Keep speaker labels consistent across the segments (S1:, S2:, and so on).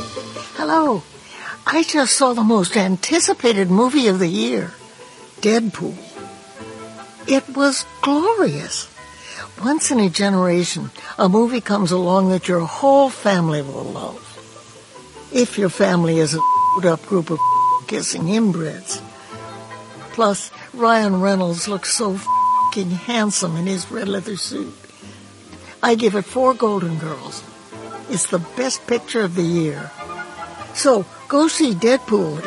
S1: Hello. I just saw the most anticipated movie of the year, Deadpool. It was glorious. Once in a generation, a movie comes along that your whole family will love. If your family is a up group of kissing inbreds. Plus, Ryan Reynolds looks so f***ing handsome in his red leather suit. I give it four Golden Girls. It's the best picture of the year. So, go see Deadpool.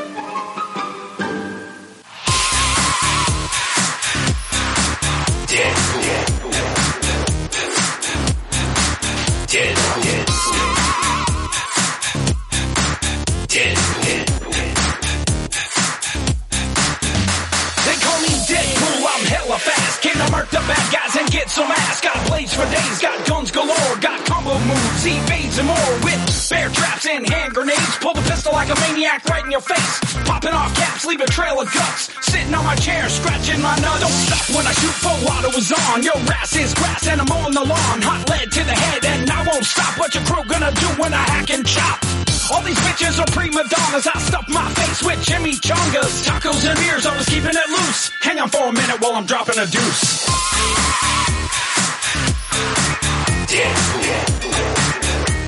S2: leave a trail of guts. Sitting on my chair, scratching my nuts. Don't stop when I shoot for what it was on. Your ass is grass and I'm on the lawn. Hot lead to the head and I won't stop. What your crew gonna do when I hack and chop? All these bitches are prima donnas. I stuff my face with chimichangas. Tacos and beers, I was keeping it loose. Hang on for a minute while I'm dropping a deuce. Yeah, yeah.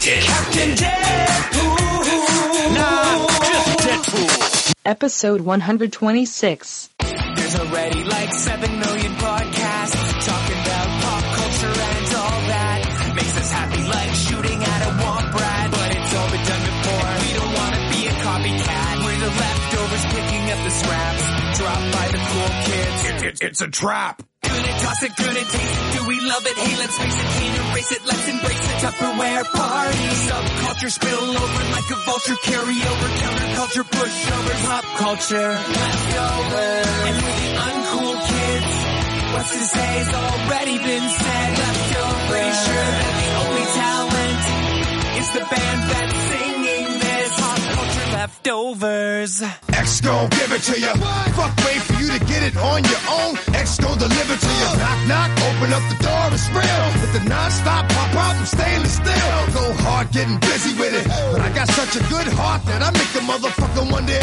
S2: Captain Deadpool.
S3: Nah, just Deadpool.
S4: Episode 126.
S5: There's already like 7 million podcasts talking about pop culture and all that. Makes us happy like shooting at a womp rat. But it's all been done before. And we don't want to be a copycat. We're the leftovers picking up the scraps. Dropped by the cool kids.
S3: It, it, it's a trap.
S5: Good and toss it, good and taste it. Do we love it? Hey, let's face it, can't erase it. Let's embrace the Tupperware party. Subculture spill over like a vulture. Carry over counterculture, pushovers, pop culture. Leftovers. And we're the uncool kids. What's to say has already been said. Leftovers. Pretty sure that the only talent is the band that's singing this. Pop culture leftovers.
S6: X gon' give it to ya. What? Fuck wait for you to get it on your own. X gon' deliver to ya. Knock knock, open up the door, it's real. With the non-stop pop out, I'm stainless steel. Go hard, getting busy with it. But I got such a good heart that I make a motherfucker wonder.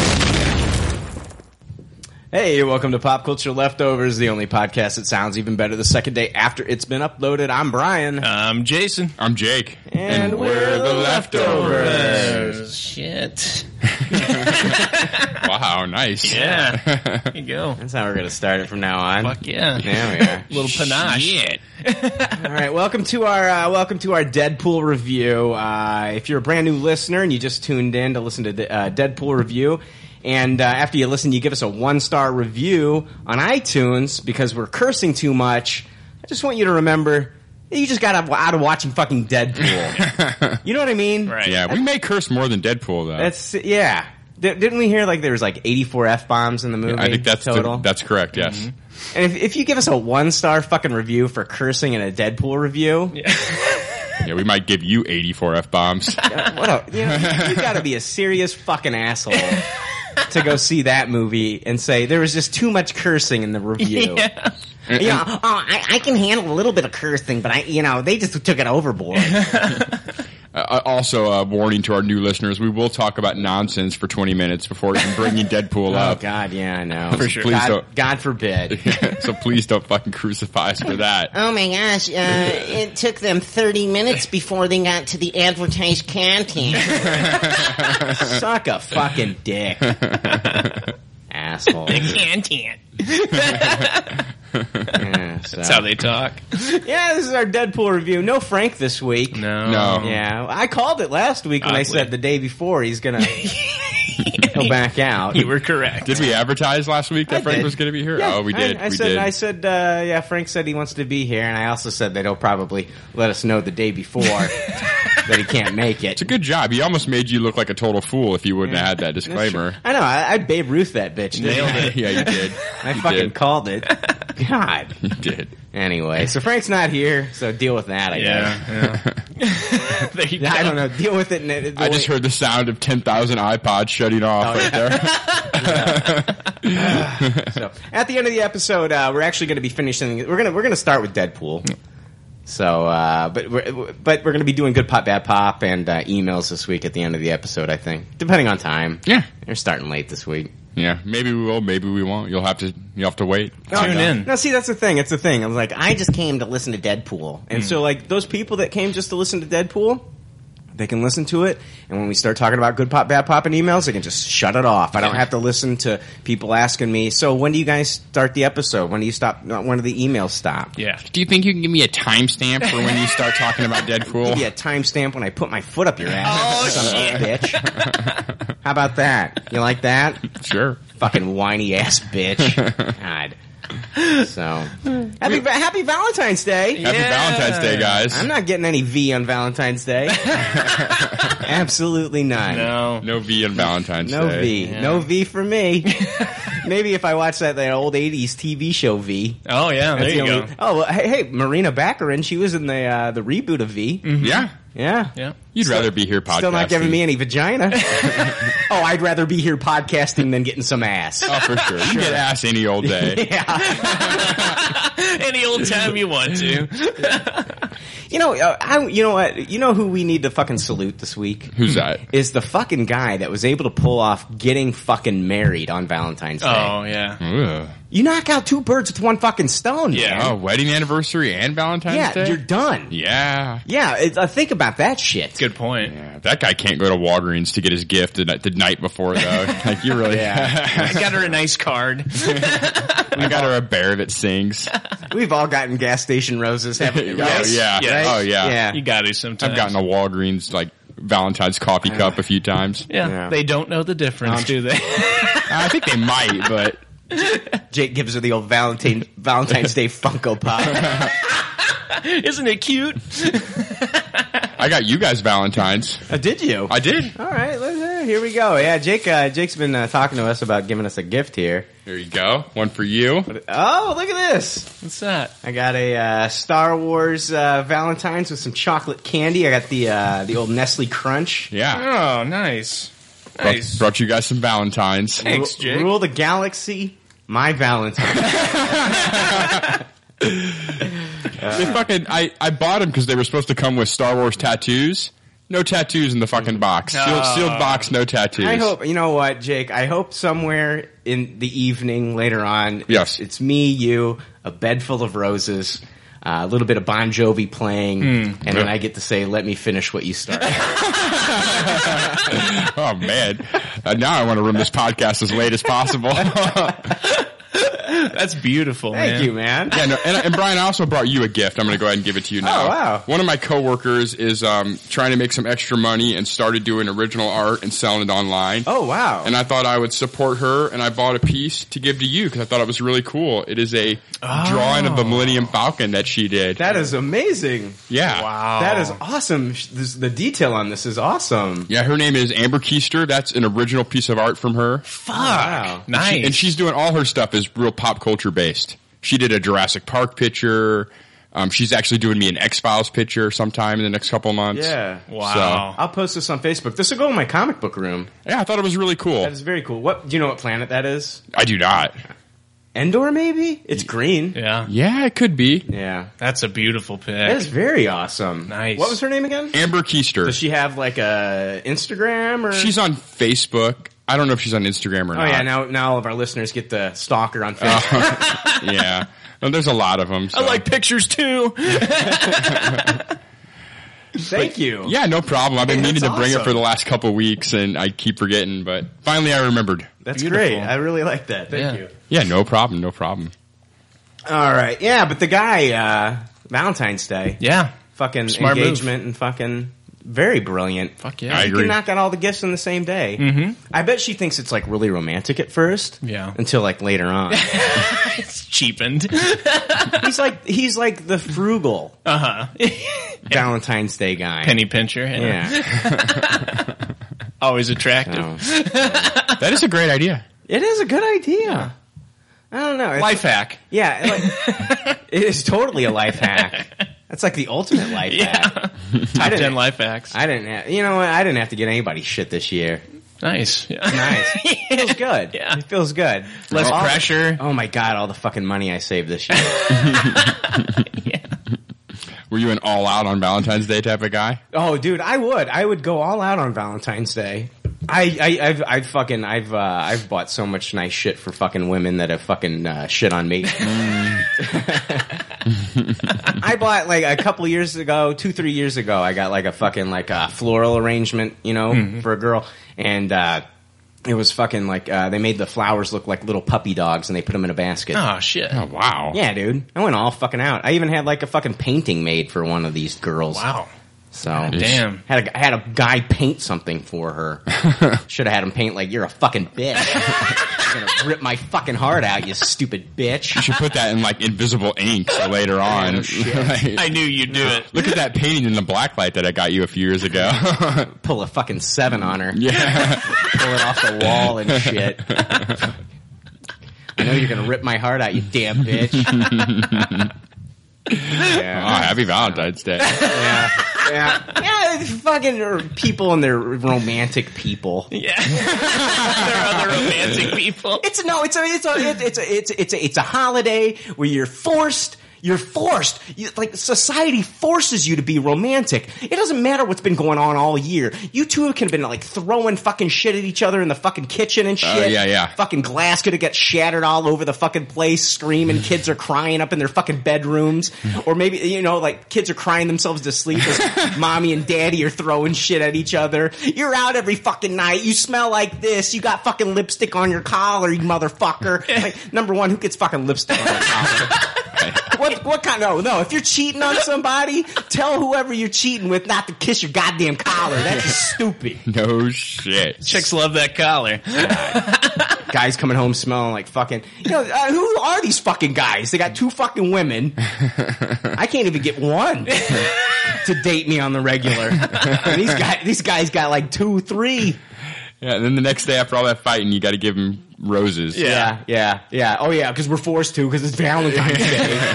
S7: Hey, welcome to Pop Culture Leftovers, the only podcast that sounds even better the second day after it's been uploaded. I'm Brian.
S8: Uh.
S3: I'm Jason.
S8: I'm Jake.
S7: And, and we're the Leftovers.
S9: Shit.
S8: wow, nice.
S9: Yeah. There you go.
S7: That's how we're going to start it from now on.
S9: Fuck yeah.
S7: There we are.
S9: Little panache.
S8: Shit.
S7: All right, welcome to our uh, welcome to our Deadpool review. Uh, if you're a brand new listener and you just tuned in to listen to the uh, Deadpool review, and uh, after you listen, you give us a one star review on iTunes because we're cursing too much. I just want you to remember that you just got out of watching fucking Deadpool. you know what I mean?
S8: Right. Yeah, we may curse more than Deadpool though.
S7: That's yeah. D- didn't we hear like there was like eighty four f bombs in the movie? Yeah,
S8: I think that's
S7: total.
S8: The, that's correct. Yes.
S7: Mm-hmm. And if, if you give us a one star fucking review for cursing in a Deadpool review.
S8: Yeah. yeah, we might give you 84 F bombs.
S7: Yeah, what a, you, know, you, you gotta be a serious fucking asshole to go see that movie and say there was just too much cursing in the review.
S9: Yeah,
S1: and, you know, oh, I, I, can handle a little bit of cursing, but I, you know, they just took it overboard.
S8: uh, also, a uh, warning to our new listeners: we will talk about nonsense for twenty minutes before even bringing Deadpool
S7: oh,
S8: up.
S7: God, yeah, I know.
S8: For sure.
S7: God, don't. God forbid.
S8: so please don't fucking crucify us for that.
S1: Oh my gosh, uh, it took them thirty minutes before they got to the advertised content.
S7: Suck a fucking dick, asshole.
S9: The content.
S7: yeah, so.
S9: That's how they talk.
S7: yeah, this is our Deadpool review. No Frank this week.
S9: No.
S8: No.
S7: Yeah, I called it last week Oddly. when I said the day before he's gonna go back out.
S9: You were correct.
S8: Did we advertise last week that
S7: I
S8: Frank
S7: did.
S8: was going to be here?
S7: Yeah,
S8: oh, we did.
S7: I, I
S8: we
S7: said.
S8: did.
S7: I said. Uh, yeah, Frank said he wants to be here, and I also said that he'll probably let us know the day before that he can't make it.
S8: It's a good job. He almost made you look like a total fool if you wouldn't have had that disclaimer.
S7: I know. I, I Babe Ruth that bitch.
S9: Nailed
S7: I?
S9: it.
S8: yeah, you did.
S7: I
S8: You
S7: fucking
S8: did.
S7: called it. God.
S8: You did.
S7: Anyway, so Frank's not here, so deal with that. I guess.
S9: Yeah. yeah. there you
S7: I
S9: go.
S7: don't know. Deal with it. And it
S8: I just heard the sound of 10,000 iPods shutting off right there.
S7: So at the end of the episode, uh, we're actually going to be finishing. We're gonna we're gonna start with Deadpool. So, uh, but we're, but we're gonna be doing good pop, bad pop, and uh, emails this week at the end of the episode. I think, depending on time.
S8: Yeah.
S7: they're starting late this week.
S8: Yeah, maybe we will, maybe we won't. You'll have to you'll have to wait.
S9: Tune in.
S7: No, see, that's the thing. It's the thing. I was like, I just came to listen to Deadpool, and so like those people that came just to listen to Deadpool, they can listen to it. And when we start talking about good pop, bad pop, and emails, they can just shut it off. I don't have to listen to people asking me. So when do you guys start the episode? When do you stop? When do the emails stop?
S9: Yeah.
S8: Do you think you can give me a timestamp for when you start talking about Deadpool?
S7: Give you a timestamp when I put my foot up your ass. Oh shit, bitch! How about that? You like that?
S8: Sure.
S7: Fucking whiny ass bitch. God. So happy Happy Valentine's Day.
S8: Happy
S9: Yeah.
S8: Valentine's Day, guys.
S7: I'm not getting any V on Valentine's Day. Absolutely not.
S9: No.
S8: no V on Valentine's
S7: No
S8: Day.
S7: V. No V for me. Maybe if I watch that, that old 80s TV show V.
S9: Oh yeah, there
S7: That's
S9: you
S7: the
S9: go.
S7: only- Oh, well, hey, hey, Marina Baccarin, she was in the uh, the reboot of V.
S9: Mm.
S8: Yeah.
S7: Yeah.
S9: Yeah.
S8: You'd rather be here podcasting.
S7: Still not giving me any vagina. oh, I'd rather be here podcasting than getting some ass.
S8: Oh, for sure. You get ass any old day.
S7: Yeah.
S9: Any old time you want to.
S7: You know, uh, I, you know what? You know who we need to fucking salute this week?
S8: Who's that?
S7: Is the fucking guy that was able to pull off getting fucking married on Valentine's Day.
S9: Oh yeah.
S8: Ugh.
S7: You knock out two birds with one fucking stone.
S9: Yeah.
S8: Oh, wedding anniversary and Valentine's
S7: man. Yeah,
S8: Day?
S7: you're done.
S8: yeah.
S7: Yeah, it, uh, think about that shit.
S9: Good point.
S8: Yeah, that guy can't go to Walgreens to get his gift the night, the night before though. like you really,
S9: I got her a nice card.
S8: I got her a bear that sings.
S7: We've all gotten gas station roses, haven't we?
S8: Oh
S7: right?
S8: yeah,
S9: yes.
S8: oh yeah.
S7: Yeah.
S9: You got to sometimes.
S8: I've gotten a Walgreens like Valentine's coffee cup a few times. Uh,
S9: yeah.
S7: Yeah.
S9: They don't know the difference, do they?
S8: I think they might, but
S7: Jake gives her the old Valentine Valentine's Day Funko Pop.
S9: Isn't it cute?
S8: I got you guys Valentine's.
S7: Uh, did you?
S8: I did.
S7: All right, let's- uh, here we go. Yeah, Jake. Uh, Jake's been uh, talking to us about giving us a gift here.
S8: There you go. One for you.
S7: Oh, look at this!
S9: What's that?
S7: I got a uh, Star Wars uh, Valentine's with some chocolate candy. I got the uh, the old Nestle Crunch.
S8: Yeah.
S9: Oh, nice.
S8: Brought-
S9: Nice.
S8: Brought you guys some Valentine's.
S9: Thanks,
S7: Ru-
S9: Jake.
S7: Rule the galaxy. My Valentine.
S8: They fucking, I, I bought them because they were supposed to come with Star Wars tattoos. No tattoos in the fucking box. Sealed,
S9: Oh.
S8: sealed box, no tattoos.
S7: I hope you know what, Jake. I hope somewhere in the evening later on.
S8: Yes.
S7: it's, it's me, you, a bed full of roses. Uh, a little bit of Bon Jovi playing,
S9: Hmm.
S7: and then
S8: Yeah.
S7: I get to say, "Let me finish what you started."
S8: Oh man! Uh, now I want to run this podcast as late as possible. yeah,
S9: That's beautiful.
S7: Thank
S9: man.
S7: you, man.
S8: no, and, and Brian, I also brought you a gift. I'm going to go ahead and give it to you now.
S7: Oh, wow.
S8: One of my coworkers is um, trying to make some extra money and started doing original art and selling it online.
S7: Oh wow!
S8: And I thought I would support her, and I bought a piece to give to you because I thought it was really cool. It is a
S7: Oh.
S8: drawing of the Millennium Falcon that she did.
S7: that is amazing.
S8: yeah.
S9: Wow.
S7: That is awesome. Sh- This, the detail on this is awesome.
S8: Yeah, her name is Amber Keister. That's an original piece of art from her.
S9: fuck.
S7: Wow.
S9: Nice.
S8: and she's doing all her stuff is real pop culture based. She did a Jurassic Park picture. Um, she's actually doing me an X Files picture sometime in the next couple months.
S7: Yeah.
S9: wow.
S7: I'll post this on Facebook. This will go in my comic book room.
S8: yeah, I thought it was really cool.
S7: That is very cool. What do you know? What planet that is?
S8: I do not.
S7: Endor, maybe? It's green.
S9: Yeah.
S8: Yeah, it could be
S7: Yeah.
S9: That's a beautiful pic.
S7: That is very awesome.
S9: Nice.
S7: What was her name again?
S8: Amber Keister.
S7: Does she have like a Instagram or?
S8: she's on Facebook. I don't know if she's on Instagram or
S7: Oh
S8: not.
S7: yeah. Now, now all of our listeners get the stalker
S9: Oh,
S7: on Facebook.
S8: yeah. Well, there's a lot of them.
S9: I like pictures too.
S7: Thank you.
S8: Yeah, no problem. I've been
S7: Hey,
S8: meaning to
S7: that's
S8: bring it for
S7: awesome.
S8: the last couple weeks, and I keep forgetting. But finally, I remembered.
S7: That's
S9: Beautiful.
S7: great. I really like that. Thank
S9: Yeah.
S7: you.
S8: Yeah, no problem. No problem.
S7: All right. Yeah, but the guy, uh, Valentine's Day.
S9: yeah.
S7: fucking
S9: Smart move.
S7: engagement and fucking very brilliant.
S9: Fuck yeah.
S8: I
S7: You
S8: agree.
S7: can knock out all the gifts in the same day. Mm-hmm. I bet she thinks it's like really romantic at first.
S9: Yeah.
S7: Until like later on.
S9: It's cheapened.
S7: he's like he's like the frugal
S9: Uh huh.
S7: Valentine's Day guy.
S9: Penny pincher. Yeah.
S7: Yeah.
S9: Always attractive.
S7: So,
S8: That is a great idea.
S7: it is a good idea. I don't know. It's-
S9: Life hack.
S7: Yeah. Like, it is totally a life hack. That's like the ultimate life hack. I
S9: Top
S7: didn't-
S9: ten life hacks.
S7: I didn't. Have, you know what? I didn't have to get anybody shit this year.
S9: Nice. Yeah.
S7: Nice. It feels good.
S9: Yeah.
S7: It feels good.
S9: Less
S7: All-
S9: pressure.
S7: Oh my god! All the fucking money I saved this year.
S8: Were you an all out on Valentine's Day type of guy?
S7: Oh, dude, I would. I would go all out on Valentine's Day. I, I, I've, I've fucking, I've, uh, I've bought so much nice shit for fucking women that have fucking uh, shit on me. I bought like a couple years ago, two, three years ago. I got like a fucking like a floral arrangement, you know, for a girl, and uh, it was fucking like uh, they made the flowers look like little puppy dogs, and they put them in a basket.
S9: Oh shit.
S8: Oh, wow.
S7: Yeah, dude, I went all fucking out. I even had like a fucking painting made for one of these girls.
S9: Wow.
S7: So
S9: Damn.
S7: had a, had a guy paint something for her. Should have had him paint like you're a fucking bitch. You're gonna rip my fucking heart out, you stupid
S8: You
S7: bitch.
S8: should put that in like invisible ink so
S9: Oh,
S8: later on. Like,
S9: I knew you'd do it.
S8: look at that painting in the black light that I got you a few years ago.
S7: Pull a fucking seven on her.
S8: yeah.
S7: Pull it off the wall and shit. I know you're gonna rip my heart out, you damn bitch.
S8: Oh,
S7: yeah,
S8: happy Valentine's Day.
S7: yeah, yeah, yeah. it's Fucking r- people and their romantic people.
S9: Yeah. there are other romantic people.
S7: It's no, it's a, it's a, it- it's a, it's a, it's a, it's a holiday where you're forced. You're forced. You, like society forces you to be romantic. It doesn't matter what's been going on all year. You two can have been like throwing fucking shit at each other in the fucking kitchen and shit.
S8: Oh, yeah, yeah.
S7: Fucking glass could have got shattered all over the fucking place. Screaming, kids are crying up in their fucking bedrooms, or maybe you know, like kids are crying themselves to sleep as mommy and daddy are throwing shit at each other. You're out every fucking night. You smell like this. You got fucking lipstick on your collar, you motherfucker. Like, number one, who gets fucking lipstick on their collar? What what kind? No, no. If you're cheating on somebody, tell whoever you're cheating with not to kiss your goddamn collar. That's just stupid.
S8: No shit.
S9: Chicks love that collar.
S7: guys coming home smelling like fucking. You know, uh, who are these fucking guys? They got two fucking women. I can't even get one to date me on the regular. And these guys, these guys got like two, three.
S8: Yeah, and then the next day after all that fighting, you got to give him roses.
S7: Yeah, yeah, yeah. Oh yeah, because we're forced to because it's Valentine's Day.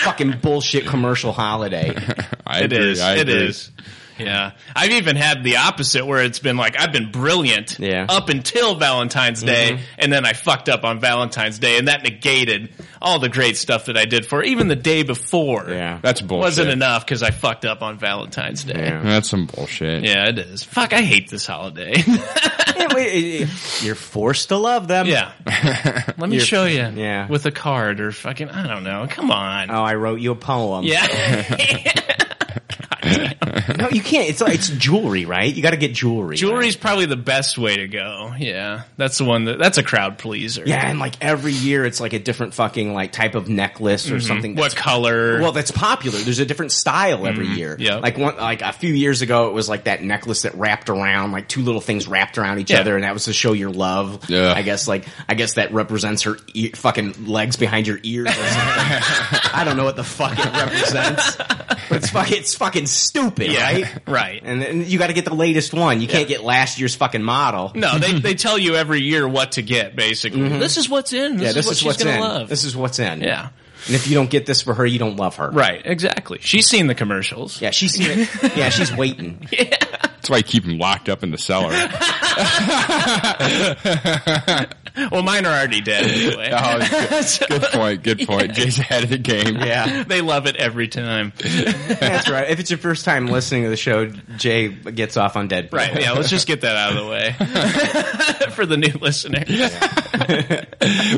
S7: fucking bullshit commercial holiday.
S8: I
S9: It
S8: agree,
S9: is.
S8: I
S9: It
S8: agree.
S9: is. Yeah. I've even had the opposite where it's been like, I've been brilliant
S7: Yeah.
S9: up until Valentine's Day, and then I fucked up on Valentine's Day, and that negated all the great stuff that I did for even the day before.
S7: Yeah.
S8: That's bullshit.
S9: Wasn't enough because I fucked up on Valentine's Day.
S8: That's some bullshit.
S9: Yeah. it is. Fuck, I hate this holiday.
S7: You're forced to love them.
S9: yeah. Let me show you.
S7: yeah.
S9: With a card or fucking, I don't know. Come on.
S7: Oh, I wrote you a poem.
S9: Yeah.
S7: No, you can't. It's like, it's jewelry, right? You got to get jewelry.
S9: Jewelry's probably the best way to go. Yeah. That's the one that, that's a crowd pleaser.
S7: Yeah, and like every year, it's like a different fucking like type of necklace or something.
S9: Mm-hmm. What Mm-hmm.
S7: that's-
S9: color?
S7: Well, that's popular. There's a different style every year.
S9: yeah.
S7: Like one, like a few years ago, it was like that necklace that wrapped around, like two little things wrapped around each
S9: Yeah.
S7: other, and that was to show your love.
S8: Yeah.
S7: I guess like I guess that represents her ear, fucking legs behind your ears. Or something. I don't know what the fuck it represents. but it's fucking it's fucking stupid,
S9: Yeah.
S7: right?
S9: Right.
S7: And, and you got to get the latest one. You can't get last year's fucking model.
S9: No, they, they tell you every year what to get, basically. This is what's in. This
S7: Mm-hmm. Yeah,
S9: is
S7: this
S9: what
S7: is
S9: she's
S7: what's
S9: gonna
S7: in.
S9: love.
S7: This is what's in.
S9: yeah.
S7: And if you don't get this for her, you don't love her.
S9: Right, exactly. She's seen the commercials.
S7: Yeah, she's seen it. Yeah, she's waiting.
S8: That's why you keep him locked up in the cellar. oh,
S9: Well, mine are already dead anyway.
S7: Oh.
S8: Oh, good, good point. Good point. Jay's ahead of the game.
S7: Yeah,
S9: They love it every time.
S7: that's right. If it's your first time listening to the show, Jay gets off on Deadpool.
S9: Right, yeah, let's just get that out of the way for the new listener.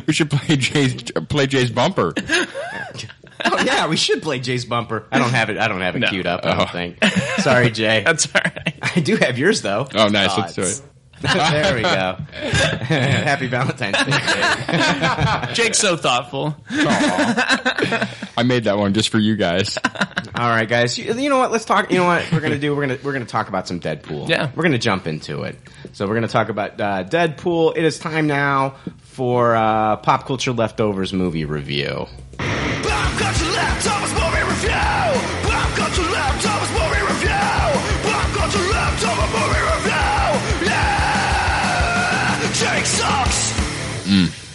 S8: We should play Jay's play Jay's bumper.
S7: Oh, yeah, we should play Jay's bumper. I don't have it. I don't have it
S9: No.
S7: queued up. I
S8: Oh.
S7: don't think. Sorry, Jay.
S9: That's all right.
S7: I do have yours though.
S8: Oh, nice. Let's do it.
S7: there we go. Happy Valentine's Day. Jay.
S9: Jake's so thoughtful.
S8: I made that one just for you guys.
S7: All right, guys. You, you know what? Let's talk. You know what we're gonna do? We're gonna we're gonna talk about some Deadpool.
S9: Yeah.
S7: we're gonna jump into it. So we're gonna talk about uh, Deadpool. It is time now for uh, pop culture leftovers movie review.
S2: Pop Culture Leftovers Movie Review! Pop Culture Leftovers Movie Review! Pop Culture Leftovers Movie Review! Yeah! Jake sucks!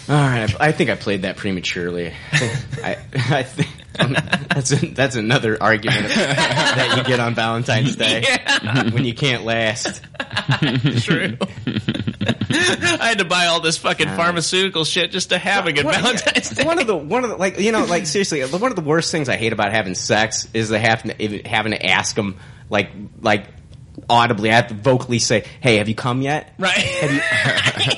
S7: All right, I I think I played that prematurely. I, I, think that's a, that's another argument that you get on Valentine's Day when you can't last.
S9: True. I had to buy all this fucking pharmaceutical shit just to have a good
S7: One-
S9: Valentine's Day.
S7: One of the one of the like you know like seriously one of the worst things I hate about having sex is the having to, having to ask them like like audibly I have to vocally say hey have you come yet
S9: Right.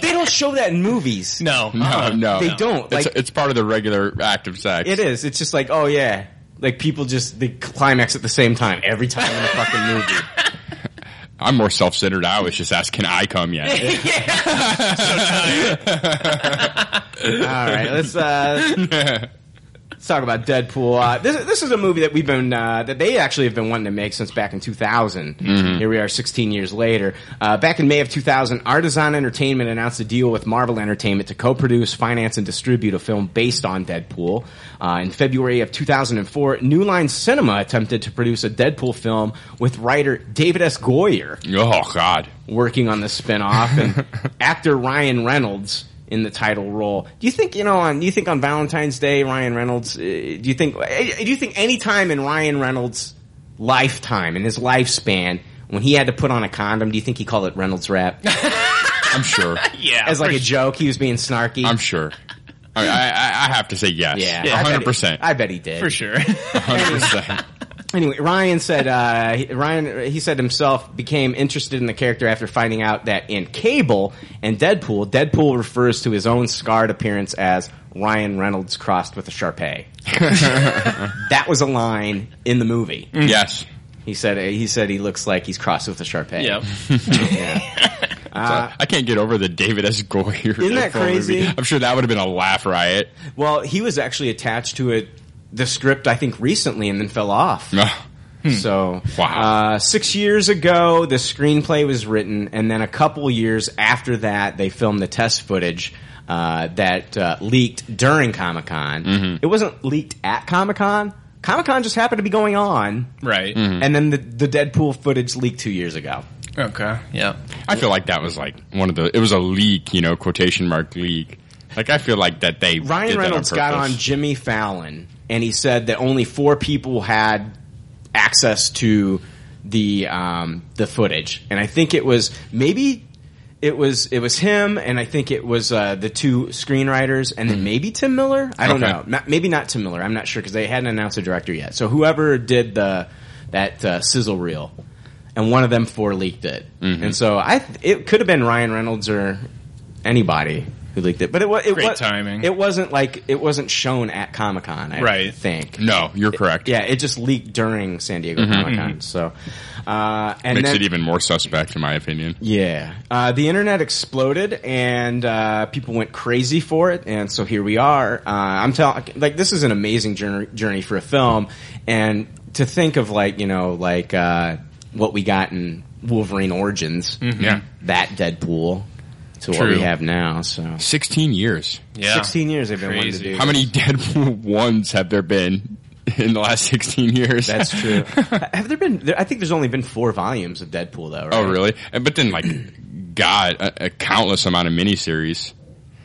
S7: they don't show that in movies
S9: no.
S8: No, no,
S7: They don't,
S8: It's,
S7: like-
S8: it's part of the regular act of sex.
S7: it is it's just like oh yeah like people just they climax at the same time every time in a fucking movie
S8: I'm more self-centered. I always just ask, "Can I come yet?"
S7: All right, let's uh, let's talk about Deadpool. Uh, this this is a movie that we've been uh, that they actually have been wanting to make since back in 2000. Here we are, 16 years later. Uh, back in May of 2000, Artisan Entertainment announced a deal with Marvel Entertainment to co-produce, finance, and distribute a film based on Deadpool. Uh, in February of 2004, New Line Cinema attempted to produce a Deadpool film with writer David S. Goyer
S8: oh God.
S7: working on the spinoff and actor Ryan Reynolds in the title role. Do you think you know on do you think on Valentine's Day Ryan Reynolds uh, do you think uh, do you think any time in Ryan Reynolds lifetime in his lifespan when he had to put on a condom do you think he called it Reynolds wrap
S8: I'm sure.
S9: Yeah.
S7: as like
S9: for
S7: a
S9: sure.
S7: joke he was being snarky?
S8: I'm sure. I, I, I- I have to say yes.
S7: yeah,
S8: A
S7: I bet
S8: hundred
S7: he-
S8: percent.
S7: I bet he did.
S9: for sure.
S8: A hundred percent.
S7: Anyway, Ryan said uh, he- Ryan he said himself became interested in the character after finding out that in Cable and Deadpool, Deadpool refers to his own scarred appearance as Ryan Reynolds crossed with a Sharpay. that was a line in the movie.
S8: Yes.
S7: He said uh, he said he looks like he's crossed with a Sharpay.
S9: yeah.
S8: I can't get over the David S. Goyer.
S7: Isn't that
S8: Deadpool movie.
S7: crazy?
S8: I'm sure that would have been a laugh riot.
S7: Well, he was actually attached to it the script I think recently and then fell off.
S8: Ugh.
S7: So,
S8: Wow.
S7: uh, six years ago, the screenplay was written, and then a couple years after that, they filmed the test footage uh, that uh, leaked during Comic Con. It wasn't leaked at Comic Con. Comic Con just happened to be going on,
S9: Right.
S7: and then the, the Deadpool footage leaked two years ago.
S9: Okay. Yeah.
S8: I feel like that was like one of the. It was a leak, you know, quotation mark leak. Like I feel like that they
S7: Ryan
S8: did that
S7: Reynolds
S8: on
S7: got on
S8: purpose.
S7: Jimmy Fallon and he said that only four people had access to the um, the footage, and I think it was maybe it was it was him, and I think it was uh, the two screenwriters, and then maybe Tim Miller. I don't
S8: Hmm. Okay.
S7: know, Ma- maybe not Tim Miller. I'm not sure because they hadn't announced a director yet. So whoever did the that uh, sizzle reel. And one of them four leaked it,
S8: Mm-hmm.
S7: and so I th- it could have been Ryan Reynolds or anybody who leaked it, but it was it
S9: Great
S7: wa-
S9: timing.
S7: It wasn't like it wasn't shown at Comic Con. I
S9: Right.
S7: think.
S8: No, you're correct.
S7: Yeah, it just leaked during San Diego
S9: Mm-hmm,
S7: Comic Con. So, uh, and
S8: makes
S7: then,
S8: it even more suspect, in my opinion.
S7: yeah, uh, the internet exploded and uh, people went crazy for it, and so here we are. Uh, I'm telling, like, this is an amazing journey, journey for a film, and to think of like you know like uh, what we got in Wolverine Origins,
S8: Yeah,
S7: that Deadpool to what
S9: Mm-hmm. True.
S7: we have now. So,
S8: sixteen years.
S9: Yeah.
S7: 16 years they've been wanting to
S9: Crazy.
S7: do.
S8: How many Deadpool ones have there been in the last sixteen years?
S7: That's true. Have there been? There, I think there's only been four volumes of Deadpool, though. Right?
S8: oh, really? And, but then, like, God, a, a countless amount of miniseries.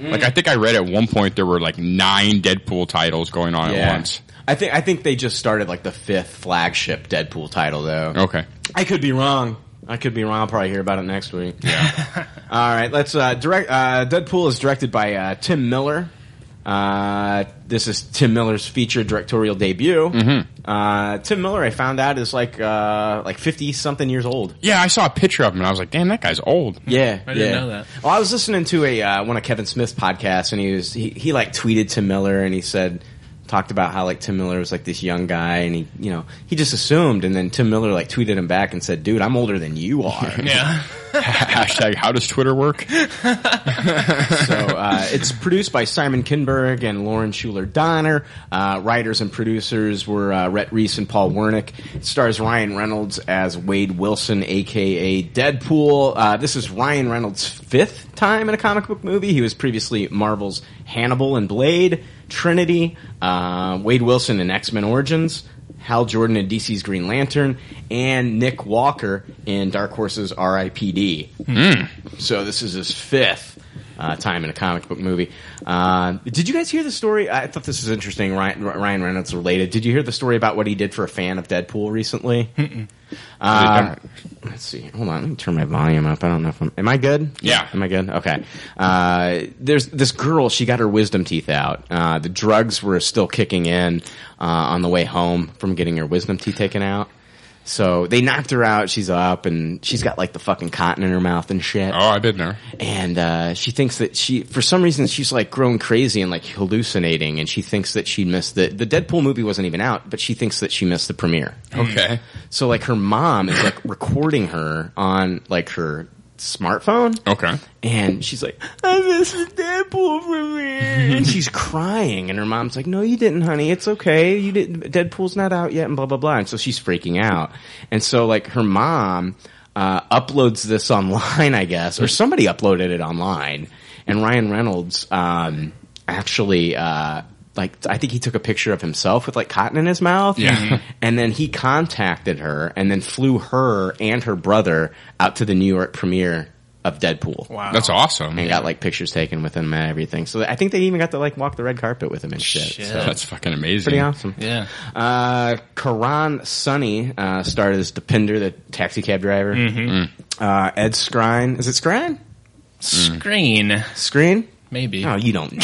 S7: Mm.
S8: Like, I think I read at one point there were like nine Deadpool titles going on at once.
S7: I think I think they just started like the fifth flagship Deadpool title, though.
S8: Okay.
S7: I could be wrong. I could be wrong. I'll probably hear about it next week. All right. Let's uh, direct. Uh, Deadpool is directed by uh, Tim Miller. Uh, this is Tim Miller's feature directorial debut. Uh, Tim Miller, I found out, is like uh, like fifty something years old.
S8: Yeah, I saw a picture of him and I was like, damn, that guy's old.
S7: Yeah,
S9: I didn't
S7: yeah.
S9: know that.
S7: Well, I was listening to a uh, one of Kevin Smith's podcasts, and he was he, he like tweeted Tim Miller, and he said talked about how like Tim Miller was like this young guy, and he you know he just assumed, and then Tim Miller like tweeted him back and said, "Dude, I'm older than you are."
S9: Yeah.
S8: Hashtag, how does Twitter work?
S7: so uh, it's produced by Simon Kinberg and Lauren Schuler Donner. Uh, writers and producers were uh, Rhett Reese and Paul Wernick. It stars Ryan Reynolds as Wade Wilson, aka Deadpool. Uh, this is Ryan Reynolds' fifth time in a comic book movie. He was previously Marvel's Hannibal and Blade, Trinity, uh, Wade Wilson in X Men Origins. Hal Jordan in DC's Green Lantern, and Nick Walker in Dark Horse's RIPD. So this is his fifth. uh, time in a comic book movie. Uh, did you guys hear the story? I thought this was interesting. Ryan, Ryan Reynolds related. Did you hear the story about what he did for a fan of Deadpool recently? Uh, let's see. Hold on. Let me turn my volume up. I don't know if I'm. Am I good?
S8: Yeah.
S7: Am I good? Okay. Uh, there's this girl. She got her wisdom teeth out. Uh, the drugs were still kicking in uh, on the way home from getting her wisdom teeth taken out. So they knocked her out. She's up, and she's got like the fucking cotton in her mouth and shit
S8: Oh, I've been there.
S7: and uh, she thinks that she, for some reason, she's like grown crazy and like hallucinating, and she thinks that she missed the the Deadpool movie wasn't even out, but she thinks that she missed the premiere.
S8: Okay.
S7: So like her mom is like recording her on like her smartphone,
S8: Okay.
S7: and she's like, "I missed the Deadpool premiere," and she's crying, and her mom's like, "No, you didn't, honey. It's okay. You didn't. Deadpool's not out yet," and blah blah blah. And so she's freaking out, and so like her mom uh, uploads this online, I guess, or somebody uploaded it online, and Ryan Reynolds um, actually. Uh, like I think he took a picture of himself with like cotton in his mouth,
S8: Yeah.
S7: and then he contacted her, and then flew her and her brother out to the New York premiere of Deadpool. Wow,
S8: That's awesome.
S7: and got like pictures taken with him and everything. So I think they even got to like walk the red carpet with him and shit.
S9: Shit.
S7: So
S8: That's fucking amazing.
S7: pretty awesome.
S9: Yeah.
S7: Uh, Karan Sunny uh, starred as Depinder, the taxi cab driver.
S9: Mm-hmm.
S7: Uh, Ed Skrine, is it Skrine?
S9: Screen.
S7: Screen?
S9: Maybe.
S7: No, you don't know.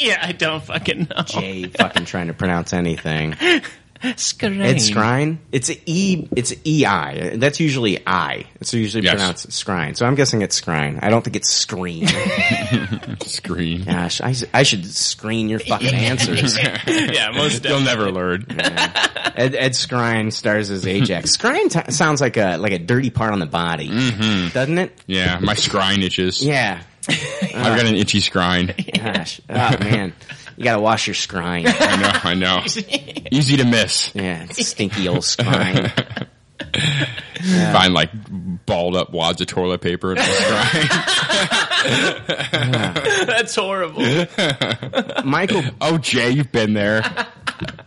S9: yeah, I don't fucking know.
S7: Jay, fucking trying to pronounce anything.
S9: Screen.
S7: Ed Skrine. It's a E. It's E I. That's usually I. It's usually
S8: Yes.
S7: pronounced Skrine. So I'm guessing it's Skrine. I don't think it's Screen.
S8: Screen.
S7: Gosh, I, s- I should screen your fucking answers.
S9: yeah, most
S8: You'll
S9: definitely.
S8: never learn.
S7: Ed, Ed Skrine stars as Ajax. Skrine t- sounds like a like a dirty part on the body, doesn't it?
S8: Yeah, my scrine itches.
S7: Yeah.
S8: I've got an itchy scrine.
S7: Gosh. Oh man, you gotta wash your Skrine.
S8: I know, I know. Easy to miss.
S7: Yeah, stinky old Skrine.
S8: Find like balled up wads of toilet paper.
S9: That's horrible.
S7: Michael
S8: oh, Jay, you've been there.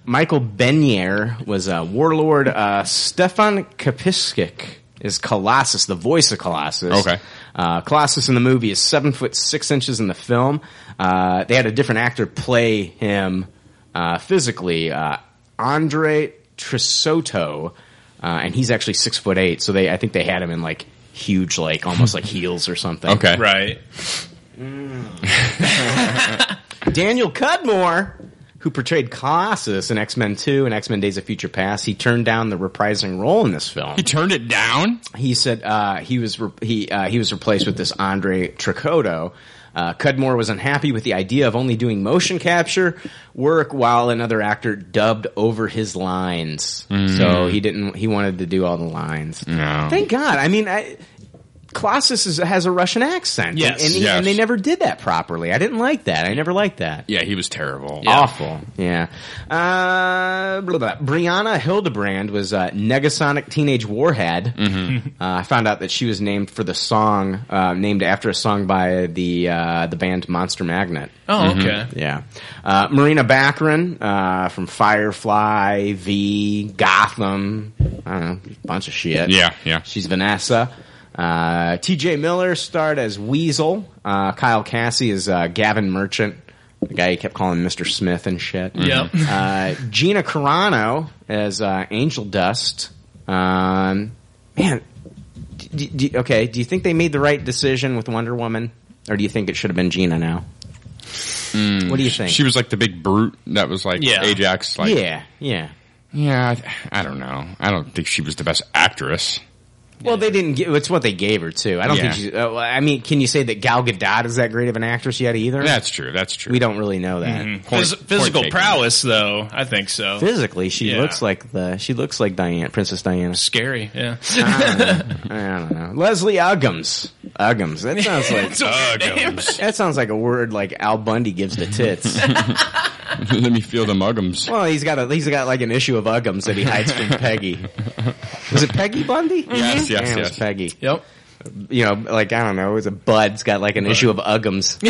S7: Michael Benier was a warlord. Uh, Stefan Kapiskic is Colossus, the voice of Colossus.
S8: Okay.
S7: Uh, Colossus in the movie is seven foot six inches in the film. Uh, they had a different actor play him uh, physically. Uh, Andre Trisoto, uh, and he's actually six foot eight. So they, I think they had him in like huge, like almost like heels or something.
S8: Okay.
S9: right.
S7: Daniel Cudmore, who portrayed Colossus in X Men 2 and X Men Days of Future Past, he turned down the reprising role in this film.
S8: He turned it down?
S7: He said uh, he was re- he uh, he was replaced with this Andre Tricoto. Uh, Cudmore was unhappy with the idea of only doing motion capture work while another actor dubbed over his lines.
S8: Mm-hmm.
S7: So he didn't. He wanted to do all the lines.
S8: No.
S7: Thank God. I mean, I, Colossus is, has a Russian accent.
S9: Yes.
S7: and, and, he-
S8: Yes.
S7: and they never did that properly. I didn't like that. I never liked that.
S8: Yeah, he was terrible.
S7: Awful. Yeah. Uh, blah, blah. Brianna Hildebrand was uh, Negasonic Teenage Warhead. Uh, I found out that she was named for the song, uh, named after a song by the uh, the band Monster Magnet.
S9: Oh, okay.
S7: Yeah. Uh, Marina Baccarin uh, from Firefly, V, Gotham, I don't know, bunch of shit.
S8: Yeah, yeah.
S7: She's Vanessa. Uh, TJ Miller starred as Weasel. Uh, Kyle Cassie is uh, Gavin Merchant, the guy he kept calling Mr. Smith and shit.
S9: Yep.
S7: Uh, Gina Carano as uh, Angel Dust. Um, man, d- d- d- okay, do you think they made the right decision with Wonder Woman? Or do you think it should have been Gina now? what do you think?
S8: Hmm. She was like the big brute that was like
S9: Yeah.
S8: Ajax. Like,
S7: yeah, yeah.
S8: Yeah, I, I don't know. I don't think she was the best actress.
S7: Well, they didn't. Give, it's what they gave her too. I don't
S8: Yeah.
S7: think. She, uh, well, I mean, can you say that Gal Gadot is that great of an actress yet either?
S8: That's true. That's true.
S7: we don't really know that.
S8: Point-
S9: Phys- physical
S8: point taken.
S9: prowess, though, I think so.
S7: Physically, she
S9: Yeah.
S7: looks like the she looks like Diana, Princess Diana.
S9: Scary. Yeah.
S7: I don't know. Leslie Uggams. Uggams. That sounds like
S8: Uggums.
S7: that sounds like a word like Al Bundy gives to tits.
S8: Let me feel the muggums.
S7: well, he's got a he's got like an issue of Uggams that he hides from Peggy. Was it Peggy Bundy?
S8: Yes, yes,
S7: Yeah, it was
S8: yes.
S7: Peggy.
S9: yep.
S7: You know, like I don't know, it was a Bud's got like an issue of Uggams.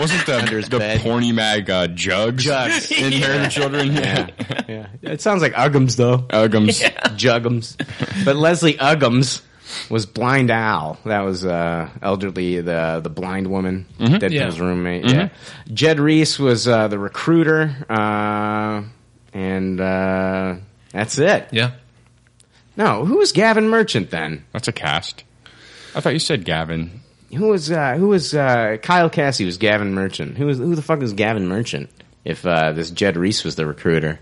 S8: Wasn't the,
S7: his
S8: the
S7: bed.
S8: porny mag uh, jugs,
S7: Jugs.
S8: in Married with Children? Yeah.
S7: yeah. It sounds like Uggams though.
S8: Uggums.
S7: Juggums. But Leslie Uggams was Blind Owl. That was uh, elderly, the the blind woman, Deadpool's
S9: Mm-hmm. Yeah. Mm-hmm.
S7: roommate. Yeah, Jed Reese was uh, the recruiter, uh, and uh, that's it.
S9: Yeah.
S7: No, who was Gavin Merchant then?
S8: That's a cast. I thought you said Gavin.
S7: Who was uh, who was uh, Kyle Cassie? Was Gavin Merchant? Who was who the fuck was Gavin Merchant? If uh, this Jed Reese was the recruiter,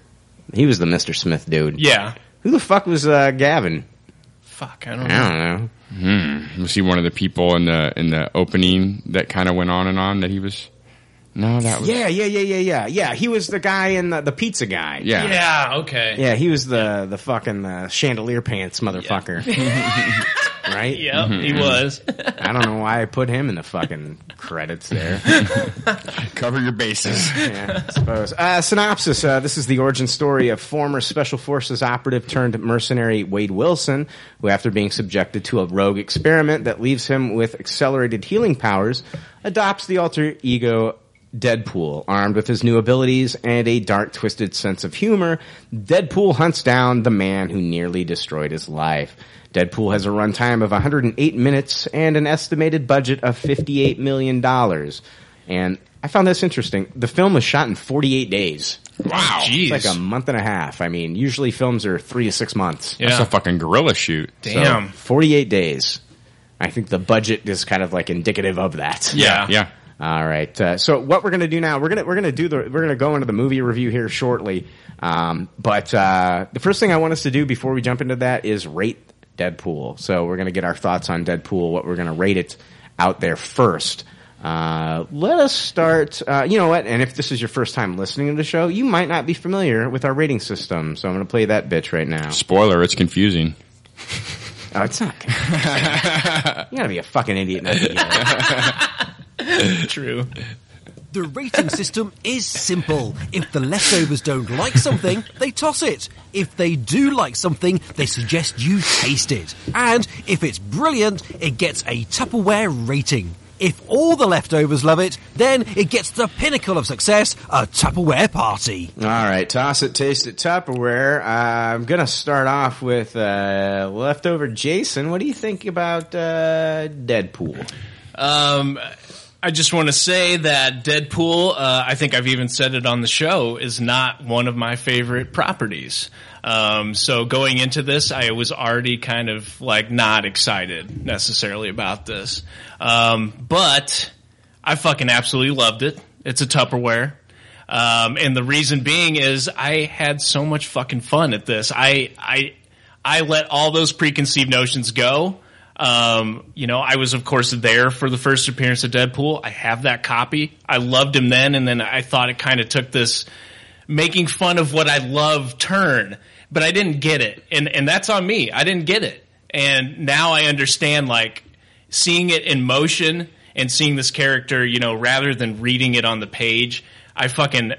S7: he was the Mister Smith dude.
S9: Yeah.
S7: Who the fuck was uh, Gavin?
S9: Fuck, I don't know.
S7: I don't know.
S8: Hmm. Was he one of the people in the in the opening that kind of went on and on that he was? No, that was
S7: Yeah, yeah, yeah, yeah, yeah, yeah. He was the guy in the, the pizza guy.
S8: yeah.
S9: Yeah, Ah, okay.
S7: yeah. He was the the fucking uh, chandelier pants motherfucker. right?
S9: Yep, he was.
S7: I don't know why I put him in the fucking credits there.
S8: Cover your bases.
S7: Yeah, I suppose. Uh, synopsis. Uh, this is the origin story of former Special Forces operative turned mercenary Wade Wilson, who, after being subjected to a rogue experiment that leaves him with accelerated healing powers, adopts the alter ego Deadpool. Armed with his new abilities and a dark, twisted sense of humor, Deadpool hunts down the man who nearly destroyed his life. Deadpool has a runtime of 108 minutes and an estimated budget of $58 million. And I found this interesting. The film was shot in 48 days.
S8: Wow,
S9: Jeez.
S7: It's like a month and a half. I mean, usually films are three to six months.
S9: Yeah.
S8: that's a fucking gorilla shoot.
S9: Damn.
S7: 48 days. I think the budget is kind of like indicative of that.
S8: Yeah, yeah.
S7: All right. Uh, so what we're going to do now? We're going to we're going to do the we're going to go into the movie review here shortly. Um, but uh, the first thing I want us to do before we jump into that is rate Deadpool. So we're going to get our thoughts on Deadpool. What we're going to rate it out there first. Uh, let us start. Uh, you know what? And if this is your first time listening to the show, you might not be familiar with our rating system. So I'm going to play that bitch right now.
S8: Spoiler: It's confusing.
S7: Oh, it's not. you gotta be a fucking idiot. Not to get it.
S9: True.
S10: The rating system is simple. If the leftovers don't like something, they toss it. If they do like something, they suggest you taste it. And if it's brilliant, it gets a Tupperware rating. If all the leftovers love it, then it gets the pinnacle of success, a Tupperware party.
S7: All right, toss it, taste it, Tupperware. Uh, I'm gonna start off with uh, leftover Jason. What do you think about uh, Deadpool?
S9: Um, I just want to say that Deadpool, uh, I think I've even said it on the show, is not one of my favorite properties. Um, so going into this, I was already kind of like not excited necessarily about this. Um, but I fucking absolutely loved it. It's a Tupperware. Um, and the reason being is I had so much fucking fun at this. I, I, I let all those preconceived notions go. Um, you know, I was of course there for the first appearance of Deadpool. I have that copy. I loved him then, and then I thought it kind of took this making fun of what I love turn, but I didn't get it, and and that's on me. I didn't get it, and now I understand like seeing it in motion and seeing this character, you know, rather than reading it on the page. I fucking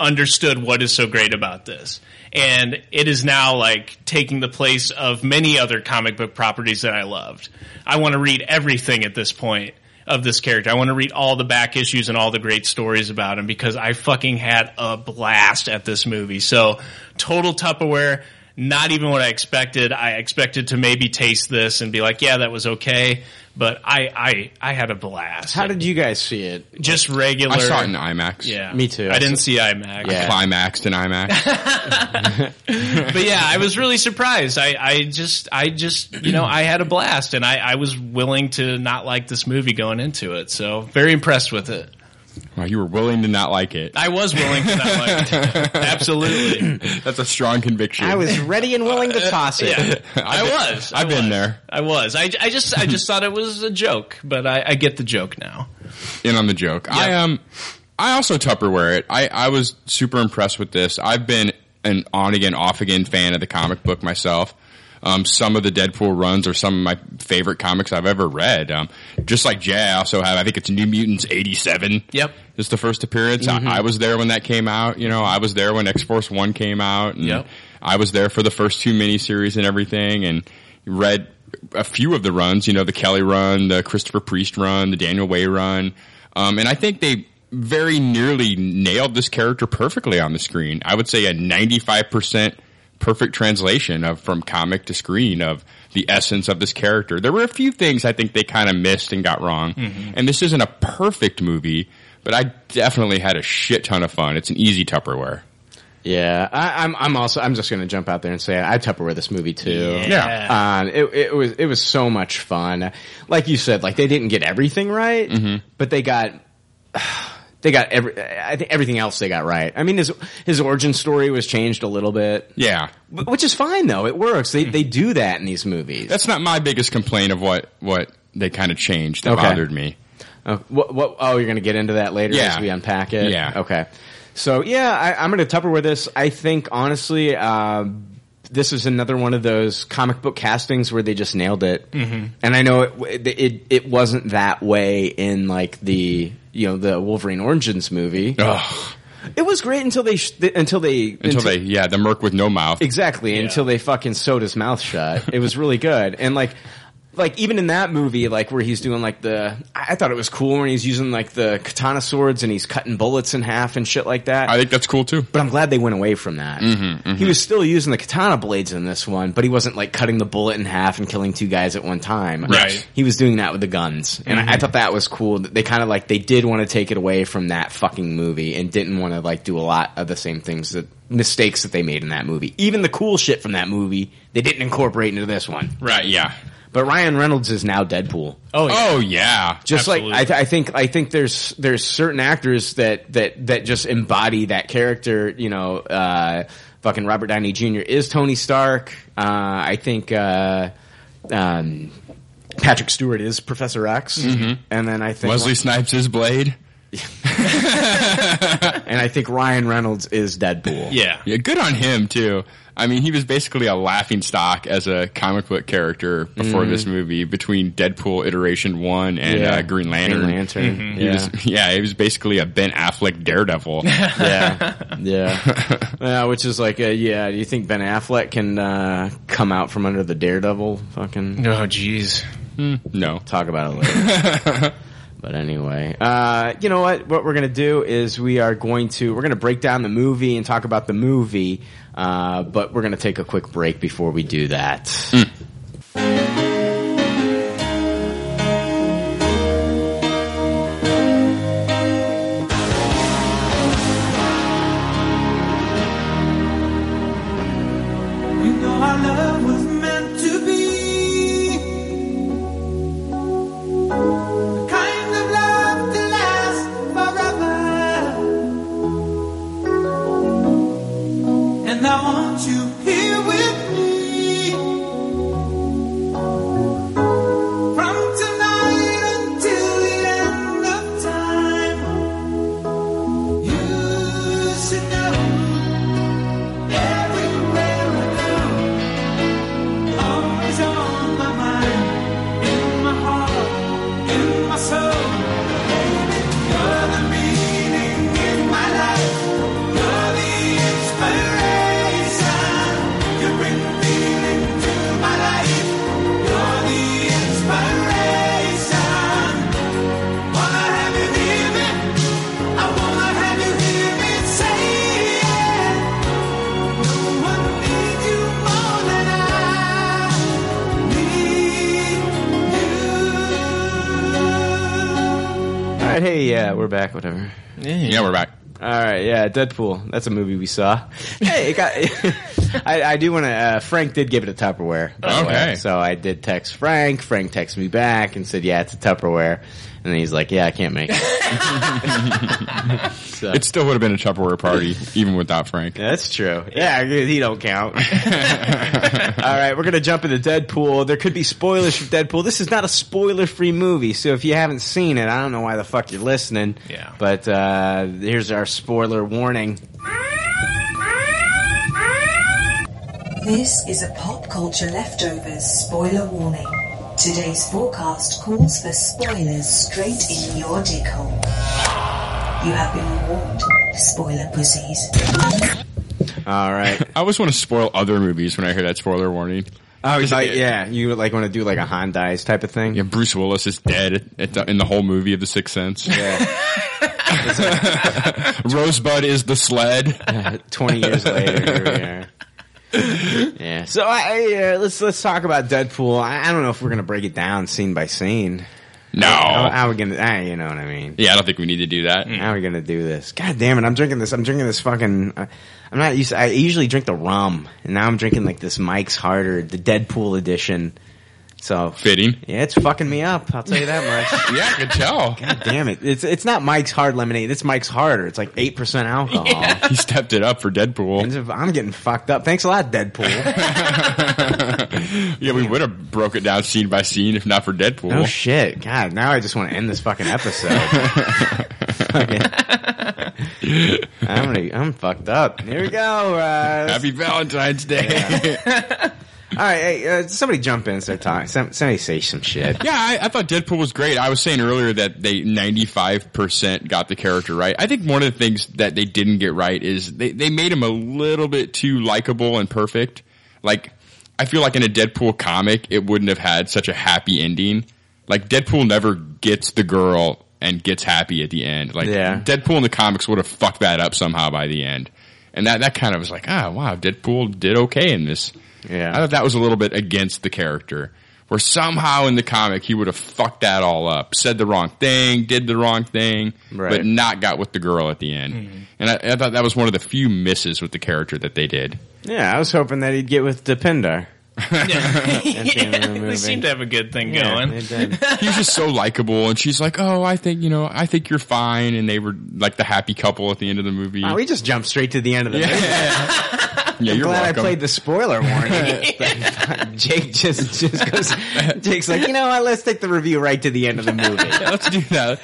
S9: understood what is so great about this. And it is now like taking the place of many other comic book properties that I loved. I want to read everything at this point of this character. I want to read all the back issues and all the great stories about him because I fucking had a blast at this movie. So total Tupperware, not even what I expected. I expected to maybe taste this and be like, yeah, that was okay. But I, I, I had a blast.
S7: How did you guys see it?
S9: just regular?
S8: I saw it in IMAX.
S9: yeah,
S7: Me too.
S9: I didn't see IMAX.
S8: I climaxed in IMAX.
S9: but yeah, I was really surprised. I, I just, I just, you know, I had a blast, and I, I was willing to not like this movie going into it. So very impressed with it.
S8: wow, you were willing to not like it.
S9: I was willing to not like it. Absolutely,
S8: That's a strong conviction.
S7: I was ready and willing to toss it.
S9: yeah, I was. I
S8: I've been
S9: was.
S8: there.
S9: I was. I, I just, I just thought it was a joke, but I, I get the joke now.
S8: in on the joke. I um, I also Tupperware it. I I was super impressed with this. I've been an on again, off again fan of the comic book myself. Um, some of the Deadpool runs are some of my favorite comics I've ever read. Um, just like Jay, I also have. I think it's New Mutants eighty seven.
S9: Yep.
S8: is the first appearance. I, I was there when that came out. You know, I was there when X Force One came out. And
S9: Yep.
S8: I was there for the first two miniseries and everything, and read a few of the runs. You know, the Kelly run, the Christopher Priest run, the Daniel Way run, um, and I think they very nearly nailed this character perfectly on the screen. I would say a ninety-five percent perfect translation of from comic to screen of the essence of this character. There were a few things I think they kind of missed and got wrong.
S11: Mhm.
S8: And this isn't a perfect movie, but I definitely had a shit ton of fun. It's an easy Tupperware.
S7: Yeah, I, I'm. I'm also. I'm just going to jump out there and say I Tupperware this movie too.
S8: Yeah.
S7: Um, it, it was. It was so much fun. Like you said, like they didn't get everything right,
S8: Mm-hmm.
S7: but they got. They got every. I think everything else they got right. I mean, his his origin story was changed a little bit.
S8: Yeah.
S7: Wh- which is fine though. It works. They they do that in these movies.
S8: That's not my biggest complaint of what what they kind of changed that
S7: Okay.
S8: bothered me.
S7: Oh, what, what, oh, you're going to get into that later
S8: Yeah.
S7: as we unpack it?
S8: Yeah.
S7: Okay. So, yeah, I, I'm going to Tupperware this. I think, honestly, um, this is another one of those comic book castings where they just nailed it.
S8: Mm-hmm.
S12: Mhm.
S7: And I know it, it, it wasn't that way in, like, the, you know, the Wolverine Origins movie. It was great until they, sh- until they,
S8: Until they, yeah, the Merc with no mouth.
S7: Exactly. Until they fucking sewed his mouth shut. It was really good. And like, like even in that movie, like where he's doing like the, I I thought it was cool when he's using like the katana swords and he's cutting bullets in half and shit like that. I
S8: think that's cool too.
S7: But I'm glad they went away from that.
S8: Mm-hmm,
S7: He was still using the katana blades in this one, but he wasn't like cutting the bullet in half and killing two guys at one time.
S8: Right.
S7: He was doing that with the guns. And I, I
S8: Mhm.
S7: thought that was cool. that They kind of like, they did want to take it away from that fucking movie and didn't want to like do a lot of the same things that, mistakes that they made in that movie. Even the cool shit from that movie, they didn't incorporate into this one.
S8: Right, yeah.
S7: But Ryan Reynolds is now Deadpool.
S8: Oh, yeah. Oh, yeah.
S7: Just like I, th- I think I think there's there's certain actors that that that just embody that character. You know, uh, fucking Robert Downey Jr. is Tony Stark. Uh, I think uh, um, Patrick Stewart is Professor X,
S8: Mhm.
S7: and then I think
S8: Wesley Snipes is Blade.
S7: and I think Ryan Reynolds is Deadpool.
S8: Yeah. Yeah, good on him too. I mean, he was basically a laughing stock as a comic book character before
S7: Mhm.
S8: this movie between Deadpool iteration 1 and
S7: Yeah.
S8: uh, Green Lantern.
S7: Green Lantern, Mhm.
S8: He was yeah, he was basically a Ben Affleck Daredevil.
S7: yeah, yeah, uh, which is like, uh, yeah. Do you think Ben Affleck can uh, come out from under the Daredevil? Fucking
S9: oh, jeez.
S8: No,
S7: talk about it later. but anyway, uh, you know what? What we're gonna do is we are going to we're gonna break down the movie and talk about the movie. Uh, but we're gonna take a quick break before we do that.
S5: You know our love was meant to be the kind of love that lasts forever. And I want you here with me from tonight until the end of time. You should know. Everywhere I go, always on my mind, in my heart, in my soul. Baby, you're the meaning in my life. You're the inspiration. You bring meaning to my life. You're the inspiration. Wanna have you near me? I wanna have you hear me say yeah.
S7: All right, hey, yeah, we're back. Whatever. Yeah,
S8: we're back.
S7: All right, yeah, Deadpool. That's a movie we saw. Hey, it got. I, I do want to. Uh, Frank did give it a Tupperware. by the way.
S8: Okay.
S7: so I did text Frank. Frank texted me back and said, "Yeah, it's a Tupperware." And then he's like, "Yeah, I can't make it." so,
S8: It still would have been a Tupperware party even without Frank.
S7: that's true. Yeah, he don't count. All right, we're gonna jump into Deadpool. There could be spoilers for Deadpool. This is not a spoiler-free movie, so if you haven't seen it, I don't know why the fuck you're listening. Yeah. But uh, here's our spoiler warning.
S13: This is a pop culture leftovers spoiler warning. Today's forecast calls for spoilers straight in your dick hole. You have been warned, spoiler pussies.
S7: All right.
S8: I always want to spoil other movies when I hear that spoiler warning.
S7: Oh, yeah. You like want to do like a Hondi's type of thing?
S8: Yeah, Bruce Willis is dead at, at the, in the whole movie of The Sixth Sense.
S7: Yeah.
S8: Rosebud is the sled.
S7: Twenty years later, here we are. yeah. So I, I, uh, let's let's talk about Deadpool. I, I don't know if we're gonna break it down scene by scene.
S8: No.
S7: How, how we gonna? ah, you know what I mean?
S8: Yeah, I don't think we need to do that.
S7: How are we gonna do this? God damn it! I'm drinking this. I'm drinking this fucking. Uh, I'm not used. I usually drink the rum, and now I'm drinking like this Mike's Harder, the Deadpool edition. So
S8: fitting.
S7: Yeah, it's fucking me up. I'll tell you that much.
S8: yeah, I can tell.
S7: God damn it! It's it's not Mike's Hard Lemonade. It's Mike's Harder. It's like eight percent alcohol.
S8: He stepped it up for Deadpool.
S7: And if I'm getting fucked up. Thanks a lot, Deadpool.
S8: Yeah, we would have broke it down scene by scene if not for Deadpool.
S7: No shit. God, now I just want to end this fucking episode. Fucking- I'm gonna, I'm fucked up. Here we go. Uh,
S8: Happy Valentine's Day. Yeah,
S7: all right, hey, uh, somebody jump in and start talking. Some, somebody say some shit.
S8: I, I thought Deadpool was great. I was saying earlier that they 95% got the character right. I think one of the things that they didn't get right is they, they made him a little bit too likable and perfect. Like, I feel like in a Deadpool comic, it wouldn't have had such a happy ending. Like, Deadpool never gets the girl and gets happy at the end. Like,
S7: Yeah.
S8: Deadpool in the comics would have fucked that up somehow by the end. And that, that kind of was like, ah, wow, Deadpool did okay in this.
S7: Yeah.
S8: I thought that was a little bit against the character. Where somehow in the comic he would have fucked that all up, said the wrong thing, did the wrong thing,
S7: Right. Mm-hmm.
S8: but not got with the girl at the end. And I, I thought that was one of the few misses with the character that they did.
S7: Yeah, I was hoping that he'd get with Depender.
S9: they seem to have a good thing
S7: Yeah,
S9: going.
S7: they did.
S8: He was just so likable, and she's like, "Oh, I think you know, I think you're fine." And they were like the happy couple at the end of the movie.
S7: Wow, we just jumped straight to the end of the
S8: yeah,
S7: movie.
S8: yeah,
S7: I'm
S8: you're
S7: glad
S8: welcome.
S7: I played the spoiler warning. Jake just just goes. Jake's like, you know what? Let's take the review right to the end of the movie.
S8: Yeah, let's do that.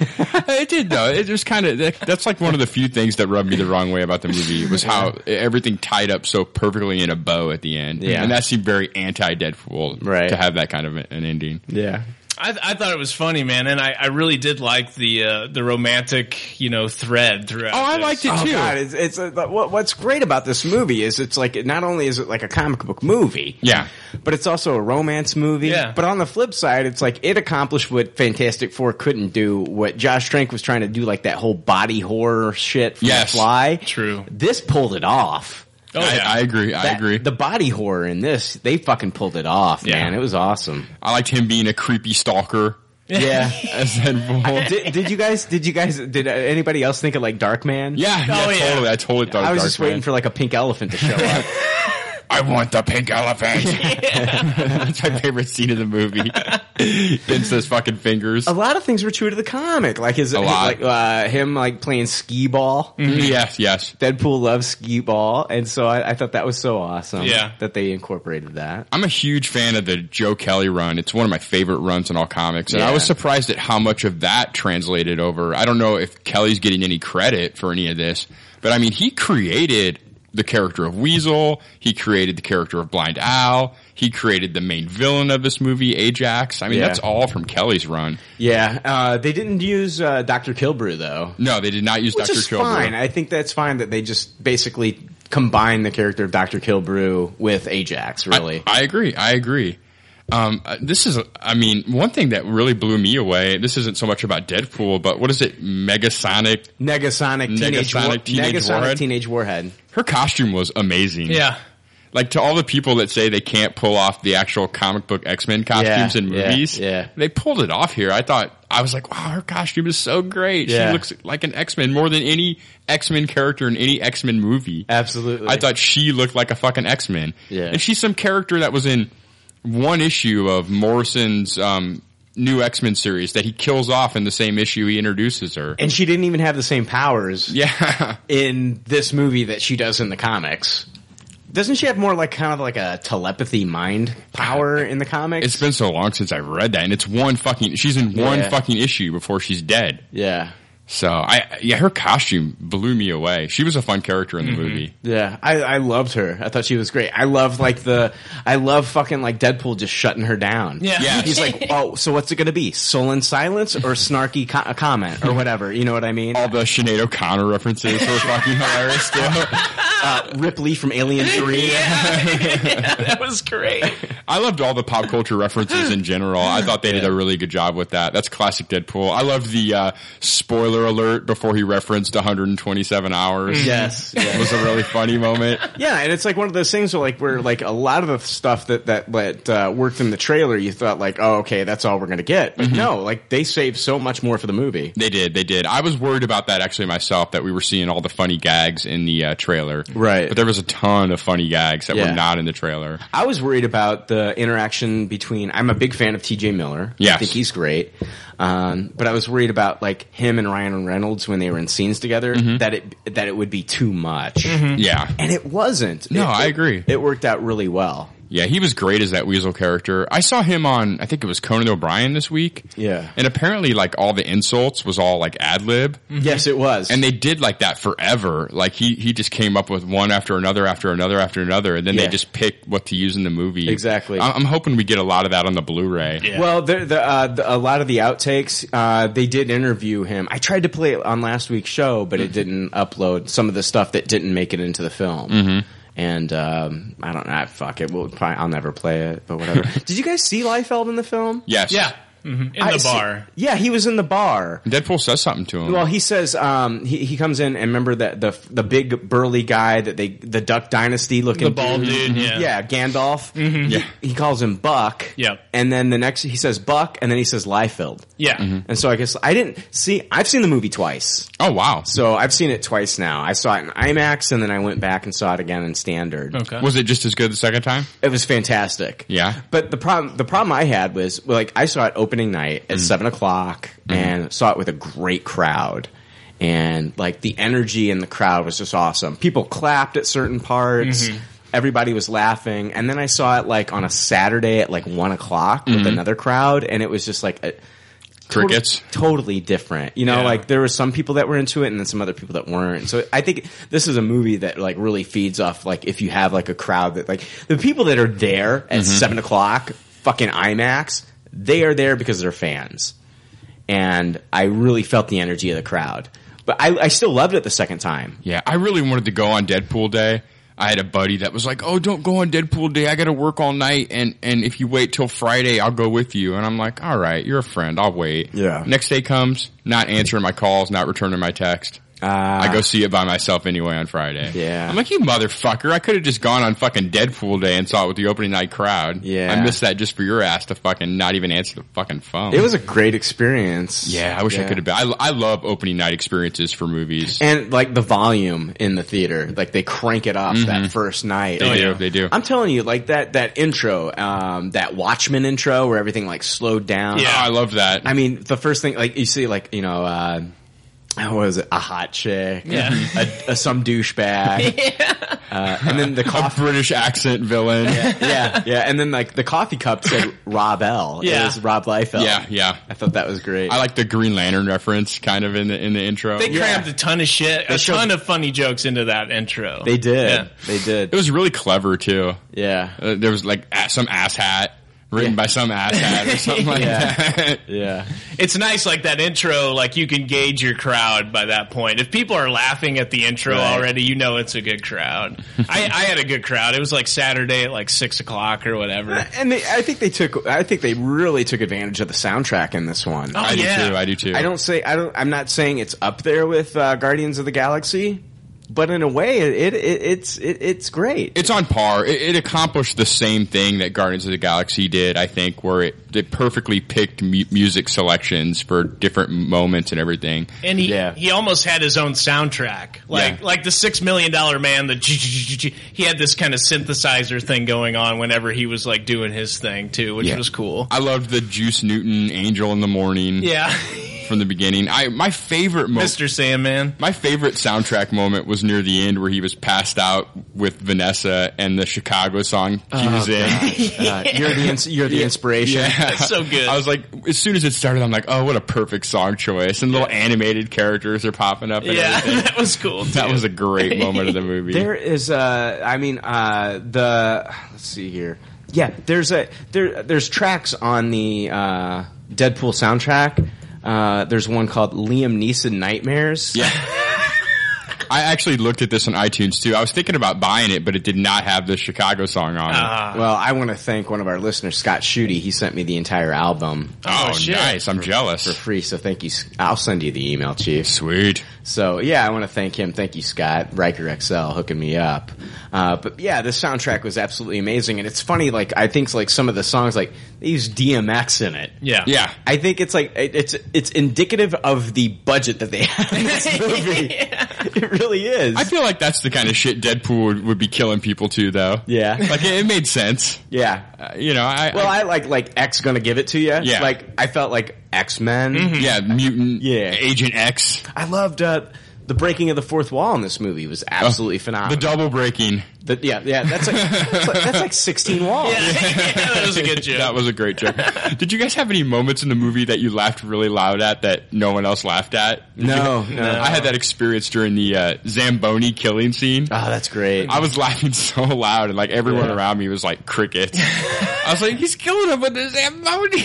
S8: It did though. It just kind of that, that's like one of the few things that rubbed me the wrong way about the movie was how everything tied up so perfectly in a bow at the end.
S7: Yeah.
S8: and that seemed very anti Deadpool
S7: Right.
S8: to have that kind of an ending.
S7: Yeah.
S9: I, I thought it was funny, man, and I, I really did like the uh, the romantic, you know, thread throughout.
S8: Oh, I
S9: this.
S8: liked it
S7: Oh
S8: too.
S7: God! It's, it's uh, what, what's great about this movie is it's like not only is it like a comic book movie,
S8: Yeah.
S7: but it's also a romance movie.
S9: Yeah.
S7: But on the flip side, it's like it accomplished what Fantastic Four couldn't do. What Josh Trank was trying to do, like that whole body horror shit from
S8: Yes.
S7: the Fly.
S9: True.
S7: This pulled it off.
S9: Oh,
S8: I,
S9: yeah.
S8: I agree. I
S7: That-
S8: agree.
S7: The body horror in this, they fucking pulled it off,
S9: Yeah.
S7: man. It was awesome.
S8: I liked him being a creepy stalker.
S7: Yeah.
S8: As Deadpool.
S7: did, did you guys? Did you guys? Did uh, anybody else think of like Dark Man?
S8: Yeah, yeah,
S9: Oh, yeah.
S8: totally. I totally thought.
S7: I
S8: of
S7: was
S8: Dark
S7: just waiting
S8: Man.
S7: for like a pink elephant to show up.
S8: I want the pink elephant. That's my favorite scene of the movie. Vince those fucking fingers.
S7: a lot of things were true to the comic, like his, his-
S8: lot.
S7: like uh, him like playing skee ball.
S8: Yes, yes.
S7: Deadpool loves skee ball, and so I, I thought that was so awesome.
S9: Yeah.
S7: that they incorporated that.
S8: I'm a huge fan of the Joe Kelly run. It's one of my favorite runs in all comics. And I
S7: Yeah.
S8: was surprised at how much of that translated over. I don't know if Kelly's getting any credit for any of this, but I mean, he created the character of Weasel. He created the character of Blind Owl. He created the main villain of this movie, Ajax. I mean,
S7: Yeah.
S8: that's all from Kelly's run.
S7: Yeah, uh, they didn't use uh, Doctor Kilbrew though,
S8: No, they did not use
S7: which
S8: Dr.
S7: is
S8: Kilbrew.
S7: fine. I think that's fine that they just basically combine the character of Doctor Kilbrew with Ajax. Really,
S8: I, I agree. I agree. Um, uh, this is, I mean, one thing that really blew me away. This isn't so much about Deadpool, but what is it? Megasonic.
S7: Negasonic teenage,
S8: Negasonic
S7: war-
S8: Teenage
S7: Negasonic
S8: Warhead?
S7: teenage warhead.
S8: Her costume was amazing.
S9: yeah.
S8: Like to all the people that say they can't pull off the actual comic book X Men costumes
S7: Yeah,
S8: in
S7: yeah,
S8: movies,
S7: yeah.
S8: they pulled it off here. I thought I was like, wow, her costume is so great.
S7: Yeah.
S8: She looks like an X Men more than any X Men character in any X Men movie.
S7: Absolutely,
S8: I thought she looked like a fucking X Men.
S7: Yeah.
S8: And she's some character that was in one issue of Morrison's um, new X Men series that he kills off in the same issue he introduces her.
S7: and she didn't even have the same powers.
S8: yeah.
S7: in this movie that she does in the comics. Doesn't she have more like kind of like a telepathy mind power in the comics?
S8: It's been so long since I read that, and it's one fucking. She's in one
S7: Yeah.
S8: fucking issue before she's dead.
S7: yeah.
S8: So I, yeah, her costume blew me away. She was a fun character in the
S7: Mm-hmm.
S8: movie.
S7: Yeah, I, I loved her. I thought she was great. I love like the, I love fucking like Deadpool just shutting her down.
S9: Yeah.
S8: Yeah.
S7: he's like, oh, so what's it gonna be? Sullen silence or snarky co- uh, comment or whatever? You know what I mean?
S8: All the Sinead O'Connor references were fucking hilarious. Still,
S7: Uh, Ripley from Alien Three.
S9: That was great.
S8: I loved all the pop culture references in general. I thought they did a really good job with that. That's classic Deadpool. I loved the uh, spoiler spoiler alert before he referenced 127 hours.
S7: Yes,
S8: It was a really funny moment.
S7: Yeah, and it's like one of those things where like where like a lot of the stuff that that that uh, worked in the trailer, you thought like, oh, okay, that's all we're gonna get. But no, like they saved so much more for the movie.
S8: They did. They did. I was worried about that actually myself that we were seeing all the funny gags in the uh, trailer.
S7: Right.
S8: But there was a ton of funny gags that
S7: Yeah.
S8: were not in the trailer.
S7: I was worried about the interaction between. I'm a big fan of T.J. Miller. I
S8: Yes.
S7: think he's great. Um, but I was worried about like him and Ryan Reynolds when they were in scenes together
S8: Mm-hmm.
S7: that it that it would be too much.
S8: Yeah.
S7: and it wasn't.
S8: Mm-hmm. No,
S7: It-
S8: I
S7: it-
S8: agree.
S7: It worked out really well.
S8: Yeah, he was great as that weasel character. I saw him on I think it was Conan O'Brien this week.
S7: Yeah.
S8: And apparently like all the insults was all like ad lib.
S7: Yes, it was.
S8: Mm-hmm. And they did like that forever. Like he he just came up with one after another after another after another and then
S7: Yeah.
S8: they just picked what to use in the movie.
S7: Exactly.
S8: I- I'm hoping we get a lot of that on the Blu-ray.
S7: Well, the, the, uh, the, a lot of the outtakes, uh, they did interview him. I tried to play it on last week's show, but
S9: Mm-hmm.
S7: it didn't upload some of the stuff that didn't make it into the film.
S9: Mm-hmm.
S7: And um, I don't know. ah, Fuck it. We'll probably, I'll never play it, but whatever. did you guys see Liefeld in the film?
S8: Yes.
S9: Yeah. Mhm. In
S7: I
S9: the
S7: see-
S9: bar.
S7: yeah, he was in the bar.
S8: Deadpool says something to him.
S7: Well, he says um, he he comes in and remember that the the big burly guy that they the Duck Dynasty looking
S9: The bald dude, yeah.
S7: Mm-hmm. yeah Gandalf
S8: Yeah.
S7: he calls him Buck
S9: Yep.
S7: and then the next he says Buck and then he says Liefeld
S9: Yeah.
S7: and so I guess I didn't see. I've seen the movie twice,
S8: Oh wow.
S7: so I've seen it twice now. I saw it in IMAX, and then I went back and saw it again in standard.
S9: Okay.
S8: Was it just as good the second time?
S7: It was fantastic.
S8: Yeah.
S7: But the problem, the problem I had was well, like I saw it opening night at seven o'clock, and saw it with a great crowd, and like the energy in the crowd was just awesome. People clapped at certain parts. Everybody was laughing, and then I saw it like on a Saturday at like one o'clock with another crowd, and it was just like. A,
S8: Crickets.
S7: tot- totally different. You know,
S9: Yeah.
S7: like there were some people that were into it and then some other people that weren't. So I think this is a movie that like really feeds off like if you have like a crowd that like the people that are there at
S8: Mm-hmm.
S7: seven o'clock, fucking IMAX, they are there because they're fans. And I really felt the energy of the crowd. But I, I still loved it the second time.
S8: Yeah, I really wanted to go on Deadpool Day. I had a buddy that was like, "Oh, don't go on Deadpool Day. I got to work all night, and and if you wait till Friday, I'll go with you." And I'm like, "All right, you're a friend. I'll wait."
S7: Yeah.
S8: Next day comes, not answering my calls, not returning my text.
S7: Ah.
S8: I go see it by myself anyway on Friday.
S7: Yeah.
S8: I'm like, "You motherfucker! I could have just gone on fucking Deadpool Day and saw it with the opening night crowd."
S7: Yeah.
S8: I missed that just for your ass to fucking not even answer the fucking phone.
S7: It was a great experience.
S8: Yeah, I wish I could have been. I, I love opening night experiences for movies.
S7: And like the volume in the theater, like they crank it up that first night.
S8: They
S7: And-
S8: do. Mm-hmm. Oh, They do.
S7: I'm telling you, like that that intro, um, that Watchmen intro where everything like slowed down.
S8: yeah, Oh, I love that.
S7: I mean, the first thing like you see, like you know, uh, what was it? A hot chick,
S9: Yeah.
S7: a, a, some douchebag, uh, and then the
S8: a
S7: coffee.
S8: British accent villain. Yeah,
S7: yeah, yeah, and then like the coffee cup said Rob L.
S9: Yeah.
S7: It was Rob Liefeld.
S8: yeah.
S7: I thought that was great.
S8: I like the Green Lantern reference kind of in the in the intro.
S9: They
S8: Yeah.
S9: crammed a ton of shit, a
S7: showed-
S9: ton of funny jokes into that intro.
S7: they did.
S9: Yeah.
S7: They
S8: It
S7: did.
S8: was really clever too.
S7: Yeah.
S8: Uh, there was like a- some ass hat written
S7: Yeah.
S8: by some ass hat or something like
S7: Yeah.
S8: that.
S7: Yeah.
S9: It's nice, like that intro, like you can gauge your crowd by that point. If people are laughing at the intro
S7: Right.
S9: already, you know it's a good crowd. I, I had a good crowd. It was like Saturday at like six o'clock or whatever.
S7: And they, I think they took. I think they really took advantage of the soundtrack in this one.
S9: Oh,
S8: I do
S9: yeah.
S8: too. I do too.
S7: I don't say I don't. I'm not saying it's up there with uh, Guardians of the Galaxy, but in a way, it, it it's it, it's great.
S8: It's on par. It, it accomplished the same thing that Guardians of the Galaxy did. I think where it, it perfectly picked mu- music selections for different moments and everything.
S9: And he
S7: Yeah.
S9: he almost had his own soundtrack, like
S8: Yeah.
S9: like the Six Million Dollar Man. The he had this kind of synthesizer thing going on whenever he was like doing his thing too, which
S8: Yeah.
S9: was cool.
S8: I loved the Juice Newton Angel in the Morning
S9: yeah,
S8: from the beginning. I my favorite moment.
S9: Mr. Sandman.
S8: My favorite soundtrack moment was near the end where he was passed out with Vanessa and the Chicago song
S9: Oh,
S8: she was in.
S7: Uh, you're the ins- you're the inspiration.
S9: That's so good.
S8: I was like, as soon as it started, I'm like, oh, what a perfect song choice. And little animated characters are popping up. And
S9: Yeah,
S8: everything.
S9: that was cool. Too.
S8: That was a great moment of the movie.
S7: There is uh I mean uh the let's see here. Yeah, there's a there there's tracks on the uh Deadpool soundtrack. Uh there's one called Liam Neeson Nightmares.
S8: Yeah. I actually looked at this on iTunes too. I was thinking about buying it, but it did not have the Chicago song on it.
S9: Uh-huh.
S7: well, I want to thank one of our listeners, Scott Shooty. He sent me the entire album.
S8: Oh, Oh, shit. nice. I'm
S7: For-
S8: jealous.
S7: For free, so thank you. S- I'll send you the email, Chief.
S8: Sweet.
S7: So, yeah, I want to thank him. Thank you, Scott. Riker XL hooking me up. Uh, but yeah, the soundtrack was absolutely amazing. And it's funny, like, I think, like, some of the songs, like, they use DMX in it.
S9: Yeah.
S7: Yeah. I think it's like, it- it's, it's indicative of the budget that they had in this movie. It really is.
S8: I feel like that's the kind of shit Deadpool would, would be killing people too, though.
S7: Yeah.
S8: like it, it made sense.
S7: Yeah,
S8: you know, I
S7: well, I, like like X gonna give it to you.
S8: Yeah.
S7: like I felt like X Men.
S8: Mhm. Yeah, mutant.
S7: Yeah,
S8: Agent X.
S7: I loved uh, the breaking of the fourth wall in this movie was absolutely phenomenal.
S8: Oh. The double breaking.
S7: The- yeah, yeah, that's like, that's like that's like sixteen walls.
S9: that was a good joke.
S8: That was a great joke. Did you guys have any moments in the movie that you laughed really loud at that no one else laughed at? Did
S7: No,
S8: you-
S7: no.
S8: I had that experience during the uh, Zamboni killing scene.
S7: Oh, that's great.
S8: I was laughing so loud, and like everyone
S7: Yeah.
S8: around me was like crickets. I was like, he's killing him with his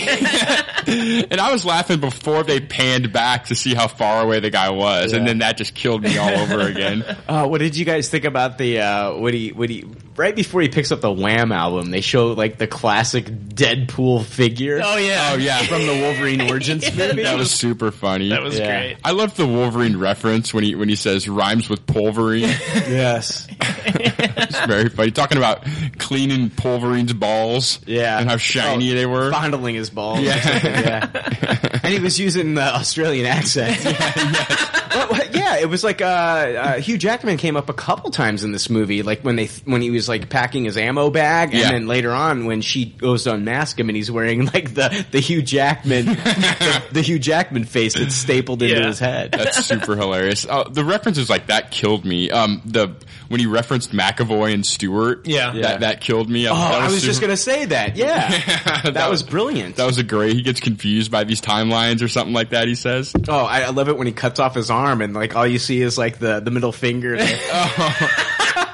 S8: Zamboni. and I was laughing before they panned back to see how far away the guy was, and
S7: Yeah.
S8: then that just killed me all over again.
S7: Uh, what did you guys think about the uh, what he what he right before he picks up the Wham album? They show like the classic Deadpool figure.
S9: Oh, yeah.
S8: Oh, yeah.
S7: from the Wolverine Origins movie.
S8: That was super funny.
S9: That was Yeah. great.
S8: I love the Wolverine reference when he when he says rhymes with Wolverine.
S7: yes,
S8: it's very funny. Talking about cleaning Wolverine's balls.
S7: Yeah. Oh,
S8: and how shiny they were.
S7: fondling his balls.
S8: Yeah.
S7: yeah. And he was using the Australian accent. yeah, But, what- yeah, it was like uh, uh, Hugh Jackman came up a couple times in this movie, like when they when he was like packing his ammo bag, and
S8: Yeah.
S7: then later on when she goes to unmask him and he's wearing like the the Hugh Jackman the, the Hugh Jackman face that's stapled into
S8: Yeah.
S7: his head.
S8: That's super hilarious. Uh, the references like that killed me. Um, the when he referenced McAvoy and Stewart,
S7: Yeah.
S8: that,
S7: Yeah.
S8: that killed me.
S7: Oh, I was just
S8: super-
S7: gonna say that. Yeah, that, was brilliant.
S8: That was a great. He gets confused by these timelines or something like that. He says,
S7: Oh, I, I love it when he cuts off his arm and like all you see is like the the middle finger. Like,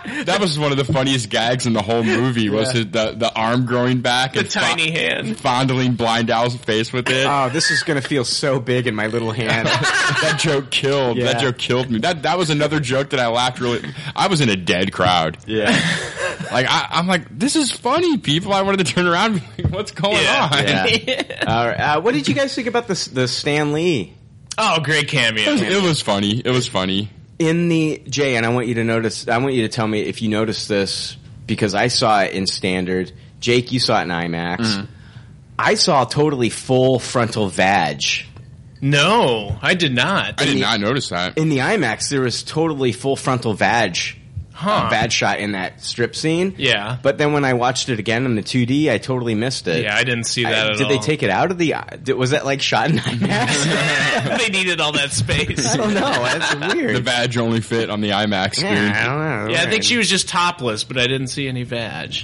S8: That was one of the funniest gags in the whole movie. Was
S7: Yeah.
S8: his, the the arm growing back,
S7: The
S8: and fo-
S7: tiny hand.
S8: fondling Blind Owl's face with it.
S7: Oh, this is gonna feel so big in my little hand.
S8: that joke killed.
S7: Yeah.
S8: That joke killed me. That that was another joke that I laughed really. I was in a dead crowd.
S7: Yeah,
S8: like I, I'm like, this is funny, people. I wanted to turn around. And be like, What's going on?
S7: Yeah. All right. uh, what did you guys think about the the Stan Lee?
S9: Oh, great cameo!
S8: It was, it was funny. It was funny.
S7: in the Jay, and I want you to notice. I want you to tell me if you noticed this because I saw it in standard. Jake, you saw it in IMAX. I saw totally full frontal vag.
S9: No, I did not.
S7: I did
S8: not notice that
S7: in the IMAX. There was totally full frontal vag,
S9: Huh.
S7: uh, vag shot in that strip scene.
S9: Yeah.
S7: But then when I watched it again in the 2D, I totally missed it.
S9: Yeah, I didn't see that at
S7: did they
S9: all.
S7: take it out of the? Did, was that like shot in IMAX?
S9: they needed all that space.
S7: I don't know. That's weird.
S8: The badge only fit on the IMAX screen.
S9: Yeah, I don't Yeah, I think she was just topless, but I didn't see any vag.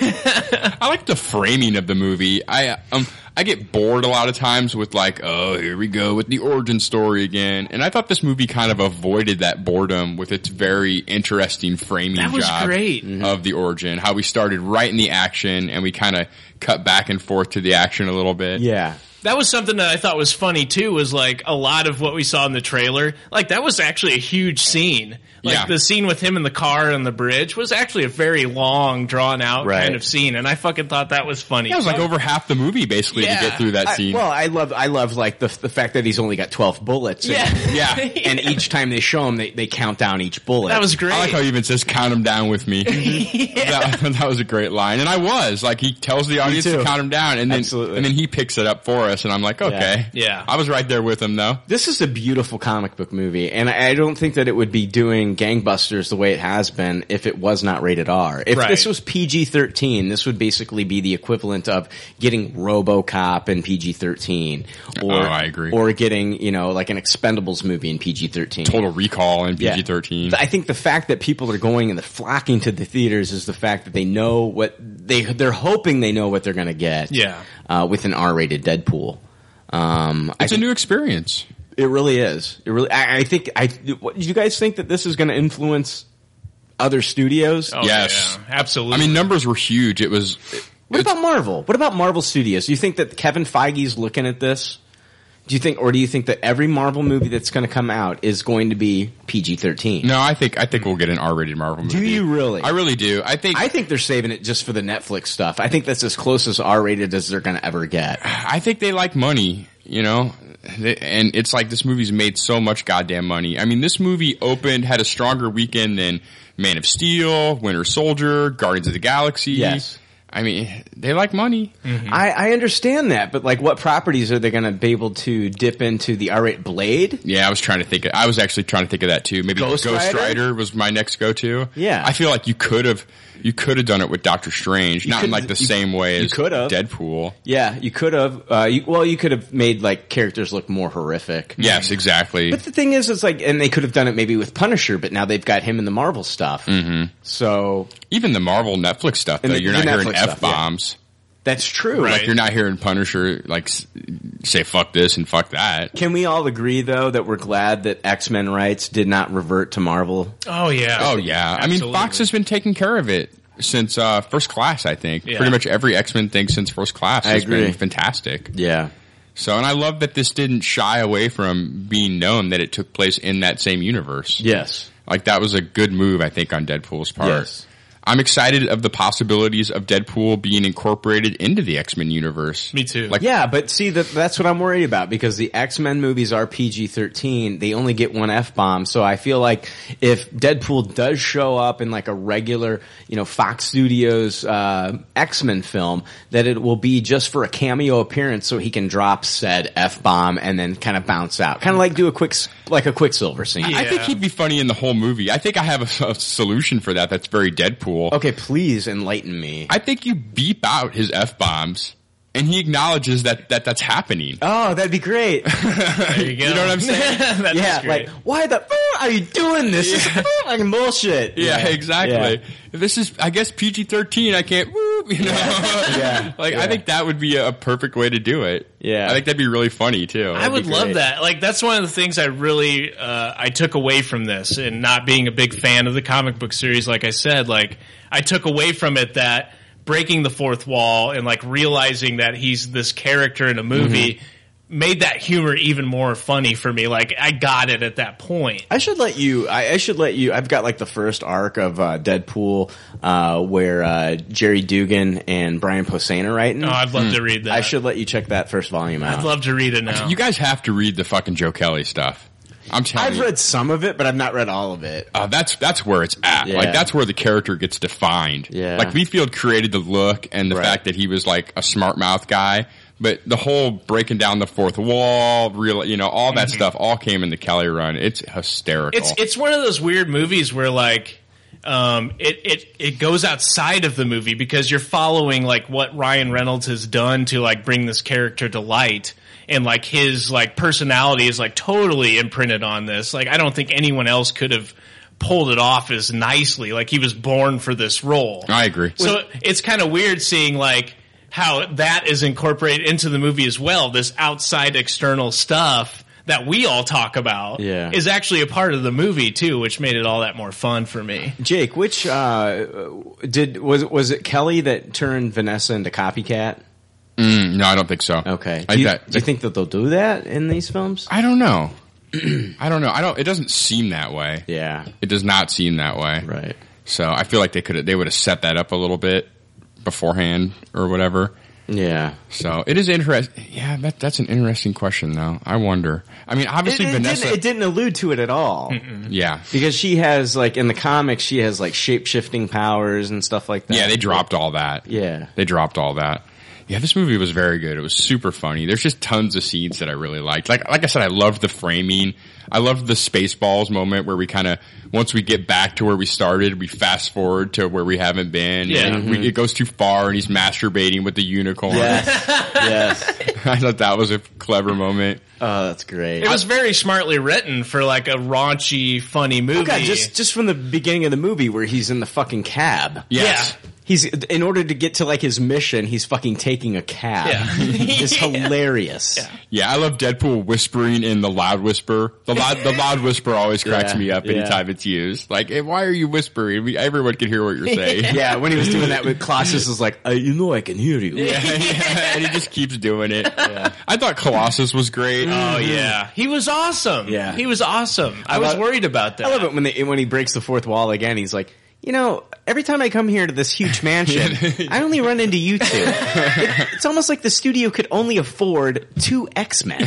S8: I like the framing of the movie. I um I get bored a lot of times with like, oh, here we go with the origin story again. And I thought this movie kind of avoided that boredom with its very interesting framing
S9: That was
S8: job
S9: great.
S7: Mm-hmm.
S8: of the origin. How we started right in the action and we kind of cut back and forth to the action a little bit.
S7: Yeah.
S9: That was something that I thought was funny too. Was like a lot of what we saw in the trailer. Like that was actually a huge scene. Like
S8: Yeah.
S9: the scene with him in the car on the bridge was actually a very long, drawn out
S8: Right.
S9: kind of scene, and I fucking thought that was funny.
S8: That was like over half the movie basically
S9: Yeah.
S8: to get through that
S7: I-
S8: scene.
S7: well, I love I love like the the fact that he's only got twelve bullets. and-
S8: Yeah.
S7: And each time they show him, they, they count down each bullet.
S8: I like how he even says, count them down with me. that, that was a great line. And I was, like, he tells the audience to
S7: too.
S8: count them down and then, and then he picks it up for us. And I'm like, okay.
S7: Yeah.
S8: I was right there with him though.
S7: This is a beautiful comic book movie, and I I don't think that it would be doing gangbusters the way it has been if it was not rated R. If
S9: Right.
S7: this was PG thirteen, this would basically be the equivalent of getting RoboCop and PG thirteen, or
S8: Oh, I agree.
S7: or getting you know like an Expendables movie in PG thirteen,
S8: Total Recall in PG-13.
S7: I think the fact that people are going and they're flocking to the theaters is the fact that they know what they they're hoping they know what they're going to get.
S9: Yeah.
S7: uh, with an R-rated Deadpool. Um, it's
S8: a new experience.
S7: It really is. It really. I, I think. I. What, do you guys think that this is going to influence other studios?
S8: Oh. yes.
S9: Absolutely.
S8: I mean, numbers were huge. It was,
S7: What about Marvel? What about Marvel Studios? Do you think that Kevin Feige's looking at this? Do you think, or do you think that every Marvel movie that's going to come out is going to be PG thirteen?
S8: No, I think I think we'll get an R-rated Marvel movie.
S7: Do you really?
S8: I really do. I think
S7: I think they're saving it just for the Netflix stuff. I think that's as close as R rated as they're going to ever get.
S8: I think they like money, you know, They- and it's like this movie's made so much goddamn money. I mean, this movie opened had a stronger weekend than Man of Steel, Winter Soldier, Guardians of the Galaxy.
S7: Yes. Mm.
S8: I mean, they like money.
S7: I, I understand that, but like, what properties are they going to be able to dip into the R rated Blade?
S8: Yeah, I was trying to think. Of, I was actually trying to think of that too. Maybe
S7: Ghost
S8: Ghost,
S7: Rider?
S8: Rider? was my next go-to.
S7: Yeah.
S8: I feel like you could have you could have done it with Doctor Strange, not in
S7: could-
S8: like the
S7: you-
S8: same way
S7: you
S8: as
S7: could've.
S8: Deadpool.
S7: Yeah, you could have. Uh, you, well, you could have made like characters look more horrific.
S8: Yes, exactly.
S7: But the thing is, it's like, and they could have done it maybe with Punisher, but now they've got him in the Marvel stuff. Mm-hmm. So
S8: Even the Marvel Netflix stuff, though,
S7: And the-
S8: you're
S7: the
S8: not hearing
S7: Netflix stuff, yeah.
S8: f bombs.
S7: that's true.
S8: Like you're not hearing Punisher like s- say fuck this and fuck that.
S7: Can we all agree though that we're glad that X Men rights did not revert to Marvel?
S9: Oh yeah.
S8: Oh yeah, I mean
S9: Absolutely.
S8: Fox has been taking care of it since uh, First Class. I think
S9: Yeah.
S8: pretty much every X Men thing since First Class
S7: I
S8: has
S7: agree.
S8: been fantastic.
S7: Yeah.
S8: So, and I love that this didn't shy away from being known that it took place in that same universe.
S7: Yes.
S8: Like that was a good move, I think, on Deadpool's part.
S7: Yes.
S8: I'm excited of the possibilities of Deadpool being incorporated into the X Men universe.
S9: Me too.
S8: Like,
S7: Yeah, but see that that's what I'm worried about because the X Men movies are PG thirteen. They only get one F bomb, so I feel like if Deadpool does show up in like a regular, you know, Fox Studios uh, X Men film, that it will be just for a cameo appearance, so he can drop said F bomb and then kind of bounce out, kind of like do a quick s- like a Quicksilver scene.
S8: I think
S9: Yeah.
S8: he'd be funny in the whole movie. I think I have a, a solution for that. That's very Deadpool.
S7: Okay, please enlighten me.
S8: I think you beep out his f bombs, and he acknowledges that that that's happening.
S7: Oh, that'd be great.
S9: there you go.
S8: You know what I'm saying?
S9: That is
S7: yeah,
S9: great.
S7: like why the f- are you doing this? This is fucking bullshit.
S8: Yeah,
S7: Yeah.
S8: exactly. This is, I guess, PG thirteen. I can't, woo, you know.
S7: Yeah.
S8: like
S7: Yeah.
S8: I think that would be a perfect way to do it.
S7: Yeah.
S8: I think that'd be really funny too.
S9: I would
S7: be
S9: love
S7: great.
S9: that. Like that's one of the things I really uh, I took away from this, and not being a big fan of the comic book series, like I said, like I took away from it that breaking the fourth wall and like realizing that he's this character in a movie made that humor even more funny for me. Like I got it at that point.
S7: I should let you. I, I should let you. I've got like the first arc of uh, Deadpool, uh, where uh, Jerry Dugan and Brian Posehn are writing.
S9: Oh, I'd love to read that.
S7: I should let you check that first volume out.
S9: I'd love to read it now.
S8: You guys have to read the fucking Joe Kelly stuff. I'm telling
S7: I've
S8: you.
S7: read some of it, but I've not read all of it.
S8: Uh, that's that's where it's at.
S7: Yeah.
S8: Like that's where the character gets defined.
S7: Yeah.
S8: Like Wheatfield created the look and the
S7: Right.
S8: fact that he was like a smart mouth guy, but the whole breaking down the fourth wall, real, you know, all that stuff, all came in the Kelly run. It's hysterical.
S9: Mm-hmm. It's it's one of those weird movies where like um, it it it goes outside of the movie because you're following like what Ryan Reynolds has done to like bring this character to light and like his like personality is like totally imprinted on this. Like I don't think anyone else could have pulled it off as nicely. Like he was born for this role.
S8: I agree.
S9: So it's kind of weird seeing like how that is incorporated into the movie as well. This outside external stuff that we all talk about
S7: Yeah.
S9: is actually a part of the movie too, which made it all that more fun for me.
S7: Jake, which uh, did was was it Kelly that turned Vanessa into copycat?
S8: Mm, no, I don't think so.
S7: Okay.
S8: I,
S7: Do you,
S8: that,
S7: do you think that they'll do that in these films?
S8: I don't know. I don't know. I don't. It doesn't seem that way.
S7: Yeah.
S8: It does not seem that way.
S7: Right.
S8: So I feel like they could they would have set that up a little bit beforehand or whatever.
S7: Yeah.
S8: So it is interesting. Yeah, that, that's an interesting question though. I wonder. I mean,
S7: It,
S8: obviously
S7: it
S8: Vanessa.
S7: didn't, it didn't allude to it at all.
S8: yeah.
S7: Because she has like in the comics, she has like shape shifting powers and stuff like that.
S8: Yeah, they dropped all that.
S7: Yeah.
S8: They dropped all that. Yeah, this movie was very good. It was super funny. There's just tons of scenes that I really liked. Like, like I said, I loved the framing. I loved the Spaceballs moment where we kind of, once we get back to where we started, we fast forward to where we haven't been.
S9: Yeah.
S8: And
S7: Mm-hmm.
S8: we, it goes too far and he's masturbating with the unicorn.
S7: Yes, yes.
S8: I thought that was a clever moment.
S7: Oh, that's great.
S9: It was very smartly written for like a raunchy, funny movie.
S7: Oh, God, just just from the beginning of the movie where he's in the fucking cab.
S8: Yes.
S7: He's in order to get to like his mission, he's fucking taking a cab.
S9: Yeah.
S7: it's hilarious.
S8: Yeah, I love Deadpool whispering in the loud whisper. The loud, the loud whisper always cracks
S7: Yeah,
S8: me up
S7: yeah.
S8: anytime it's used. Like, hey, why are you whispering? We, everyone can hear what you're saying.
S7: Yeah. when he was doing that with Colossus was like, uh, you know I can hear you.
S8: Yeah, yeah, and he just keeps doing it. I thought Colossus was great. Mm-hmm.
S9: Oh yeah, he was awesome.
S7: Yeah.
S9: he was awesome. I, was
S7: love-
S9: worried about that.
S7: I love it when they, when he breaks the fourth wall again. He's like, you know, every time I come here to this huge mansion, I only run into you two. It- it's almost like the studio could only afford two X Men.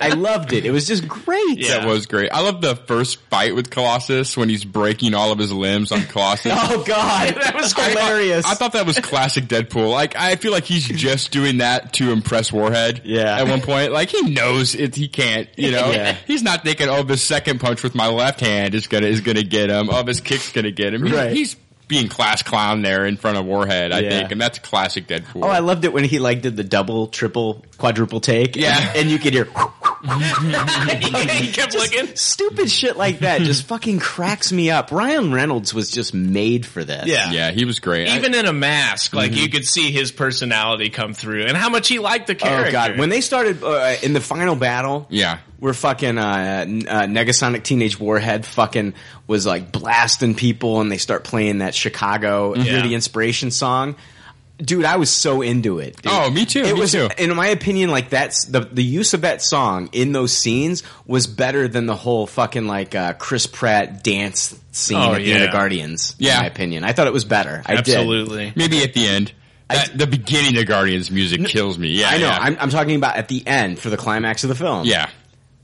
S7: I loved it. It was just great.
S8: That was great. I love the first fight with Colossus when he's breaking all of his limbs on Colossus.
S7: Oh God, that was hilarious.
S8: I thought that was classic Deadpool. Like I feel like he's just doing that to impress Warhead. Yeah. At one point, like he knows it, he can't. You know,
S7: Yeah.
S8: he's not thinking, "Oh, this second punch with my left hand is gonna is gonna get him. Oh, this kick's gonna get him." He-
S7: Right.
S8: He's being class clown there in front of Warhead. I
S7: Yeah.
S8: think, and that's classic Deadpool.
S7: Oh, I loved it when he like did the double, triple, quadruple take. Yeah, and, and you could hear.
S9: he kept looking.
S7: Stupid shit like that just fucking cracks me up. Ryan Reynolds was just made for this.
S9: Yeah.
S8: yeah, he was great.
S9: Even in a mask, like you could see his personality come through, and how much he liked the character.
S7: Mm-hmm. Oh god, when they started uh, in the final battle,
S8: yeah,
S7: where fucking uh, n- uh, Negasonic Teenage Warhead fucking was like blasting people, and they start playing that Chicago
S8: Mhm.
S7: "You're the
S8: Yeah.
S7: Inspiration" song. Dude, I was so into it. dude.
S8: Oh, me too,
S7: It
S8: me
S7: was,
S8: too.
S7: in my opinion, like that's the the use of that song in those scenes was better than the whole fucking like uh, Chris Pratt dance scene
S8: Oh,
S7: at the end of
S8: yeah.
S7: Guardians.
S8: Yeah.
S7: in my opinion, I thought it was better. I did.
S8: Maybe at the end. That- the beginning of Guardians music kills me. Yeah,
S7: I know.
S8: yeah.
S7: I'm, I'm talking about at the end for the climax of the film.
S8: Yeah.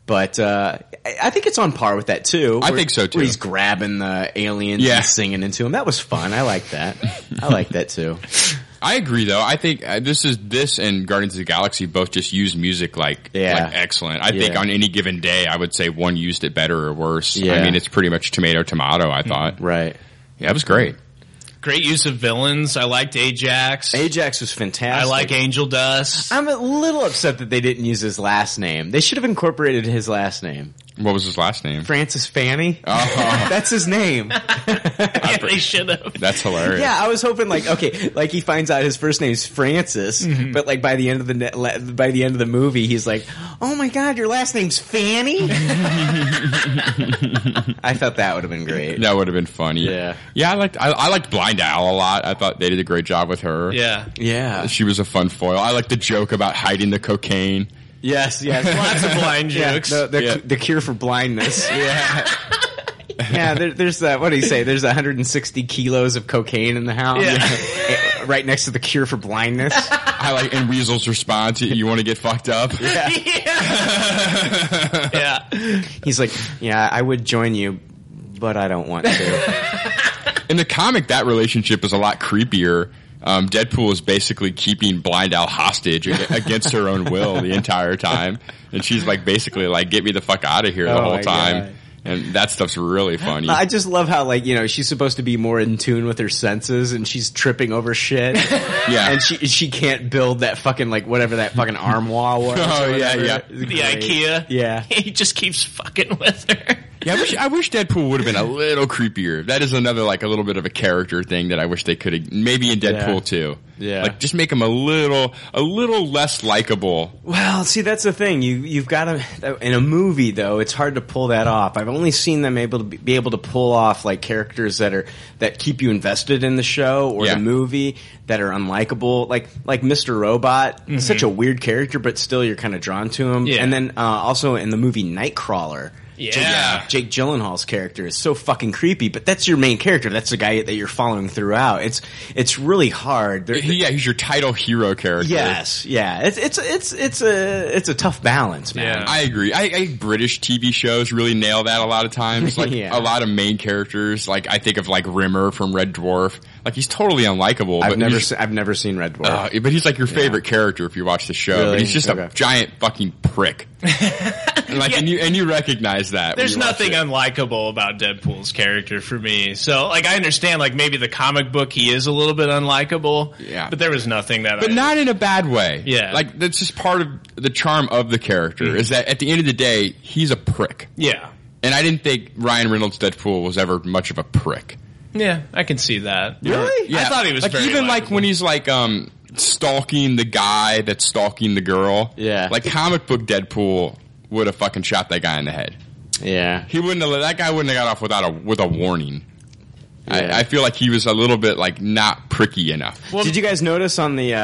S7: But uh, I I think it's on par with that too.
S8: I
S7: where-
S8: think so, too.
S7: Where he's grabbing the aliens
S8: Yeah.
S7: and singing into him. That was fun. I like that. I like that too.
S8: I agree, though. I think uh, this is this and Guardians of the Galaxy both just use music like,
S7: Yeah.
S8: like excellent. I think
S7: Yeah.
S8: on any given day, I would say one used it better or worse.
S7: Yeah.
S8: I mean, it's pretty much tomato tomato. I thought,
S7: right?
S8: Yeah, it was great.
S9: Great use of villains. I liked Ajax.
S7: Ajax was fantastic.
S9: I like Angel Dust.
S7: I'm a little upset that they didn't use his last name. They should have incorporated his last name.
S8: What was his last name?
S7: Francis Fanny.
S8: Oh.
S7: That's his name.
S9: yeah, they should have.
S8: That's hilarious.
S7: Yeah, I was hoping like okay, like he finds out his first name is Francis,
S8: Mm-hmm.
S7: but like by the end of the ne- le- by the end of the movie, he's like, "Oh my god, your last name's Fanny." I thought that would have been great.
S8: That would have been funny.
S7: Yeah.
S8: yeah. I liked I, I liked Blind Owl a lot. I thought they did a great job with her.
S9: Yeah.
S7: Yeah.
S8: she was a fun foil. I liked the joke about hiding the cocaine.
S7: Yes, yes.
S9: Lots of blind
S7: Yeah,
S9: jokes.
S7: the, the,
S8: Yeah.
S7: the cure for blindness. yeah. Yeah, there, there's that. What do you say? There's 160 kilos of cocaine in the house, Eh,
S9: Yeah.
S7: right next to the cure for blindness.
S8: I like and Weasel's response. You want to get fucked up?
S9: yeah.
S7: He's like, "Yeah, I would join you, but I don't want to."
S8: In the comic, that relationship is a lot creepier. Um, Deadpool is basically keeping Blind Owl hostage ag- against her own will the entire time, and she's like basically like, "Get me the fuck out of here" the
S7: Oh my
S8: whole time.
S7: God.
S8: And that stuff's really funny.
S7: No, I just love how like you know she's supposed to be more in tune with her senses and she's tripping over shit.
S8: Yeah.
S7: and she she can't build that fucking like whatever that fucking armoire was. or
S8: Oh, yeah,
S7: whatever.
S8: yeah.
S7: It's
S9: The
S7: great.
S9: IKEA.
S7: Yeah.
S9: He just keeps fucking with her.
S8: yeah, I wish, I wish Deadpool would have been a little creepier. That is another like a little bit of a character thing that I wish they could have maybe in Deadpool
S7: Yeah.
S8: too.
S7: Yeah.
S8: like just make him a little a little less likable.
S7: Well, see that's the thing you you've got to in a movie though it's hard to pull that off. I've only seen them able to be, be able to pull off like characters that are that keep you invested in the show or
S8: Yeah.
S7: the movie that are unlikable. Like like Mr. Robot, such a weird character, but still you're kind of drawn to him.
S9: Mm-hmm. Yeah.
S7: And then uh, also in the movie Nightcrawler.
S9: Yeah.
S7: Jake, Jake Gyllenhaal's character is so fucking creepy, but that's your main character. That's the guy that you're following throughout. It's it's really hard. There-
S8: Yeah, he's your title hero character.
S7: Yes, yeah. It's it's it's it's a it's a tough balance, man.
S8: I agree. I, I think British TV shows really nail that a lot of times. Like
S7: Yeah.
S8: a lot of main characters. Like I think of like Rimmer from Red Dwarf. Like he's totally unlikable.
S7: I've never
S8: he's-
S7: se- I've never seen Red Dwarf.
S8: uh, but he's like your favorite character if you watch the show.
S7: Really?
S8: But he's just
S7: Okay.
S8: a giant fucking prick. And, like and you and you recognize that. when
S9: There's
S8: you watch
S9: nothing
S8: it.
S9: unlikable about Deadpool's character for me. So, like, I understand, like, maybe the comic book he is a little bit unlikable.
S8: Yeah.
S9: But there was nothing that.
S8: but
S9: I,
S8: not in a bad way.
S9: Yeah.
S8: like that's just part of the charm of the character. Is that at the end of the day, he's a prick.
S9: Yeah.
S8: And I didn't think Ryan Reynolds' Deadpool was ever much of a prick.
S9: Yeah, I can see that.
S7: Really?
S9: I thought he was
S8: like
S9: very
S8: even like
S9: likable.
S8: when he's like um stalking the guy that's stalking the girl.
S7: Yeah.
S8: like comic book Deadpool would have fucking shot that guy in the head.
S7: yeah.
S8: He wouldn't have. That guy wouldn't have got off without a with a warning. I, I feel like he was a little bit like not pricky enough.
S7: did you guys notice on the uh,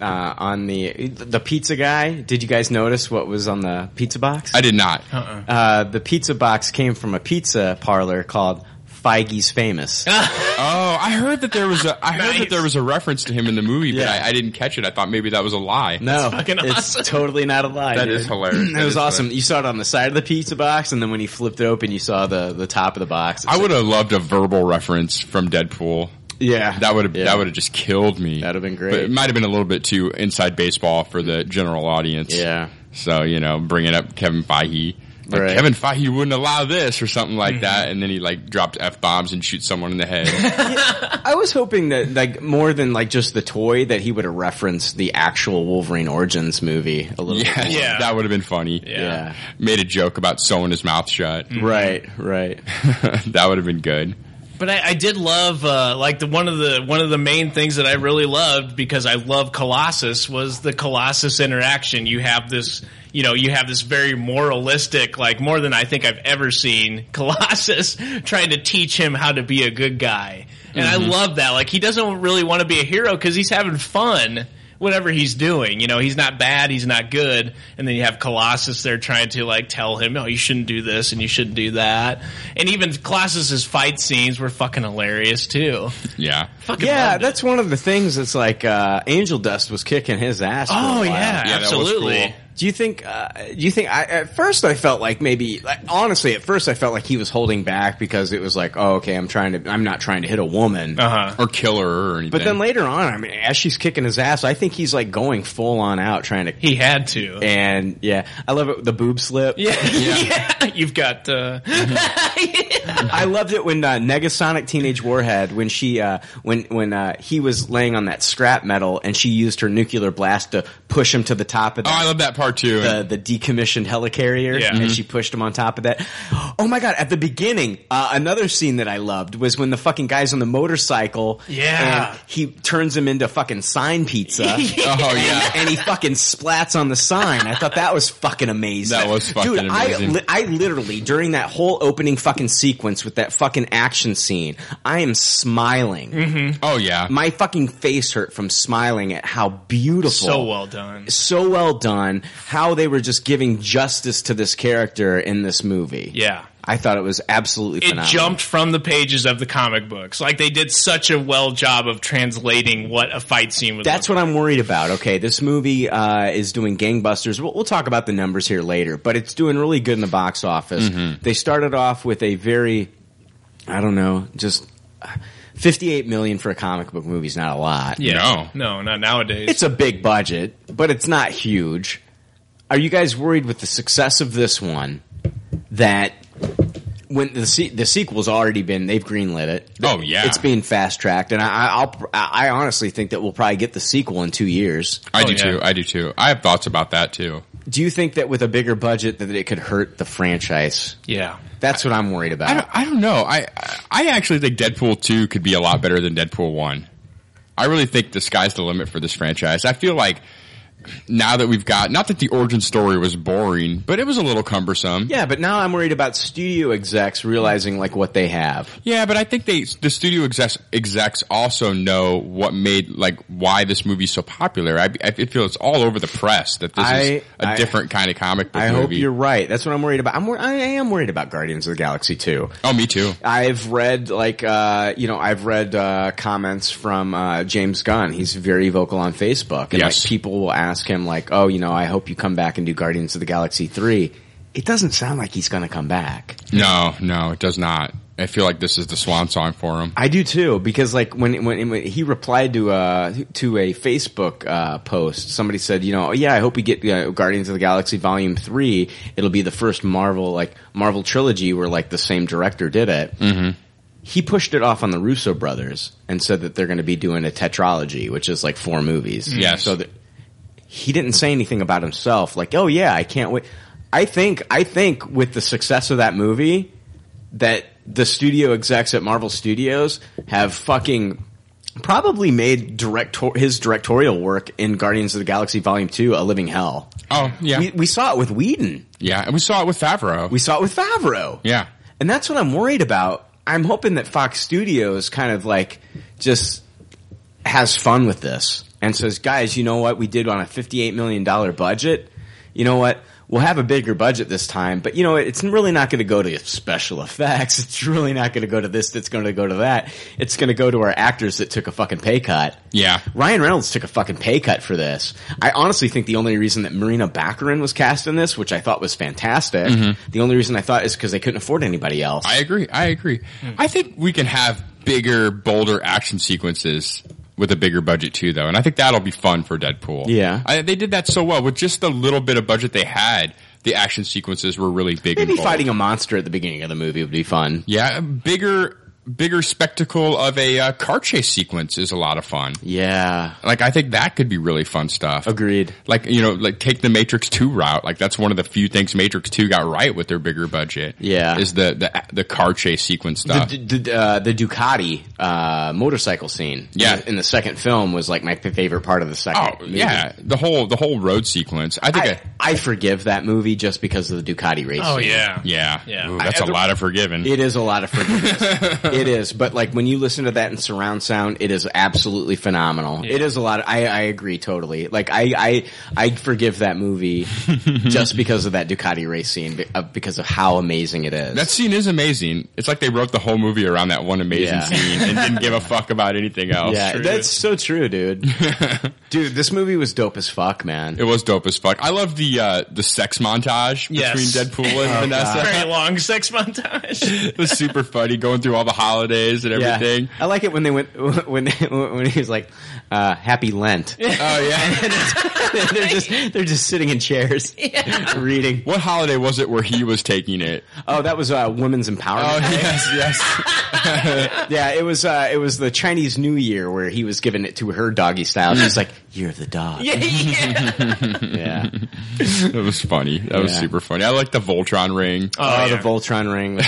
S7: uh, on the the pizza guy? Did you guys notice what was on the pizza box?
S8: I did not.
S7: uh the pizza box came from a pizza parlor called Feige's Famous.
S8: Oh, I heard that there was a I heard that there was a reference to him in the movie, but I, I didn't catch it. I thought maybe that was a lie.
S7: No, it's totally not a lie.
S8: That
S7: dude.
S8: is hilarious.
S7: That
S8: That
S7: was
S8: is
S7: awesome.
S8: hilarious.
S7: You saw it on the side of the pizza box, and then when you flipped it open, you saw the the top of the box. It's
S8: I would
S7: like-
S8: have loved a verbal reference from Deadpool.
S7: Yeah,
S8: that would have that would have just killed me. That'd
S7: have been great.
S8: But it might have been a little bit too inside baseball for the general audience.
S7: Yeah.
S8: So you know, bringing up Kevin Feige, like
S7: Right.
S8: Kevin Feige wouldn't allow this or something like that, and then he like dropped f bombs and shoots someone in the head.
S7: I was hoping that like more than like just the toy that he would have referenced the actual Wolverine Origins movie a little.
S8: yeah,
S7: bit more.
S8: that would have been funny.
S7: Yeah.
S8: made a joke about sewing his mouth shut.
S7: Right, right.
S8: that would have been good.
S9: But I, I did love uh, like the one of the one of the main things that I really loved because I love Colossus was the Colossus interaction. You have this, you know, you have this very moralistic, like more than I think I've ever seen Colossus trying to teach him how to be a good guy, and I
S11: Mhm.
S9: love that. Like he doesn't really want to be a hero because he's having fun. Whatever he's doing, you know, he's not bad, he's not good. And then you have Colossus there trying to like tell him, oh, you shouldn't do this and you shouldn't do that. And even Colossus's fight scenes were fucking hilarious too.
S8: Yeah.
S7: yeah, that's one of the things that's like uh, Angel Dust was kicking his ass. for a
S9: Oh,
S7: while.
S9: yeah, Yeah, that was absolutely. cool.
S7: Do you think? Uh, do you think? I, at first, I felt like maybe. Like, honestly, at first, I felt like he was holding back because it was like, oh, okay, I'm trying to. I'm not trying to hit a woman
S8: or kill her or anything.
S7: But then later on, I mean, as she's kicking his ass, I think he's like going full on out trying to.
S9: He had to.
S7: And yeah, I love it. The boob slip.
S9: Yeah. You've got uh,
S7: I loved it when uh, Negasonic Teenage Warhead when she uh, when when uh, he was laying on that scrap metal and she used her nuclear blast to push him to the top of. That, oh, I
S8: love that part too.
S7: The, the decommissioned helicarrier,
S8: Yeah.
S7: and
S8: Mhm.
S7: she pushed him on top of that. Oh my god! At the beginning, uh, another scene that I loved was when the fucking guy's on the motorcycle.
S9: Yeah.
S7: and he turns him into fucking sign pizza.
S8: Oh, yeah.
S7: and, and he fucking splats on the sign. I thought that was fucking amazing.
S8: That was fucking
S7: Dude, I
S8: amazing.
S7: li- I literally during that whole opening fucking sequence with that fucking action scene, I am smiling.
S9: Mhm.
S8: Oh yeah,
S7: my fucking face hurt from smiling at how beautiful,
S9: so well done.
S7: so well done. How they were just giving justice to this character in this movie.
S9: Yeah.
S7: I thought it was absolutely
S9: It
S7: phenomenal.
S9: jumped from the pages of the comic books. Like they did such a well job of translating what a fight scene was.
S7: That's what I'm worried about. Okay, this movie uh, is doing gangbusters. We'll, we'll talk about the numbers here later, but it's doing really good in the box office. They started off with a very, I don't know, just uh, 58 million for a comic book movie is not a lot.
S9: yeah. No. not nowadays.
S7: It's a big budget, but it's not huge. Are you guys worried with the success of this one that when the se- the sequel's already been they've greenlit it?
S8: Oh, yeah.
S7: it's being fast tracked, and I I- I'll, pr- I I honestly think that we'll probably get the sequel in two years.
S8: I do too. I do too. I have thoughts about that too.
S7: Do you think that with a bigger budget that it could hurt the franchise?
S9: Yeah,
S7: that's what I'm worried
S8: I
S7: about.
S8: don't, I don't know. I I actually think Deadpool two could be a lot better than Deadpool one. I really think the sky's the limit for this franchise. I feel like now that we've got not that the origin story was boring, but it was a little cumbersome.
S7: Yeah, but now I'm worried about studio execs realizing like what they have.
S8: Yeah, but I think they the studio execs, execs also know what made like why this movie's so popular. I, I feel it's all over the press that this
S7: I-
S8: is a
S7: I-
S8: different kind of comic book
S7: I
S8: movie.
S7: hope you're right. That's what I'm worried about. I'm wor- I am worried about Guardians of the Galaxy too.
S8: Oh, me too.
S7: I've read like uh, you know I've read uh, comments from uh, James Gunn. He's very vocal on Facebook, and
S8: Yes.
S7: like people will ask him like, "Oh, you know, I hope you come back and do Guardians of the Galaxy 3. It doesn't sound like he's going to come back.
S8: No, no, it does not. I feel like this is the swan song for him.
S7: I do too because like when when, when he replied to uh to a Facebook uh, post, somebody said, you know, "Oh, yeah, I hope we get uh, Guardians of the Galaxy Volume Three. It'll be the first Marvel like Marvel trilogy where like the same director did it.
S8: Mm-hmm.
S7: He pushed it off on the Russo brothers and said that they're going to be doing a tetralogy, which is like four movies.
S8: Yes.
S7: So that he didn't say anything about himself. Like, oh yeah, I can't wait. I think I think with the success of that movie, that the studio execs at Marvel Studios have fucking probably made director his directorial work in Guardians of the Galaxy Volume Two a living hell.
S8: Oh yeah,
S7: we, we saw it with Whedon.
S8: Yeah, and we saw it with Favreau.
S7: We saw it with Favreau.
S8: Yeah.
S7: and that's what I'm worried about. I'm hoping that Fox Studios kind of like just has fun with this and says, guys, you know what? We did on a $58 million budget. You know what? We'll have a bigger budget this time, but you know, it's really not going to go to special effects. It's really not going to go to this. That's going to go to that. It's going to go to our actors that took a fucking pay cut.
S8: Yeah.
S7: Ryan Reynolds took a fucking pay cut for this. I honestly think the only reason that Marina Baccarin was cast in this, which I thought was fantastic,
S8: Mhm.
S7: the only reason I thought is because they couldn't afford anybody else.
S8: I agree. I agree.
S7: Hmm.
S8: I think we can have bigger, bolder action sequences with a bigger budget too, though, and I think that'll be fun for Deadpool.
S7: Yeah.
S8: I, they did that so well with just the little bit of budget they had. The action sequences were really big.
S7: Maybe
S8: and bold.
S7: fighting a monster at the beginning of the movie would be fun.
S8: Yeah, a bigger bigger spectacle of a uh, car chase sequence is a lot of fun.
S7: Yeah.
S8: Like I think that could be really fun stuff.
S7: Agreed.
S8: Like you know, like take the Matrix 2 route. Like that's one of the few things Matrix 2 got right with their bigger budget.
S7: Yeah.
S8: Is the the, the car chase sequence stuff.
S7: The, the, uh, the Ducati uh, motorcycle scene,
S8: Yeah.
S7: in the, in the second film was like my p- favorite part of the second.
S8: Oh
S7: movie.
S8: yeah, the whole the whole road sequence. I think I,
S7: I forgive that movie just because of the Ducati race.
S9: Oh,
S7: scene.
S9: yeah.
S8: yeah,
S9: Yeah.
S8: Ooh, that's a
S7: I-
S8: lot of forgiven.
S7: It is a lot of forgiveness. it is, but like when you listen to that in surround sound, it is absolutely phenomenal. It is a lot. Of, I I agree totally. Like I I I forgive that movie just because of that Ducati race scene be- uh, because of how amazing it is.
S8: that scene is amazing. It's like they wrote the whole movie around that one amazing
S7: Yeah.
S8: scene and didn't give a fuck about anything else.
S7: yeah, that's so true, dude. dude, this movie was dope as fuck, man.
S8: It was dope as fuck. I love the uh, the sex montage between
S9: Yes.
S8: Deadpool and
S7: Oh,
S8: Vanessa.
S9: Very long sex montage.
S8: It was super funny going through all the holidays and everything.
S7: Yeah. I like it when they went when when he was like, uh, "Happy Lent."
S8: Oh yeah.
S7: they're just they're just sitting in chairs reading.
S8: what holiday was it where he was taking it?
S7: Oh, that was uh, women's
S8: Oh
S7: empowerment.
S8: yes, yes.
S7: yeah, it was uh, it was the Chinese New Year where he was giving it to her doggy style. She's like, "Year of the dog." Yeah, yeah.
S8: That was funny. That was
S7: Yeah.
S8: super funny. I like the Voltron ring.
S7: Oh,
S9: yeah.
S7: the Voltron ring was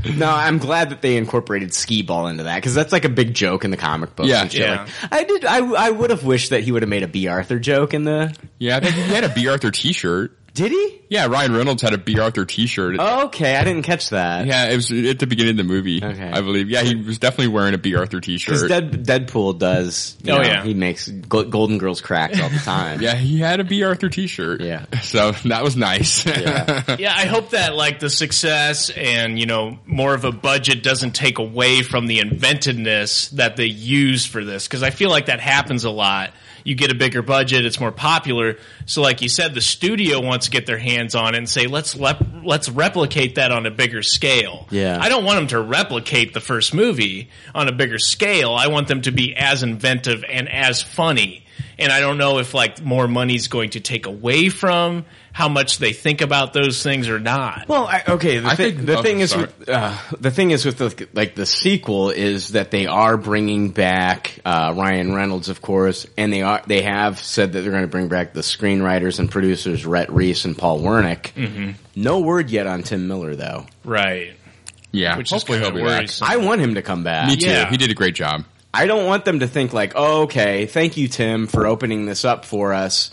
S7: great. no, I'm glad that they incorporated skee ball into that because that's like a big joke in the comic books.
S8: Yeah.
S7: and shit.
S9: Yeah.
S7: Like, I did. I I would have wished that he would have made a B Arthur joke in the.
S8: Yeah, I think he had a B Arthur T-shirt.
S7: Did he?
S8: Yeah, Ryan Reynolds had a B Arthur T-shirt.
S7: Oh. Okay, I didn't catch that.
S8: Yeah, it was at the beginning of the movie,
S7: Okay.
S8: I believe. Yeah, he was definitely wearing a B Arthur
S7: Because
S8: T-shirt.
S7: Dead, Deadpool does. you
S9: Oh,
S7: know,
S9: yeah.
S7: he makes Go- Golden Girls cracks all the time.
S8: yeah, he had a B Arthur T-shirt.
S7: Yeah.
S8: so that was nice.
S9: yeah, I hope that like the success and you know more of a budget doesn't take away from the inventiveness that they use for this because I feel like that happens a lot. You get a bigger budget, it's more popular. So, like you said, the studio wants to get their hands on it and say, "Let's lep- let's replicate that on a bigger scale."
S7: Yeah.
S9: I don't want them to replicate the first movie on a bigger scale. I want them to be as inventive and as funny. And I don't know if like more money's going to take away from how much they think about those things or not.
S7: Well, I, okay. The,
S8: I
S7: thi-
S8: think-
S7: the
S8: oh,
S7: thing is,
S8: sorry.
S7: with, uh, the thing is with the, like the sequel is that they are bringing back uh, Ryan Reynolds, of course, and they are they have said that they're going to bring back the screenwriters and producers Rhett Reese and Paul Wernick.
S8: Mm-hmm.
S7: No word yet on Tim Miller, though.
S9: right.
S8: yeah,
S9: Which
S8: hopefully
S9: is
S8: he'll
S9: kind
S8: be
S9: of
S8: back.
S9: worrisome.
S7: I want him to come back.
S8: Me too.
S9: Yeah.
S8: He did a great job.
S7: I don't want them to think like, oh, okay, thank you, Tim, for opening this up for us.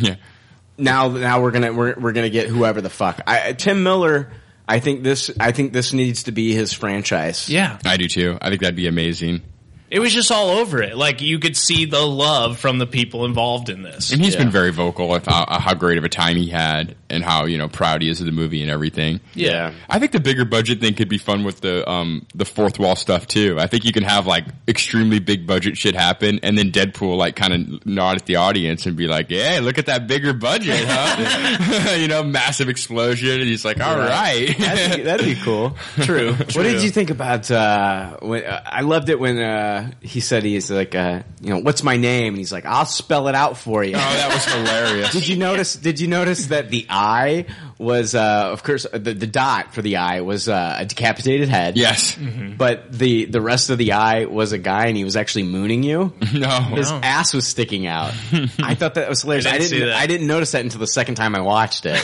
S8: Yeah.
S7: Now, now we're gonna we're, we're gonna get whoever the fuck. I, Tim Miller. I think this. I think this needs to be his franchise.
S9: Yeah.
S8: I do too. I think that'd be amazing.
S9: It was just all over it. Like you could see the love from the people involved in this.
S8: And he's
S7: Yeah.
S8: been very vocal with how, how great of a time he had and how you know proud he is of the movie and everything.
S9: Yeah.
S8: I think the bigger budget thing could be fun with the um the fourth wall stuff too. I think you can have like extremely big budget shit happen, and then Deadpool like kind of nod at the audience and be like, "Hey, look at that bigger budget, huh?" you know, massive explosion, and he's like, "All right,
S7: That'd be, that'd be cool. True. What did you think about? Uh, when, uh, I loved it when uh, he said he's like, uh, you know, what's my name? And he's like, I'll spell it out for you.
S8: oh, that was hilarious."
S7: Did you notice? Did you notice that the eye was, uh, of course, the, the dot for the eye was uh, a decapitated head.
S8: yes,
S7: Mm-hmm. But the the rest of the eye was a guy, and he was actually mooning you.
S8: no,
S7: His ass was sticking out. I thought that was hilarious.
S9: I
S7: I
S9: didn't
S7: didn't. I
S9: see
S7: didn't,
S9: that.
S7: notice that until the second time I watched it.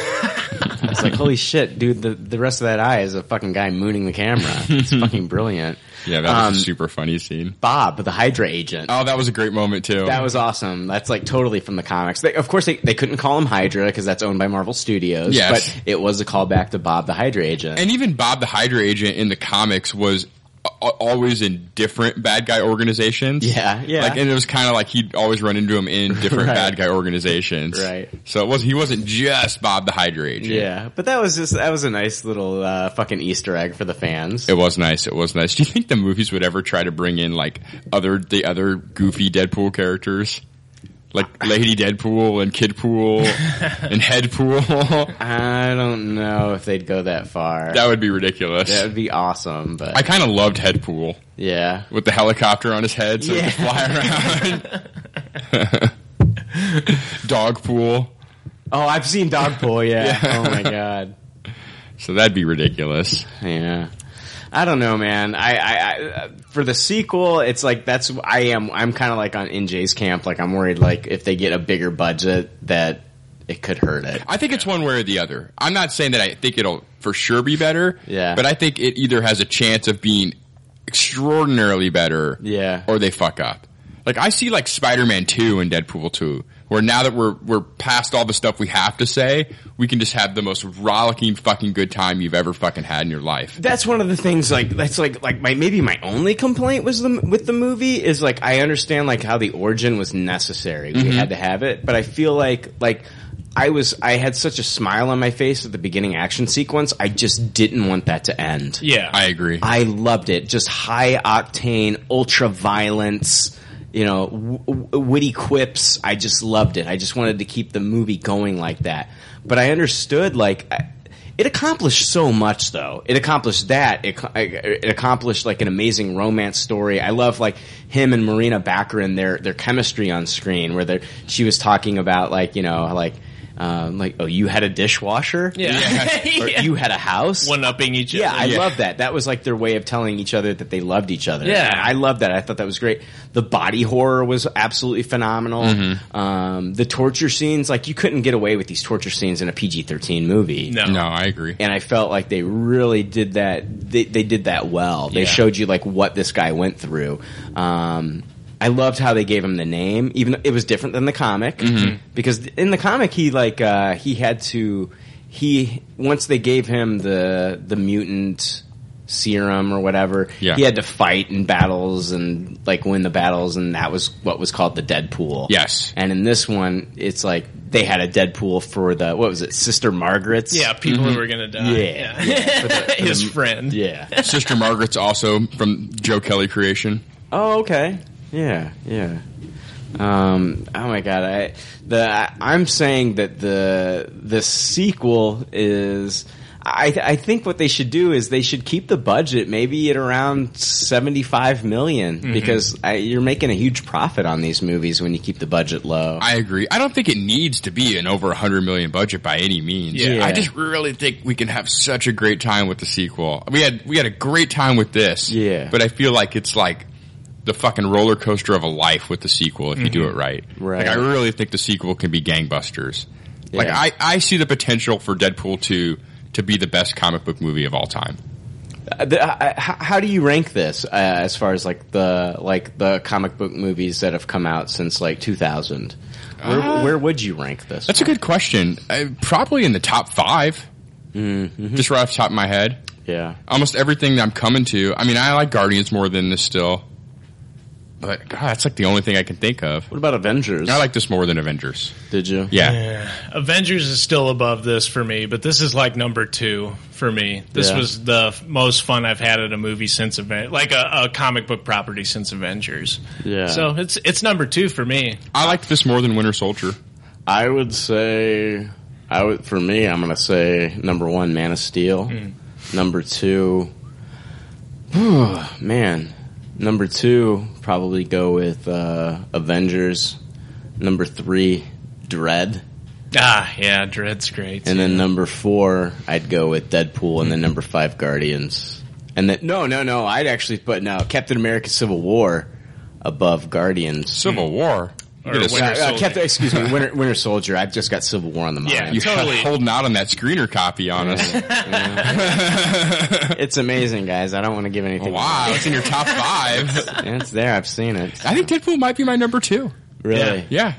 S7: It's like holy shit, dude. The the rest of that eye is a fucking guy mooning the camera. It's fucking brilliant.
S8: Yeah, that was
S7: Um,
S8: a super funny scene.
S7: Bob, the Hydra agent.
S8: Oh, that was a great moment too.
S7: That was awesome. That's like totally from the comics. They, of course, they, they couldn't call him Hydra because that's owned by Marvel Studios.
S8: Yes.
S7: But it was a callback to Bob the Hydra agent.
S8: and even Bob the Hydra agent in the comics was a- a- always in different bad guy organizations.
S7: Yeah, yeah.
S8: Like, and it was kind of like he'd always run into him in different
S7: Right.
S8: bad guy organizations.
S7: Right.
S8: So it was he wasn't just Bob the Hydra agent.
S7: yeah, but that was just that was a nice little uh, fucking Easter egg for the fans.
S8: It was nice. It was nice. Do you think the movies would ever try to bring in like other the other goofy Deadpool characters, like Lady Deadpool and Kid Pool and Head Pool?
S7: I don't know if they'd go that far.
S8: That would be ridiculous.
S7: That would be awesome. But
S8: I kind of loved Head Pool
S7: yeah,
S8: with the helicopter on his head, so
S7: Yeah.
S8: he could fly around. Dog Pool.
S7: oh, I've seen Dogpool. Yeah.
S8: Yeah.
S7: Oh my god.
S8: So that'd be ridiculous.
S7: Yeah. I don't know, man. I, I, I for the sequel, it's like that's I am. I'm kind of like on NJ's camp. Like I'm worried, like if they get a bigger budget, that it could hurt it.
S8: I think it's one way or the other. I'm not saying that I think it'll for sure be better.
S7: Yeah.
S8: But I think it either has a chance of being extraordinarily better.
S7: Yeah.
S8: Or they fuck up. Like I see like Spider-Man 2 and Deadpool 2, where now that we're we're past all the stuff we have to say, we can just have the most rollicking fucking good time you've ever fucking had in your life.
S7: That's one of the things. Like that's like like my maybe my only complaint was the with the movie is like I understand like how the origin was necessary. We had to have it, but I feel like like. I was I had such a smile on my face at the beginning action sequence. I just didn't want that to end.
S9: Yeah.
S8: I agree.
S7: I loved it. Just high octane, ultra violence, you know, w- w- witty quips. I just loved it. I just wanted to keep the movie going like that. But I understood, like, I, it accomplished so much, though. It accomplished that. It, co- I- it accomplished, like, an amazing romance story. I love, like, him and Marina Baccarin, their, their chemistry on screen, where they're, she was talking about, like, you know, like, um, like, oh, you had a dishwasher?
S9: Yeah.
S7: Or
S9: Yeah.
S7: you had a house?
S9: one upping each other.
S7: Yeah, I love that. That was like their way of telling each other that they loved each other.
S9: Yeah.
S7: I love that. I thought that was great. The body horror was absolutely phenomenal.
S9: Mm-hmm.
S7: Um, the torture scenes, like you couldn't get away with these torture scenes in a PG thirteen movie.
S9: No.
S8: No, I agree.
S7: And I felt like they really did that. They, they did that well. They
S9: Yeah.
S7: showed you like what this guy went through. Um, I loved how they gave him the name, even though it was different than the comic because in the comic he like uh, he had to he once they gave him the the mutant serum or whatever
S8: Yeah.
S7: he had to fight in battles and like win the battles and that was what was called the Deadpool.
S8: Yes.
S7: And in this one it's like they had a Deadpool for the what was it Sister Margaret's
S9: Yeah, people who are gonna die.
S7: Mm-hmm. Yeah,
S9: his friend.
S7: yeah.
S8: Sister Margaret's also from Joe Kelly creation.
S7: Oh, okay. Yeah, yeah. Um, oh my god, I the I, I'm saying that the the sequel is. I, I think what they should do is they should keep the budget maybe at around seventy five because I, you're making a huge profit on these movies when you keep the budget low.
S8: I agree. I don't think it needs to be an over 100 million budget by any means.
S7: Yeah.
S8: I just really think we can have such a great time with the sequel. We had we had a great time with this.
S7: Yeah.
S8: But I feel like it's like the fucking roller coaster of a life with the sequel if you do it right.
S7: Mm-hmm. Right.
S8: Like I really think the sequel can be gangbusters. Like
S7: Yeah.
S8: I I see the potential for Deadpool 2 to be the best comic book movie of all time.
S7: Uh, the- I- I- how how do you rank this uh, as far as like the like the comic book movies that have come out since like two thousand? Where, where would you rank this?
S8: That's a good question. Uh, probably in the top 5.
S7: Mm-hmm.
S8: Just right off the top of my head.
S7: yeah.
S8: almost everything that I'm coming to. I mean, I like Guardians more than this still, but God, that's like the only thing I can think of.
S7: What about Avengers?
S8: I like this more than Avengers.
S7: Did you?
S8: Yeah,
S9: Avengers is still above this for me, but this is like number two for me. This
S7: Yeah.
S9: was the f- most fun I've had at a movie since Aven- like a, a comic book property since Avengers.
S7: Yeah.
S9: So it's it's number two for me.
S8: I liked this more than Winter Soldier.
S7: I would say, I would for me, I'm gonna say number one, Man of Steel. Number two, man, number two probably go with uh, Avengers. Number three, Dread,
S9: Ah, yeah, Dread's great.
S7: and then number four, I'd go with Deadpool, and then number five, Guardians. And then no, no, no,
S8: Hmm.
S7: I'd actually put now Captain America: Civil War above Guardians.
S8: Civil War.
S9: or Winter
S7: Uh,
S9: Soldier.
S7: Captain- excuse me, Winter, Winter Soldier. I've just got Civil War on the mind.
S9: Yeah, You totally. had-
S7: holding out on that screener copy on us. it's amazing, guys. I don't want to give anything.
S8: Wow,
S7: away.
S8: it's in your top five.
S7: Yeah, it's there. I've seen it.
S8: I think Deadpool might be my number two.
S7: Really?
S8: Yeah.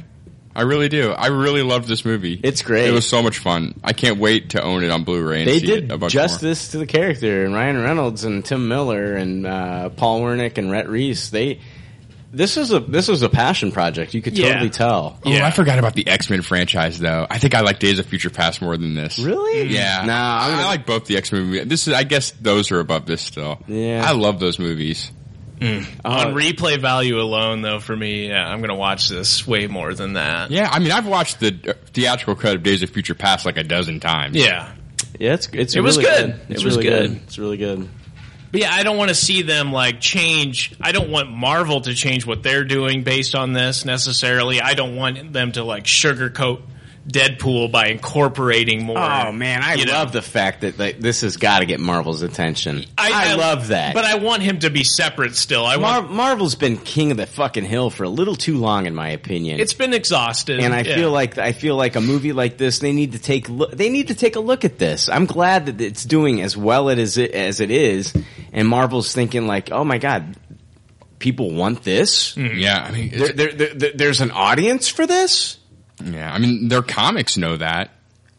S8: I really do. I really loved this movie. It's
S7: great.
S8: It was so much fun. I can't wait to own it on Blu-ray. And
S7: They
S8: see
S7: did
S8: it a bunch
S7: justice to the character, and Ryan Reynolds and Tim Miller and uh, Paul Wernick and Rhett Reese. They this is a this was a passion project. You could
S8: Yeah.
S7: totally tell.
S8: More. Oh, I forgot about the X Men franchise though. I think I like Days of Future Past more than this.
S7: Really?
S8: Mm. Yeah. No, I like both the X Men movies. This is, I guess, those are above this still. Yeah. I love those movies.
S7: uh,
S9: On replay value alone, though, for me, yeah, I'm going to watch this way more than that.
S8: Yeah, I mean, I've watched the uh, theatrical cut of Days of Future Past like a dozen times.
S9: Yeah.
S7: Yeah, it's it's
S9: It was
S7: really
S9: good. It
S7: It's
S9: was
S7: really
S9: good.
S7: It's really good.
S9: But yeah, I don't want to see them like change. I don't want Marvel to change what they're doing based on this necessarily. I don't want them to like sugarcoat Deadpool by incorporating more.
S7: Oh man, I love the fact that like, this has got to get Marvel's attention. I love that.
S9: But I want him to be separate still. I
S7: Mar-
S9: want.
S7: Marvel's been king of the fucking hill for a little too long, in my opinion.
S9: It's been exhausted,
S7: and I
S9: yeah.
S7: feel like I feel like a movie like this, they need to take lo- they need to take a look at this. I'm glad that it's doing as well it as it as it is, and Marvel's thinking like, oh my god, people want this.
S8: Mm-hmm. Yeah, I mean,
S7: there, there, there- there- there's an audience for this.
S8: Yeah, I mean, their comics know that.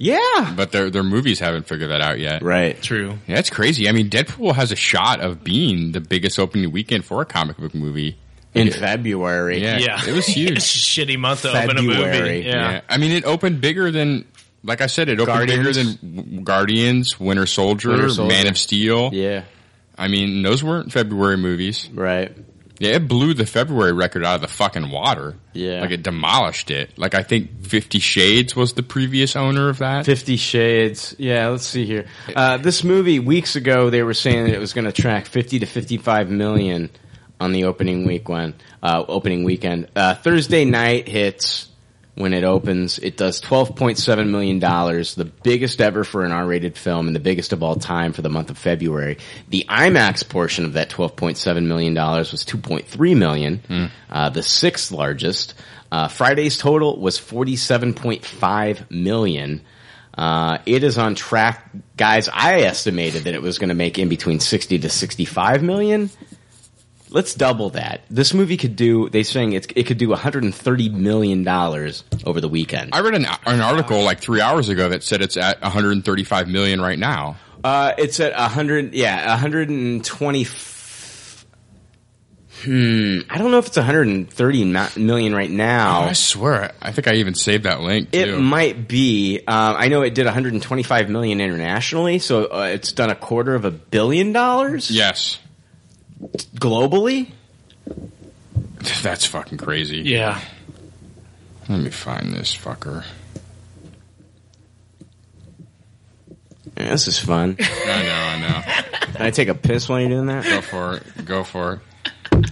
S7: Yeah,
S8: but their their movies haven't figured that out yet.
S7: Right.
S9: True.
S8: Yeah, that's crazy. I mean, Deadpool has a shot of being the biggest opening weekend for a comic book movie
S7: in February.
S8: Yeah, it was huge.
S9: It's a shitty month to open a movie. Yeah.
S8: I mean, it opened bigger than, like I said, it opened bigger
S9: Guardians.
S8: than Guardians, Winter Soldier,
S7: Winter Soldier.
S8: Man of Steel.
S7: Yeah.
S8: I mean, those weren't February movies.
S7: Right.
S8: Yeah, it blew the February record out of the fucking water.
S7: Yeah.
S8: Like it demolished it. Like I think Fifty Shades was the previous owner of that.
S7: Fifty Shades. Yeah, let's see here. Uh, this movie weeks ago they were saying that it was going to track fifty to fifty-five million on the opening week one, uh, opening weekend. Uh, Thursday night hits when it opens. It does twelve point seven million dollars, the biggest ever for an R-rated film and the biggest of all time for the month of February. The IMAX portion of that twelve point seven million dollars was two point three million, uh, the sixth largest. Uh, Friday's total was forty-seven point five million. Uh, it is on track, guys. I estimated that it was going to make in between sixty to sixty-five million. Let's double that. This movie could do. They saying it's, it could do one hundred and thirty million dollars over the weekend.
S8: I read an, an article like three hours ago that said it's at 135 million right now.
S7: Uh, it's at hundred. Yeah, one hundred and twenty. Hmm. I don't know if it's one hundred and thirty million right now.
S8: I swear, I think I even saved that link.
S7: It
S8: too.
S7: might be. Um, I know it did 125 million internationally, so uh, it's done a quarter of a billion dollars.
S8: Yes.
S7: Globally,
S8: That's fucking crazy.
S9: Yeah.
S8: Let me find this fucker.
S7: Yeah, this is fun.
S8: I know, I know.
S7: Can I take a piss while you're doing that?
S8: Go for it. Go for it.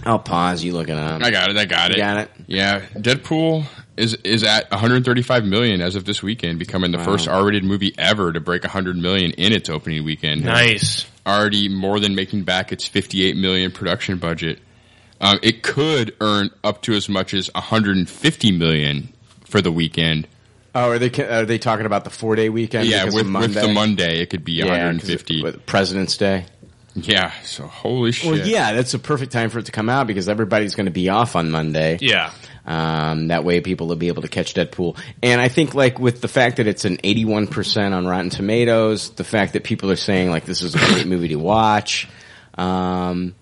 S7: I'll pause. You looking up?
S8: I got it. I got
S7: You
S8: it.
S7: got it?
S8: Yeah. Deadpool is is at 135 million as of this weekend, becoming the
S7: Wow.
S8: first R-rated movie ever to break 100 million in its opening weekend.
S9: Nice.
S8: Already more than making back its 58 million production budget. Um, it could earn up to as much as 150 million for the weekend.
S7: Oh, are they are they talking about the four day weekend?
S8: yeah,
S7: because
S8: with,
S7: of
S8: with
S7: Monday?
S8: the Monday, it could be
S7: Yeah,
S8: 150.
S7: With President's Day.
S8: Yeah. So holy shit.
S7: Well, yeah, that's a perfect time for it to come out because everybody's going to be off on Monday.
S9: Yeah.
S7: Um, that way people will be able to catch Deadpool. And I think like with the fact that it's an 81% on Rotten Tomatoes, the fact that people are saying like this is a great movie to watch, um,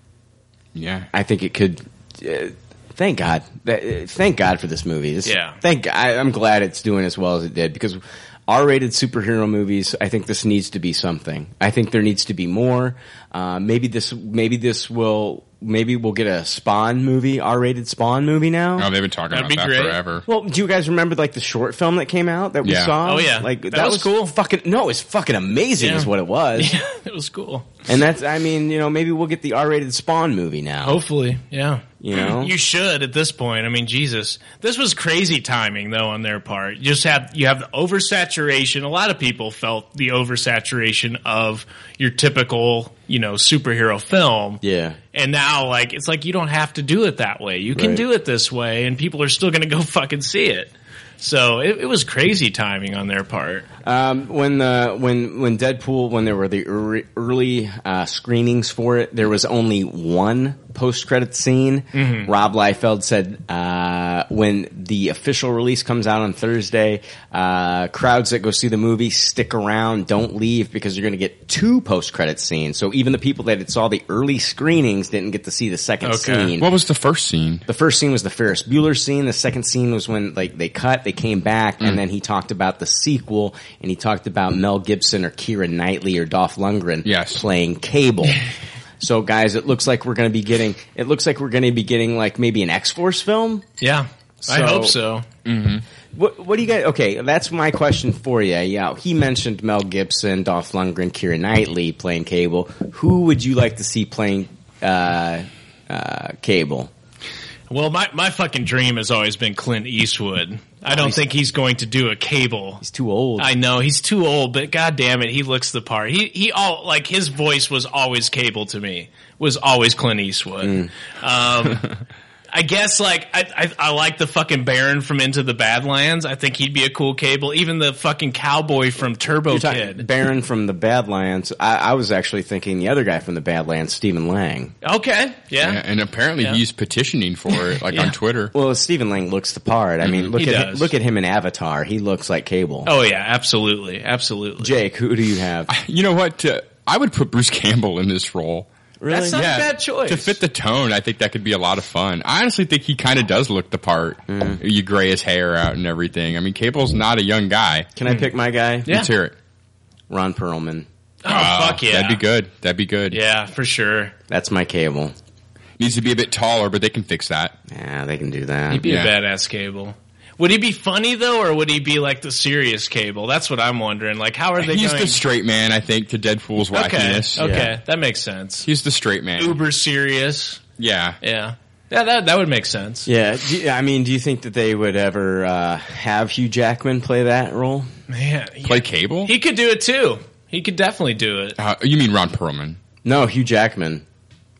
S8: yeah,
S7: I think it could, uh, thank God, Th- uh, thank God for this movie. This,
S9: Yeah.
S7: Thank, I, I'm glad it's doing as well as it did because R-rated superhero movies, I think this needs to be something. I think there needs to be more. Uh, maybe this, maybe this will, maybe we'll get a Spawn movie, R-rated Spawn movie now.
S8: Oh, they've been talking
S7: That'd
S8: about
S7: be great.
S8: that forever.
S7: Well, do you guys remember like the short film that came out that we
S8: Yeah.
S7: saw?
S8: Oh, yeah.
S7: like
S9: That
S7: that,
S9: was
S7: was, cool. Fucking no, it was fucking amazing,
S9: Yeah.
S7: is what it was.
S9: It was cool. Oh.
S7: and that's, I mean, you know, maybe we'll get the R-rated Spawn movie now.
S9: Hopefully. Yeah.
S7: You know,
S9: You should at this point. I mean, Jesus, this was crazy timing though on their part. You just have you have the oversaturation. A lot of people felt the oversaturation of your typical, you know, superhero film.
S7: Yeah.
S9: And now, like, it's like you don't have to do it that way. You can
S7: Right.
S9: do it this way, and people are still going to go fucking see it. So it, it was crazy timing on their part.
S7: Um, when the when when Deadpool when there were the ear- early uh, screenings for it, there was only one post credit scene.
S11: Mhm.
S7: Rob Liefeld said uh, when the official release comes out on Thursday, uh, crowds that go see the movie stick around, don't leave because you're going to get two post credit scenes. So even the people that had saw the early screenings didn't get to see the second scene.
S8: What was the first scene?
S7: The first scene was the Ferris Bueller scene. The second scene was when like they cut, they came back,
S8: Mm.
S7: and then he talked about the sequel, and he talked about Mel Gibson or Kira Knightley or Dolph Lundgren playing Cable. so guys, it looks like we're going to be getting. It looks like we're going to be getting like maybe an X Force film.
S9: Yeah, I hope so.
S8: Mm-hmm.
S7: What, what do you guys? Okay, that's my question for you. Yeah, he mentioned Mel Gibson, Dolph Lundgren, Kira Knightley playing Cable. Who would you like to see playing uh, uh, Cable?
S9: Well, my, my fucking dream has always been Clint Eastwood. I don't think he's going to do a cable. He's
S7: too old.
S9: I know he's too old, but god damn it, he looks the part. He he all like his voice was always cable to me. Was always Clint Eastwood.
S7: Mm.
S9: Um, I guess like I, I I like the fucking Baron from Into the Badlands. I think he'd be a cool cable. Even the fucking cowboy from Turbo
S7: You're talking
S9: Kid.
S7: Baron from the Badlands. I, I was actually thinking the other guy from the Badlands, Stephen Lang.
S9: Okay, yeah.
S8: and apparently
S9: Yeah.
S8: he's petitioning for it, like
S9: Yeah.
S8: on Twitter.
S7: Well, Stephen Lang looks the part. I mean,
S8: Mhm.
S7: look
S8: He
S7: at
S8: does.
S7: look at him in Avatar. He looks like Cable.
S9: Mm-hmm. Oh yeah, absolutely, absolutely.
S7: Jake, who do you have?
S8: You know what? uh, I would put Bruce Campbell in this role.
S7: Really?
S9: That's not a bad choice.
S8: To fit the tone, I think that could be a lot of fun. I honestly think he kind of does look the part. You gray his hair out and everything. I mean, Cable's not a young guy.
S7: Can I pick my guy?
S8: Let's hear it.
S7: Ron Perlman.
S9: Oh, fuck yeah.
S8: That'd be good. That'd be good.
S9: Yeah, for sure.
S7: That's my Cable.
S8: Needs to be a bit taller, but they can fix that.
S7: Yeah, they can do that.
S9: He'd be a badass cable. Would he be funny though, or would he be like the serious cable? That's what I'm wondering. Like, how are they
S8: He's
S9: going?
S8: the straight man, I think, to Deadpool's
S9: okay,
S8: wackiness.
S9: okay, that makes sense.
S8: He's the straight man.
S9: Uber serious.
S8: Yeah.
S9: Yeah, yeah, that that would make sense.
S7: Yeah, do you- I mean, do you think that they would ever uh, have Hugh Jackman play that role?
S9: Man,
S8: Play Cable?
S9: he could do it too. He could definitely do it.
S8: Uh, you mean Ron Perlman?
S7: No, Hugh Jackman.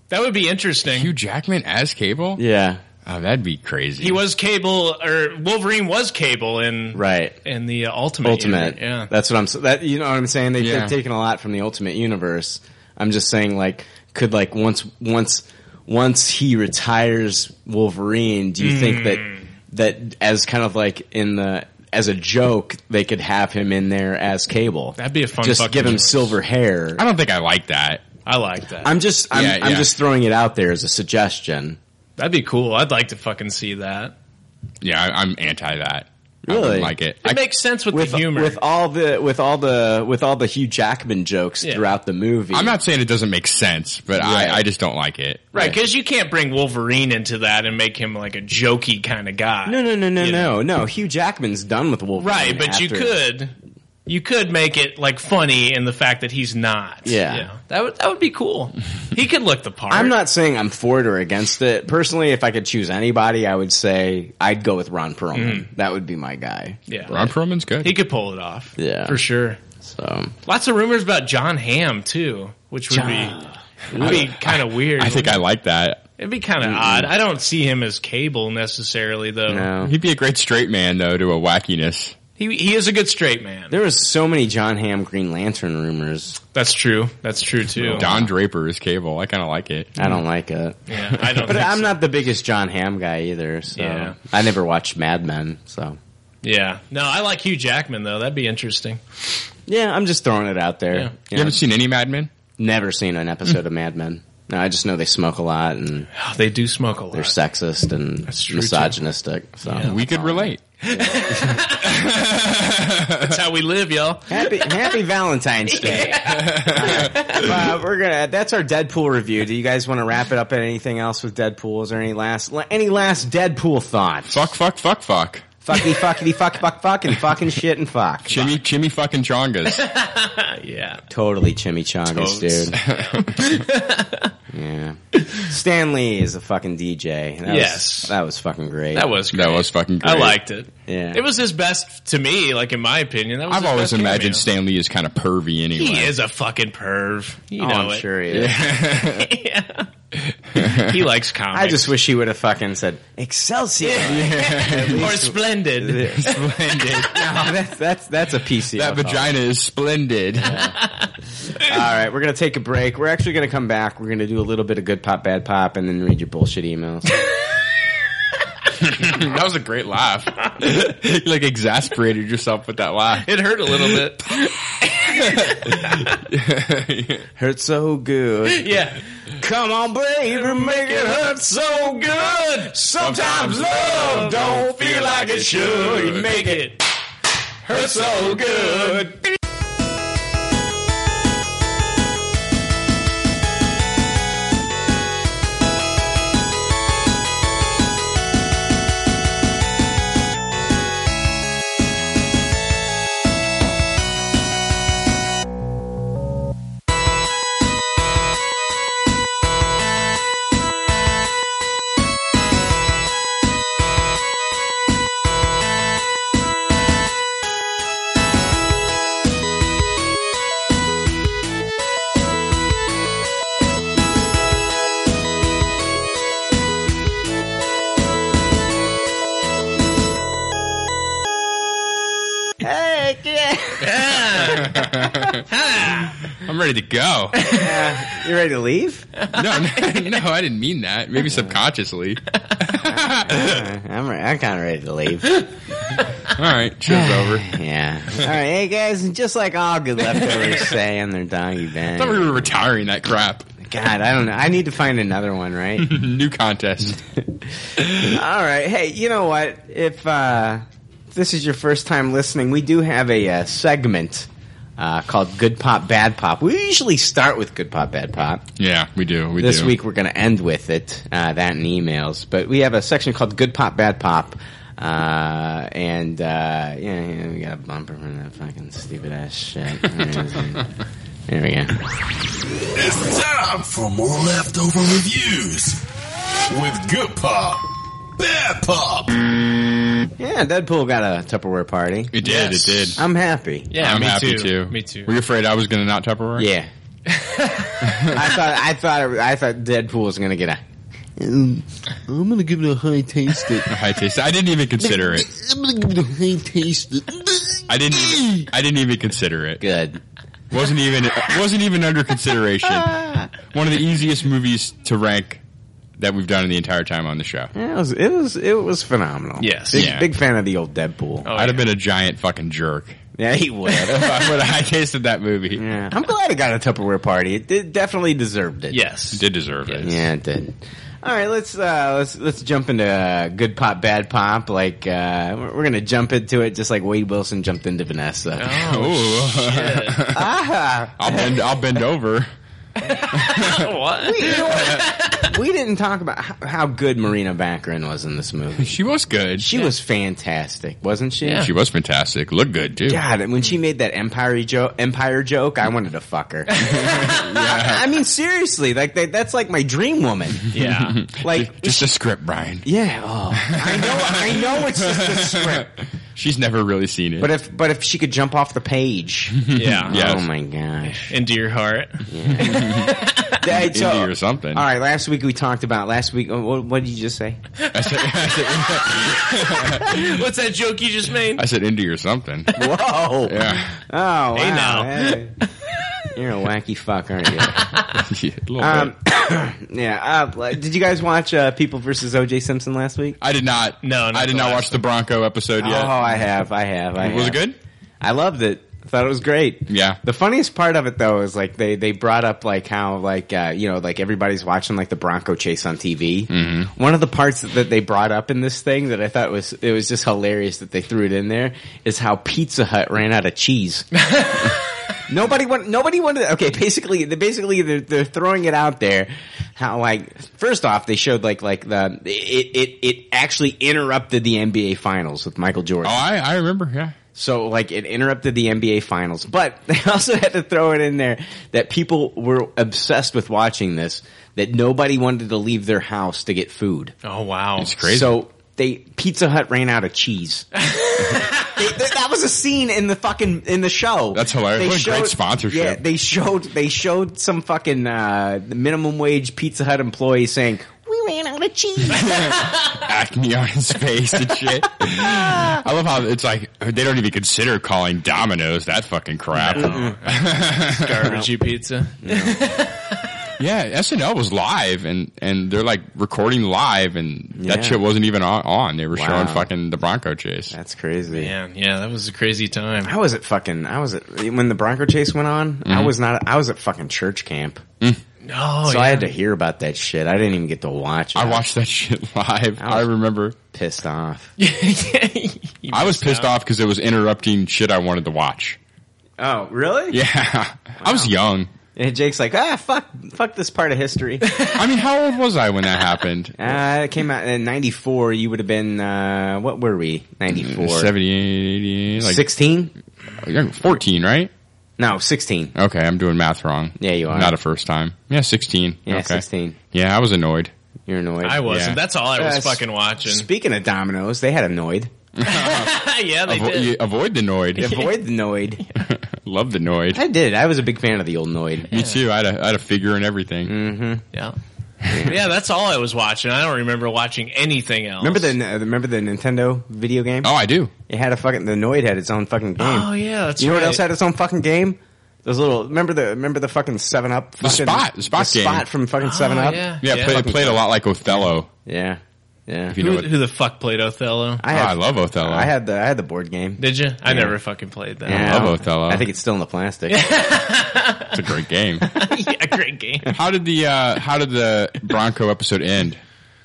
S9: That would be interesting.
S8: Hugh Jackman as Cable?
S7: Yeah.
S8: Oh, that'd be crazy.
S9: He was Cable, or Wolverine was Cable in
S7: Right.
S9: in the uh, Ultimate.
S7: Ultimate.
S9: Universe. Yeah.
S7: That's what I'm. s- That you know what I'm saying. They,
S9: Yeah.
S7: They've taken a lot from the Ultimate Universe. I'm just saying, like, could like once once once he retires Wolverine, do you think
S9: Mm.
S7: that that as kind of like in the as a joke they could have him in there as Cable?
S9: That'd be a fun
S7: Just
S9: fucking
S7: give him
S9: choice.
S7: silver hair.
S8: I don't think I like that.
S9: I like that.
S7: I'm just I'm,
S9: Yeah,
S7: I'm
S9: yeah.
S7: just throwing it out there as a suggestion.
S9: That'd be cool. I'd like to fucking see that.
S8: Yeah, I, I'm anti that. I
S7: Really?
S8: don't like it.
S9: It makes sense with, the humor.
S7: with all the with all the with all the Hugh Jackman jokes
S9: Yeah.
S7: throughout the movie.
S8: I'm not saying it doesn't make sense, but
S7: Right.
S8: I, I just don't like it.
S9: Right, because you can't bring Wolverine into that and make him like a jokey kind of guy.
S7: No, no, no, no, no, no. Hugh Jackman's done with Wolverine.
S9: right, but you
S7: after-
S9: could, you could make it like funny in the fact that he's not.
S7: Yeah.
S9: that would that would be cool. he could look the part.
S7: I'm not saying I'm for it or against it. Personally, if I could choose anybody, I would say I'd go with Ron Perlman.
S9: Mm-hmm.
S7: That would be my guy.
S9: Yeah,
S8: Ron Perlman's good.
S9: He could pull it off.
S7: Yeah,
S9: for sure.
S7: So
S9: Lots of rumors about John Hamm too, which would be would be kind of weird.
S8: I think I like that.
S9: It'd be kind of odd. I don't see him as Cable necessarily though.
S8: He'd be a great straight man though to a wackiness.
S9: He he is a good straight man.
S7: there was so many John Hamm Green Lantern rumors.
S9: That's true. That's true too.
S8: Don Draper is Cable. I kind of like it.
S9: Mm-hmm.
S7: I don't like it.
S9: Yeah, I don't
S7: But
S9: think
S7: I'm not the biggest John Hamm guy either. So
S9: Yeah.
S7: I never watched Mad Men. So
S9: Yeah. No, I like Hugh Jackman though. That'd be interesting.
S7: yeah, I'm just throwing it out there.
S9: Yeah. Mm-hmm. You haven't
S8: seen any Mad Men?
S7: Never seen an episode of Mad Men. No, I just know they smoke a lot and
S9: Oh, they do smoke a lot.
S7: They're sexist and
S9: true, too.
S7: misogynistic. So
S8: we could relate.
S9: That's how we live, y'all.
S7: Happy Happy Valentine's Day. Uh, we're gonna. That's our Deadpool review. Do you guys want to wrap it up? At anything else with Deadpool? Is there any last la- any last Deadpool thoughts?
S8: Fuck, fuck, fuck, fuck.
S7: Fucky, fuckity, fuck, fuck, fuck, and fucking shit and fuck.
S8: Chimmy, chimmy, fucking chongas.
S9: yeah.
S7: Totally chimichangas,
S8: Totes.
S7: dude. Yeah. Stanley is a fucking DJ. That Was,
S9: Yes.
S7: that was fucking great.
S9: That was
S8: That was fucking great.
S9: I liked it.
S7: Yeah.
S9: It was his best to me, like in my opinion. That was
S8: I've
S9: his
S8: always
S9: best cameo.
S8: imagined Stanley is kind of pervy anyway.
S9: He is a fucking perv. You
S7: Oh,
S9: know
S7: I'm
S9: it.
S7: sure he is.
S9: He likes comics.
S7: I just wish he would have fucking said Excelsior
S9: or splendid.
S7: splendid. No, that's that's that's a PC.
S8: That vagina is splendid.
S7: All right, we're gonna take a break. We're actually gonna come back. We're gonna do a little bit of good pop, bad pop, and then read your bullshit emails.
S8: that was a great laugh. you like exasperated yourself with that laugh.
S9: It hurt a little bit.
S7: Hurts so good.
S9: Yeah.
S7: Come on, baby, make it hurt so good.
S8: Sometimes love don't feel like it should.
S9: Make it.
S8: Hurts so good. I'm ready to go.
S7: You ready to leave?
S8: No, no, I didn't mean that. Maybe subconsciously.
S7: Uh, I'm re- I'm kind of ready to leave.
S8: All right, show's over. I
S7: Yeah. All right, hey guys, and just like all good leftovers say on their doggy band.
S8: thought we were retiring that crap.
S7: God, I don't know. I need to find another one, right?
S8: New contest.
S7: All right. Hey, you know what? If uh, this is your first time listening, we do have a uh, segment uh, called Good Pop, Bad Pop. We usually start with Good Pop, Bad Pop.
S8: Yeah, we do. We
S7: This
S8: do.
S7: week we're going to end with it, uh, that and emails. But we have a section called Good Pop, Bad Pop. Uh, and, uh, yeah, yeah, we got a bumper from that fucking stupid ass shit. there we go.
S11: It's time for more leftover reviews with good pop, bad pop.
S7: Yeah, Deadpool got a Tupperware party.
S8: It did.
S9: Yes.
S8: It did.
S7: I'm happy.
S9: Yeah,
S8: I'm
S9: me
S8: happy
S9: too.
S8: too.
S9: Me too.
S8: Were you afraid I was going to not Tupperware?
S7: Yeah. I thought I thought it, I thought Deadpool was gonna get a. Um, I'm gonna give it a high taste. It.
S8: I taste. I didn't even consider it.
S7: I'm gonna give it a high taste. It.
S8: I didn't. Even, I didn't even consider it.
S7: Good.
S8: wasn't even wasn't even under consideration. One of the easiest movies to rank that we've done in the entire time on the show.
S7: Yeah, it was it was it was phenomenal.
S9: Yes.
S7: Big,
S8: Yeah.
S7: big fan of the old Deadpool.
S9: Oh,
S8: I'd have
S9: yeah.
S8: been a giant fucking jerk
S7: Yeah, he would.
S8: if I would have tasted that movie.
S7: yeah. I'm glad it got a Tupperware party. It did, definitely deserved it.
S9: Yes.
S8: Did deserve it.
S7: Yeah, it did. All right, let's uh, let's let's jump into uh, good pop, bad pop. Like uh, we're, we're gonna jump into it just like Wade Wilson jumped into Vanessa.
S8: Oh,
S7: Ah,
S8: I'll bend. I'll bend over.
S9: what?
S7: You know what? we didn't talk about how, how good Marina Baccarin was in this movie.
S8: She was good.
S7: She was fantastic, wasn't she?
S8: She was fantastic. Looked good too.
S7: God, and when she made that empire joke, empire joke, I wanted to fuck her. I, I mean, seriously, like that, that's like my dream woman.
S9: Yeah.
S7: Like,
S8: Just a script, Brian.
S7: yeah, oh, I know, I know, it's just a script.
S8: She's never really seen it.
S7: But if, but if she could jump off the page,
S9: Yeah.
S8: Yes.
S7: oh my gosh,
S9: Into your heart.
S7: Hey, so- uh,
S8: Indie or something.
S7: All right, last week we talked about last week. oh, What, what did you just say?
S8: I said, I said,
S9: What's that joke you just made?
S8: I said indie or something.
S7: Whoa.
S8: Yeah.
S7: Oh, wow.
S9: Hey, now.
S7: Hey. You're a wacky fuck, aren't you?
S8: Yeah, a little
S7: Um,
S8: bit.
S7: yeah. Uh, did you guys watch uh, People versus O.J. Simpson last week?
S8: I did not.
S9: No, not
S8: I did
S9: the
S8: not
S9: last
S8: watch the Bronco episode yet.
S7: Oh, I have. I have. I
S8: was
S7: have.
S8: it good?
S7: I loved it. I thought it was great.
S8: Yeah.
S7: The funniest part of it though is like they they brought up like how like uh, you know like everybody's watching like the Bronco chase on TV. Mm-hmm. One of the parts that they brought up in this thing that I thought was it was just hilarious that they threw it in there is how Pizza Hut ran out of cheese. Nobody want, nobody wanted. Okay, basically, they basically they're, they're throwing it out there. How like first off, they showed like like the it it, it actually interrupted the NBA finals with Michael
S8: Oh,
S7: Jordan.
S8: I, I remember. Yeah.
S7: So like it interrupted the NBA finals, but they also had to throw it in there that people were obsessed with watching this that nobody wanted to leave their house to get food.
S9: Oh wow,
S7: it's crazy. So they Pizza Hut ran out of cheese. They- they- that was a scene in the fucking in the show.
S8: That's hilarious.
S7: They
S8: What a great sponsorship.
S7: Yeah, they showed they showed some fucking uh, minimum wage Pizza Hut employee saying,
S1: We ran out of cheese.
S8: acne on his face and shit. I love how it's like they don't even consider calling Domino's that fucking crap.
S9: Garbage pizza.
S8: Yeah, SNL was live and and they're like recording live and
S9: Yeah.
S8: that shit wasn't even on. on. They were
S9: Wow.
S8: showing fucking the Bronco chase.
S7: That's crazy.
S9: Man, yeah, that was a crazy time.
S7: I was at fucking. I was at when the Bronco chase went on. I
S8: Mm-hmm.
S9: Mhm.
S7: was not. I was at fucking church camp.
S8: Mm.
S9: No,
S7: so
S9: yeah.
S7: I had to hear about that shit. I didn't even get to watch. it. I
S8: watched that shit live.
S7: I,
S8: remember
S7: pissed off.
S8: I was pissed off because it was interrupting shit I wanted to watch.
S7: Oh really?
S8: Yeah, I was young.
S7: And Jake's like, ah, fuck, fuck this part of history.
S8: I mean, how old was I when that happened?
S7: Uh, it came out in '94. You would have been uh, what were we? '94,
S8: 78, 88, Mm, like
S7: 16,
S8: 14, right?
S7: No, 16.
S8: Okay, I'm doing math wrong. Yeah, you
S7: are.
S8: Not a first time. Yeah, 16.
S7: Yeah,
S8: okay.
S7: 16.
S8: Yeah, I was annoyed.
S7: You're annoyed.
S9: I wasn't.
S8: Yeah.
S9: That's all I was
S7: Uh,
S9: fucking watching.
S7: Speaking of Domino's, they had annoyed.
S9: yeah, they
S8: Avo-
S9: did.
S8: you avoid the Noid.
S7: Avoid the Noid.
S8: Love the Noid.
S7: I did. I was a big fan of the old Noid.
S8: Me too. I had a, I had a figure and everything.
S7: Mm-hmm.
S9: Yeah. yeah, that's all I was watching. I don't remember watching anything else.
S7: Remember the uh, remember the Nintendo video game?
S8: Oh, I do.
S7: It had a fucking the Noid had its own fucking game.
S9: Oh, yeah, that's
S7: you know what
S9: right.
S7: else had its own fucking game? Those little remember the remember the fucking Seven Up
S8: The
S7: fucking-
S8: spot. The spot game. Oh,
S7: spot from fucking Seven Up.
S9: yeah.
S8: Yeah,
S9: Yeah.
S8: Play, it played a lot like Othello.
S7: Yeah. Yeah.
S8: If you know
S9: who,
S8: what- Ah,
S9: who the fuck played Othello?
S7: I, had,
S8: Oh, I love Othello.
S7: I had the I had the board game.
S9: Did you? I
S7: Yeah.
S9: never fucking played that.
S7: Yeah.
S8: I love Othello.
S7: I think it's still in the plastic.
S8: It's a great game.
S9: yeah, great game.
S8: How did the uh, How did the Bronco episode end?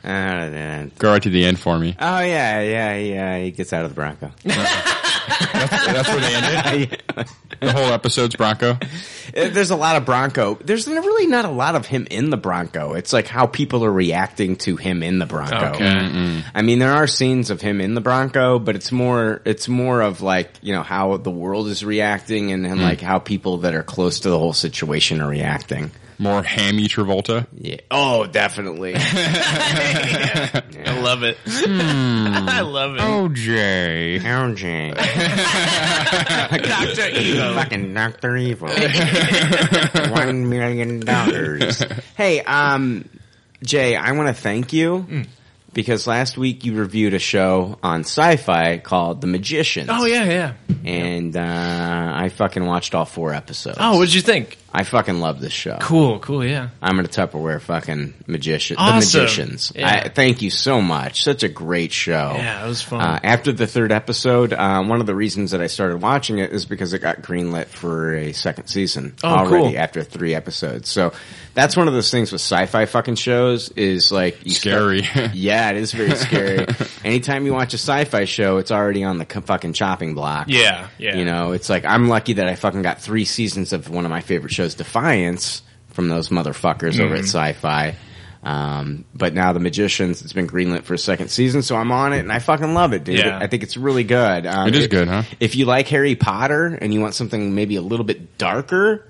S7: Uh,
S8: Go right to the end for me.
S7: Oh yeah, yeah, yeah. He gets out of the Bronco.
S8: That's where they ended. The whole episode's Bronco.
S7: Uh, There's a lot of Bronco. There's n- really not a lot of him in the Bronco. It's like how people are reacting to him in the Bronco.
S8: Okay. Mm-mm.
S7: I mean, there are scenes of him in the Bronco, but it's more it's more of like you know how the world is reacting and, and like how people that are close to the whole situation are reacting.
S8: More hammy Travolta.
S7: Yeah. Oh, definitely.
S9: I love it.
S7: Hmm.
S9: I love it.
S7: Oh.
S8: OJ.
S7: OJ.
S9: Dr. Evil.
S7: Fucking Dr. Evil. One million dollars. Hey, um, Jay, I want to thank you because last week you reviewed a show on sci-fi called The Magicians.
S9: Oh yeah, yeah.
S7: And uh, I fucking watched all four episodes.
S9: Oh, what'd you think?
S7: I fucking love this show.
S9: Cool, cool, yeah.
S7: I'm gonna Tupperware fucking magician.
S9: Awesome.
S7: The magicians.
S9: Yeah.
S7: I, thank you so much. Such a great show.
S9: Yeah, it was fun.
S7: Uh, after the third episode, uh, one of the reasons that I started watching it is because it got greenlit for a second season
S9: Oh,
S7: already
S9: cool.
S7: after three episodes. So that's one of those things with sci-fi fucking shows is like you
S8: Scary.
S7: start- yeah, it is very scary. Anytime you watch a sci-fi show, it's already on the c- fucking chopping block.
S9: Yeah, yeah.
S7: You know, it's like I'm lucky that I fucking got three seasons of one of my favorite shows, Defiance, from those motherfuckers over
S8: Mm.
S7: at
S9: Mhm.
S7: Sci-Fi. Um, but now The Magicians, it's been greenlit for a second season, so I'm on it, and I fucking love it, dude.
S9: Yeah.
S7: I think it's really good. Um,
S8: It is
S7: if-
S8: good, huh?
S7: If you like Harry Potter and you want something maybe a little bit darker,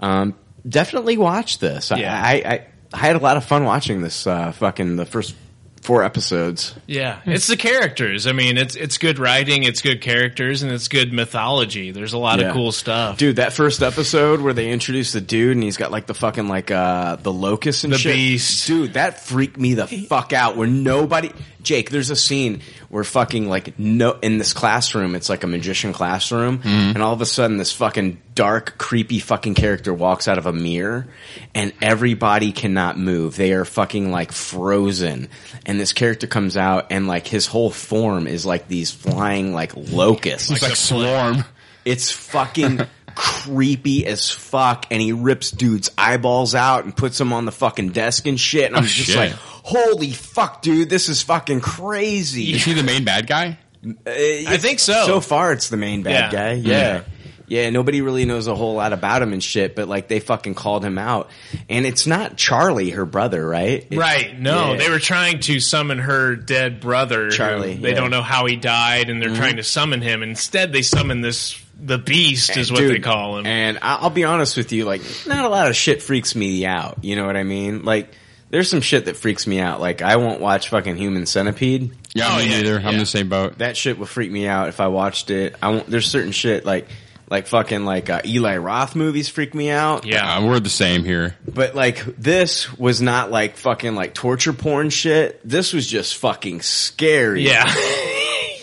S7: um, definitely watch this. I-
S9: Yeah.
S7: I, I I had a lot of fun watching this. Uh, fucking the first four episodes.
S9: Yeah,
S7: Hmm.
S9: it's the characters. I mean, it's it's good writing, it's good characters, and it's good mythology. There's a lot
S7: Yeah.
S9: of cool stuff.
S7: Dude, that first episode where they introduce the dude and he's got like the fucking like uh the locust and
S9: The
S7: shit. beast. Dude, that freaked me the fuck out where nobody Jake, there's a scene where fucking like no in this classroom, it's like a magician classroom,
S8: Mhm.
S7: and all of a sudden this fucking dark, creepy fucking character walks out of a mirror and everybody cannot move. They are fucking like frozen. And this character comes out and like his whole form is like these flying like locusts.
S8: It's like Swarm.
S7: It's fucking creepy as fuck, and he rips dude's eyeballs out and puts them on the fucking desk and shit. And I'm
S8: Oh,
S7: just
S8: shit.
S7: like, holy fuck, dude, this is fucking crazy.
S8: Is he the main bad guy?
S7: I
S9: think so.
S7: So far, it's the main bad
S9: Yeah.
S7: guy. Yeah. yeah, nobody really knows a whole lot about him and shit, but like they fucking called him out. And it's not Charlie, her brother, right? It's-
S9: right. No,
S7: yeah.
S9: they were trying to summon her dead brother. who
S7: Charlie,
S9: They
S7: yeah.
S9: don't know how he died, and they're
S7: Mhm.
S9: trying to summon him. Instead, they summon this the beast, is what
S7: Dude,
S9: they call him.
S7: And I- I'll be honest with you, like, not a lot of shit freaks me out. You know what I mean? Like, there's some shit that freaks me out. Like, I won't watch fucking Human Centipede.
S8: Yeah, me neither. I'm the
S7: same boat. That shit would freak me out if I watched it. I won't, there's certain shit like, like fucking like uh, Eli Roth movies freak me out.
S8: Yeah, Uh, we're the same here.
S7: But like this was not like fucking like torture porn shit. This was just fucking scary.
S9: Yeah.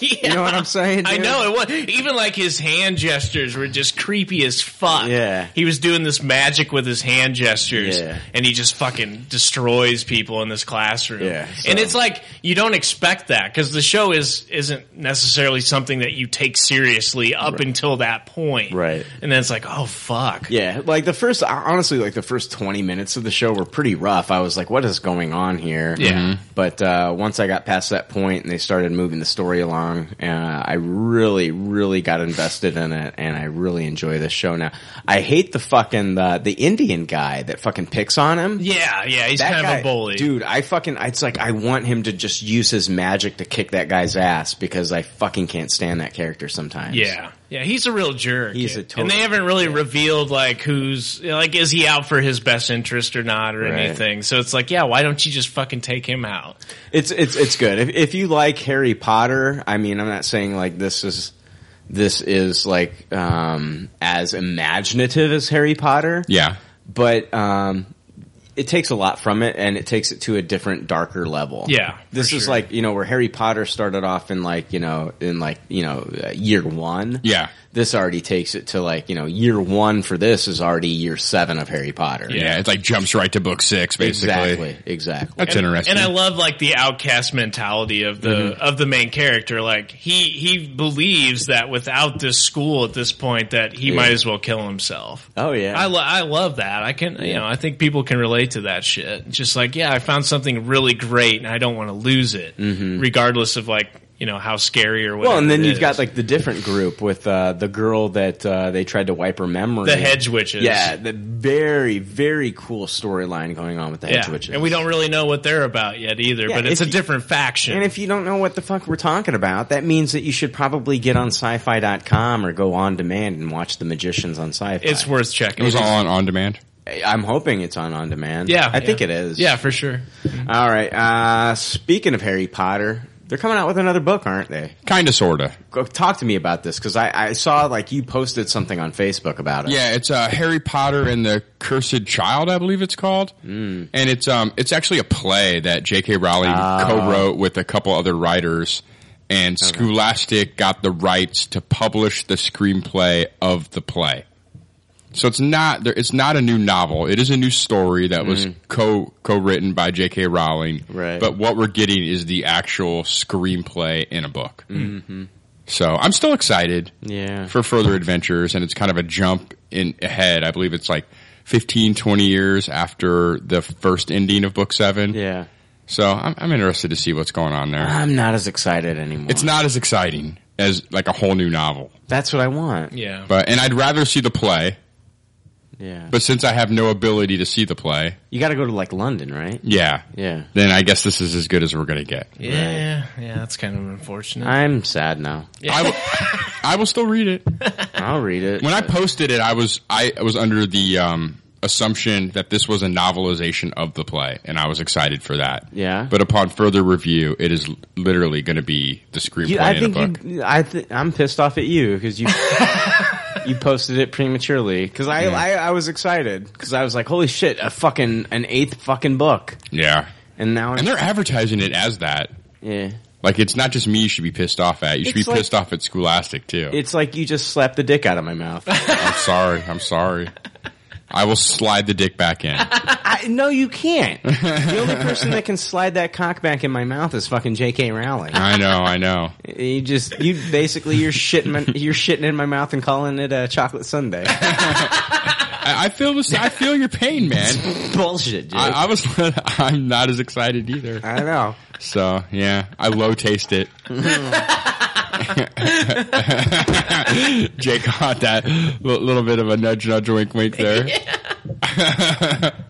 S7: You know what I'm saying?
S9: I
S7: dude?
S9: know it was even like his hand gestures were just creepy as fuck.
S7: Yeah.
S9: he was doing this magic with his hand gestures,
S7: Yeah.
S9: and he just fucking destroys people in this classroom.
S7: Yeah,
S9: and
S7: so-
S9: it's like you don't expect that because the show is isn't necessarily something that you take seriously up
S7: Right.
S9: until that point.
S7: Right.
S9: and then it's like, oh fuck.
S7: Yeah, like the first, honestly, like the first 20 minutes of the show were pretty rough. I was like, what is going on here?
S9: Yeah. Mhm.
S7: But uh, once I got past that point and they started moving the story along, uh, I really, really got invested in it and I really enjoy this show now. I hate the fucking, uh, the, the Indian guy that fucking picks on him.
S9: Yeah, yeah, he's
S7: That
S9: kind of
S7: guy-
S9: a bully.
S7: Dude, I fucking, it's like I want him to just use his magic to kick that guy's ass because I fucking can't stand that character sometimes.
S9: Yeah, yeah, he's a real jerk.
S7: He's a total-
S9: and they haven't really revealed like who's like is he out for his best interest or not or
S7: Right.
S9: anything. So it's like, yeah, why don't you just fucking take him out?
S7: It's it's it's good. If if you like Harry Potter, I mean, I'm not saying like this is this is like um as imaginative as Harry Potter.
S8: Yeah.
S7: But um it takes a lot from it and it takes it to a different darker level.
S9: Yeah,
S7: This
S9: for
S7: is
S9: sure.
S7: like, you know, where Harry Potter started off in like, you know, in like, you know, uh, year 1.
S8: Yeah.
S7: This already takes it to like, you know, year 1 for this is already year 7 of Harry Potter.
S8: Yeah, it's like jumps right to book six, basically.
S7: Exactly. Exactly.
S8: That's
S9: and,
S8: interesting.
S9: And I love like the outcast mentality of the
S7: Mm-hmm.
S8: Mhm.
S9: of the main character. Like he he believes that without this school at this point, that he
S7: Yeah.
S9: might as well kill himself.
S7: Oh yeah,
S9: I, lo- I love that. I can you
S7: Yeah.
S9: know I think people can relate to that shit. Just like yeah, I found something really great and I don't want to lose it,
S7: Mhm.
S9: regardless of like you know how scary or whatever.
S7: Well, and then
S9: it
S7: you've
S9: is.
S7: got like the different group with uh, the girl that uh, they tried to wipe her memory.
S9: The hedge witches.
S7: Yeah, the very very cool storyline going on with the hedge
S9: yeah.
S7: witches.
S9: and we don't really know what they're about yet either.
S7: Yeah,
S9: but it's a
S7: if you-
S9: different faction.
S7: And if you don't know what the fuck we're talking about, that means that you should probably get on sci-fi.com or go on demand and watch The Magicians on Sci-Fi.
S9: It's worth checking.
S8: It was all on on demand.
S7: I'm hoping it's on on demand.
S9: yeah,
S7: I think
S9: yeah.
S7: it is.
S9: Yeah, for sure.
S7: All right. Uh, speaking of Harry Potter, they're coming out with another book, aren't they?
S8: Kind of, sort of.
S7: Talk to me about this because I, I saw like you posted something on Facebook about it.
S8: Yeah, it's uh, Harry Potter and the Cursed Child, I believe it's called, mm. and it's um it's actually a play that J.K. Rowling
S7: Hmm. Ah.
S8: co-wrote with a couple other writers, and Scholastic got the rights to publish the screenplay of the play. So it's not there. It's not a new novel. It is a new story that was
S7: Mm.
S8: co co written by J.K. Rowling.
S7: Right.
S8: But what we're getting is the actual screenplay in a book.
S7: Mm-hmm.
S8: So I'm still excited.
S7: Yeah.
S8: For further adventures and it's kind of a jump in ahead. I believe it's like 15 20 years after the first ending of book 7.
S7: Yeah.
S8: So I'm I'm interested to see what's going on there.
S7: I'm not as excited anymore.
S8: It's not as exciting as like a whole new novel.
S7: That's what I want.
S9: Yeah.
S8: But and I'd rather see the play,
S7: Yeah.
S8: but since I have no ability to see the play,
S7: You got to go to like London, right?
S8: yeah.
S7: Yeah.
S8: Then I guess this is as good as we're going to get.
S9: Yeah, yeah, that's kind of unfortunate.
S7: I'm sad now.
S8: I will, I will still read it.
S7: I'll read it.
S8: When I posted it, I was I was under the um, assumption that this was a novelization of the play, and I was excited for that.
S7: Yeah.
S8: But upon further review, it is l- literally going to be the screenplay
S7: You- I
S8: in a book.
S7: think you, I th- I'm pissed off at you because you you posted it prematurely because I,
S8: Yeah.
S7: I I was excited because I was like holy shit a fucking an eighth fucking book
S8: yeah.
S7: and now
S8: And they're advertising it as that.
S7: Yeah.
S8: Like it's not just me you should be pissed off at. You should
S7: It's
S8: be
S7: like-
S8: pissed off at Scholastic too.
S7: it's like you just slapped the dick out of my mouth.
S8: I'm sorry. I'm sorry. I will slide the dick back in.
S7: I, no, you can't. The only person that can slide that cock back in my mouth is fucking J.K. Rowling.
S8: I know. I know.
S7: You just you basically you're shitting my, you're shitting in my mouth and calling it a chocolate sundae.
S8: I, I feel this. I feel your pain, man.
S7: Bullshit, dude.
S8: I, I was. I'm not as excited either.
S7: I know.
S8: So yeah, I low taste it. Jake caught that li- little bit of a nudge, nudge, wink, wink there.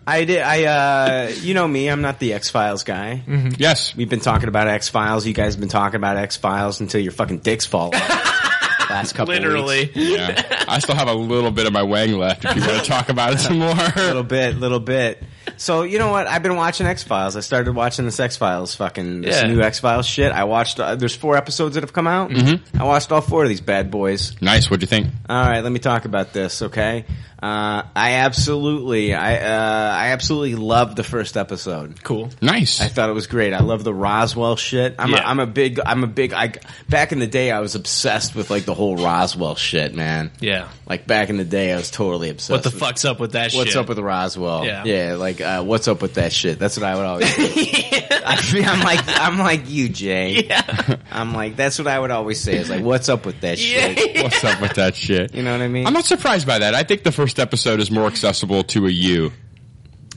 S7: I did. I uh, you know me. I'm not the X Files guy.
S8: Yes,
S7: we've been talking about X Files. You guys have been talking about X Files until your fucking dicks fall. off. Last couple
S8: Literally. Yeah. I still have a little bit of my wang left. If you want to talk about it some more, a
S7: little bit, little bit. So you know what? I've been watching X Files. I started watching this X Files fucking this
S8: Yeah.
S7: new X Files shit. I watched. Uh, there's four episodes that have come out.
S8: Mhm.
S7: I watched all four of these bad boys.
S8: Nice. What'd you think?
S7: All right, let me talk about this. Okay, uh, I absolutely, I, uh, I absolutely loved the first episode.
S9: Cool,
S8: nice.
S7: I thought it was great. I love the Roswell shit. I'm,
S9: Yeah.
S7: a, I'm a big, I'm a big. I back in the day, I was obsessed with like the whole Roswell shit, man.
S9: Yeah.
S7: Like back in the day, I was totally obsessed.
S9: What the
S7: with-
S9: fuck's up with that shit?
S7: What's up with Roswell?
S9: Yeah.
S7: like uh, what's up with that shit? That's what I would always. Say. I mean, I'm like, I'm like you, Jay. Yeah. I'm like, that's what I would always say. Is like, what's up with that shit?
S8: What's up with that shit?
S7: You know what I mean?
S8: I'm not surprised by that. I think the first episode is more accessible to a you.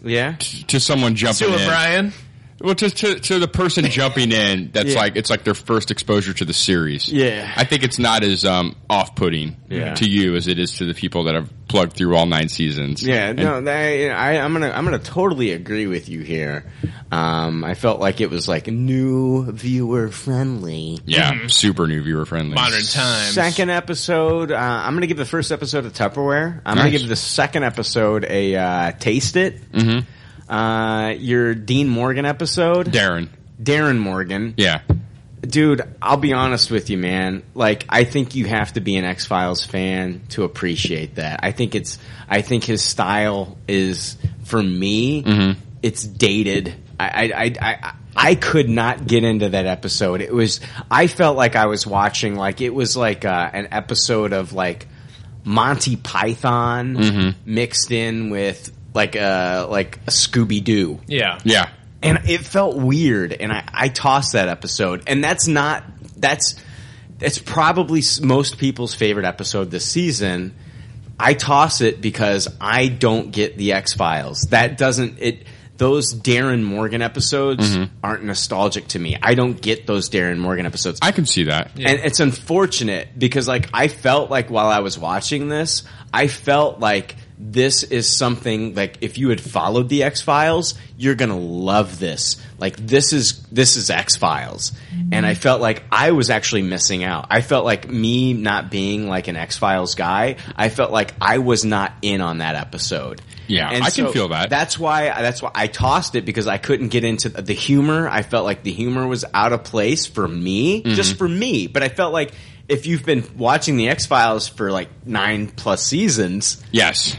S7: Yeah.
S8: to someone jumping
S9: To a
S8: in.
S9: Brian?
S8: Well, to, to, to the person jumping in, that's
S9: Yeah.
S8: like it's like their first exposure to the series.
S9: Yeah.
S8: I think it's not as um, off-putting
S7: Yeah.
S8: to you as it is to the people that have plugged through all nine seasons.
S7: Yeah,
S8: And-
S7: no, that, I, I'm gonna I'm gonna totally agree with you here. Um, I felt like it was like new viewer friendly.
S8: yeah,
S9: Mm-hmm.
S8: super new viewer friendly,
S7: Second episode, uh, I'm gonna give the first episode a Tupperware. I'm gonna
S8: Nice.
S7: give the second episode a uh, taste it.
S8: Mhm.
S7: Uh, your Dean Morgan episode,
S8: Darren,
S7: Darren Morgan.
S8: Yeah,
S7: dude, I'll be honest with you, man. Like, I think you have to be an X Files fan to appreciate that. I think it's, I think his style is for me, it's dated. I, I, I, I, I could not get into that episode. It was, I felt like I was watching, like, it was like uh, an episode of like Monty Python
S8: Mhm.
S7: mixed in with like a, like a Scooby Doo.
S9: Yeah.
S8: Yeah.
S7: And it felt weird, and I, I tossed that episode. And that's not, that's, that's probably s- most people's favorite episode this season. I toss it because I don't get the X Files. That doesn't, it, those Darren Morgan episodes
S8: Mhm.
S7: aren't nostalgic to me. I don't get those Darren Morgan episodes.
S8: I can see that.
S7: And it's unfortunate because like I felt like while I was watching this, I felt like this is something like if you had followed the X Files, you're gonna love this. Like this is this is X Files,
S8: Mm-hmm.
S7: and I felt like I was actually missing out. I felt like me not being like an X Files guy. I felt like I was not in on that episode.
S8: Yeah, I can feel that.
S7: That's why that's why I tossed it because I couldn't get into the humor. I felt like the humor was out of place for me,
S8: Mhm.
S7: just for me. But I felt like if you've been watching the X Files for like nine plus seasons,
S8: yes,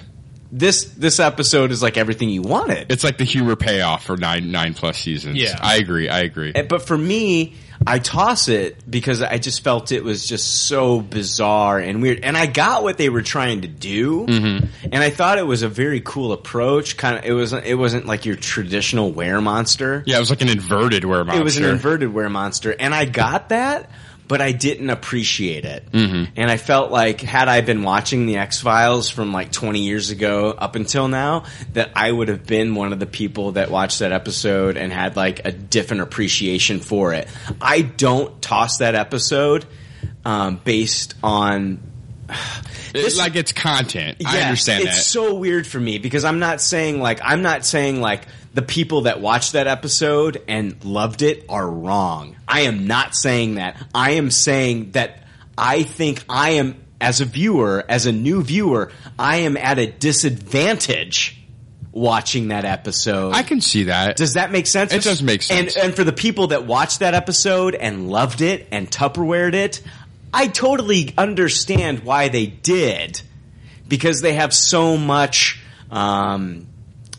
S7: this this episode is like everything you wanted.
S8: it's like the humor payoff for nine nine plus seasons.
S7: Yeah.
S8: I agree. I agree.
S7: And- But for me, I toss it because I just felt it was just so bizarre and weird. And I got what they were trying to do, and I thought it was a very cool approach. Kind of, it was it wasn't like your traditional wear monster.
S8: Yeah, it was like an inverted wear monster.
S7: It was an inverted wear monster, and I got that, but I didn't appreciate it.
S8: Mm-hmm.
S7: And I felt like had I been watching the X Files from like 20 years ago up until now, that I would have been one of the people that watched that episode and had like a different appreciation for it. I don't toss that episode um, based on
S8: It's like its content. I
S7: Yes,
S8: understand
S7: it's
S8: that.
S7: so weird for me because I'm not saying like I'm not saying like the people that watched that episode and loved it are wrong. I am not saying that. I am saying that I think I am as a viewer, as a new viewer, I am at a disadvantage watching that episode. I
S8: can see that.
S7: Does that make sense? It does make sense. And and for the people that watched that episode and loved it and Tupperwared it, I totally understand why they did because they have so much um,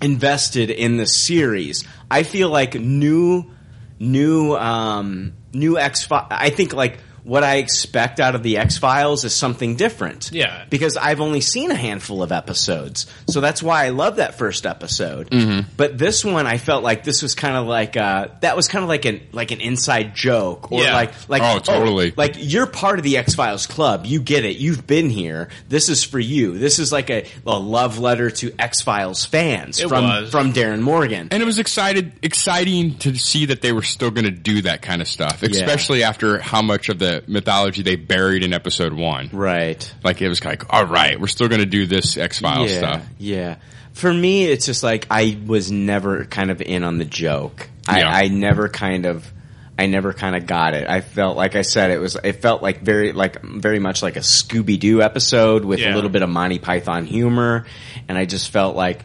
S7: invested in the series. I feel like new, new, um, new X. I think like what I expect out of the X Files is something different.
S9: Yeah.
S7: because I've only seen a handful of episodes, so that's why I love that first episode.
S8: Mhm.
S7: But this one, I felt like this was kind of like uh, that was kind of like an like an inside joke, or
S8: Yeah.
S7: like like
S8: Oh, totally.
S7: like you're part of the X Files club. You get it. You've been here. This is for you. This is like a, a love letter to X Files fans
S8: It
S7: from
S8: was.
S7: from Darren Morgan.
S8: And it was excited, exciting to see that they were still going to do that kind of stuff,
S7: Yeah.
S8: especially after how much of the the mythology they buried in episode one.
S7: Right.
S8: Like it was like, all right, we're still going to do this X Files
S7: yeah,
S8: stuff.
S7: Yeah. For me, it's just like I was never kind of in on the joke. I,
S8: Yeah.
S7: I never kind of, I never kind of got it. I felt like I said it was. It felt like very, like very much like a Scooby Doo episode with
S12: Yeah.
S7: a little bit of Monty Python humor, and I just felt like.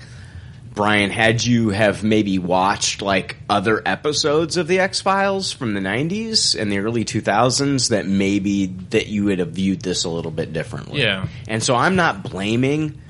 S7: Brian, had you have maybe watched like other episodes of the X Files from the '90s and the early 2000s, that maybe that you would have viewed this a little bit differently.
S9: Yeah.
S7: And so I'm not blaming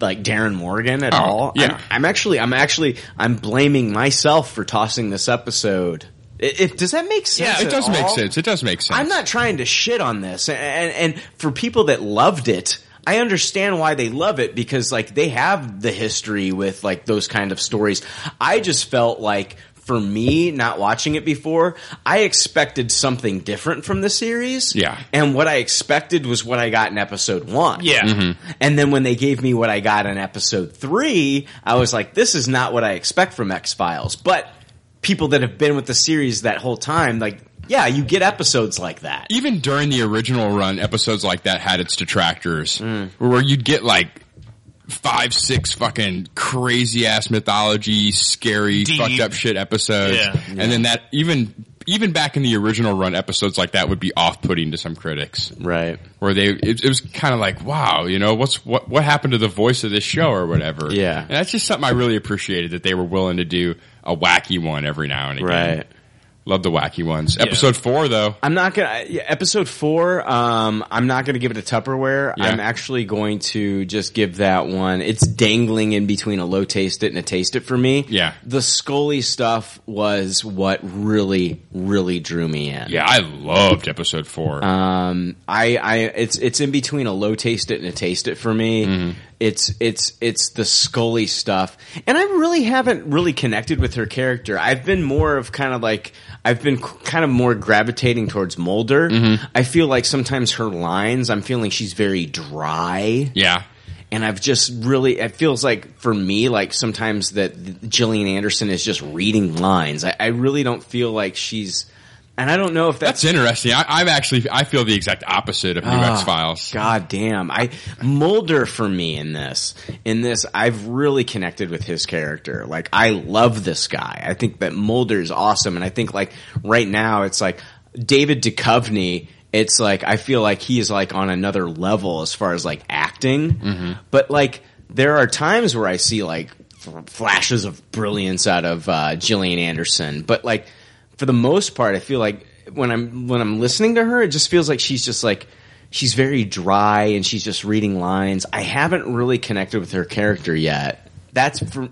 S7: like Darren Morgan at
S9: Oh,
S7: all.
S9: yeah.
S7: I'm, I'm actually, I'm actually, I'm blaming myself for tossing this episode. It, it does that make sense?
S8: it
S7: at
S8: does make
S7: all?
S8: sense. It does make sense.
S7: I'm not trying to shit on this, and, and and for people that loved it, I understand why they love it because like they have the history with like those kind of stories. I just felt like for me, not watching it before, I expected something different from the series.
S8: Yeah.
S7: and what I expected was what I got in episode one.
S9: Yeah.
S7: And then when they gave me what I got in episode three, I was like, this is not what I expect from X Files. But people that have been with the series that whole time, like, yeah, you get episodes like that.
S8: Even during the original run, episodes like that had its detractors,
S11: Mm.
S8: where you'd get like five, six fucking crazy ass mythology, scary,
S11: Deep.
S8: fucked up shit episodes,
S11: Yeah.
S8: and then that even even back in the original run, episodes like that would be off putting to some critics,
S7: right?
S8: Where they it, it was kind of like, wow, you know, what's what what happened to the voice of this show or whatever?
S7: Yeah.
S8: and that's just something I really appreciated that they were willing to do a wacky one every now and again.
S7: Right.
S8: Love the wacky ones. Episode four, though.
S7: I'm not gonna yeah, episode four. Um, I'm not gonna give it a Tupperware.
S8: Yeah.
S7: I'm actually going to just give that one. It's dangling in between a low taste it and a taste it for me.
S8: Yeah.
S7: the Scully stuff was what really, really drew me in.
S8: Yeah, I loved episode four.
S7: Um, I, I, it's, it's in between a low taste it and a taste it for me. It's, it's, it's the Scully stuff. And I really haven't really connected with her character. I've been more of kind of like, I've been c- kind of more gravitating towards Mulder. I feel like sometimes her lines, I'm feeling she's very dry.
S8: Yeah.
S7: And I've just really, it feels like for me, like sometimes that Gillian Anderson is just reading lines. I, I really don't feel like she's, and I don't know if that's,
S8: It's interesting. I, I'm actually I feel the exact opposite of New
S7: Ah,
S8: X Files.
S7: God damn! I Mulder for me in this. In this, I've really connected with his character. Like I love this guy. I think that Mulder is awesome, and I think like right now it's like David Duchovny. It's like I feel like he is like on another level as far as like acting. But like, there are times where I see like f- flashes of brilliance out of uh, Gillian Anderson, but like for the most part, I feel like when I'm when I'm listening to her, it just feels like she's just like she's very dry and she's just reading lines. I haven't really connected with her character yet. That's for,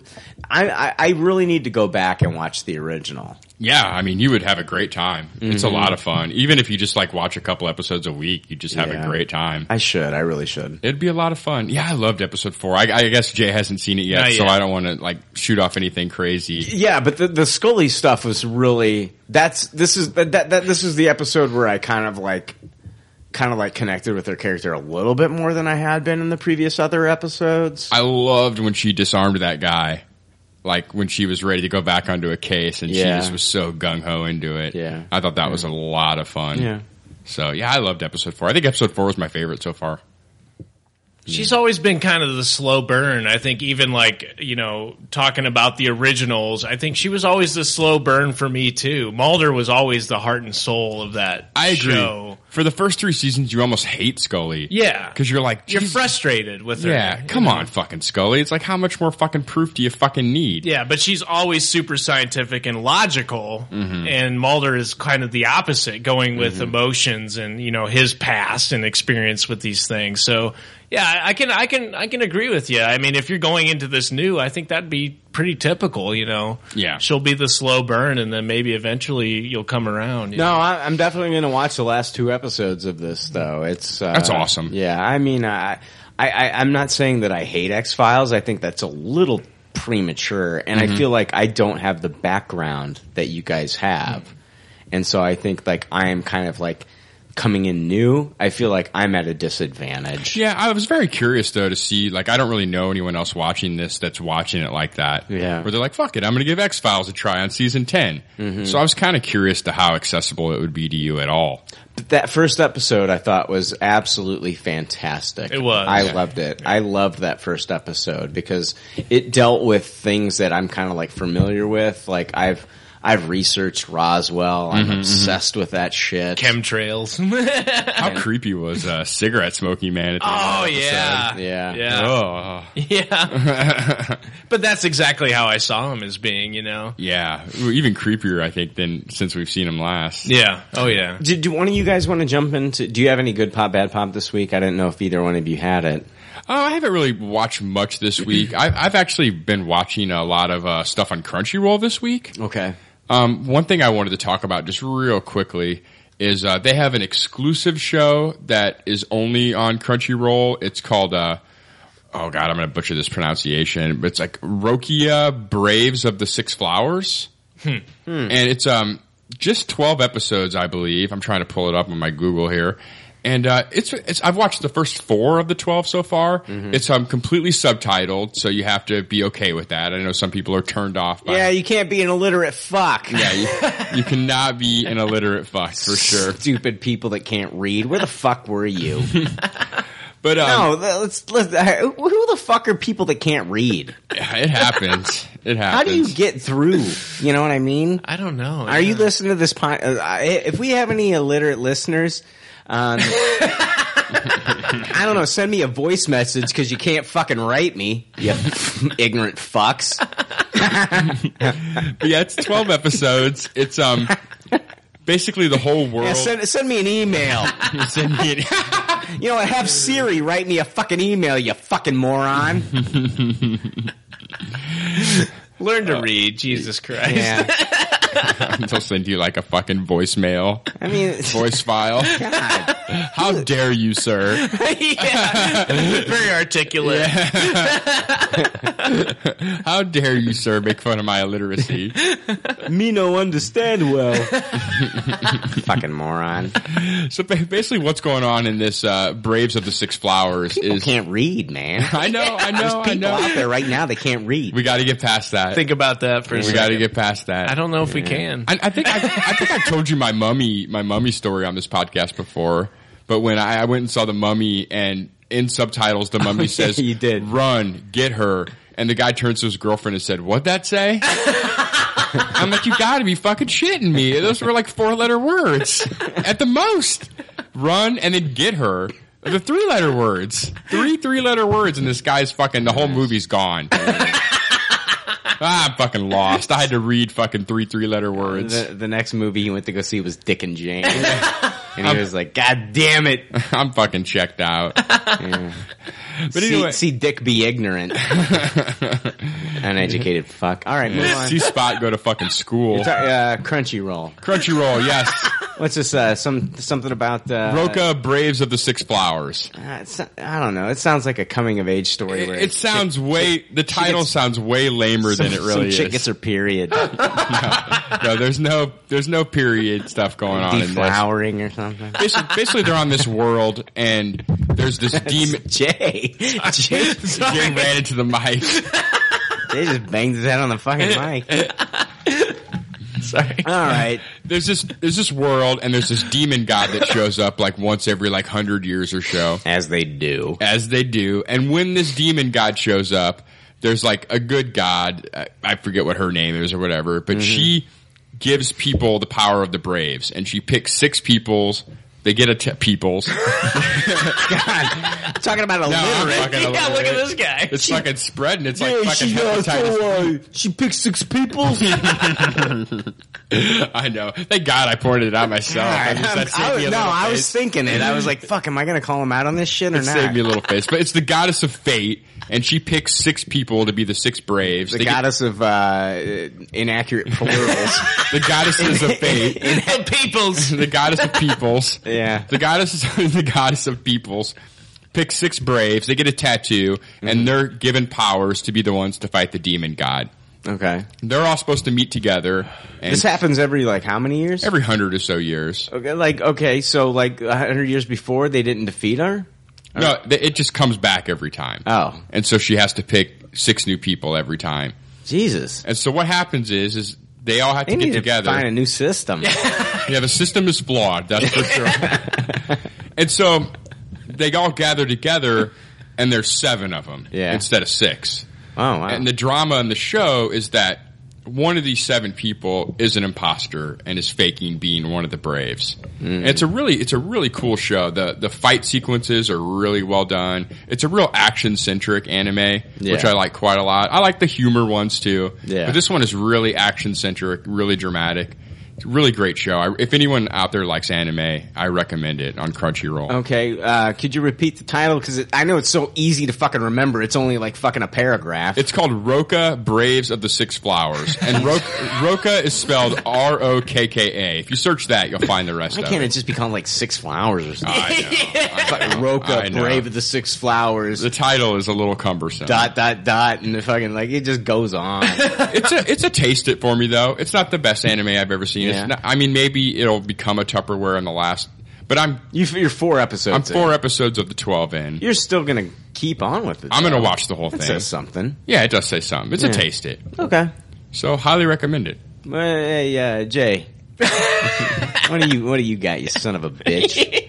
S7: I, I I really need to go back and watch the original.
S8: Yeah, I mean you would have a great time. It's a
S7: Mhm.
S8: lot of fun. Even if you just like watch a couple episodes a week, you just have
S7: Yeah.
S8: a great time.
S7: I should. I really should.
S8: It'd be a lot of fun. Yeah, I loved episode four. I, I guess Jay hasn't seen it yet,
S7: Not
S8: so
S7: yet.
S8: I don't want to like shoot off anything crazy.
S7: Yeah, but the, the Scully stuff was really that's this is that, that that- this is the episode where I kind of like kind of like connected with her character a little bit more than I had been in the previous other episodes.
S8: I loved when she disarmed that guy. Like when she was ready to go back onto a case and
S7: Yeah.
S8: she just was so gung ho into it.
S7: Yeah.
S8: I thought that was a lot of fun.
S7: Yeah.
S8: So yeah, I loved episode four. I think episode four was my favorite so far.
S9: She's always been kind of the slow burn. I think even like, you know, talking about the originals, I think she was always the slow burn for me too. Mulder was always the heart and soul of that
S8: I agree.
S9: show.
S8: For the first three seasons, you almost hate Scully.
S9: Yeah.
S8: Because you're like,
S9: You're
S8: "Jesus,
S9: frustrated with her.
S8: Yeah,
S9: you
S8: come
S9: know?
S8: on, fucking Scully. It's like, how much more fucking proof do you fucking need?
S9: Yeah, but she's always super scientific and logical,
S8: Mhm.
S9: and Mulder is kind of the opposite, going with
S8: Mhm.
S9: emotions and you know his past and experience with these things. So yeah, I- I can I can I can agree with you. I mean, if you're going into this new, I think that'd be pretty typical. You know,
S8: yeah,
S9: she'll be the slow burn, and then maybe eventually you'll come around. you
S7: No, I, I'm definitely going to watch the last two episodes of this, though. It's uh,
S9: That's awesome.
S7: Yeah, I mean, I, I, I, I'm not saying that I hate X Files. I think that's a little premature, and I
S9: Mm-hmm.
S12: Mhm.
S7: feel like I don't have the background that you guys have, and so I think like I am kind of like coming in new. I feel like I'm at a disadvantage.
S8: Yeah, I was very curious though to see. Like, I don't really know anyone else watching this that's watching it like that. Yeah, where they're like, "Fuck it, I'm going to give X Files a try on season 10. So I was kind of curious to how accessible it would be to you at all.
S7: But that first episode I thought was absolutely fantastic.
S9: It was.
S7: I
S9: Yeah.
S7: loved it. I loved that first episode because it dealt with things that I'm kind of like familiar with. Like I've I've researched Roswell. I'm
S9: Mm-hmm,
S8: Mhm, mhm.
S7: obsessed with that shit.
S9: Chemtrails.
S8: How creepy was uh, cigarette smoking man? At the
S9: Oh
S8: end of that
S9: yeah,
S8: episode?
S9: yeah,
S8: Oh.
S9: yeah. but that's exactly how I saw him as being, you know.
S8: Yeah, even creepier, I think, than since we've seen him last.
S9: Yeah. Oh yeah.
S7: Do, do one of you guys want to jump into? Do you have any good pop, bad pop this week? I didn't know if either one of you had it.
S8: Oh, I haven't really watched much this week. I've, I've actually been watching a lot of uh, stuff on Crunchyroll this week.
S7: Okay.
S8: Um, one thing I wanted to talk about just real quickly is uh, they have an exclusive show that is only on Crunchyroll. It's called, uh, oh God, I'm going to butcher this pronunciation, but it's like Rokia Braves of the Six Flowers. And it's um just twelve episodes, I believe. I'm trying to pull it up on my Google here, and uh, it's it's I've watched the first four of the twelve so far. It's um completely subtitled, so you have to be okay with that. I know some people are turned off by
S7: Yeah, you can't be an illiterate fuck.
S8: yeah, you, you cannot be an illiterate fuck for sure.
S7: Stupid people that can't read. Where the fuck were you? Um,
S8: but um,
S7: no, th- let's, let's uh, Who the fuck are people that can't read?
S8: It happens. It happens.
S7: How do you get through? You know what I mean?
S9: I don't know.
S7: Are you listening to this pod? uh, I- If we have any illiterate listeners, um, I don't know. Send me a voice message because you can't fucking write me. You ignorant fucks.
S8: But yeah, it's twelve episodes. It's um basically the whole world.
S7: Yeah, send, send me an email.
S8: send me an
S7: You know, what? have Siri write me a fucking email, you fucking moron.
S9: Learn to read, Jesus Christ.
S7: Yeah.
S8: They'll send you like a fucking voicemail.
S7: I mean,
S8: voice file. How dare you, sir?
S9: Yeah. Very articulate.
S8: How dare you, sir, make fun of my illiteracy?
S7: Me no understand well. fucking moron.
S8: So ba- basically, what's going on in this uh, Braves of the Six Flowers is
S7: can't read, man.
S8: I know, I
S7: There's
S8: know, I
S7: people out
S8: know.
S7: there right now that can't read.
S8: We got to get past that.
S9: Think about that for a
S8: we
S9: second.
S8: got to get past that.
S9: I don't know if we can.
S8: I, I think I, I think I told you my mummy my mummy story on this podcast before, but when I, I went and saw the mummy and in subtitles the mummy
S7: Oh, yeah,
S8: says
S7: you did.
S8: run get her and the guy turns to his girlfriend and said what'd that say I'm like you got to be fucking shitting me those were like four letter words at the most run and then get her the three letter words three three letter words and this guy's fucking the whole movie's gone. Ah, I'm fucking lost. I had to read fucking three three letter words.
S7: The, the next movie he went to go see was Dick and Jane. and he was like, God damn it.
S8: I'm fucking checked out. But
S7: see,
S8: anyway,
S7: see Dick be ignorant. Uneducated fuck. All right, move on.
S8: see Spot go to fucking school.
S7: You're ta- uh, Crunchyroll.
S8: Crunchyroll, yes.
S7: What's this? Uh, some something about uh,
S8: Roca Braves of the Six Flowers.
S7: Uh, it's, I don't know. It sounds like a coming of age story.
S8: It,
S7: where
S8: it sounds way. The title
S7: gets-
S8: sounds way lamer
S7: some,
S8: than it
S7: some
S8: really
S7: chick
S8: is.
S7: gets her period,
S8: no, there's no there's no period stuff going on in this.
S7: deflowering or something.
S8: Basically, basically, they're on this world, and there's this demon.
S7: Jay, Jay,
S8: Jim ran into the mic.
S7: Jay just banged his head on the fucking mic.
S9: Sorry.
S7: All right,
S8: There's this there's this world, and there's this demon god that shows up like once every like hundred years or so.
S7: as they do.
S8: as they do. And when this demon god shows up, there's like a good god. I- I forget what her name is or whatever, but
S7: Mm-hmm.
S8: she gives people the power of the Braves, and she picks six peoples. They get a t- peoples.
S7: Talking about
S8: No, I'm
S7: illiterate.
S8: fucking
S9: Yeah, look at
S8: illiterate.
S9: this guy.
S8: It's fucking spreading. It's like fucking hepatitis.
S7: she picked six people.
S8: I know. Thank God I pointed it out myself. I just- that saved me a
S7: no,
S8: little
S7: I was
S8: face.
S7: thinking it. I was like, "Fuck, am I going to call him out on this shit or
S8: It
S7: not?"
S8: saved me a little face. But it's the goddess of fate, and she picks six people to be the six Braves.
S7: the
S8: They get-
S7: goddess of uh, inaccurate plurals.
S8: the goddesses of fate.
S9: The peoples.
S8: the goddess of peoples.
S7: yeah.
S8: The goddess is the goddess of peoples. Pick six braves. They get a tattoo,
S7: Mm-hmm.
S8: and they're given powers to be the ones to fight the demon god.
S7: Okay.
S8: They're all supposed to meet together, and
S7: This happens every like how many years?
S8: every hundred or so years.
S7: Okay, like okay, so like a hundred years before they didn't defeat her.
S8: No, th- it just comes back every time.
S7: Oh,
S8: And so she has to pick six new people every time.
S7: Jesus!
S8: And so what happens is, is They all have to
S7: They
S8: get
S7: need to
S8: together.
S7: find a new system.
S8: yeah, the system is flawed. That's for sure. and so they all gather together, and there's seven of them
S7: Yeah.
S8: instead of six.
S7: Oh, wow.
S8: And the drama in the show is that one of these seven people is an imposter and is faking being one of the Braves.
S7: Hmm.
S8: And it's a really it's a really cool show. The the fight sequences are really well done. It's a real action centric anime,
S7: Yeah.
S8: which I like quite a lot. I like the humor ones too.
S7: Yeah.
S8: But this one is really action centric, really dramatic. It's a really great show. I, if anyone out there likes anime, I recommend it on Crunchyroll.
S7: Okay, uh, could you repeat the title? Because I know it's so easy to fucking remember. It's only like fucking a paragraph.
S8: It's called Roka Braves of the Six Flowers, and Ro- Roka is spelled R O K K A. If you search that, you'll find the rest.
S7: Why
S8: of
S7: can't
S8: it.
S7: it just be called like Six Flowers or something?
S8: I know.
S7: Roka
S8: I know.
S7: Brave of the Six Flowers. The
S8: title is a little cumbersome.
S7: Dot dot dot, and the fucking like it just goes on.
S8: it's a it's a taste it for me though. It's not the best anime I've ever seen.
S7: Yeah.
S8: It's not, I mean, maybe it'll become a Tupperware in the last. But I'm
S7: you, you're four episodes.
S8: I'm
S7: in.
S8: four episodes of the twelve in.
S7: You're still gonna keep on with it.
S8: I'm gonna
S7: though.
S8: watch the whole
S7: That
S8: thing.
S7: says something.
S8: Yeah, it does say something. It's
S7: Yeah.
S8: a taste it.
S7: Okay.
S8: So highly recommend it.
S7: Well, Hey, uh, Jay. what do you What do you got? You son of a bitch.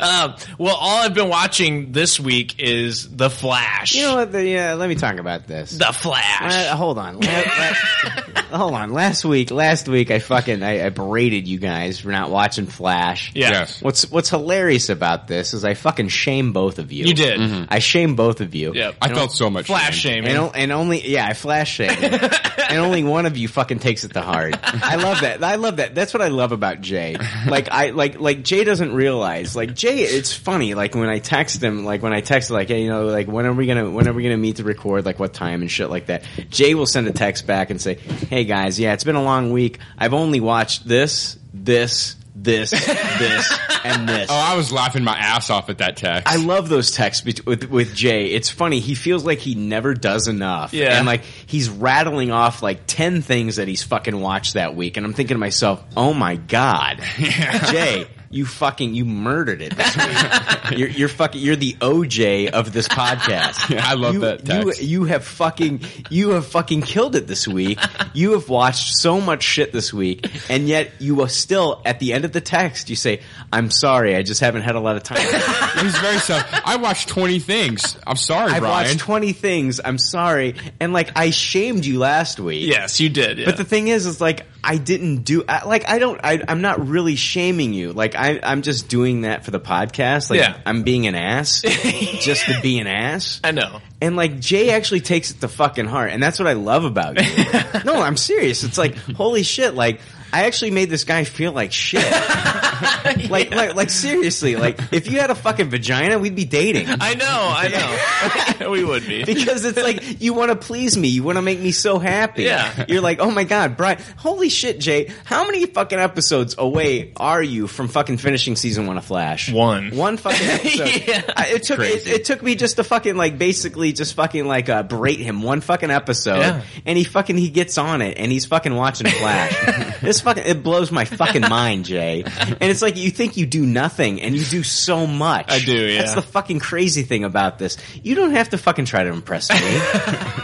S9: Um, well, all I've been watching this week is The Flash.
S7: You know what? The, yeah, let me talk about this.
S9: The Flash.
S7: Uh, hold on. La- la- hold on. Last week, last week, I fucking I, I berated you guys for not watching Flash.
S9: Yeah. Yes.
S7: What's What's hilarious about this is I fucking shame both of you.
S9: You did. Mhm.
S7: I shame both of you.
S9: Yep.
S8: Mm-hmm. I felt so much
S7: flash
S9: shame.
S7: And, o- and only yeah, I flash shame. and only one of you fucking takes it to heart. I love that. I love that. That's what I love about Jay. Like I like like Jay doesn't realize. Like Jay, it's funny. Like when I text him, like when I text like hey, you know, like when are we gonna when are we gonna meet to record? Like what time and shit like that. Jay will send a text back and say, hey guys, yeah, it's been a long week. I've only watched this, this, this, this, and this.
S8: Oh, I was laughing my ass off at that text.
S7: I love those texts bet- with with Jay. It's funny. He feels like he never does enough.
S8: Yeah.
S7: And like he's rattling off like 10 things that he's fucking watched that week and I'm thinking to myself, "Oh my god. Jay, you fucking you murdered it this week. you're, you're fucking you're the OJ of this podcast.
S8: I love
S7: you,
S8: that
S7: you-
S8: text.
S7: You have fucking you have fucking killed it this week. you have watched so much shit this week and yet you are still at the end of the text you say, "I'm sorry, I just haven't had a lot of time."
S8: He's very self. I watched twenty things. I'm sorry,
S7: I
S8: Brian.
S7: watched 20 things. I'm sorry. And like, I shamed you last week.
S9: Yes, you did. yeah.
S7: But the thing is, is like, I didn't do, I, like, I don't, I, I'm not really shaming you. Like, I, I'm just doing that for the podcast. Like,
S9: Yeah.
S7: I'm being an ass just to be an ass.
S9: I know.
S7: And like, Jay actually takes it to fucking heart. And that's what I love about you. no, I'm serious. It's like, holy shit. Like, I actually made this guy feel like shit. like, like, like seriously, like if you had a fucking vagina, we'd be dating
S9: I know. I know. we would be.
S7: because it's like you want to please me, you want to make me so happy.
S9: Yeah.
S7: you're like, oh my god, Brian, holy shit, Jay, how many fucking episodes away are you from fucking finishing season one of Flash?
S9: One.
S7: One fucking episode. I- it took it,
S9: Crazy.
S7: it took me just to fucking like basically just fucking like uh, berate him one fucking episode,
S9: Yeah.
S7: and he fucking he gets on it and he's fucking watching Flash. this fucking it blows my fucking mind, Jay. And it's like you think you do nothing and you do so much.
S9: I do, yeah.
S7: That's the fucking crazy thing about this. You don't have to fucking try to impress me.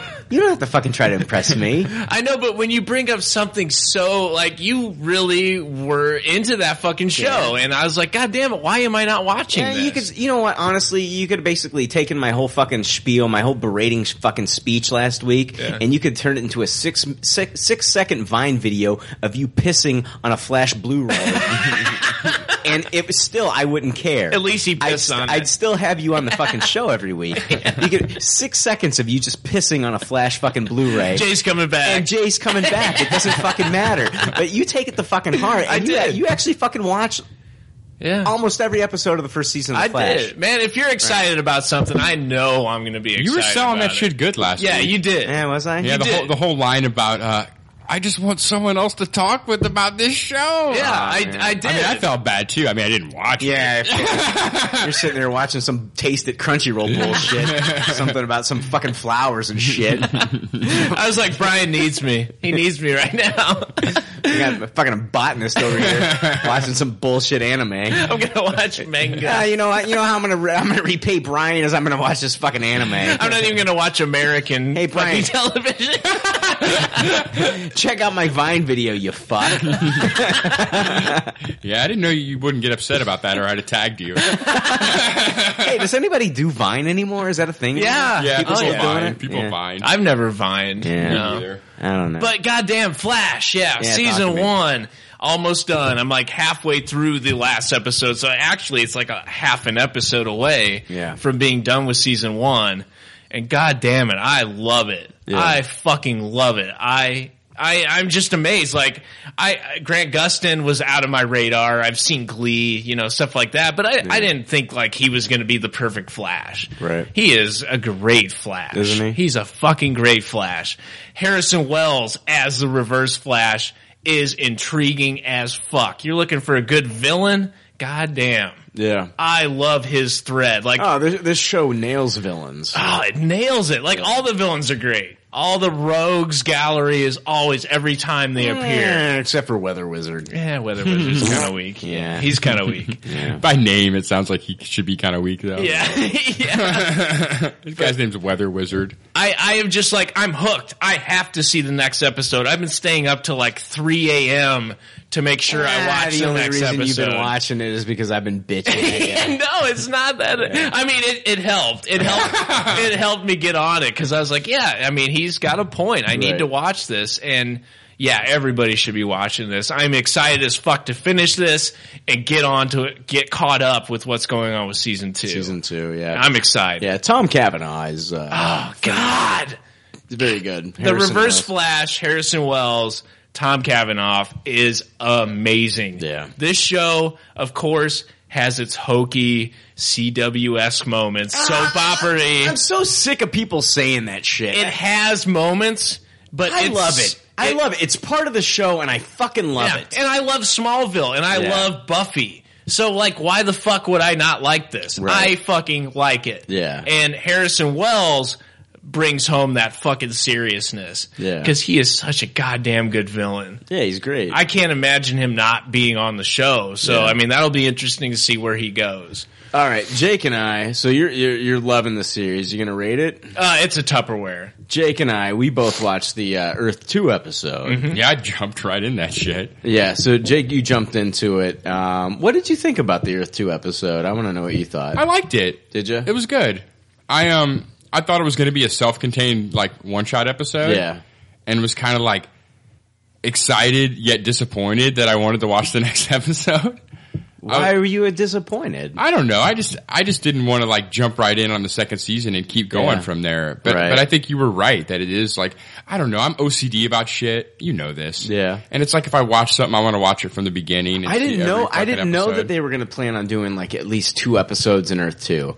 S7: you don't have to fucking try to impress me.
S9: I know, but when you bring up something so like you really were into that fucking show, and I was like, God damn it, why am I not watching
S7: Yeah,
S9: this?
S7: you could. You know what? Honestly, you could have basically taken my whole fucking spiel, my whole berating sh- fucking speech last week,
S9: Yeah.
S7: and you could turn it into a six six six second Vine video of you pissing on a flash Blu-ray. And it was still, I wouldn't care.
S9: At least he
S7: I'd,
S9: pissed
S7: st-
S9: on
S7: I'd
S9: it.
S7: still have you on the fucking show every week. You could six seconds of you just pissing on a flash fucking Blu-ray.
S9: Jay's coming back.
S7: And Jay's coming back. It doesn't fucking matter. But you take it the fucking heart.
S9: I
S7: and you,
S9: did.
S7: You actually fucking watch
S9: yeah.
S7: almost every episode of the first season of
S9: I
S7: Flash.
S9: did, man. If you're excited about something, I know I'm going to be excited.
S8: you were selling
S9: about
S8: that
S9: it.
S8: shit good last
S9: Yeah,
S8: week.
S9: you did.
S7: Yeah, was I?
S8: Yeah,
S9: You
S8: the
S9: did.
S8: whole the whole line about uh, I just want someone else to talk with about this show.
S9: Yeah,
S7: Oh,
S8: Aw,
S9: I-
S8: man.
S9: I did.
S8: I mean, I felt bad too. I mean, I didn't watch.
S7: Yeah,
S8: it.
S7: if- you're sitting there watching some tasted Crunchyroll bullshit, something about some fucking flowers and shit.
S9: I was like, Brian needs me. He needs me right now.
S7: We got a fucking botanist over here watching some bullshit anime.
S9: I'm gonna watch manga.
S7: Yeah, you know what? You know how I'm gonna re- I'm gonna repay Brian is I'm gonna watch this fucking anime.
S9: I'm not even gonna watch American hey,
S7: Brian.
S9: television.
S7: Check out my Vine video, you fuck.
S8: yeah, I didn't know you wouldn't get upset about that, or I'd have tagged you.
S7: hey, does anybody do Vine anymore? Is that a thing?
S9: Yeah.
S8: yeah,
S7: People
S8: people
S7: still doing
S8: vine.
S7: it?
S8: People Uh,
S7: Yeah.
S8: vine.
S9: I've never vined.
S7: Yeah.
S9: no.
S7: I don't know.
S9: But goddamn, Flash, yeah,
S7: Yeah, talk
S9: season
S7: to me.
S9: one, almost done. I'm like halfway through the last episode, so actually it's like a half an episode away
S7: Yeah.
S9: from being done with season one. And goddamn it, I love it.
S7: Yeah.
S9: I fucking love it. I. I, I'm just amazed. Like, I Grant Gustin was out of my radar. I've seen Glee, you know, stuff like that. But I, I didn't think like he was going to be the perfect Flash.
S7: Right.
S9: He is a great Flash.
S7: Isn't he?
S9: He's a fucking great Flash. Harrison Wells as the Reverse Flash is intriguing as fuck. You're looking for a good villain? Goddamn.
S7: yeah.
S9: I love his thread. Like,
S7: Oh, this, this show nails villains.
S9: oh, it nails it. Like, all the villains are great. All the rogues gallery is always every time they appear.
S7: Yeah, except for Weather Wizard.
S9: Yeah, Weather Wizard's kind of weak.
S7: Yeah.
S9: He's kind of weak.
S8: By name, it sounds like he should be kind of weak though.
S9: Yeah. yeah.
S8: this guy's name's Weather Wizard.
S9: I, I am just like, I'm hooked. I have to see the next episode. I've been staying up till like 3 a.m. to make sure I
S7: Ah,
S9: watch the,
S7: the only
S9: next
S7: reason
S9: episode.
S7: you've been watching it is because I've been bitching.
S9: Yeah, no, it's not that. I mean, it, it helped. It helped. it helped me get on it because I was like, yeah. I mean, he's got a point. I need
S7: Right.
S9: to watch this, and yeah, everybody should be watching this. I'm excited as fuck to finish this and get on to it, get caught up with what's going on with season two.
S7: Season two, yeah.
S9: I'm excited.
S7: yeah, Tom Cavanaugh is uh,
S9: Oh God,
S7: very good.
S9: the Reverse Flash, Harrison Wells. Tom Cavanaugh is amazing.
S7: Yeah.
S9: This show, of course, has its hokey CW esque moments, soap opery.
S7: Ah, I'm so sick of people saying that shit.
S9: It has moments, but
S7: I
S9: it's-
S7: love it. I love it. It's part of the show, and I fucking love
S9: yeah,
S7: it.
S9: And I love Smallville, and I
S7: Yeah.
S9: love Buffy. So like, why the fuck would I not like this?
S7: Right.
S9: I fucking like it.
S7: Yeah.
S9: And Harrison Wells brings home that fucking seriousness.
S7: Yeah.
S9: Because he is such a goddamn good villain.
S7: yeah, he's great.
S9: I can't imagine him not being on the show. So
S7: Yeah.
S9: I mean, that'll be interesting to see where he goes.
S7: All right, Jake and I. So you're you're, you're loving the series. You gonna rate it?
S9: Uh, it's a Tupperware.
S7: Jake and I. We both watched the uh, Earth Two episode.
S9: Mm-hmm.
S8: Yeah, I jumped right in that shit.
S7: Yeah. So Jake, you jumped into it. Um, what did you think about the Earth Two episode? I want to know what you thought.
S8: I liked it.
S7: did you?
S8: It was good. I um I thought it was going to be a self-contained like one-shot episode.
S7: Yeah.
S8: And was kind of like excited yet disappointed that I wanted to watch the next episode.
S7: Why were you disappointed?
S8: I don't know. I just I just didn't want to like jump right in on the second season and keep going
S7: Yeah.
S8: from there. But
S7: Right.
S8: but I think you were right that it is like I don't know. I'm OCD about shit. You know this.
S7: Yeah.
S8: And it's like if I watch something, I want to watch it from the beginning. and
S7: I
S8: see
S7: didn't
S8: every
S7: know. I
S8: fucking
S7: didn't know that
S8: episode.
S7: they were going to plan on doing like at least two episodes in Earth Two.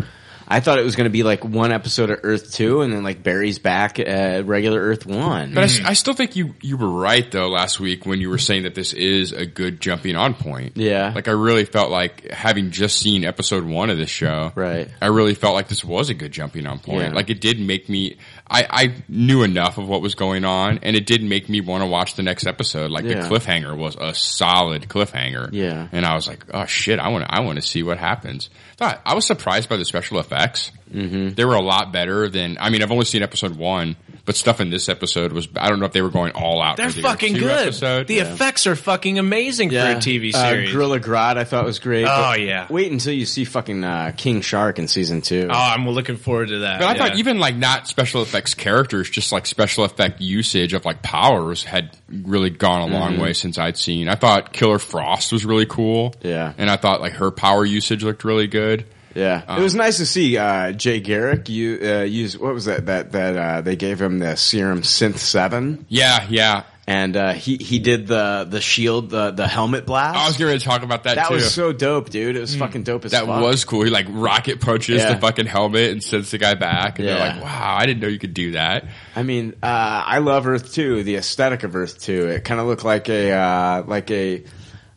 S7: I thought it was going to be like one episode of Earth Two, and then like Barry's back at regular Earth One.
S8: But I s- I, still think you you were right though last week when you were saying that this is a good jumping on point.
S7: Yeah.
S8: Like I really felt like having just seen episode one of this show.
S7: Right.
S8: I really felt like this was a good jumping on point.
S7: Yeah.
S8: Like it did make me. I I knew enough of what was going on, and it did make me want to watch the next episode. Like
S7: Yeah.
S8: the cliffhanger was a solid cliffhanger.
S7: Yeah.
S8: And I was like, oh shit, I want to I want to see what happens. Thought I was surprised by the special effects. Mm-hmm. They were a lot better than I mean I've only seen episode one, but stuff in this episode was I don't know if they were going all out.
S9: They're
S8: for the
S9: fucking
S8: two
S9: good.
S8: Episode.
S9: The effects are fucking amazing for a TV series.
S7: Uh, Gorilla Grodd, I thought was great.
S9: Oh,
S7: but
S9: yeah.
S7: Wait until you see fucking uh, King Shark in season two.
S9: oh, I'm looking forward to that.
S8: But I
S9: yeah.
S8: thought even like not special effects characters, just like special effect usage of like powers had really gone a
S7: Mm-hmm.
S8: long way since I'd seen. I thought Killer Frost was really cool.
S7: Yeah.
S8: And I thought like her power usage looked really good.
S7: yeah, it was nice to see uh, Jay Garrick you, uh, use what was that that that uh, they gave him the serum synth seven,
S8: Yeah, yeah.
S7: and uh, he he did the the shield the the helmet blast.
S8: I was going to talk about that,
S7: that
S8: too. Hmm.
S7: was so dope, dude. It was fucking dope as
S8: that
S7: fuck.
S8: was cool. He like rocket punches
S7: Yeah.
S8: the fucking helmet and sends the guy back. And
S7: Yeah.
S8: they're like, wow, I didn't know you could do that.
S7: I mean, uh, I love Earth Two. The aesthetic of Earth Two. It kind of looked like a uh, like a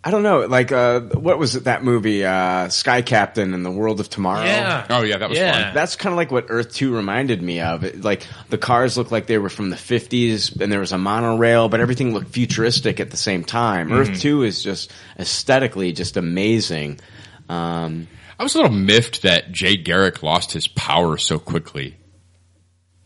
S7: I don't know. Like, uh, what was it, that movie, uh, Sky Captain and the World of Tomorrow?
S8: Yeah. Oh, yeah, that was Yeah. fun.
S7: That's kind of like what Earth 2 reminded me of. It, like, the cars looked like they were from the 50s and there was a monorail, but everything looked futuristic at the same time. Earth
S8: Mhm.
S7: 2 is just aesthetically just amazing. Um,
S8: I was a little miffed that Jay Garrick lost his power so quickly.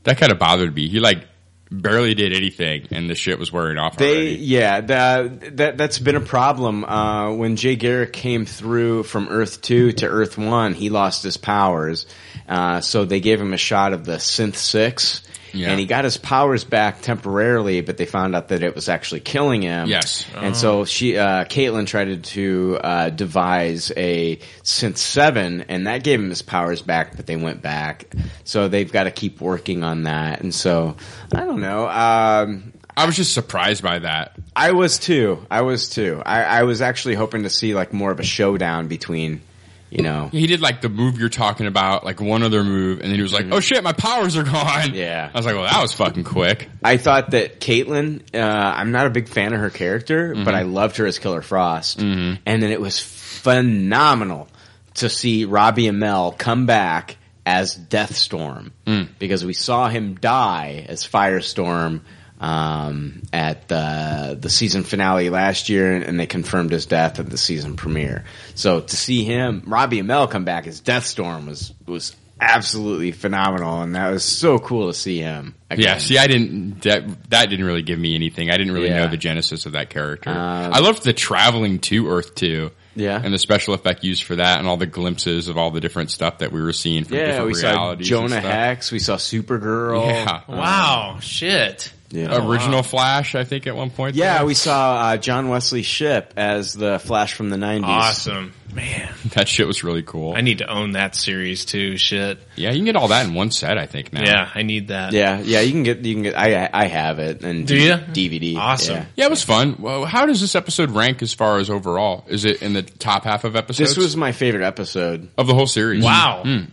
S8: That kind of bothered me. He like barely did anything, and the shit was wearing off.
S7: They
S8: already.
S7: yeah the, that that's been a problem. Uh, when Jay Garrick came through from Earth two to Earth one, he lost his powers. Uh, so they gave him a shot of the synth six,
S8: Yeah.
S7: and he got his powers back temporarily. But they found out that it was actually killing him.
S8: Yes.
S7: and
S8: Oh.
S7: so she uh, Caitlin tried to uh, devise a synth seven, and that gave him his powers back. But they went back, so they've got to keep working on that. And so I don't know. Um,
S8: I was just surprised by that.
S7: I was too. I was too. I, I was actually hoping to see like more of a showdown between, you know.
S8: He did like the move you're talking about, like one other move, and then he was like, "Oh shit, my powers are gone."
S7: Yeah.
S8: I was like, "Well, that was fucking quick."
S7: I thought that Caitlyn. Uh, I'm not a big fan of her character, but
S8: Mhm.
S7: I loved her as Killer Frost, and then it was phenomenal to see Robbie Amell come back as Deathstorm because we saw him die as Firestorm um, at the the season finale last year, and they confirmed his death at the season premiere. So to see him, Robbie Amell, come back as Deathstorm was was absolutely phenomenal, and that was so cool to see him.
S8: Yeah,
S7: again.
S8: see, I didn't that that didn't really give me anything. I didn't really
S7: Yeah.
S8: know the genesis of that character.
S7: Um,
S8: I loved the traveling to Earth too.
S7: Yeah.
S8: and the special effect used for that, and all the glimpses of all the different stuff that we were seeing from
S7: Yeah,
S8: different
S7: we saw
S8: realities. and
S7: Jonah
S8: stuff.
S7: Hex. We saw Supergirl.
S8: Yeah.
S9: Wow, shit.
S7: Yeah.
S8: Original Flash, I think, at one point.
S7: Yeah, we saw uh, John Wesley Ship as the Flash from the '90s.
S9: Awesome. Man.
S8: That shit was really cool.
S9: I need to own that series too, shit.
S8: Yeah, you can get all that in one set, I think. Now,
S9: Yeah, I need that.
S7: Yeah, yeah, you can get you can get. I I have it and
S9: Do ya?
S7: DVD.
S9: Awesome.
S7: yeah.
S8: Yeah, it was fun. Well, how does this episode rank as far as overall? Is it in the top half of episodes?
S7: This was my favorite episode
S8: of the whole series.
S9: Wow.
S8: Mm.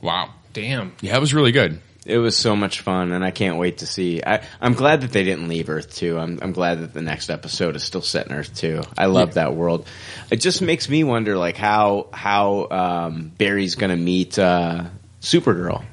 S8: Wow.
S9: Damn.
S8: Yeah, it was really good.
S7: It was so much fun, and I can't wait to see. I, I'm glad that they didn't leave Earth Two. I'm, I'm glad that the next episode is still set in Earth Two. I love that world. It just makes me wonder, like how how um, Barry's going to meet uh, Supergirl.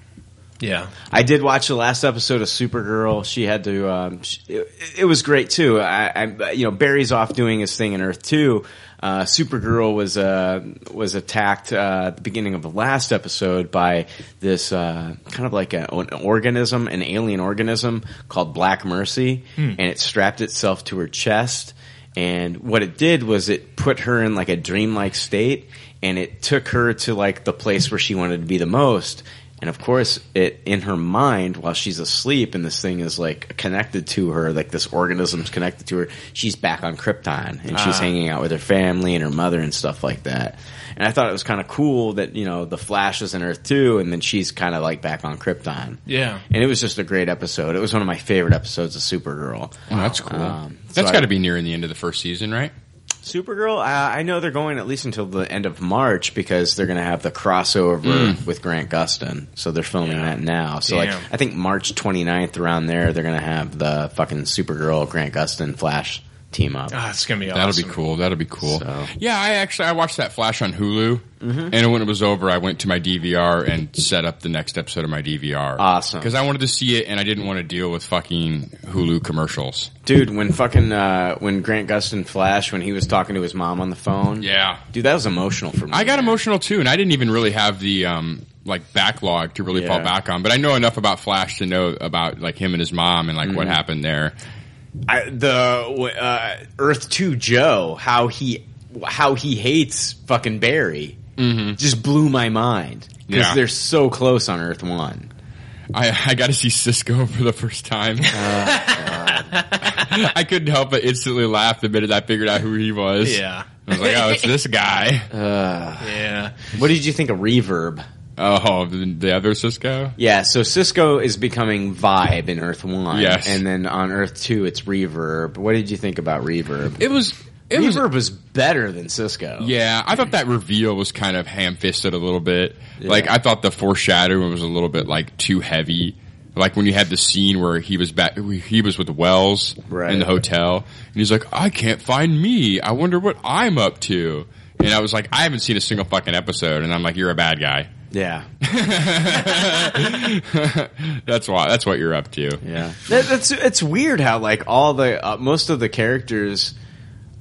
S9: Yeah.
S7: I did watch the last episode of Supergirl. She had to. Um, sh it, it was great too. I, I, you know, Barry's off doing his thing in Earth Two. Uh, Supergirl was uh, was attacked uh, at the beginning of the last episode by this uh, kind of like a, an organism, an alien organism called Black Mercy,
S12: Hmm.
S7: and it strapped itself to her chest. And what it did was it put her in like a dreamlike state, and it took her to like the place where she wanted to be the most. And of course, it in her mind while she's asleep, and this thing is like connected to her, like this organism's connected to her. She's back on Krypton, and she's
S12: Ah.
S7: hanging out with her family and her mother and stuff like that. And I thought it was kind of cool that you know the Flash is in Earth too, and then she's kind of like back on Krypton.
S9: Yeah.
S7: And it was just a great episode. It was one of my favorite episodes of Supergirl.
S8: Oh, that's cool.
S7: Um, so
S8: that's
S7: I-
S8: got to be nearing the end of the first season, right?
S7: Supergirl. Uh, I know they're going at least until the end of March because they're going to have the crossover
S8: Mm.
S7: with Grant Gustin. So they're filming that now. So
S8: Damn.
S7: like I think March 29th around there they're going to have the fucking Supergirl, Grant Gustin, Flash team up.
S9: Ah, it's gonna be
S8: That'll
S9: awesome.
S8: be cool. That'll be cool.
S7: So- Mm-hmm.
S8: Yeah, I actually I watched that Flash on Hulu, and when it was over, I went to my DVR and set up the next episode of my DVR.
S7: Awesome.
S8: because I wanted to see it, and I didn't want to deal with fucking Hulu commercials.
S7: Dude, when fucking uh, when Grant Gustin Flash when he was talking to his mom on the phone,
S8: yeah,
S7: dude, that was emotional for me.
S8: I got emotional too, and I didn't even really have the um like backlog to really fall
S7: Yeah.
S8: back on. But I know enough about Flash to know about like him and his mom and like what
S7: Mhm.
S8: happened there.
S7: I, the uh, Earth Two Joe, how he how he hates fucking Barry, just blew my mind because
S8: Mm-hmm. Yeah.
S7: they're so close on Earth One.
S8: I, I got to see Cisco for the first time. I couldn't help but instantly laugh the minute I figured out who he was.
S9: Yeah.
S8: I was like, oh, it's this guy.
S9: yeah.
S7: What did you think of Reverb?
S8: Oh, the, the other Cisco?
S7: Yeah, so Cisco is becoming Vibe in Earth One,
S8: Yes.
S7: and then on Earth Two it's Reverb. What did you think about Reverb?
S8: It was. It was-
S7: Reverb was better than Cisco.
S8: Yeah, I thought that reveal was kind of ham fisted a little bit. Like, I thought the foreshadowing was a little bit, like, too heavy. Like when you had the scene where he was back, he was with Wells in the hotel, and he's like, "I can't find me. I wonder what I'm up to." And I was like, "I haven't seen a single fucking episode," and I'm like, "You're a bad guy."
S7: Yeah.
S8: That's why. That's what you're up to.
S7: Yeah. That, that's it's weird how like all the uh, most of the characters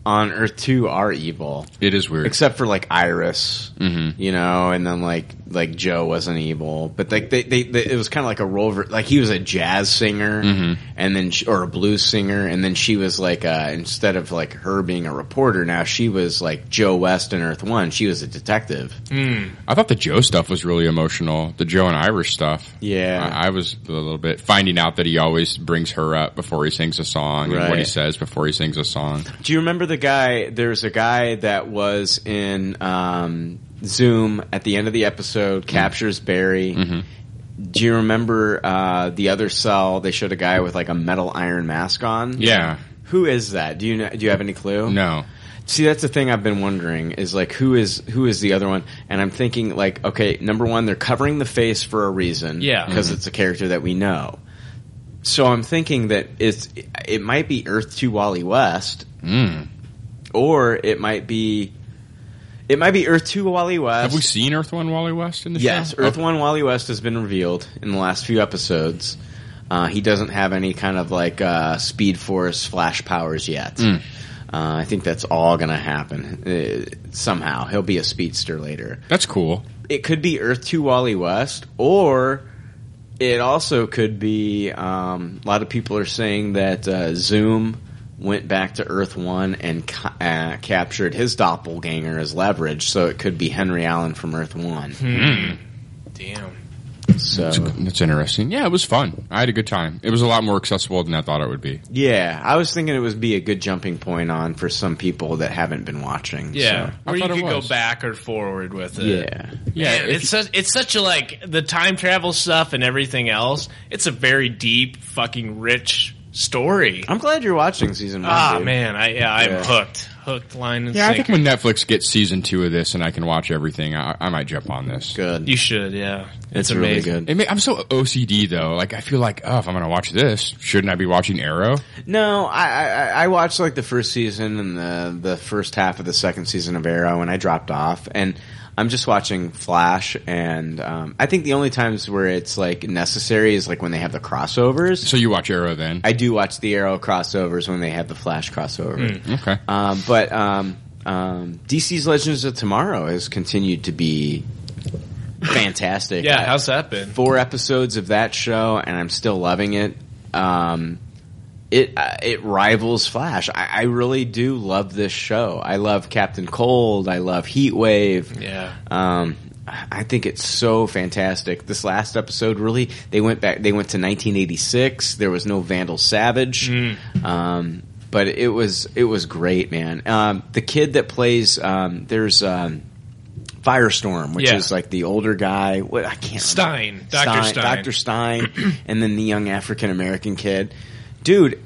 S7: on Earth Two are evil.
S8: It is weird, Mm-hmm.
S7: except for like Iris, you know, and then like like Joe wasn't evil, but like they, they, they it was kind of like a role. Ver- like he was a jazz singer,
S8: Mhm.
S7: and then sh or a blues singer, and then she was like uh, instead of like her being a reporter, now she was like Joe West in Earth One. She was a detective.
S8: I thought the Joe stuff was really emotional. The Joe and Irish stuff.
S7: Yeah.
S8: I, I was a little bit finding out that he always brings her up before he sings a song and what he
S7: Right.
S8: says before he sings a song.
S7: Do you remember the guy? There's a guy that was in um, Zoom at the end of the episode, captures Barry.
S8: Mm-hmm.
S7: Do you remember uh, the other cell? They showed a guy with like a metal iron mask on.
S8: Yeah.
S7: Who is that? Do you know, do you have any clue?
S8: No.
S7: See, that's the thing I've been wondering is like who is who is the other one? And I'm thinking like, okay, number one, they're covering the face for a reason,
S9: Yeah.
S7: because
S9: Mhm.
S7: it's a character that we know. So I'm thinking that it's it might be Earth Two Wally West,
S8: Mm.
S7: or it might be it might be Earth Two Wally West.
S8: Have we seen Earth One Wally West in the
S7: yes,
S8: show?
S7: Earth One Wally West has been revealed in the last few episodes. Uh, he doesn't have any kind of like uh, Speed Force Flash powers yet.
S8: Mm.
S7: Uh, I think that's all going to happen uh, somehow. He'll be a speedster later.
S8: That's cool.
S7: It could be Earth Two Wally West, or it also could be. Um, a lot of people are saying that uh, Zoom went back to Earth One and ca- uh, captured his doppelganger as leverage, so it could be Henry Allen from Earth One.
S8: Hmm.
S9: Damn.
S7: So
S8: That's, that's interesting. Yeah, it was fun. I had a good time. It was a lot more accessible than I thought it would be.
S7: Yeah, I was thinking it would be a good jumping point on for some people that haven't been watching.
S9: Yeah,
S7: so.
S9: or you could go back or forward with it.
S7: Yeah.
S9: yeah.
S7: Yeah, if
S9: it's such, it's such a like the time travel stuff and everything else. It's a very deep, fucking rich story.
S7: I'm glad you're watching season one.
S9: Ah
S7: dude.
S9: man, I yeah, I'm
S7: Yeah.
S9: hooked, hooked, line and
S8: Yeah, I
S9: sinker.
S8: think when Netflix gets season two of this and I can watch everything, I, I might jump on this.
S7: Good.
S9: You should, yeah. It's,
S8: really
S9: amazing.
S7: good.
S8: It may, I'm so OCD though. Like I feel like, oh, if I'm going to watch this, shouldn't I be watching Arrow?
S7: No, I, I I- I watched like the first season and the the first half of the second season of Arrow, and I dropped off. And I'm just watching Flash, and um, I think the only times where it's like necessary is like when they have the crossovers. So
S8: you watch Arrow then?
S7: I do watch the Arrow crossovers when they have the Flash
S9: Hmm.
S7: crossover.
S8: Mm, okay.
S7: Um, but um, um, DC's Legends of Tomorrow has continued to be fantastic.
S9: Yeah, how's that been?
S7: Four episodes of that show, and I'm still loving it. Um, it uh, it rivals Flash. I, I really do love this show. I love Captain Cold. I love Heat Wave.
S9: Yeah.
S7: Um, I think it's so fantastic. This last episode, really, they went back. They went to 1986. There was no Vandal Savage,
S9: Hmm.
S7: um, but it was it was great, man. Um, the kid that plays um, there's um, Firestorm, which
S9: Yeah.
S7: is like the older guy. What I can't
S9: Stein, Dr. Stein.
S7: Dr. Stein, and then the young African American kid. Dude,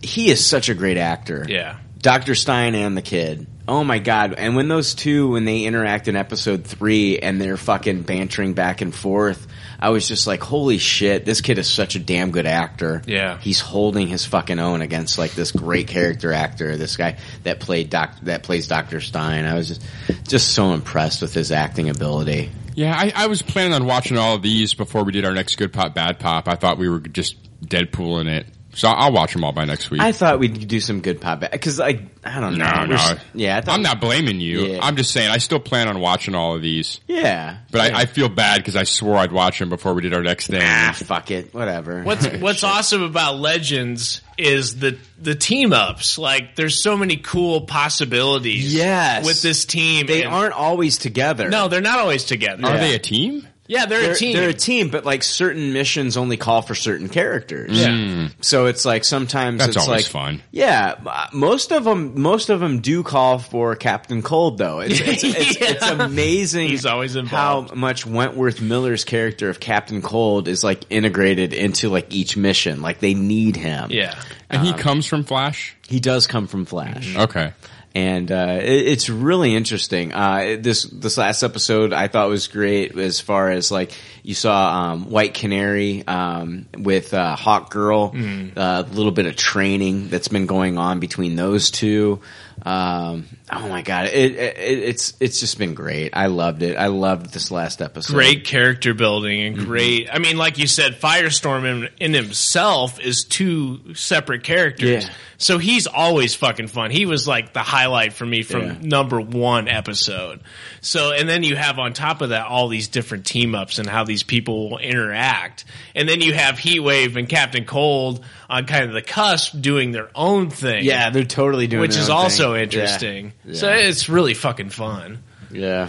S7: he is such a great actor.
S9: Yeah.
S7: Dr. Stein and the kid. Oh my god. And when those two when they interact in episode 3 and they're fucking bantering back and forth, I was just like, "Holy shit, this kid is such a damn good actor."
S9: Yeah.
S7: He's holding his fucking own against like this great character actor, this guy that played doc that plays Dr. Stein. I was just just so impressed with his acting ability.
S8: Yeah, I, I was planning on watching all of these before we did our next good pop bad pop. I thought we were just Deadpooling it, so I'll watch them all by next week.
S7: I thought we'd do some good pop because like I don't know.
S8: no,
S7: We're
S8: no,
S7: s- yeah, I thought
S8: I'm not blaming you.
S7: Yeah.
S8: I'm just saying I still plan on watching all of these.
S7: Yeah,
S8: but I, I feel bad because I swore I'd watch them before we did our next thing. Ah,
S7: fuck it, whatever.
S9: What's What's awesome about Legends is the the team ups. Like, there's so many cool possibilities.
S7: Yes.
S9: with this team,
S7: They
S9: and-
S7: aren't always together.
S9: No, they're not always together.
S7: Are they a
S8: team?
S9: Yeah, they're, a team.
S7: They're a team, but like certain missions only call for certain characters.
S8: Yeah. Mm.
S7: So it's like sometimes
S8: That's
S7: it's
S8: always
S7: like,
S8: fun.
S7: Yeah, uh, most of them, most of them do call for Captain Cold though. It's, it's, it's,
S9: Yeah.
S7: it's amazing.
S9: He's always
S7: how much Wentworth Miller's character of Captain Cold is like integrated into like each mission. Like they need him.
S9: Yeah.
S8: And
S7: um,
S8: he comes from Flash.
S7: He does come from
S9: Mm-hmm.
S7: Flash.
S8: Okay.
S7: And uh, it, it's really interesting. Uh, this this last episode I thought was great as far as like You saw um, White Canary um, with uh, Hawk Girl. uh, A
S12: Mm.
S7: little bit of training that's been going on between those two. Um, oh my god, it, it, it's it's just been great. I loved it. I loved this last episode.
S9: great character building
S7: Mm-hmm.
S9: and great. I mean, like you said, Firestorm in, in himself is two separate characters.
S7: Yeah.
S9: So he's always fucking fun. He was like the highlight for me from
S7: Yeah.
S9: number one episode. So, and then you have on top of that all these different team ups and how these people will interact. And then you have Heatwave and Captain Cold on kind of the cusp doing their own thing.
S7: Yeah, they're totally doing
S9: which
S7: their
S9: is
S7: own
S9: also
S7: thing. Yeah.
S9: interesting.
S7: Yeah.
S9: So it's really fucking fun.
S7: Yeah.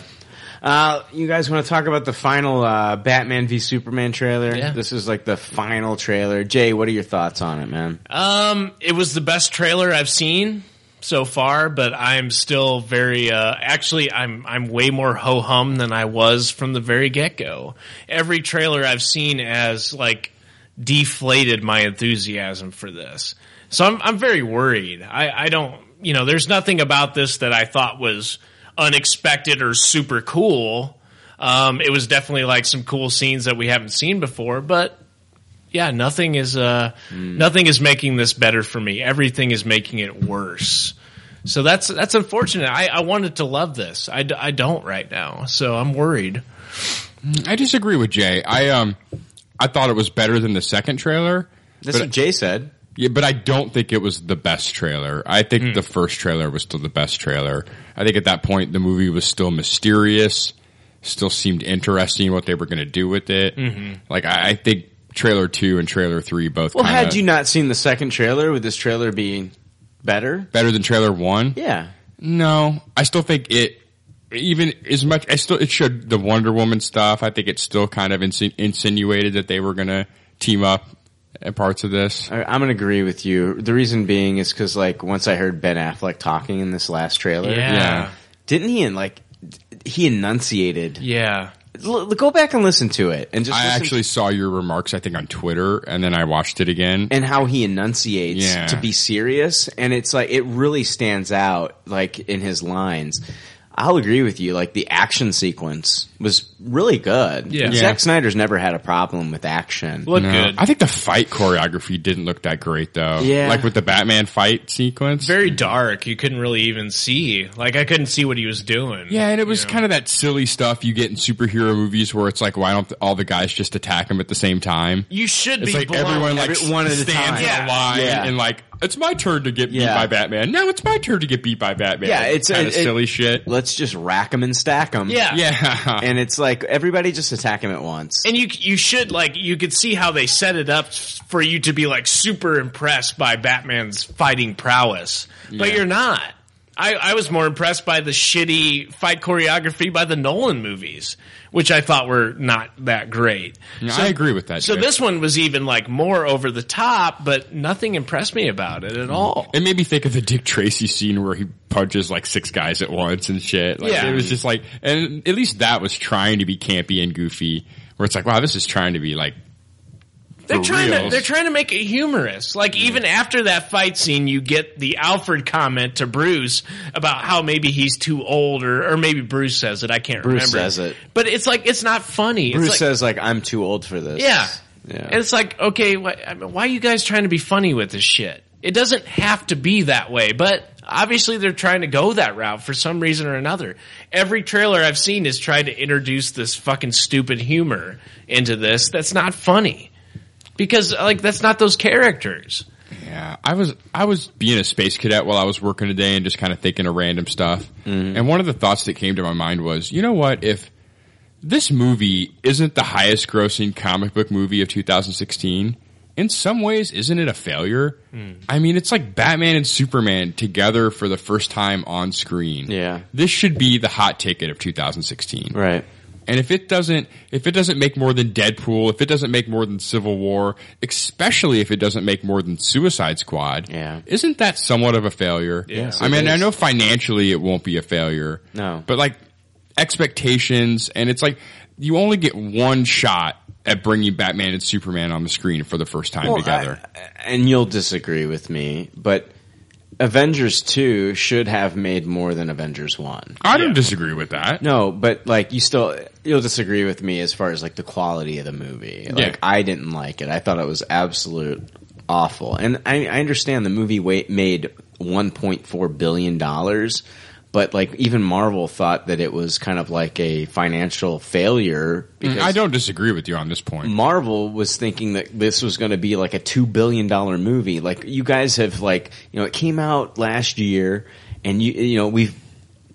S7: Uh, you guys want to talk about the final uh, Batman v Superman trailer?
S9: Yeah.
S7: This is like the final trailer. Jay, what are your thoughts on it, man?
S9: Um, it was the best trailer I've seen so far, but I'm still very uh, actually I'm I'm way more ho hum than I was from the very get go. Every trailer I've seen has like deflated my enthusiasm for this, so I'm I'm very worried. I I don't you know there's nothing about this that I thought was unexpected or super cool. Um, it was definitely like some cool scenes that we haven't seen before, but yeah, nothing is uh, nothing is making this better for me. Everything is making it worse. So that's that's unfortunate. I, I wanted to love this. I, d- I don't right now, so I'm worried.
S8: I disagree with Jay. I um, I thought it was better than the second trailer.
S7: That's what Jay said.
S8: Yeah, but I don't think it was the best trailer. I think the first trailer was still the best trailer. I think at that point the movie was still mysterious, still seemed interesting what they were going to do with it.
S7: Mhm.
S8: Like I, I think trailer two and trailer three both.
S7: Well,
S8: kinda-
S7: had you not seen the second trailer, would this trailer be better?
S8: better than trailer one?
S7: Yeah.
S8: No, I still think it. Even as much, I still it showed the Wonder Woman stuff. I think it still kind of insin- insinuated that they were going to team up at parts of this.
S7: I, I'm gonna agree with you. The reason being is because like once I heard Ben Affleck talking in this last trailer,
S9: Yeah. Yeah.
S7: didn't he? And like he enunciated.
S9: Yeah,
S7: L- go back and listen to it, and just
S8: I
S7: listen
S8: actually saw your remarks, I think, on Twitter, and then I watched it again.
S7: And how he enunciates
S8: Yeah.
S7: to be serious and it's like it really stands out like in his lines i'll agree with you like the action sequence was really good
S8: Yeah.
S7: And
S8: Yeah.
S7: Zack snyder's never had a problem with action
S8: No. I think the fight choreography didn't look that great though.
S7: Yeah.
S8: Like with the Batman fight sequence.
S9: Very dark. You couldn't really even see. Like I couldn't see what he was doing.
S8: Yeah, and it was kind of that silly stuff you get in superhero movies where it's like, why don't all the guys just attack him at the same time?
S9: You should
S8: It's
S9: be
S8: like
S9: blown.
S8: everyone like
S9: Every- one at a
S8: stands in a
S9: time. Yeah.
S8: line
S9: Yeah.
S8: and like, it's my turn to get beat
S7: Yeah.
S8: by Batman. Now it's my turn to get beat by Batman.
S7: yeah it's
S8: kind
S7: it-
S8: of
S7: it-
S8: silly shit.
S7: let's just rack them and stack them
S9: Yeah.
S8: yeah
S7: and it's like everybody just attack him at once
S9: And you you should like you could see how they set it up for you to be like super impressed by Batman's fighting prowess, but
S14: Yeah.
S9: you're not. I, I was more impressed by the shitty fight choreography by the Nolan movies, which I thought were not that great.
S8: Yeah, I agree with that,
S9: So
S8: Jay.
S9: this one was even like more over the top, but nothing impressed me about it at all.
S8: It made me think of the Dick Tracy scene where he punches like six guys at once and shit. Like,
S9: Yeah.
S8: It was just like, and at least that was trying to be campy and goofy where it's like, wow, this is trying to be like,
S9: They're
S8: for
S9: trying to
S8: reals.
S9: they're trying to make it humorous. Like even after that fight scene, you get the Alfred comment to Bruce about how maybe he's too old, or or maybe Bruce says it. I can't
S7: Bruce
S9: remember.
S7: says it.
S9: but it's like it's not funny.
S7: bruce
S9: it's like,
S7: says like i'm too old for this
S9: yeah.
S7: yeah
S9: And it's like okay, why, I mean, why are you guys trying to be funny with this shit? It doesn't have to be that way, but obviously they're trying to go that route for some reason or another. Every trailer I've seen has tried to introduce this fucking stupid humor into this that's not funny because like that's not those characters.
S8: Yeah, I was I was being a space cadet while I was working today and just kind of thinking of random stuff. And one of the thoughts that came to my mind was, you know what? If this movie isn't the highest grossing comic book movie of 2016, in some ways, isn't it a failure? I mean, it's like Batman and Superman together for the first time on screen.
S7: Yeah.
S8: This should be the hot ticket of 2016.
S7: Right.
S8: And if it doesn't if it doesn't make more than Deadpool, if it doesn't make more than Civil War, especially if it doesn't make more than Suicide Squad, yeah. isn't that somewhat of a failure?
S7: Yes,
S8: I
S7: it
S8: mean, I
S7: is.
S8: know financially it won't be a failure.
S7: No.
S8: But like expectations and it's like you only get one shot at bringing Batman and Superman on the screen for the first time
S7: Well,
S8: together.
S7: I- and you'll disagree with me, but Avengers 2 should have made more than Avengers 1.
S8: I don't disagree with that.
S7: No, but like you still you'll disagree with me as far as like the quality of the movie. Like
S8: Yeah.
S7: I didn't like it. I thought it was absolute awful. And I, I understand the movie wa- made 1.4 billion dollars, but like even Marvel thought that it was kind of like a financial failure because
S8: Mm, I don't disagree with you on this point.
S7: Marvel was thinking that this was going to be like a two billion dollar movie. Like you guys have like you know it came out last year, and you you know we've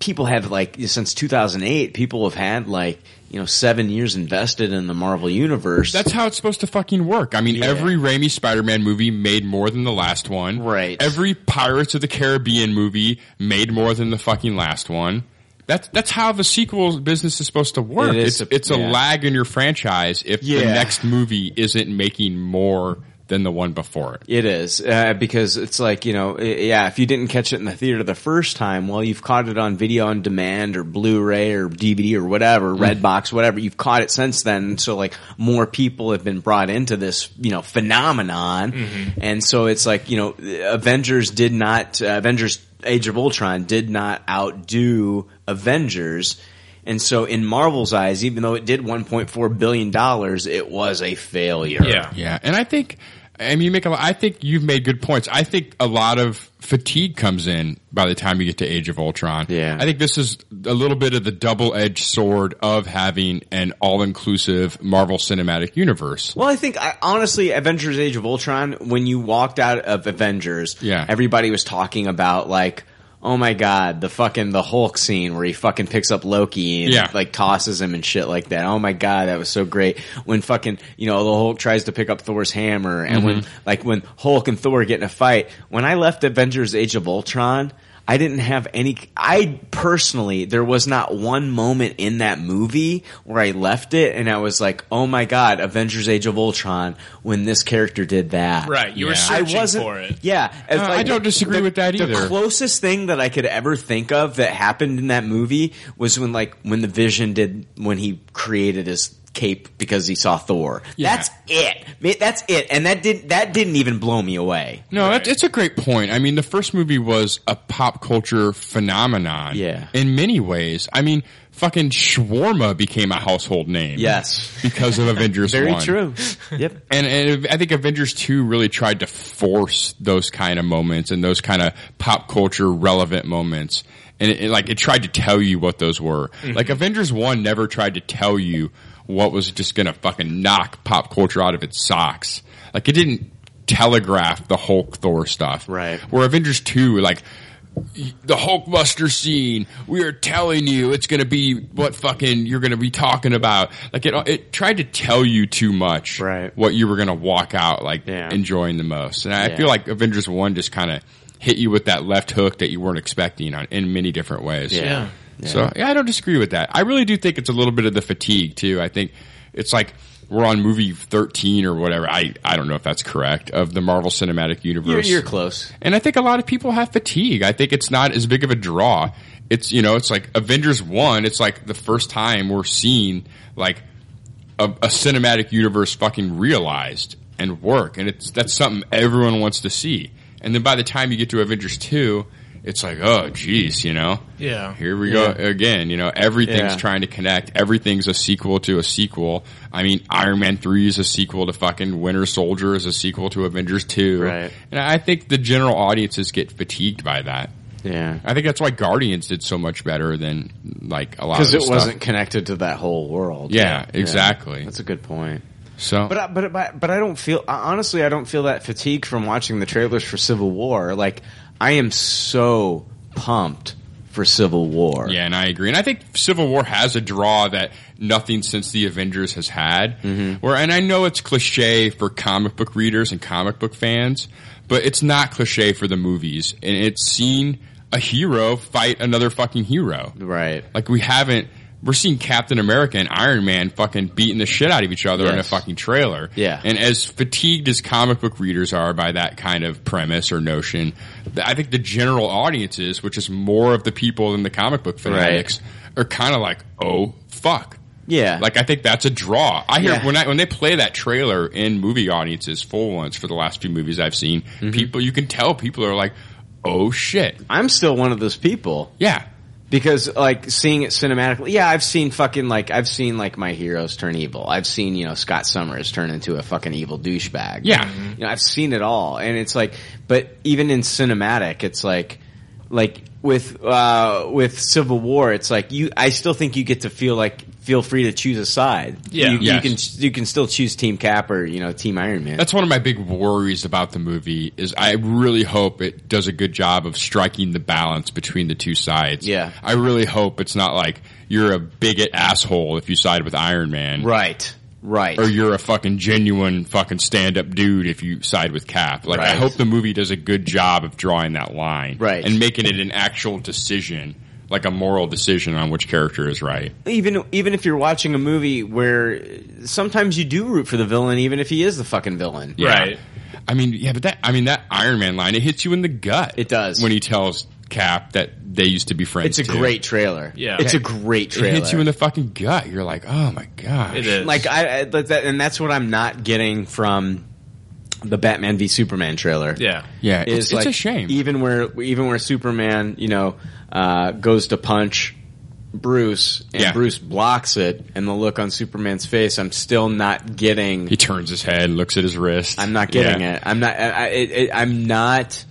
S7: people have like since 2008 people have had like you know seven years invested in the Marvel universe.
S8: That's how it's supposed to fucking work. I mean,
S7: Yeah.
S8: every Raimi Spider-Man movie made more than the last one. Right. Every Pirates of the Caribbean movie made more than the fucking last one. That's that's how the sequel business is supposed to work.
S7: It is
S8: it's
S7: sup-
S8: it's a
S7: yeah.
S8: lag in your franchise if the
S7: Yeah.
S8: next movie isn't making more than the one before it.
S7: It is uh, because it's like you know, i yeah. If you didn't catch it in the theater the first time, well, you've caught it on video on demand or Blu-ray or DVD or whatever, Redbox, whatever. You've caught it since then, so like more people have been brought into this you know phenomenon,
S12: Mhm.
S7: and so it's like you know, Avengers did not uh, Avengers Age of Ultron did not outdo Avengers. And so, in Marvel's eyes, even though it did 1.4 billion dollars, it was a failure.
S8: yeah. And I think, I mean, you make a lot. I think you've made good points. I think a lot of fatigue comes in by the time you get to Age of Ultron. Yeah, I think this is a little bit of the double-edged sword of having an all-inclusive Marvel Cinematic Universe.
S7: Well, I think I, honestly, Avengers: Age of Ultron. When you walked out of Avengers, yeah. everybody was talking about like, oh my god, the fucking the Hulk scene where he fucking picks up Loki and
S8: Yeah.
S7: like tosses him and shit like that. Oh my god, that was so great. When fucking you know the Hulk tries to pick up Thor's hammer, and when
S8: Mhm.
S7: like when Hulk and Thor get in a fight. When I left Avengers: Age of Ultron. I didn't have any. I personally, there was not one moment in that movie where I left it and I was like, "Oh my god, Avengers: Age of Ultron!" When this character did that,
S9: Right, you were searching for it.
S7: Yeah, If,
S9: Uh, I don't disagree
S7: the-
S9: with that either.
S7: The closest thing that I could ever think of that happened in that movie was when, like, when the Vision did when he created his cape because he saw Thor. That's it. Ma- That's it. And that did that didn't even blow me away.
S8: No, that's, it's a great point. I mean, the first movie was a pop culture phenomenon. Yeah. In many ways. I mean, fucking shawarma became a household name.
S7: Yes.
S8: Because of Avengers
S7: Very
S8: 1.
S7: true. Yep.
S8: And, and I think Avengers 2 really tried to force those kind of moments and those kind of pop culture relevant moments. And it, it, like, it tried to tell you what those were.
S12: Mhm.
S8: Like, Avengers 1 never tried to tell you what was just gonna fucking knock pop culture out of its socks. Like, it didn't telegraph the Hulk Thor stuff. Right. Where Avengers 2, like, the Hulkbuster scene. We are telling you it's going to be what fucking you're going to be talking about. Like it, it tried to tell you too much, right? What you were going to walk out like enjoying the most. And I
S12: Yeah.
S8: feel like Avengers One just kind of hit you with that left hook that you weren't expecting on in many different ways.
S12: Yeah. Yeah.
S8: So yeah, I don't disagree with that. I really do think it's a little bit of the fatigue too. I think it's like we're on movie 13 or whatever. I, I don't know if that's correct of the Marvel Cinematic
S7: You're,
S8: Universe.
S7: you're close.
S8: And I think a lot of people have fatigue. I think it's not as big of a draw. It's, you know, it's like Avengers 1, it's like the first time we're seeing like a, a cinematic universe fucking realized and work. And it's, that's something everyone wants to see. And then by the time you get to Avengers 2, it's like, oh, geez, you know?
S9: Yeah.
S8: Here we go
S9: Yeah.
S8: again. You know, everything's
S9: Yeah.
S8: trying to connect. Everything's a sequel to a sequel. I mean, Iron Man 3 is a sequel to fucking Winter Soldier is a sequel to Avengers 2. Right. And I think the general audiences get fatigued by that.
S7: Yeah.
S8: I think that's why Guardians did so much better than like a lot of
S7: Because
S8: the
S7: it
S8: stuff.
S7: wasn't connected to that whole world.
S8: Yeah, exactly.
S7: That's a good point.
S8: So,
S7: But I, but but but I don't feel I- honestly. I don't feel that fatigue from watching the trailers for Civil War. Like I am so pumped for Civil War.
S8: Yeah, and I agree. And I think Civil War has a draw that nothing since the Avengers has had. Where, and I know it's cliche for comic book readers and comic book fans, but it's not cliche for the movies. And it's seen a hero fight another fucking hero.
S7: Right.
S8: Like we haven't. We're seeing Captain America and Iron Man fucking beating the shit out of each other in a
S7: Yes.
S8: fucking trailer.
S7: Yeah.
S8: And as fatigued as comic book readers are by that kind of premise or notion, th- I think the general audiences, which is more of the people than the comic book fanatics, are kind of like, oh fuck.
S7: Yeah.
S8: Like I think that's a draw. I hear
S7: Yeah.
S8: when I when they play that trailer
S7: Mm-hmm.
S8: in movie audiences, full ones for the last few movies I've seen, people you can tell people are like, oh shit.
S7: I'm still one of those people.
S8: Yeah.
S7: Because like seeing it cinematically, yeah, I've seen fucking like I've seen like my heroes turn evil. I've seen you know Scott Summers turn into a fucking evil douchebag.
S8: Yeah.
S7: you know I've seen it all, and it's like, but even in cinematic, it's like, like with uh with Civil War, it's like you. I still think you get to feel like feel free to choose a side.
S8: Yeah.
S7: you,
S8: Yes.
S7: you can you can still choose Team Cap or you know Team Iron Man.
S8: That's one of my big worries about the movie is I really hope it does a good job of striking the balance between the two sides.
S7: Yeah.
S8: I really hope it's not like you're a bigot asshole if you side with Iron Man.
S7: Right. Right.
S8: Or you're a fucking genuine fucking stand up dude if you side with Cap. Like I
S7: Right.
S8: hope the movie does a good job of drawing that line.
S7: Right.
S8: And making it an actual decision, like a moral decision on which character is right.
S7: even even if you're watching a movie where sometimes you do root for the villain, even if he is the fucking villain.
S8: Right. I mean, yeah, but that I mean that Iron Man line it hits you in the gut. It
S7: does
S8: when he tells Cap that they used to be friends.
S7: It's a
S8: too.
S7: great trailer. Yeah. It's a great
S8: It
S7: trailer.
S8: hits you in the fucking gut. You're like, oh my god,
S7: Like I, I but that, and that's what I'm not getting from the Batman v Superman trailer.
S9: Yeah.
S8: Yeah, it's-
S7: Is
S8: it's a
S7: like, e-
S8: shame.
S7: Even where even where Superman, you know, uh, goes to punch Bruce and
S8: Yeah.
S7: Bruce blocks it, and the look on Superman's face, I'm still not getting.
S8: He turns his head, looks at his wrist.
S7: I'm not getting
S8: Yeah.
S7: it. I'm not. I, I, it, it, I'm not.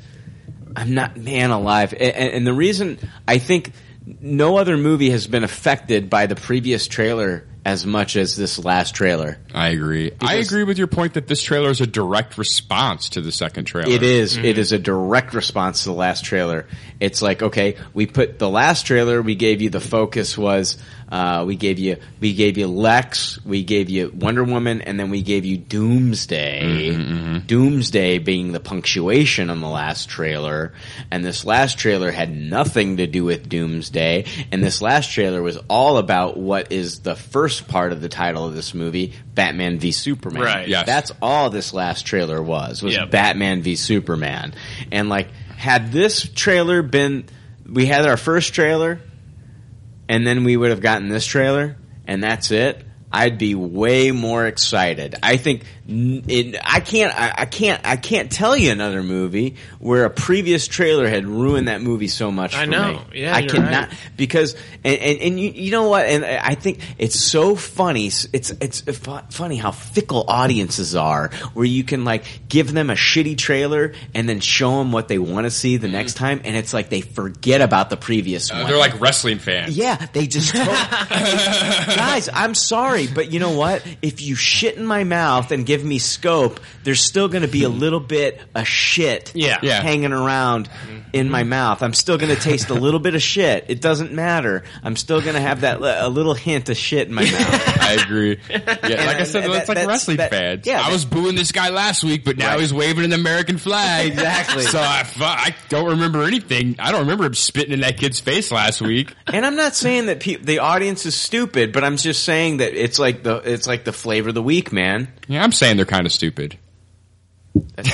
S7: I'm not man alive. A- a- And, the reason I think no other movie has been affected by the previous trailer as much as this last trailer.
S8: I agree. I agree with your point that this trailer is a direct response to the second trailer.
S7: It is- It is a direct response to the last trailer. It's like okay, we put the last trailer. We gave you the focus was uh, we gave you we gave you Lex, we gave you Wonder Woman, and then we gave you Doomsday. Doomsday being the punctuation on the last trailer, and this last trailer had nothing to do with Doomsday, and this last trailer was all about what is the first part of the title of this movie, Batman v Superman.
S9: Right. Yes.
S7: That's all this last trailer was was
S9: Yep.
S7: Batman v Superman, and like had this trailer been, we had our first trailer, and then we would have gotten this trailer, and that's it. I'd be way more excited. I think n- it, I can't. I, I can't. I can't tell you another movie where a previous trailer had ruined that movie so much.
S9: I
S7: for
S9: know.
S7: Me.
S9: Yeah,
S7: I
S9: you're
S7: cannot
S9: right.
S7: because and and, and you, you know what? And I I think it's so funny. s- It's it's fu- funny how fickle audiences are, where you can like give them a shitty trailer and then show them what they want to see the next time, and it's like they forget about the previous
S8: Uh,
S7: one.
S8: they're like wrestling fans.
S7: Yeah, they just to- guys. I'm sorry, but you know what? If you shit in my mouth and give me scope, there's still going to be a little bit of shit,
S9: Yeah. Yeah.
S7: hanging around in my mouth. I'm still going to taste a little bit of shit. It doesn't matter. I'm still going to have that li- a little hint of shit in my mouth.
S8: I agree. Yeah, like I said,
S7: And that-
S8: that's like
S7: that's-
S8: wrestling
S7: that-
S8: fans.
S7: yeah,
S8: I
S7: that-
S8: was booing this guy last week, but now
S7: Right.
S8: he's waving an American flag.
S7: Exactly.
S8: So I, fu- I don't remember anything. I don't remember him spitting in that kid's face last week.
S7: And I'm not saying that pe- the audience is stupid, but I'm just saying that it's like the it's like the flavor of the week, man.
S8: Yeah, I'm saying they're kind of stupid.
S7: I'm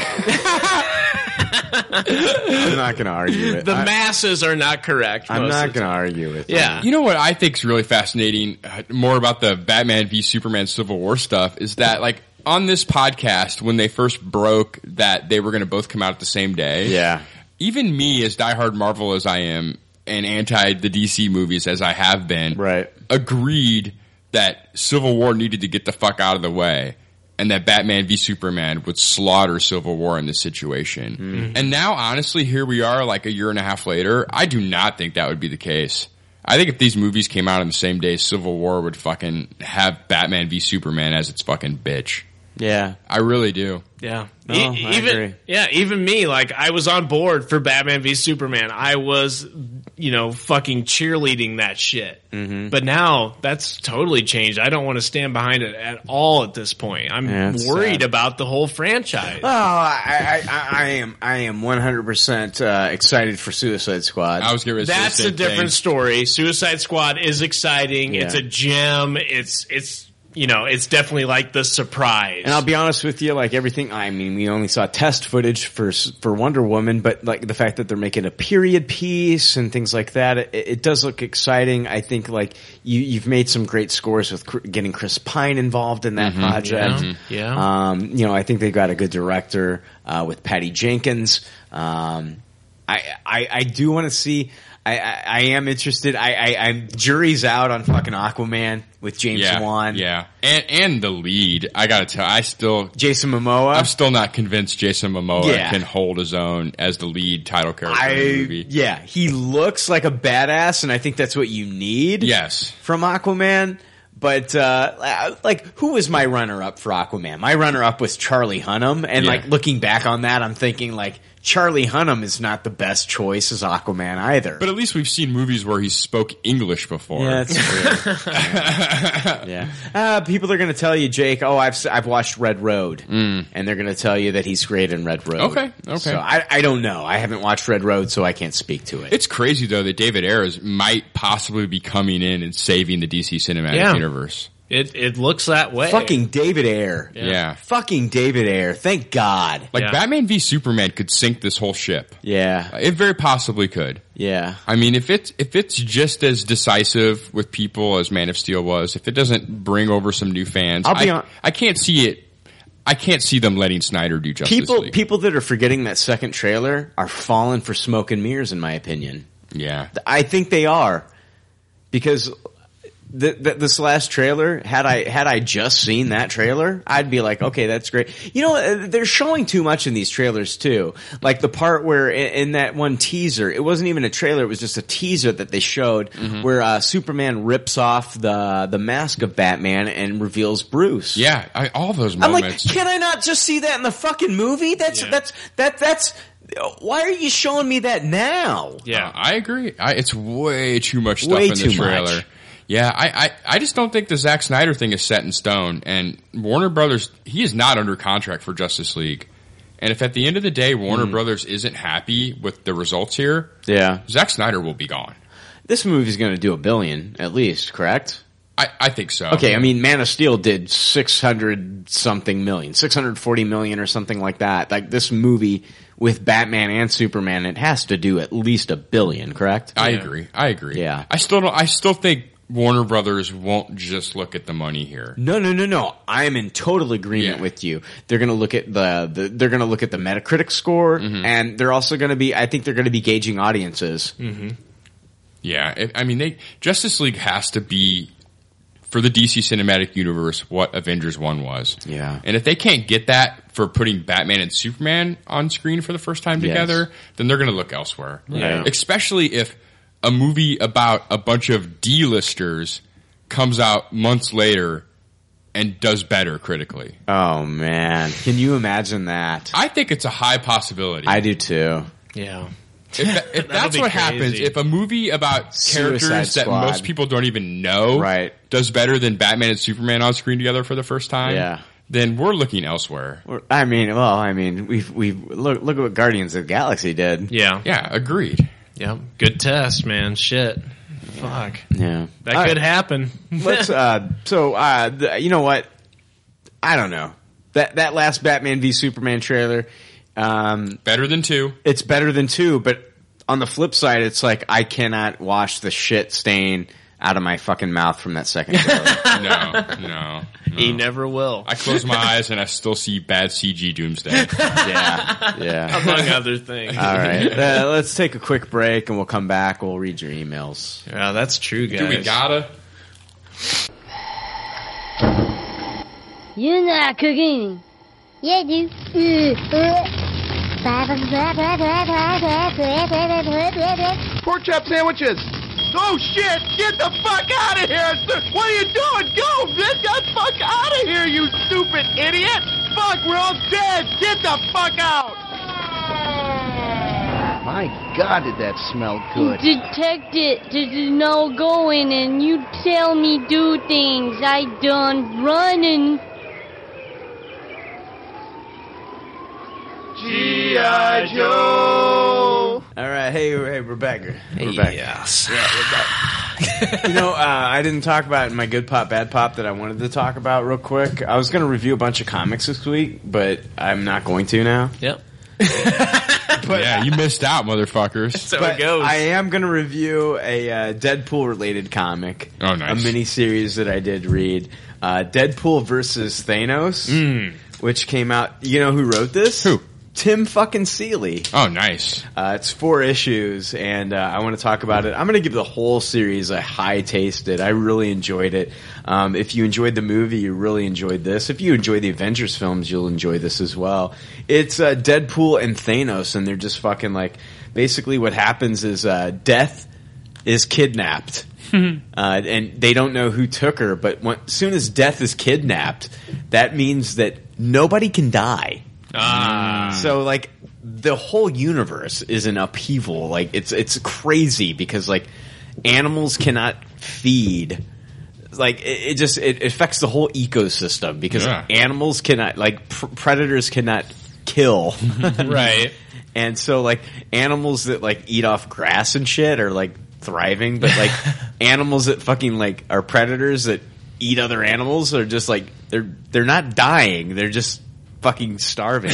S7: not going to argue it.
S9: The
S7: I-
S9: masses are not correct.
S7: I'm
S9: most
S7: not
S9: of the
S7: going to argue with it.
S9: Yeah.
S8: You know what I think's really fascinating, uh, more about the Batman v Superman Civil War stuff, is that like on this podcast when they first broke that they were going to both come out at the same day.
S7: Yeah.
S8: Even me, as diehard Marvel as I am, and anti the DC movies as I have been,
S7: right,
S8: agreed that Civil War needed to get the fuck out of the way. And that Batman v Superman would slaughter Civil War in this situation. And now, honestly, here we are, like a year and a half later. I do not think that would be the case. I think if these movies came out on the same day, Civil War would fucking have Batman v Superman as its fucking bitch.
S7: Yeah,
S8: I really do.
S9: Yeah.
S8: No, I
S9: E- even
S8: agree.
S9: yeah, even me like I was on board for Batman v Superman. I was you know fucking cheerleading that shit.
S7: Mm-hmm.
S9: But now that's totally changed. I don't want to stand behind it at all at this point. I'm
S7: Yeah, it's
S9: worried
S7: sad.
S9: about the whole franchise.
S7: Oh, I, I- I, I am, I am one hundred percent uh, excited for Suicide Squad.
S8: I was getting
S9: That's a different story. Suicide Squad is exciting.
S7: Yeah.
S9: It's a gem. It's it's you know, it's definitely like the surprise.
S7: And I'll be honest with you, like everything. I mean, we only saw test footage for s- for Wonder Woman, but like the fact that they're making a period piece and things like that, it, it does look exciting. I think like you you've made some great scores with cr- getting Chris Pine involved in that project.
S9: Yeah. Yeah.
S7: Um, you know, I think they've got a good director uh, with Patty Jenkins. Um, I I, I do want to see. I, I, I am interested. I, I I'm jury's out on fucking Aquaman with James
S8: yeah,
S7: Wan.
S8: yeah, and and the lead. I gotta tell, I still
S7: Jason Momoa.
S8: I'm still not convinced Jason Momoa
S7: Yeah.
S8: can hold his own as the lead title character
S7: I
S8: in the movie.
S7: yeah, he looks like a badass, and I think that's what you need.
S8: Yes,
S7: from Aquaman. But uh, like, who was my runner-up for Aquaman? My runner-up was Charlie Hunnam, and
S8: Yeah.
S7: like looking back on that, I'm thinking like Charlie Hunnam is not the best choice as Aquaman either.
S8: But at least we've seen movies where he spoke English before.
S7: Yeah, that's true. yeah, Uh, people are going to tell you, Jake. Oh, I've s- I've watched Red Road, and they're going to tell you that he's great in Red Road.
S8: Mm. Okay, okay.
S7: So I I don't know. I haven't watched Red Road, so I can't speak to it.
S8: It's crazy though that David Ayers might possibly be coming in and saving the DC cinematic
S7: Yeah.
S8: universe.
S9: It it looks that way.
S7: Fucking David Ayer.
S8: Yeah. Yeah.
S7: Fucking David Ayer. Thank God.
S8: Like
S7: Yeah.
S8: Batman v Superman could sink this whole ship.
S7: Yeah.
S8: It very possibly could.
S7: Yeah.
S8: I mean, if it's if it's just as decisive with people as Man of Steel was, if it doesn't bring over some new fans,
S7: I'll be
S8: I,
S7: hon-
S8: I can't see it. I can't see them letting Snyder do justice.
S7: people
S8: League.
S7: people that are forgetting that second trailer are falling for smoke and mirrors in my opinion
S8: yeah
S7: i think they are because th- th- this last trailer had i had i just seen that trailer i'd be like okay that's great you know uh, they're showing too much in these trailers too like the part where in, in that one teaser it wasn't even a trailer it was just a teaser that they showed where uh, superman rips off the the mask of batman and reveals bruce
S8: yeah I, all those
S7: I'm like,
S8: moments.
S7: can I not just see that in the fucking movie? That's that's that that's. Why are you showing me that now?
S8: Yeah, I agree. I, it's way too much stuff
S7: Way
S8: in the
S7: too
S8: trailer.
S7: much.
S8: Yeah, I, I, I just don't think the Zack Snyder thing is set in stone. And Warner Brothers, he is not under contract for Justice League. And if at the end of the day Warner
S7: Mhm.
S8: Brothers isn't happy with the results here,
S7: Yeah,
S8: Zack Snyder will be gone.
S7: this movie's going to do a billion at least, correct?
S8: I, I think so.
S7: Okay, I mean, Man of Steel did six hundred something million, six hundred forty million or something like that. Like this movie with Batman and Superman, it has to do at least a billion, correct?
S8: I agree. I agree.
S7: Yeah.
S8: I still don't. I still think Warner Brothers won't just look at the money here.
S7: No, no, no, no. I am in total agreement with you. They're going to look at the, the they're going to look at the Metacritic score,
S8: Mm-hmm.
S7: and they're also going to be. I think they're going to be gauging audiences.
S8: Mm-hmm. Yeah, it, I mean, they Justice League has to be for the DC Cinematic Universe what Avengers One was.
S7: Yeah,
S8: and if they can't get that for putting Batman and Superman on screen for the first time
S7: Yes.
S8: together, then they're going to look elsewhere.
S7: Yeah.
S8: especially if a movie about a bunch of D-listers comes out months later and does better critically.
S7: Oh man, can you imagine that?
S8: I think it's a high possibility.
S7: I do too.
S9: Yeah.
S8: If, if that's
S9: be
S8: what happens,
S9: crazy.
S8: if a movie about
S7: Suicide
S8: characters that
S7: Squad.
S8: most people don't even know right. does better than Batman and Superman on screen together for the first time,
S7: Yeah.
S8: then we're looking elsewhere.
S7: Or- I mean, well, I mean, we we look look at what Guardians of the Galaxy did.
S9: Yeah.
S8: Yeah, agreed.
S9: Yep. Good test, man. Shit. Fuck.
S7: Yeah,
S9: That
S7: All
S9: could
S7: right.
S9: happen.
S7: Let's. Uh, so uh, th- you know what? I don't know that that last Batman v Superman trailer. Um,
S8: better than two.
S7: It's better than two, but on the flip side, it's like I cannot wash the shit stain out of my fucking mouth from that second trailer.
S8: no, no,
S9: He never will.
S8: I close my eyes and I still see bad CG Doomsday.
S7: yeah, yeah.
S9: Among other things.
S7: All right, uh, let's take a quick break, and we'll come back. We'll read your emails.
S9: Yeah, that's true, guys.
S8: Do we gotta?
S12: You're not cooking. Yeah, dude.
S14: Pork chop sandwiches. Oh shit! Get the fuck out of here! sir. What are you doing? Go! Get the fuck out of here, you stupid idiot! Fuck, we're all dead! Get the fuck out!
S15: My God, did that smell good?
S12: Detect it. There's no going, and you tell me do things. I done running.
S14: G.I. Joe!
S7: All right, hey, hey, we're back. We're back.
S9: Yes.
S7: Yeah, we're back. you know, uh, I didn't talk about in my good pop, bad pop that I wanted to talk about real quick. I was going to review a bunch of comics this week, but I'm not going to now.
S9: Yep.
S8: yeah, you missed out, motherfuckers.
S7: But I am going to review a uh, Deadpool related comic.
S8: Oh, nice.
S7: A miniseries that I did read. Uh, Deadpool versus Thanos, which came out. You know Hmm. who wrote this? Who? Tim fucking Seeley.
S8: Oh, nice.
S7: Uh, it's four issues, and uh, I want to talk about it. I'm going to give the whole series a high tasted. I really enjoyed it. Um, if you enjoyed the movie, you really enjoyed this. If you enjoy the Avengers films, you'll enjoy this as well. It's uh, Deadpool and Thanos, and they're just fucking like. Basically, what happens is uh, death is kidnapped. Uh, and they don't know who took her, but when, soon as death is kidnapped, that means that nobody can die. So like the whole universe is an upheaval. Like it's it's crazy because like animals cannot feed. Like it, it just it affects the whole ecosystem because
S8: Yeah.
S7: animals cannot like pr- predators cannot kill.
S9: Right.
S7: And so like animals that like eat off grass and shit are like thriving, but like animals that fucking like are predators that eat other animals are just like they're they're not dying. They're just fucking starving.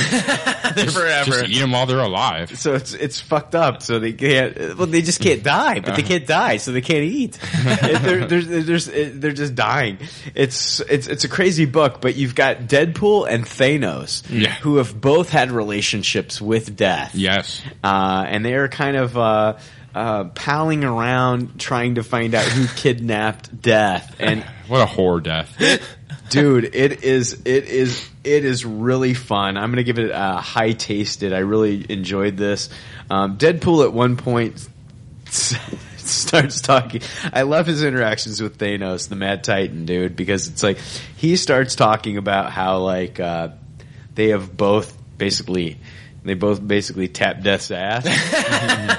S7: they're
S8: forever. just eat them while they're alive.
S7: So it's it's fucked up. So they can't. Well, they just can't die, but they can't die, so they can't eat. they're, they're, they're, just, they're just dying. It's it's it's a crazy book, but you've got Deadpool and Thanos,
S8: Yeah.
S7: who have both had relationships with death.
S8: Yes,
S7: uh, and they are kind of. Uh, uh, palling around trying to find out who kidnapped Death, and
S8: what a horror Death,
S7: dude! It is, it is, it is really fun. I'm gonna give it a high tasted. I really enjoyed this. Um, Deadpool at one point starts talking. I love his interactions with Thanos, the Mad Titan dude, because it's like he starts talking about how like uh, they have both basically they both basically tap Death's ass,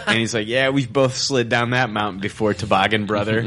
S7: and he's like, "Yeah, we've both slid down that mountain before, toboggan brother."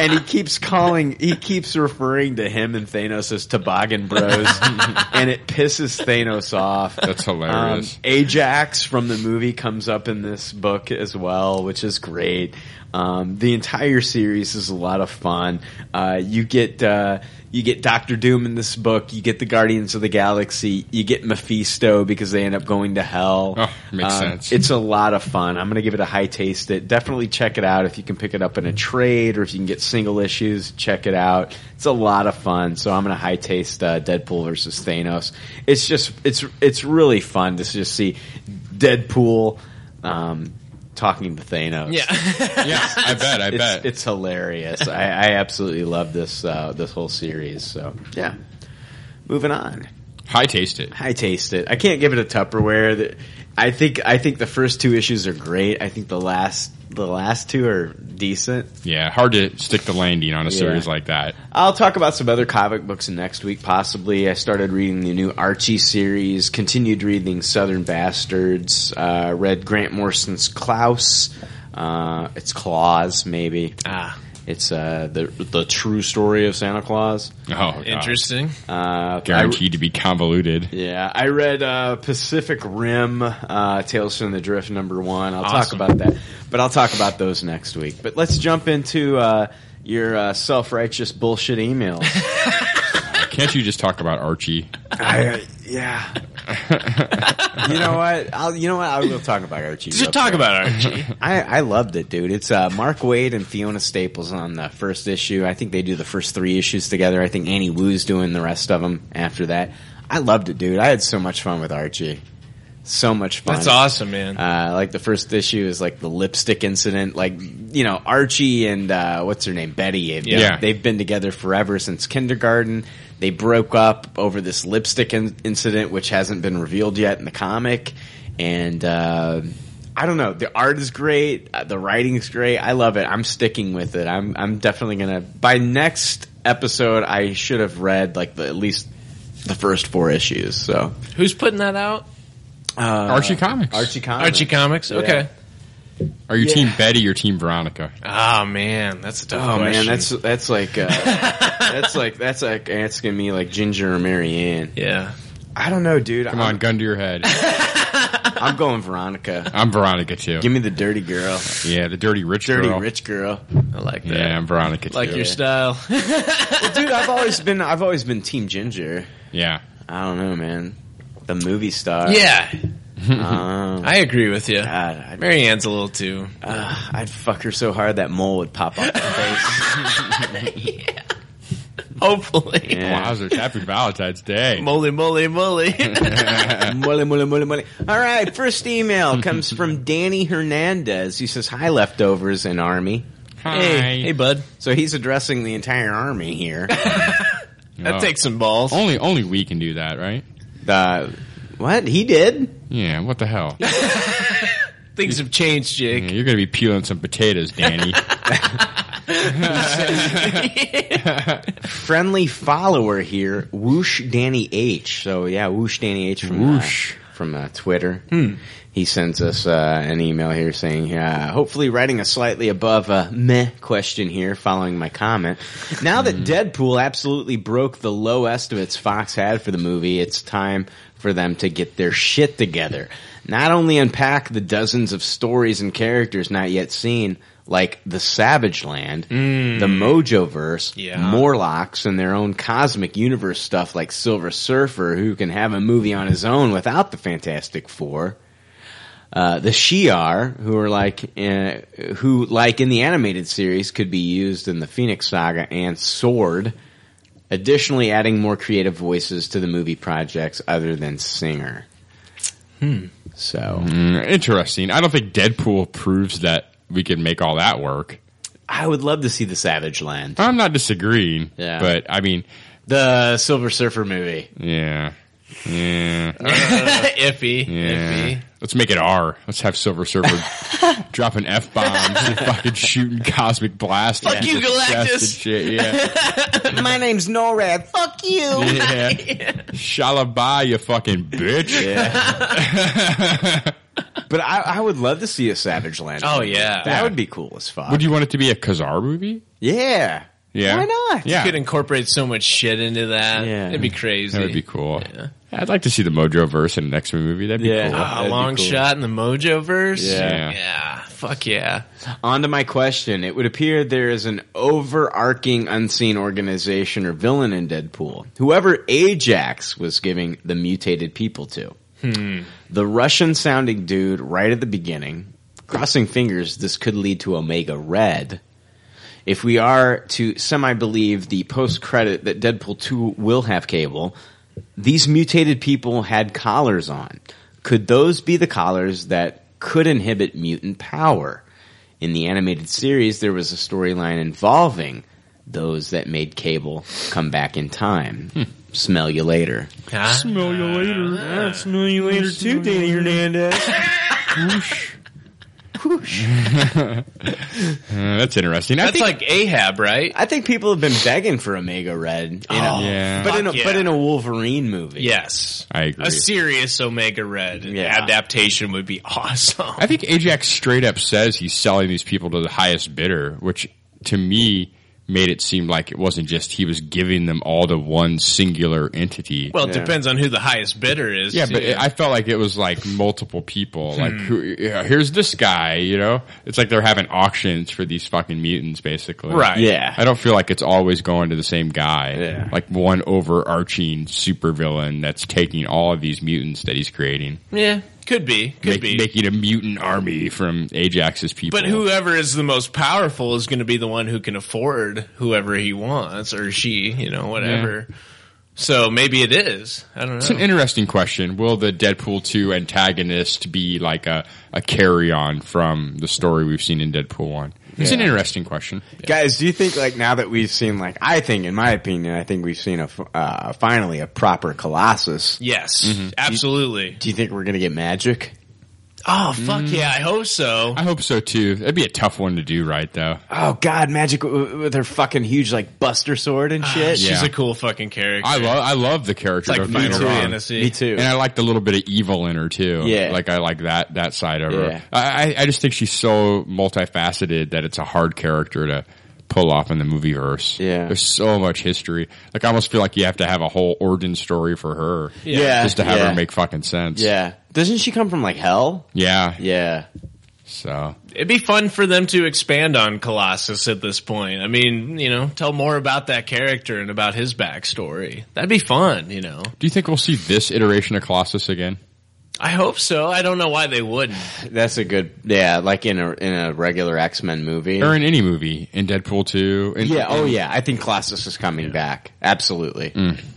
S7: and he keeps calling, he keeps referring to him and Thanos as toboggan bros, and it pisses Thanos off.
S8: That's hilarious.
S7: Um, Ajax from the movie comes up in this book as well, which is great. Um, the entire series is a lot of fun. Uh, you get uh, you get Doctor Doom in this book. You get the Guardians of the Galaxy. You get Mephisto because they end up going to hell.
S8: Oh, makes sense.
S7: Um, It's a lot of fun. I'm going to give it a high taste. It definitely check it out if you can pick it up in a trade or if you can get single issues. Check it out. It's a lot of fun. So I'm going to high taste uh, Deadpool versus Thanos. It's just it's it's really fun to just see Deadpool um, talking to Thanos.
S9: Yeah.
S8: yeah, I bet, I
S7: Um, It's-
S8: bet.
S7: it's hilarious. I, I absolutely love this uh, this whole series. So yeah, moving on.
S8: High taste it.
S7: High taste it. I can't give it a Tupperware. The- I think I think the first two issues are great. I think the last the last two are decent.
S8: Yeah, hard to stick the landing on a
S7: Yeah.
S8: series like that.
S7: I'll talk about some other comic books next week, possibly. I started reading the new Archie series, continued reading Southern Bastards, uh, read Grant Morrison's Klaus. Uh, it's Claus, maybe. Ah. It's uh, the the true story of Santa Claus.
S8: Oh,
S9: Interesting.
S7: Uh, I-
S8: Guaranteed to be convoluted.
S7: yeah, I read uh, Pacific Rim, uh, Tales from the Drift number one. I'll
S8: Awesome.
S7: talk about that, but I'll talk about those next week. But let's jump into uh, your uh, self-righteous bullshit emails.
S8: Can't you just talk about Archie?
S7: I, yeah, you know what? I'll, you know what? I will talk about Archie.
S9: Just
S7: real
S9: talk
S7: quick.
S9: about Archie.
S7: I, I loved it, dude. It's uh, Mark Wade and Fiona Staples on the first issue. I think they do the first three issues together. I think Annie Wu's doing the rest of them after that. I loved it, dude. I had so much fun with Archie. So much fun.
S9: That's awesome, man.
S7: Uh, like the first issue is like the lipstick incident. Like you know, Archie and uh, what's her name, Betty. Have,
S9: Yeah.
S7: they've been together forever since kindergarten. They broke up over this lipstick in- incident, which hasn't been revealed yet in the comic. And uh, I don't know. The art is great. uh, The writing's great. I love it. I'm sticking with it. I'm I'm definitely gonna by next episode. I should have read like the at least the first four issues. So
S9: Who's putting that out?
S7: uh,
S8: Archie Comics.
S7: Archie Comics.
S9: Archie Comics. Okay.
S8: Are you
S7: Yeah.
S8: team Betty or team Veronica?
S9: Ah man, that's a tough
S7: Oh man,
S9: question.
S7: that's that's like uh, that's like that's like asking me like Ginger or Marianne.
S9: Yeah,
S7: I don't know, dude.
S8: Come
S7: I'm,
S8: on, gun to your head.
S7: I'm going Veronica.
S8: I'm Veronica too.
S7: Give me the dirty girl,
S8: yeah, the dirty rich
S7: dirty
S8: girl.
S7: rich girl.
S9: I like that.
S8: Yeah, I'm Veronica
S9: Like
S8: too.
S9: your style.
S7: Well, dude, I've always been I've always been Team Ginger.
S8: yeah.
S7: I don't know, man. The movie star.
S9: yeah,
S7: Oh,
S9: I agree with you.
S7: God, I'd,
S9: Mary Ann's a little too.
S7: uh, I'd fuck her so hard that mole would pop off her face.
S9: Hopefully.
S8: Yeah. Wowzers. Happy Valentine's Day.
S9: Moly, moly, moly.
S7: Mole, mole, mole, mole. All right, first email comes from Danny Hernandez. He says, "Hi, leftovers and army."
S9: Hi. Hey. Hey, bud.
S7: So he's addressing the entire army here.
S9: That takes some balls.
S8: Oh. Only only we can do that, right?
S7: Uh, what he did?
S8: Yeah. What the hell?
S9: Things have changed, Jake.
S8: you're going to be peeling some potatoes, Danny.
S7: Friendly follower here, Whoosh Danny H. So yeah, Whoosh Danny H from uh,
S8: Whoosh.
S7: from uh, Twitter.
S9: Hmm.
S7: He sends us uh, an email here saying, uh, hopefully writing a slightly above uh, meh question here following my comment. Now that Deadpool absolutely broke the low estimates Fox had for the movie, it's time for them to get their shit together. Not only unpack the dozens of stories and characters not yet seen, like the Savage Land, the Mojoverse,
S9: Yeah.
S7: Morlocks, and their own cosmic universe stuff like Silver Surfer, who can have a movie on his own without the Fantastic Four. Uh, the Shi'ar, who are like, uh, who like in the animated series could be used in the Phoenix Saga and Sword. Additionally, adding more creative voices to the movie projects other than singer.
S8: Hmm.
S7: So
S8: Mm, interesting. I don't think Deadpool proves that we can make all that work.
S7: I would love to see the Savage Land.
S8: I'm not disagreeing.
S7: Yeah.
S8: But I mean,
S7: the Silver Surfer movie.
S8: Yeah. Yeah.
S9: iffy.
S8: Yeah. Let's make it R. Let's have Silver Surfer dropping f bombs and fucking shooting cosmic blasts.
S7: Fuck
S8: at
S7: you,
S8: people's chests
S7: Galactus.
S8: and shit. Yeah.
S7: My name's Norad. Fuck you.
S8: Yeah. Shalabai, you fucking bitch.
S7: but I, I would love to see a Savage Land.
S8: Oh,
S7: movie.
S8: yeah.
S7: that would be cool as fuck.
S8: Would you want it to be a Kazar movie?
S7: Yeah.
S8: Yeah.
S7: Why not?
S8: Yeah.
S9: You could incorporate so much shit into that. Yeah. It'd be crazy.
S8: That would be cool. I'd like to see the Mojo verse in the next movie. That'd be
S7: Yeah.
S8: cool.
S9: Ah,
S7: be
S9: long
S7: cool.
S9: shot in the Mojo verse.
S7: Yeah.
S9: Fuck yeah.
S7: On to my question. It would appear there is an overarching unseen organization or villain in Deadpool. Whoever Ajax was giving the mutated people to.
S9: Hmm.
S7: The Russian sounding dude right at the beginning. Crossing fingers, this could lead to Omega Red. If we are to semi believe the post credit that Deadpool 2 will have cable, these mutated people had collars on. Could those be the collars that could inhibit mutant power? In the animated series, there was a storyline involving those that made Cable come back in time. Smell you later.
S8: Smell you later. smell you later too, Danny Hernandez. Whoosh. Uh, that's interesting. I
S9: That's
S8: think,
S9: like Ahab, right?
S7: I think people have been begging for Omega Red, in
S9: Oh,
S7: a,
S9: yeah.
S7: but in a,
S9: fuck yeah.
S7: but in a Wolverine movie.
S9: Yes,
S8: I agree.
S9: a serious Omega Red adaptation would be awesome.
S8: I think Ajax straight up says he's selling these people to the highest bidder, which to me made it seem like it wasn't just he was giving them all to one singular entity.
S9: Well, it depends on who the highest bidder is.
S8: Yeah, but
S9: too.
S8: it, I felt like it was like multiple people. Like,
S9: Hmm.
S8: who, yeah, here's this guy. You know, it's like they're having auctions for these fucking mutants, basically.
S9: Right. Yeah.
S8: I don't feel like it's always going to the same guy.
S9: Yeah.
S8: Like one overarching supervillain that's taking all of these mutants that he's creating,
S9: yeah, could be, could
S8: Make-
S9: be.
S8: making a mutant army from Ajax's people.
S9: but whoever is the most powerful is going to be the one who can afford whoever he wants or she, you know, whatever. So maybe it is. I don't know.
S8: It's an interesting question. Will the Deadpool 2 antagonist be like a, a carry on from the story we've seen in Deadpool 1? It's an
S7: Yeah.
S8: interesting question.
S7: Guys, do you think like now that we've seen like I think in my opinion I think we've seen a f- uh, finally a proper Colossus.
S9: Yes,
S8: Mm-hmm.
S7: Mhm.
S9: absolutely.
S7: Do you think we're gonna get magic?
S9: Oh fuck
S8: Mm.
S9: yeah! I hope so.
S8: I hope so too. That'd be a tough one to do right though.
S7: Oh God, magic w- with her fucking huge like Buster sword and Ah, shit.
S9: She's a cool fucking character.
S8: I love I love the character.
S9: It's like
S8: of Final
S9: Final
S8: Ron.
S9: Fantasy. Me too.
S8: And I like the little bit of evil in her too.
S9: Yeah.
S8: like I like that that side of her.
S9: Yeah.
S8: I, I- I just think she's so multifaceted that it's a hard character to pull off in the movie verse. Yeah, there's so much history. Like I almost feel like you have to have a whole origin story for her.
S7: Yeah. Yeah,
S8: just to have
S7: yeah.
S8: her make fucking sense.
S7: Yeah. Doesn't she come from like hell?
S8: yeah,
S7: yeah.
S8: So
S9: It'd be fun for them to expand on Colossus at this point. I mean, you know, tell more about that character and about his backstory. That'd be fun, you know.
S8: do you think we'll see this iteration of Colossus again?
S9: I hope so. I don't know why they wouldn't.
S7: That's a good yeah, like in a in a regular X Men movie
S8: Or in any movie, in Deadpool two. In,
S7: yeah, oh yeah, I think Colossus is coming back. Absolutely,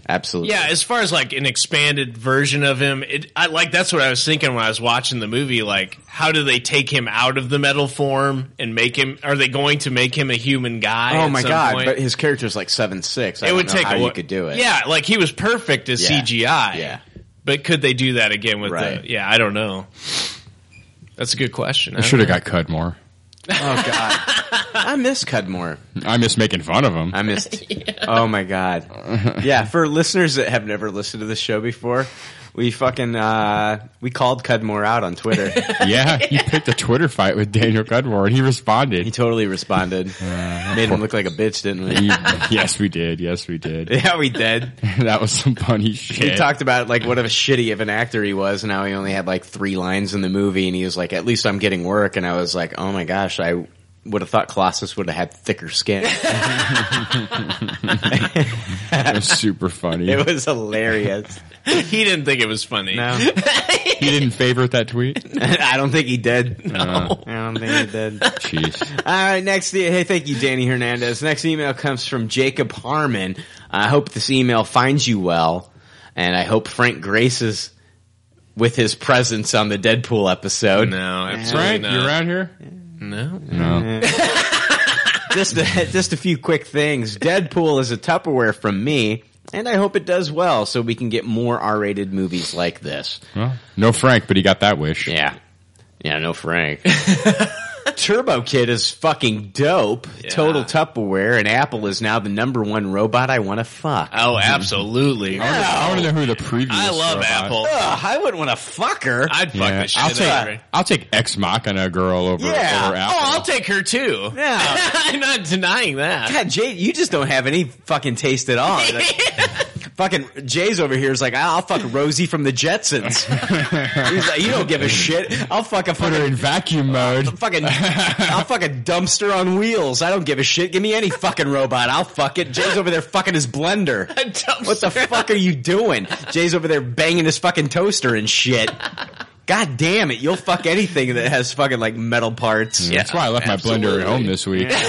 S7: absolutely.
S9: Yeah, as far as like an expanded version of him, it, I like that's what I was thinking when I was watching the movie. Like, how do they take him out of the metal form and make him? Are they going to make him a human guy?
S7: oh
S9: at
S7: my
S9: some
S7: god!
S9: point?
S7: But his character's like seven six. I
S9: it
S7: don't
S9: would
S7: know
S9: take
S7: how
S9: a
S7: you
S9: whi-
S7: could do it.
S9: Yeah, like he was perfect as
S7: Yeah.
S9: CGI.
S7: Yeah.
S9: but could they do that again with
S7: Right.
S9: the? Yeah, I don't know. That's a good question.
S8: I
S9: don't
S8: should have
S9: know.
S8: got Cudmore.
S7: Oh god, I miss Cudmore.
S8: I miss making fun of him.
S7: I missed. Oh my god. Yeah, for listeners that have never listened to this show before, we fucking uh, we called Cudmore out on Twitter.
S8: yeah, you picked a Twitter fight with Daniel Cudmore, and he responded. He
S7: totally responded. Made him look like a bitch, didn't we?
S8: yes, we did. Yes, we did.
S7: Yeah, we did.
S8: that was some funny shit.
S7: We talked about like what of a shitty of an actor he was, and how he only had like three lines in the movie, and he was like, "At least I'm getting work." And I was like, "Oh my gosh, I would have thought Colossus would have had thicker skin."
S8: it was super funny.
S7: it was hilarious.
S9: he didn't think it was funny.
S7: No,
S8: he didn't favorite that tweet. Uh,
S7: I don't think he did. No, I don't think he did.
S8: Jeez.
S7: All right, next. e- Hey, thank you, Danny Hernandez. Next email comes from Jacob Harmon. I hope this email finds you well, and I hope Frank graces with his presence on the Deadpool episode.
S9: No, absolutely
S8: Frank,
S9: not.
S8: you around here?
S9: No.
S8: No.
S7: just a, just a few quick things. Deadpool is a Tupperware from me, and I hope it does well so we can get more R-rated movies like this.
S8: Well, no Frank, but he got that wish.
S7: Yeah. Yeah, no Frank. Turbo Kid is fucking dope. Total Tupperware, and Apple is now the number one robot I want to fuck.
S9: Oh, absolutely.
S8: I want to know who the previous.
S9: I love
S8: robot-
S9: Apple.
S7: Ugh, I wouldn't want to fuck her.
S9: I'd fuck
S8: Yeah.
S9: the shit
S8: I'll
S9: out of her.
S8: take I'll take Ex Machina girl over
S9: Yeah.
S8: over Apple.
S9: Oh, I'll take her too.
S7: Yeah.
S9: I'm not denying that.
S7: God, Jay, you just don't have any fucking taste at all. Like, fucking Jay's over here is like, I'll fuck Rosie from the Jetsons. He's like, you don't give a shit. I'll fuck a
S8: Put her
S7: fucking
S8: in vacuum mode.
S7: fucking I'll fuck a dumpster on wheels. I don't give a shit. Give me any fucking robot. I'll fuck it. Jay's over there fucking his blender. What the fuck are you doing? Jay's over there banging his fucking toaster and shit. God damn it. You'll fuck anything that has fucking like metal parts.
S8: That's why I left my blender at home this week.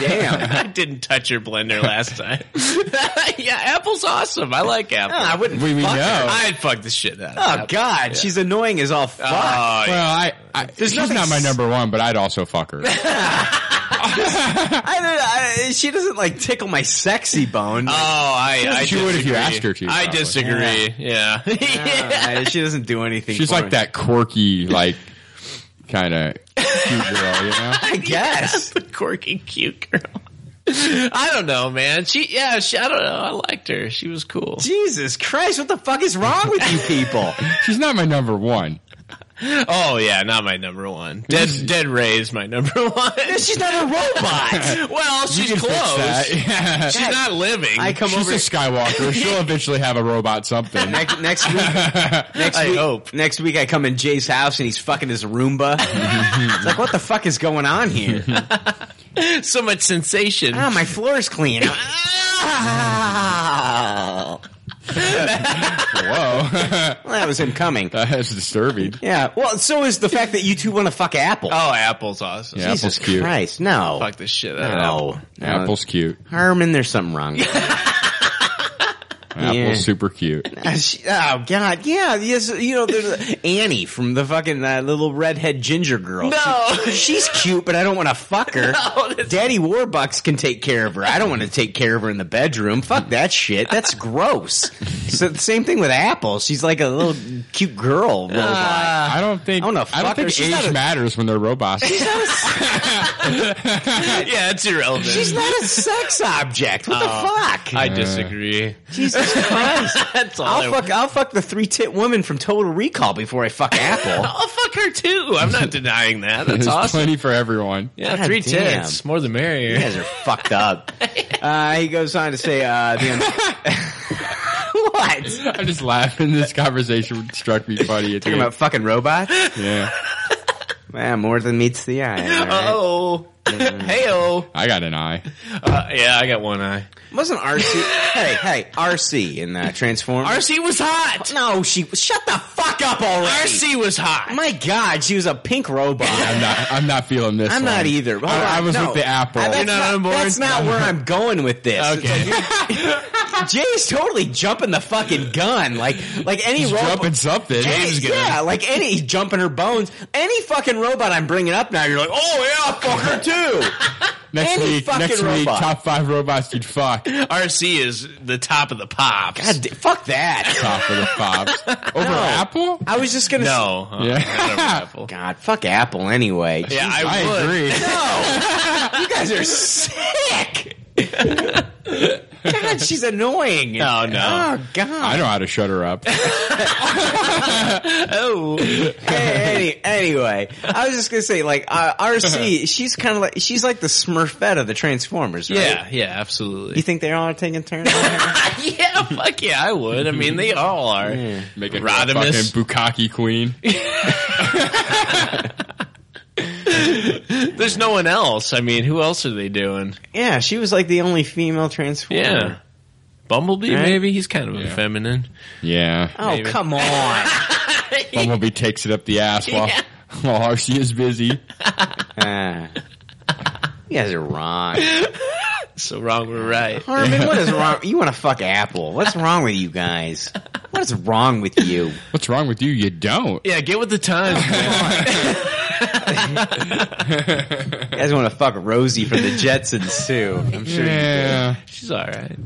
S7: Damn.
S9: I didn't touch your blender last time. yeah, Apple's awesome. I like Apple.
S7: I wouldn't We- we fuck her. know.
S9: I'd fuck the shit out of
S7: Oh
S9: Apple.
S7: god, she's annoying as all fuck.
S8: Uh.
S9: Oh, yeah.
S8: Well, I, I
S7: There's
S8: she's
S7: nothing
S8: not my
S7: s-
S8: number one, but I'd also fuck her.
S7: I don't, I, she doesn't like tickle my sexy bone.
S8: Uh,
S9: Oh, I, I
S8: She would if you
S9: disagree.
S8: asked her to,
S9: I
S8: probably.
S9: disagree. Yeah.
S7: Uh, she doesn't do anything.
S8: She's
S7: for
S8: like
S7: me.
S8: that quirky, like kind of cute girl, you know.
S7: I guess.
S9: the quirky, cute girl. I don't know, man. She, yeah, she, I don't know. I liked her. She was cool.
S7: Jesus Christ, what the fuck is wrong with you people?
S8: She's not my number one.
S9: Oh yeah, not my number one. Dead, Dead Ray is my number one.
S7: she's not a robot.
S9: well, she's
S8: can fix
S9: close.
S8: that. Yeah.
S9: She's not living.
S7: I come
S8: She's
S7: over
S8: a Skywalker. She'll eventually have a robot something.
S7: next, next week. Next
S9: I
S7: week,
S8: oh.
S9: hope.
S7: Next week, I come in Jay's house and he's fucking his Roomba. it's like, what the fuck is going on here?
S9: so much sensation.
S7: Ah, my floor's clean. Ah.
S8: Whoa,
S7: Well, that was him coming.
S8: that's disturbing.
S7: Yeah. Well, so is the fact that you two want to fuck Apple.
S9: Oh, Apple's awesome.
S8: Yeah,
S7: Jesus
S8: Apple's cute.
S7: Christ, no.
S9: Fuck this shit. out of Apple.
S7: No. no.
S8: Apple's cute.
S7: Herman, there's something wrong. Yeah.
S8: Apple's super cute.
S7: Uh, she- oh God, yeah, yes, you know, there's a- Annie from the fucking uh, little redhead ginger girl.
S9: No.
S7: She- she's cute, but I don't want to fuck her.
S9: No, that's-
S7: Daddy Warbucks can take care of her. I don't want to take care of her in the bedroom. Fuck that shit. That's gross. so the same thing with Apple. She's like a little cute girl robot.
S8: I don't think.
S7: I don't know,
S8: I
S7: fuck
S8: don't
S7: her.
S8: think
S7: She's not
S8: age
S7: a-
S8: matters when they're robots.
S9: yeah, it's irrelevant.
S7: She's not a sex object. What the fuck?
S9: I disagree.
S7: Jesus Christ.
S9: That's all. I
S7: I'll
S9: want.
S7: fuck. I'll fuck the three tit woman from Total Recall before I fuck Apple.
S9: I'll fuck her too. I'm not denying that. That's
S8: There's
S9: awesome.
S8: plenty for everyone.
S9: Yeah,
S7: God
S9: three
S7: damn.
S9: tits. More the merrier.
S7: You guys are fucked up. Uh, he goes on to say, uh, the what?
S8: I'm just laughing. This conversation struck me funny. It
S7: Talking about fucking robots?
S8: yeah.
S7: Well, more than meets the eye. am I right?
S9: Oh. Heyo.
S8: I got an eye.
S9: Uh, yeah, I got one eye.
S7: Wasn't RC? hey, hey, RC in uh, Transformers.
S9: RC was hot.
S7: No, she shut the fuck up already.
S9: RC was hot.
S7: My God, she was a pink robot.
S8: I'm not. I'm not feeling this.
S7: I'm
S8: one.
S7: not either. Hold
S8: I, I
S7: on,
S8: was
S7: no.
S8: with the apple.
S7: That's not, That's not where I'm going with this.
S9: Okay.
S7: Jay's totally jumping the fucking gun. Like, like any
S8: He's
S7: robot.
S8: jumping something.
S7: Any,
S8: James gonna-
S7: yeah, like any he's jumping her bones. Any fucking robot I'm bringing up now, you're like, oh yeah, fuck her too.
S8: Next
S7: any
S8: week,
S7: fucking
S8: next
S7: robot.
S8: week, top five robots you'd fuck.
S9: RC is the top of the pops.
S7: God, da- fuck that.
S8: top of the pops. Over Apple?
S7: I was just gonna.
S9: No. Uh,
S8: Yeah.
S9: not over Apple.
S7: God, fuck Apple anyway.
S9: Yeah, I,
S8: I
S9: would.
S8: agree.
S7: No, you guys are sick. God, she's annoying.
S9: No, no.
S7: Oh God.
S8: I know how to shut her up.
S9: Oh.
S7: Any, anyway, I was just gonna say, like uh, RC, she's kind of like she's like the Smurfette of the Transformers, right?
S9: Yeah, yeah, absolutely.
S7: You think they all are taking turns?
S9: yeah, fuck yeah, I would. I mean, they all are.
S8: Making her a fucking
S9: Rodimus.
S8: bukkake queen.
S9: There's no one else. I mean, who else are they doing?
S7: yeah, she was like the only female Transformer.
S9: Yeah. Bumblebee,
S7: Right?
S9: maybe? He's kind of
S8: Yeah.
S9: feminine.
S8: Yeah.
S7: Oh
S9: Maybe.
S7: come on!
S8: Bumblebee takes it up the ass while, while Arcee is busy.
S7: Ah. you guys are wrong,
S9: So wrong, we're right.
S7: Harmon. What is wrong? You want to fuck Apple? What's wrong with you guys? What is wrong with you?
S8: What's wrong with you? You don't.
S9: Yeah, get with the times.
S7: You guys want to fuck Rosie from the Jetsons too? I'm sure.
S8: Yeah.
S9: She's all right.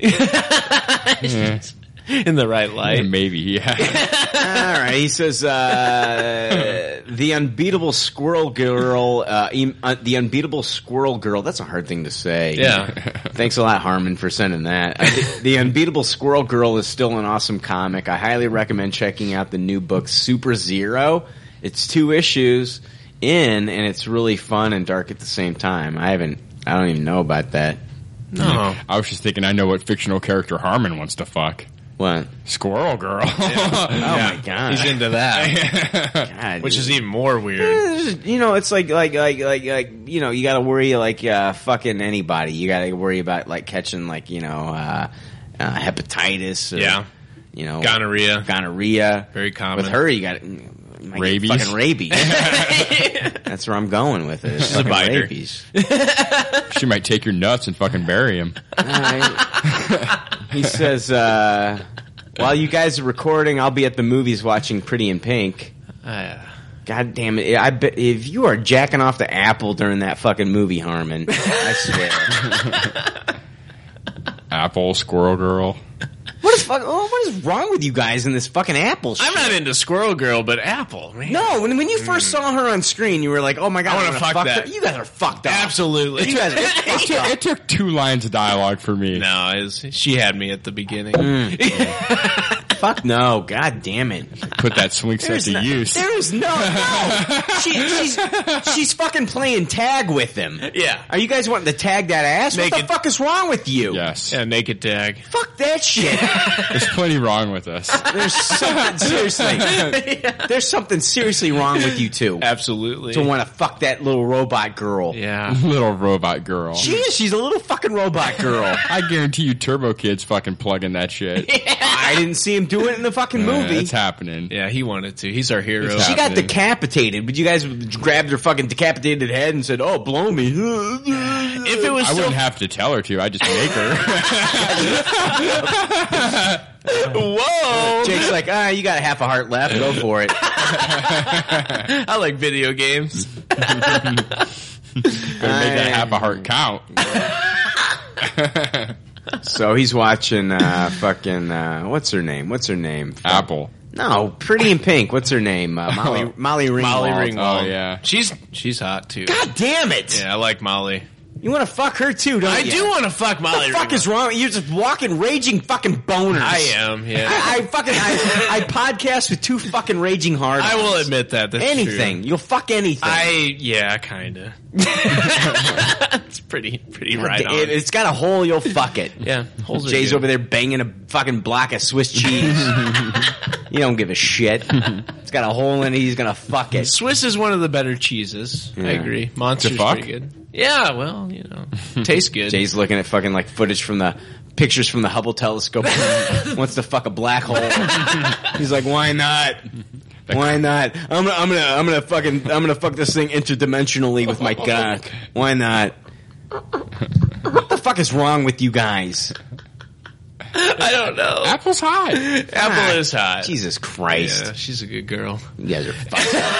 S8: yeah.
S9: In the right
S8: Yeah,
S9: light.
S8: Maybe. Yeah.
S7: All right, he says uh, the unbeatable squirrel girl, uh, em- uh, the unbeatable squirrel girl. That's a hard thing to say.
S9: Yeah.
S7: Thanks a lot, Harmon, for sending that. I thi- the unbeatable squirrel girl is still an awesome comic. I highly recommend checking out the new book Super Zero. It's two issues in, and it's really fun and dark at the same time. I haven't. I don't even know about that.
S9: No.
S8: I was just thinking. I know what fictional character Harmon wants to fuck.
S7: What?
S8: Squirrel Girl.
S7: Oh my god!
S9: He's into that,
S7: God,
S9: which
S7: dude.
S9: is even more weird.
S7: you know, it's like like like like like you know, you got to worry like uh, fucking anybody. You got to worry about like catching like you know uh, uh, hepatitis. Or,
S9: Yeah.
S7: you know
S9: Gonorrhea.
S7: gonorrhea.
S9: Very common.
S7: With her, you got
S8: Rabies.
S7: Fucking rabies. That's where I'm going with it. She's
S9: a biter.
S7: Rabies.
S8: she might take your nuts and fucking bury him.
S7: He says, uh, while you guys are recording, I'll be at the movies watching Pretty in Pink.
S9: Uh,
S7: God damn it! I bet if you are jacking off the apple during that fucking movie, Harmon, I swear.
S8: Apple Squirrel Girl.
S7: What is fuck? Oh, what is wrong with you guys in this fucking Apple? Shit?
S9: I'm not into Squirrel Girl, but Apple, man.
S7: no, when, when you first saw her on screen, you were like, "Oh my god,
S9: Mm. I wanna
S7: wanna
S9: fuck that.
S7: her. You guys are fucked up.
S9: Absolutely.
S7: You guys are
S8: It
S7: fucked
S8: took,
S7: up.
S8: it took two lines of dialogue for me.
S9: No, it was- she had me at the beginning.
S7: Mm. Fuck no, god damn it.
S8: Put that swing set to
S7: no,
S8: use.
S7: there is no. no. She, she's she's fucking playing tag with him.
S9: Yeah.
S7: Are you guys wanting to tag that ass?
S9: Make
S7: what the
S9: it-
S7: fuck is wrong with you?
S8: Yes.
S9: Yeah, naked tag.
S7: Fuck that shit.
S8: There's plenty wrong with us.
S7: There's something seriously. There's something seriously wrong with you two
S9: Absolutely.
S7: to want to fuck that little robot girl.
S9: yeah.
S8: Little robot girl.
S7: She is. She's a little fucking robot girl.
S8: I guarantee you Turbo Kid's fucking plugging that shit.
S7: I didn't see him do it in the fucking movie.
S8: It's happening.
S9: Yeah, he wanted to. He's our hero.
S8: It's
S7: she got
S8: happening.
S7: decapitated, but you guys grabbed her fucking decapitated head and said, "Oh, blow me."
S9: if it was
S8: I
S9: so
S8: wouldn't have to tell her to. I just make her.
S9: whoa,
S7: Jake's like, "Ah, you got half a heart left. Go for it."
S9: I like video games.
S8: Gotta make that half a heart count.
S7: So he's watching uh, fucking uh, what's her name? What's her name?
S8: Apple.
S7: No, Pretty in Pink. What's her name? Uh, Molly Molly Ringwald.
S9: Molly Ringwald.
S8: Oh, yeah.
S9: she's she's hot too.
S7: God damn it!
S9: Yeah, I like Molly.
S7: You want to fuck her too, don't
S9: I
S7: you?
S9: do want to fuck
S7: What
S9: Molly.
S7: the fuck
S9: Ringwald.
S7: is wrong? You're just walking raging fucking boners.
S9: I am. Yeah,
S7: I, I fucking I, I podcast with two fucking raging hard.
S9: I will admit that. That's
S7: anything.
S9: true.
S7: You'll fuck anything.
S9: I yeah, kinda. it's pretty pretty right on.
S7: it, has got a hole. You'll fuck it.
S9: yeah, holes are
S7: Jay's
S9: good.
S7: over there banging a fucking block of Swiss cheese. you don't give a shit. It's got a hole in it. He's gonna fuck it.
S9: Swiss is one of the better cheeses. I
S7: Yeah.
S9: agree. Monster's
S8: To fuck?
S9: pretty good. Yeah, well, you know, tastes good.
S7: Jay's looking at fucking like footage from the pictures from the Hubble telescope. Wants to fuck a black hole. He's like, why not? Why not? I'm gonna, I'm gonna, I'm gonna fucking, I'm gonna fuck this thing interdimensionally with my cock. Why not? What the fuck is wrong with you guys?
S9: I don't know.
S8: Apple's hot.
S9: Apple is hot.
S7: Ah, Jesus Christ.
S9: Uh, Yeah, she's a good girl.
S7: Yeah, you're fucked up.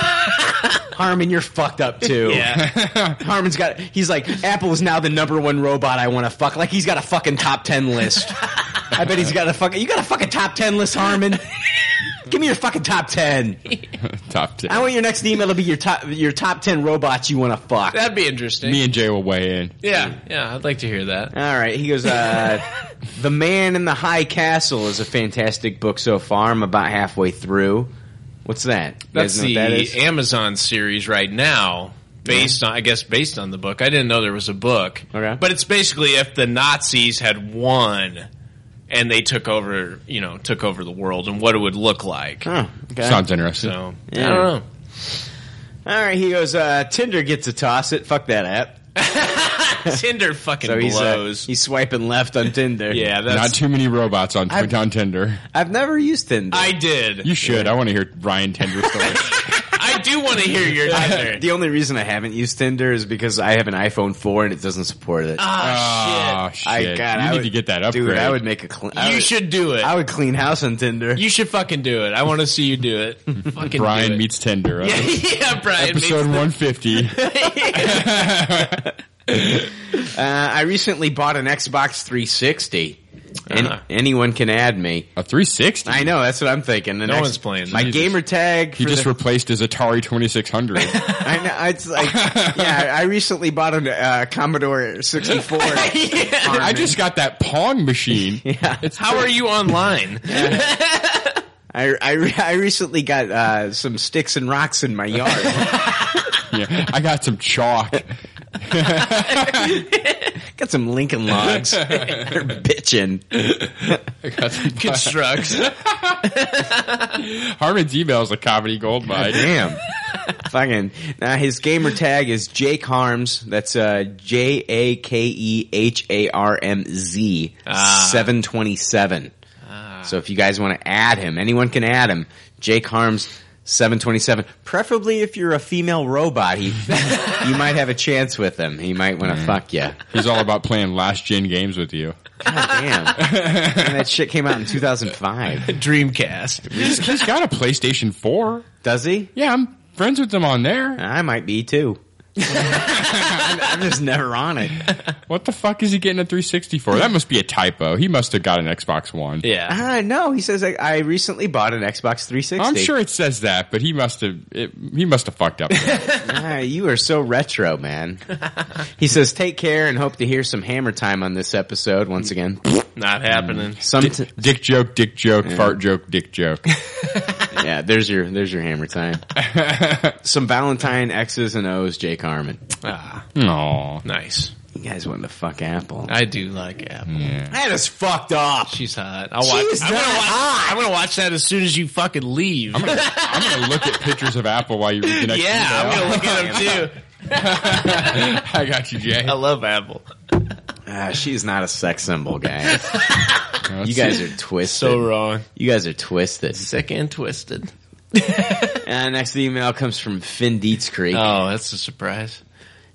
S7: Harmon, you're fucked up too.
S9: Yeah.
S7: Harmon's got, he's like, Apple is now the number one robot I want to fuck. Like, he's got a fucking top 10 list. I bet he's got a fucking, you got a fucking top 10 list, Harmon. Give me your fucking top 10.
S8: Top ten.
S7: I want your next email to be your top, your top 10 robots you want to fuck.
S9: That'd be interesting.
S8: Me and Jay will weigh in.
S9: Yeah, yeah, I'd like to hear that.
S7: All right, he goes. Uh, the Man in the High Castle is a fantastic book so far. I'm about halfway through. What's that? You guys
S9: That's
S7: know
S9: the
S7: what that is?
S9: Amazon series right now, based on I guess based on the book. I didn't know there was a book. Okay. But it's basically if the Nazis had won and they took over, you know, took over the world and what it would look like.
S7: okay.
S8: Sounds interesting.
S9: So,
S7: Yeah.
S9: I don't know.
S7: All right, he goes. Uh, Tinder gets a toss it. Fuck that app.
S9: Tinder fucking
S7: so he's, uh,
S9: blows.
S7: he's swiping left on Tinder. yeah,
S8: Not too many robots on,
S7: I've-
S8: on Tinder.
S7: I've never used Tinder.
S9: I did.
S8: You should. I want to hear Ryan Tinder
S7: Oh,
S8: stories.
S9: I do want to hear your Tinder.
S7: the only reason I haven't used Tinder is because I have an iPhone 4 and it doesn't support it.
S9: Ah,
S8: Oh, shit.
S7: I,
S8: shit.
S7: God,
S8: You
S7: I
S8: need
S7: would-
S8: to get that
S7: Dude,
S8: upgrade.
S7: I would make a clean.
S9: you should do it.
S7: I would clean house on Tinder.
S9: you should fucking do it. I want to see you do it. fucking do
S8: Brian
S9: it.
S8: meets Tinder.
S9: Yeah, yeah, Brian.
S8: Episode
S9: meets-
S8: 150.
S7: Uh, I recently bought an Xbox 360. Any,
S8: Uh-huh.
S7: Anyone can add me.
S8: A 360?
S7: I know, that's what I'm thinking. An
S9: No
S7: X-
S9: one's playing
S7: My
S9: that.
S7: gamer tag.
S8: He
S7: for
S8: just
S7: the-
S8: replaced his Atari 2600.
S7: I know, it's like, yeah, I recently bought a uh, Commodore 64.
S8: I just got that Pong machine.
S9: How are you online?
S7: I, I, re- I recently got uh, some sticks and rocks in my yard.
S8: Yeah, I got some chalk.
S7: got some Lincoln logs. They're bitching.
S8: I got some
S9: Constructs.
S8: Harmon's email is a comedy gold mine.
S7: Damn. Fucking. Now his gamer tag is Jake Harms. That's uh, J A K E H A R M Z
S9: Ah.
S7: seven twenty seven. So if you guys want to add him, anyone can add him. Jake Harms seven twenty seven. Preferably if you're a female robot, he you might have a chance with him. He might want to fuck you.
S8: He's all about playing last gen games with you.
S7: Damn. Man, that shit came out in two thousand five.
S9: Dreamcast.
S8: He's- he's got a PlayStation 4.
S7: Does he?
S8: Yeah, I'm friends with him on there.
S7: I might be too. I'm, I'm just never on it.
S8: What the fuck is he getting a 360 for? That must be a typo. He must have got an Xbox One.
S9: Yeah.
S7: Uh, no, he says I, I recently bought an Xbox 360.
S8: I'm sure it says that, but he must have it, he must have fucked up.
S7: Ah, you are so retro, man. he says, "Take care and hope to hear some hammer time on this episode once again."
S9: Not happening.
S7: Some
S8: dick joke, dick joke, fart joke, dick joke.
S7: yeah, there's your there's your hammer time. some Valentine X's and O's, Jake Harmon.
S9: Ah,
S8: Aw.
S9: nice.
S7: You guys want to fuck Apple?
S9: I do like Apple.
S7: That is fucked up.
S9: She's hot. I'll
S7: She
S9: watch.
S7: is
S9: I'm gonna
S7: not
S9: watch,
S7: hot.
S9: I'm gonna watch that as soon as you fucking leave.
S8: I'm gonna, I'm gonna look at pictures of Apple while you read the next
S9: yeah, I'm
S8: email.
S9: gonna look at them too.
S8: I got you, Jay.
S9: I love Apple.
S7: Ah, she's not a sex symbol, guys.
S8: That's-
S7: You guys are twisted.
S9: So wrong.
S7: you guys are twisted.
S9: Sick and twisted.
S7: And Uh, next email comes from Finn Dietz Creek.
S9: Oh, that's a surprise.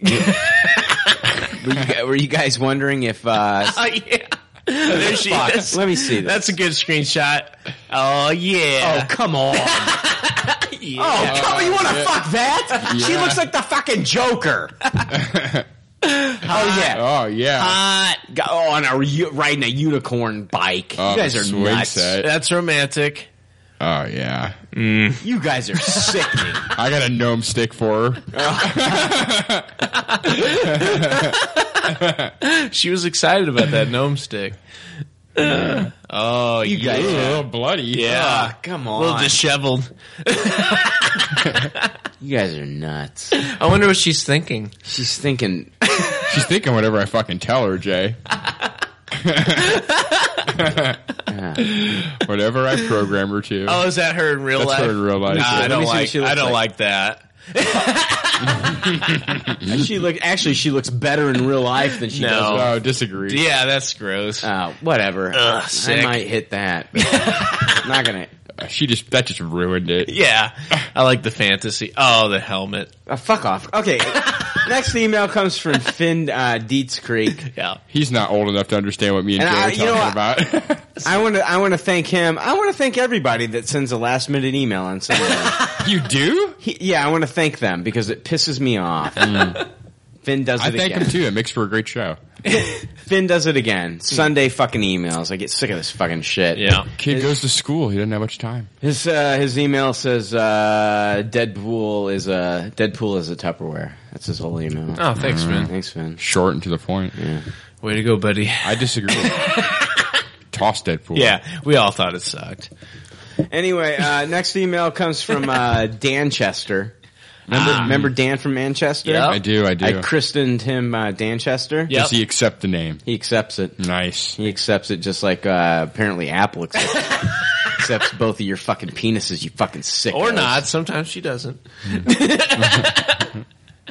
S7: Were you, gu- were you guys wondering if uh,
S9: Oh yeah. There she
S7: Fuck.
S9: is.
S7: Let me see this.
S9: That's a good screenshot. Oh yeah.
S7: come on. Oh, come on. You want to fuck that? She
S8: Yeah.
S7: looks like the fucking Joker. oh, yeah.
S8: Oh yeah.
S7: Hot. Go- Oh, on a u- riding a unicorn bike.
S8: Oh,
S7: you guys are
S8: swing
S7: nuts.
S8: set.
S9: That's romantic.
S8: Oh yeah.
S7: You guys are sickening.
S8: I got a gnome stick for her.
S9: She was excited about that gnome stick. oh,
S7: You
S9: yeah.
S7: guys
S8: Ooh, a
S7: are.
S8: little bloody.
S9: yeah.
S7: Oh, come
S9: A little
S7: on.
S9: disheveled.
S7: you guys are nuts.
S9: I wonder what she's thinking.
S7: She's thinking.
S8: She's thinking whatever I fucking tell her, Jay. whatever I program her to.
S9: Oh, is that her in real
S8: That's
S9: life?
S8: her in real life.
S9: Nah,
S8: Yeah.
S9: I
S8: Let
S9: don't
S7: me see what
S9: like.
S7: she looks
S9: I don't
S7: like.
S9: like that.
S7: she look actually she looks better in real life than she
S9: No.
S7: does.
S9: No,
S8: disagree.
S9: Yeah, that's gross.
S7: Oh, whatever.
S9: Ugh,
S7: I
S9: sick.
S7: might hit that. but I'm not gonna.
S8: She just that just ruined it.
S9: Yeah, I like the fantasy. Oh, the helmet.
S7: uh, fuck off. Okay. Next email comes from Finn uh, Dietz Creek.
S9: Yeah.
S8: He's not old enough to understand what me and,
S7: And
S8: Jay
S7: I-
S8: are
S7: you
S8: talking
S7: know what?
S8: about.
S7: I want to. I want to thank him. I want to thank everybody that sends a last minute email on Sunday.
S8: you do?
S7: yeah, I want to thank them because it pisses me off. Finn does it
S8: I thank
S7: again.
S8: him too. It makes for a great show.
S7: Finn does it again. Sunday fucking emails. I get sick of this fucking shit.
S9: Yeah.
S8: Kid goes to school. He doesn't have much time.
S7: His uh, his email says uh, Deadpool is a Deadpool is a Tupperware. That's his whole email.
S9: Oh, thanks, Finn.
S7: Thanks, Finn.
S8: Short and to the point.
S9: Way to go, buddy.
S8: I disagree. Toss Deadpool.
S9: Yeah, we all thought it sucked.
S7: Anyway, uh, next email comes from uh, Danchester. Remember,
S8: Ah.
S7: remember Dan from Manchester?
S8: Yep. I do, I do.
S7: I christened him uh, Danchester.
S8: Does he accept the name?
S7: He accepts it.
S8: Nice.
S7: He accepts it just like uh, apparently Apple accepts, it. accepts both of your fucking penises. You fucking sick.
S9: Or not. Sometimes she doesn't.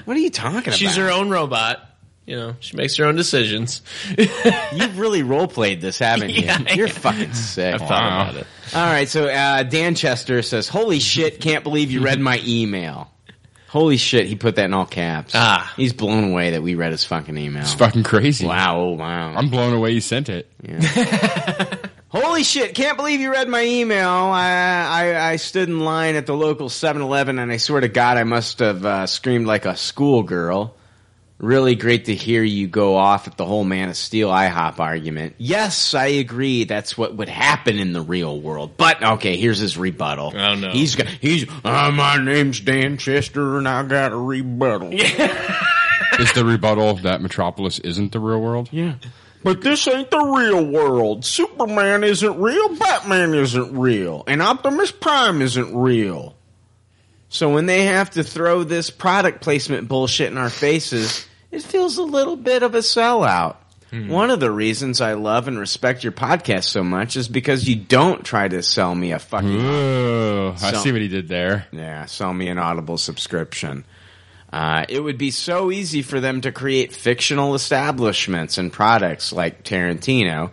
S7: What are you talking
S9: She's
S7: about?
S9: her own robot. You know, she makes her own decisions.
S7: You've really role played this, haven't you? You're fucking sick.
S9: I thought Wow. about it.
S7: All right, so uh, Danchester says, "Holy shit! Can't believe you read my email." Holy shit! He put that in all caps. Ah, he's blown away that we read his fucking email.
S8: It's fucking crazy.
S7: Wow, oh wow.
S8: I'm blown away you sent it.
S7: Holy shit, can't believe you read my email. I, I, I stood in line at the local 7 Eleven and I swear to God I must have uh, screamed like a schoolgirl. Really great to hear you go off at the whole Man of Steel IHOP argument. Yes, I agree. That's what would happen in the real world. But okay, here's his rebuttal. Oh no, he's go- he's. Uh, my name's Dan Chester, and I got a rebuttal.
S8: Is the rebuttal that Metropolis isn't the real world?
S7: Yeah.
S16: But this ain't the real world. Superman isn't real. Batman isn't real.
S7: and Optimus Prime isn't real. So when they have to throw this product placement bullshit in our faces, it feels a little bit of a sellout.
S16: Hmm.
S7: One of the reasons I love and respect your podcast so much is because you don't try to sell me a fucking.
S8: Ooh, I see what
S7: he did there. Yeah, sell me an Audible subscription. Uh, it would be so easy for them to create fictional establishments and products like Tarantino.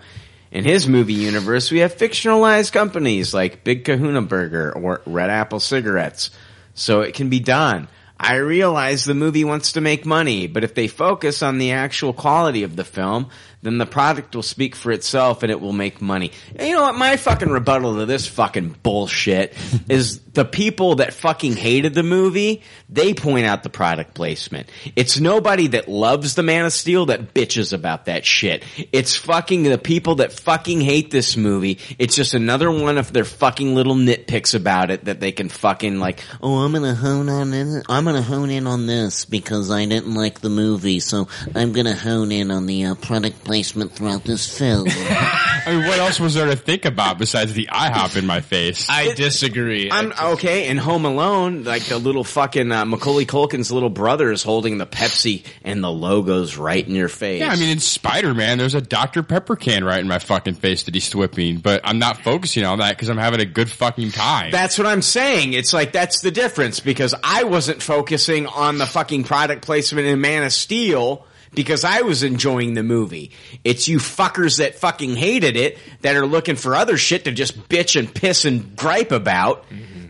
S7: In his movie universe, we have fictionalized companies like Big Kahuna Burger or Red Apple Cigarettes. So it can be done. I realize the movie wants to make money, but if they focus on the actual quality of the film, then the product will speak for itself and it will make money. And you know what? My fucking rebuttal to this fucking bullshit is the people that fucking hated the movie, they point out the product placement. It's nobody that loves the Man of Steel that bitches about that shit. It's fucking the people that fucking hate this movie. It's just another one of their fucking little nitpicks about it that they can fucking like,
S17: Oh, I'm gonna hone on in. I'm gonna hone in on this because I didn't like the movie, so I'm gonna hone in on the uh, product placement throughout this film.
S8: I mean, what else was there to think about besides the IHOP in my face?
S9: I disagree.
S7: I'm okay. And Home Alone, like the little fucking uh, Macaulay Culkin's little brother is holding the Pepsi, and the logo's right in your face.
S8: Yeah, I mean, in Spider Man, there's a Dr. Pepper can right in my fucking face that he's whipping, but I'm not focusing on that because I'm having a good fucking time.
S7: that's what I'm saying. It's like that's the difference because I wasn't focusing on the fucking product placement in Man of Steel because I was enjoying the movie. It's you fuckers that fucking hated it that are looking for other shit to just bitch and piss and gripe about.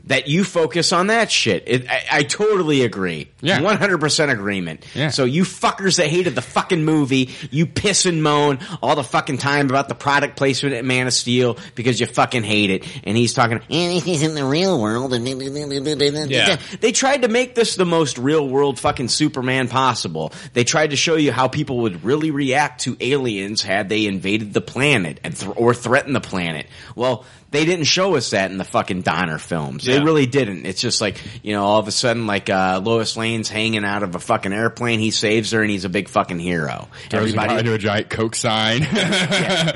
S7: That you focus on that shit. It, I, I totally agree. Yeah. 100% agreement. Yeah. So you fuckers that hated the fucking movie, you piss and moan all the fucking time about the product placement at Man of Steel because you fucking hate it. And he's talking,
S17: and this isn't the real world. and-
S7: they tried to make this the most real world fucking Superman possible. They tried to show you how people would really react to aliens had they invaded the planet and th- or threatened the planet. Well, they didn't show us that in the fucking Donner films. They
S9: Yeah.
S7: really didn't. It's just like, you know, all of a sudden like uh, Lois Lane's hanging out of a fucking airplane, he saves her and he's a big fucking hero.
S8: Throws a guy to a giant Coke sign.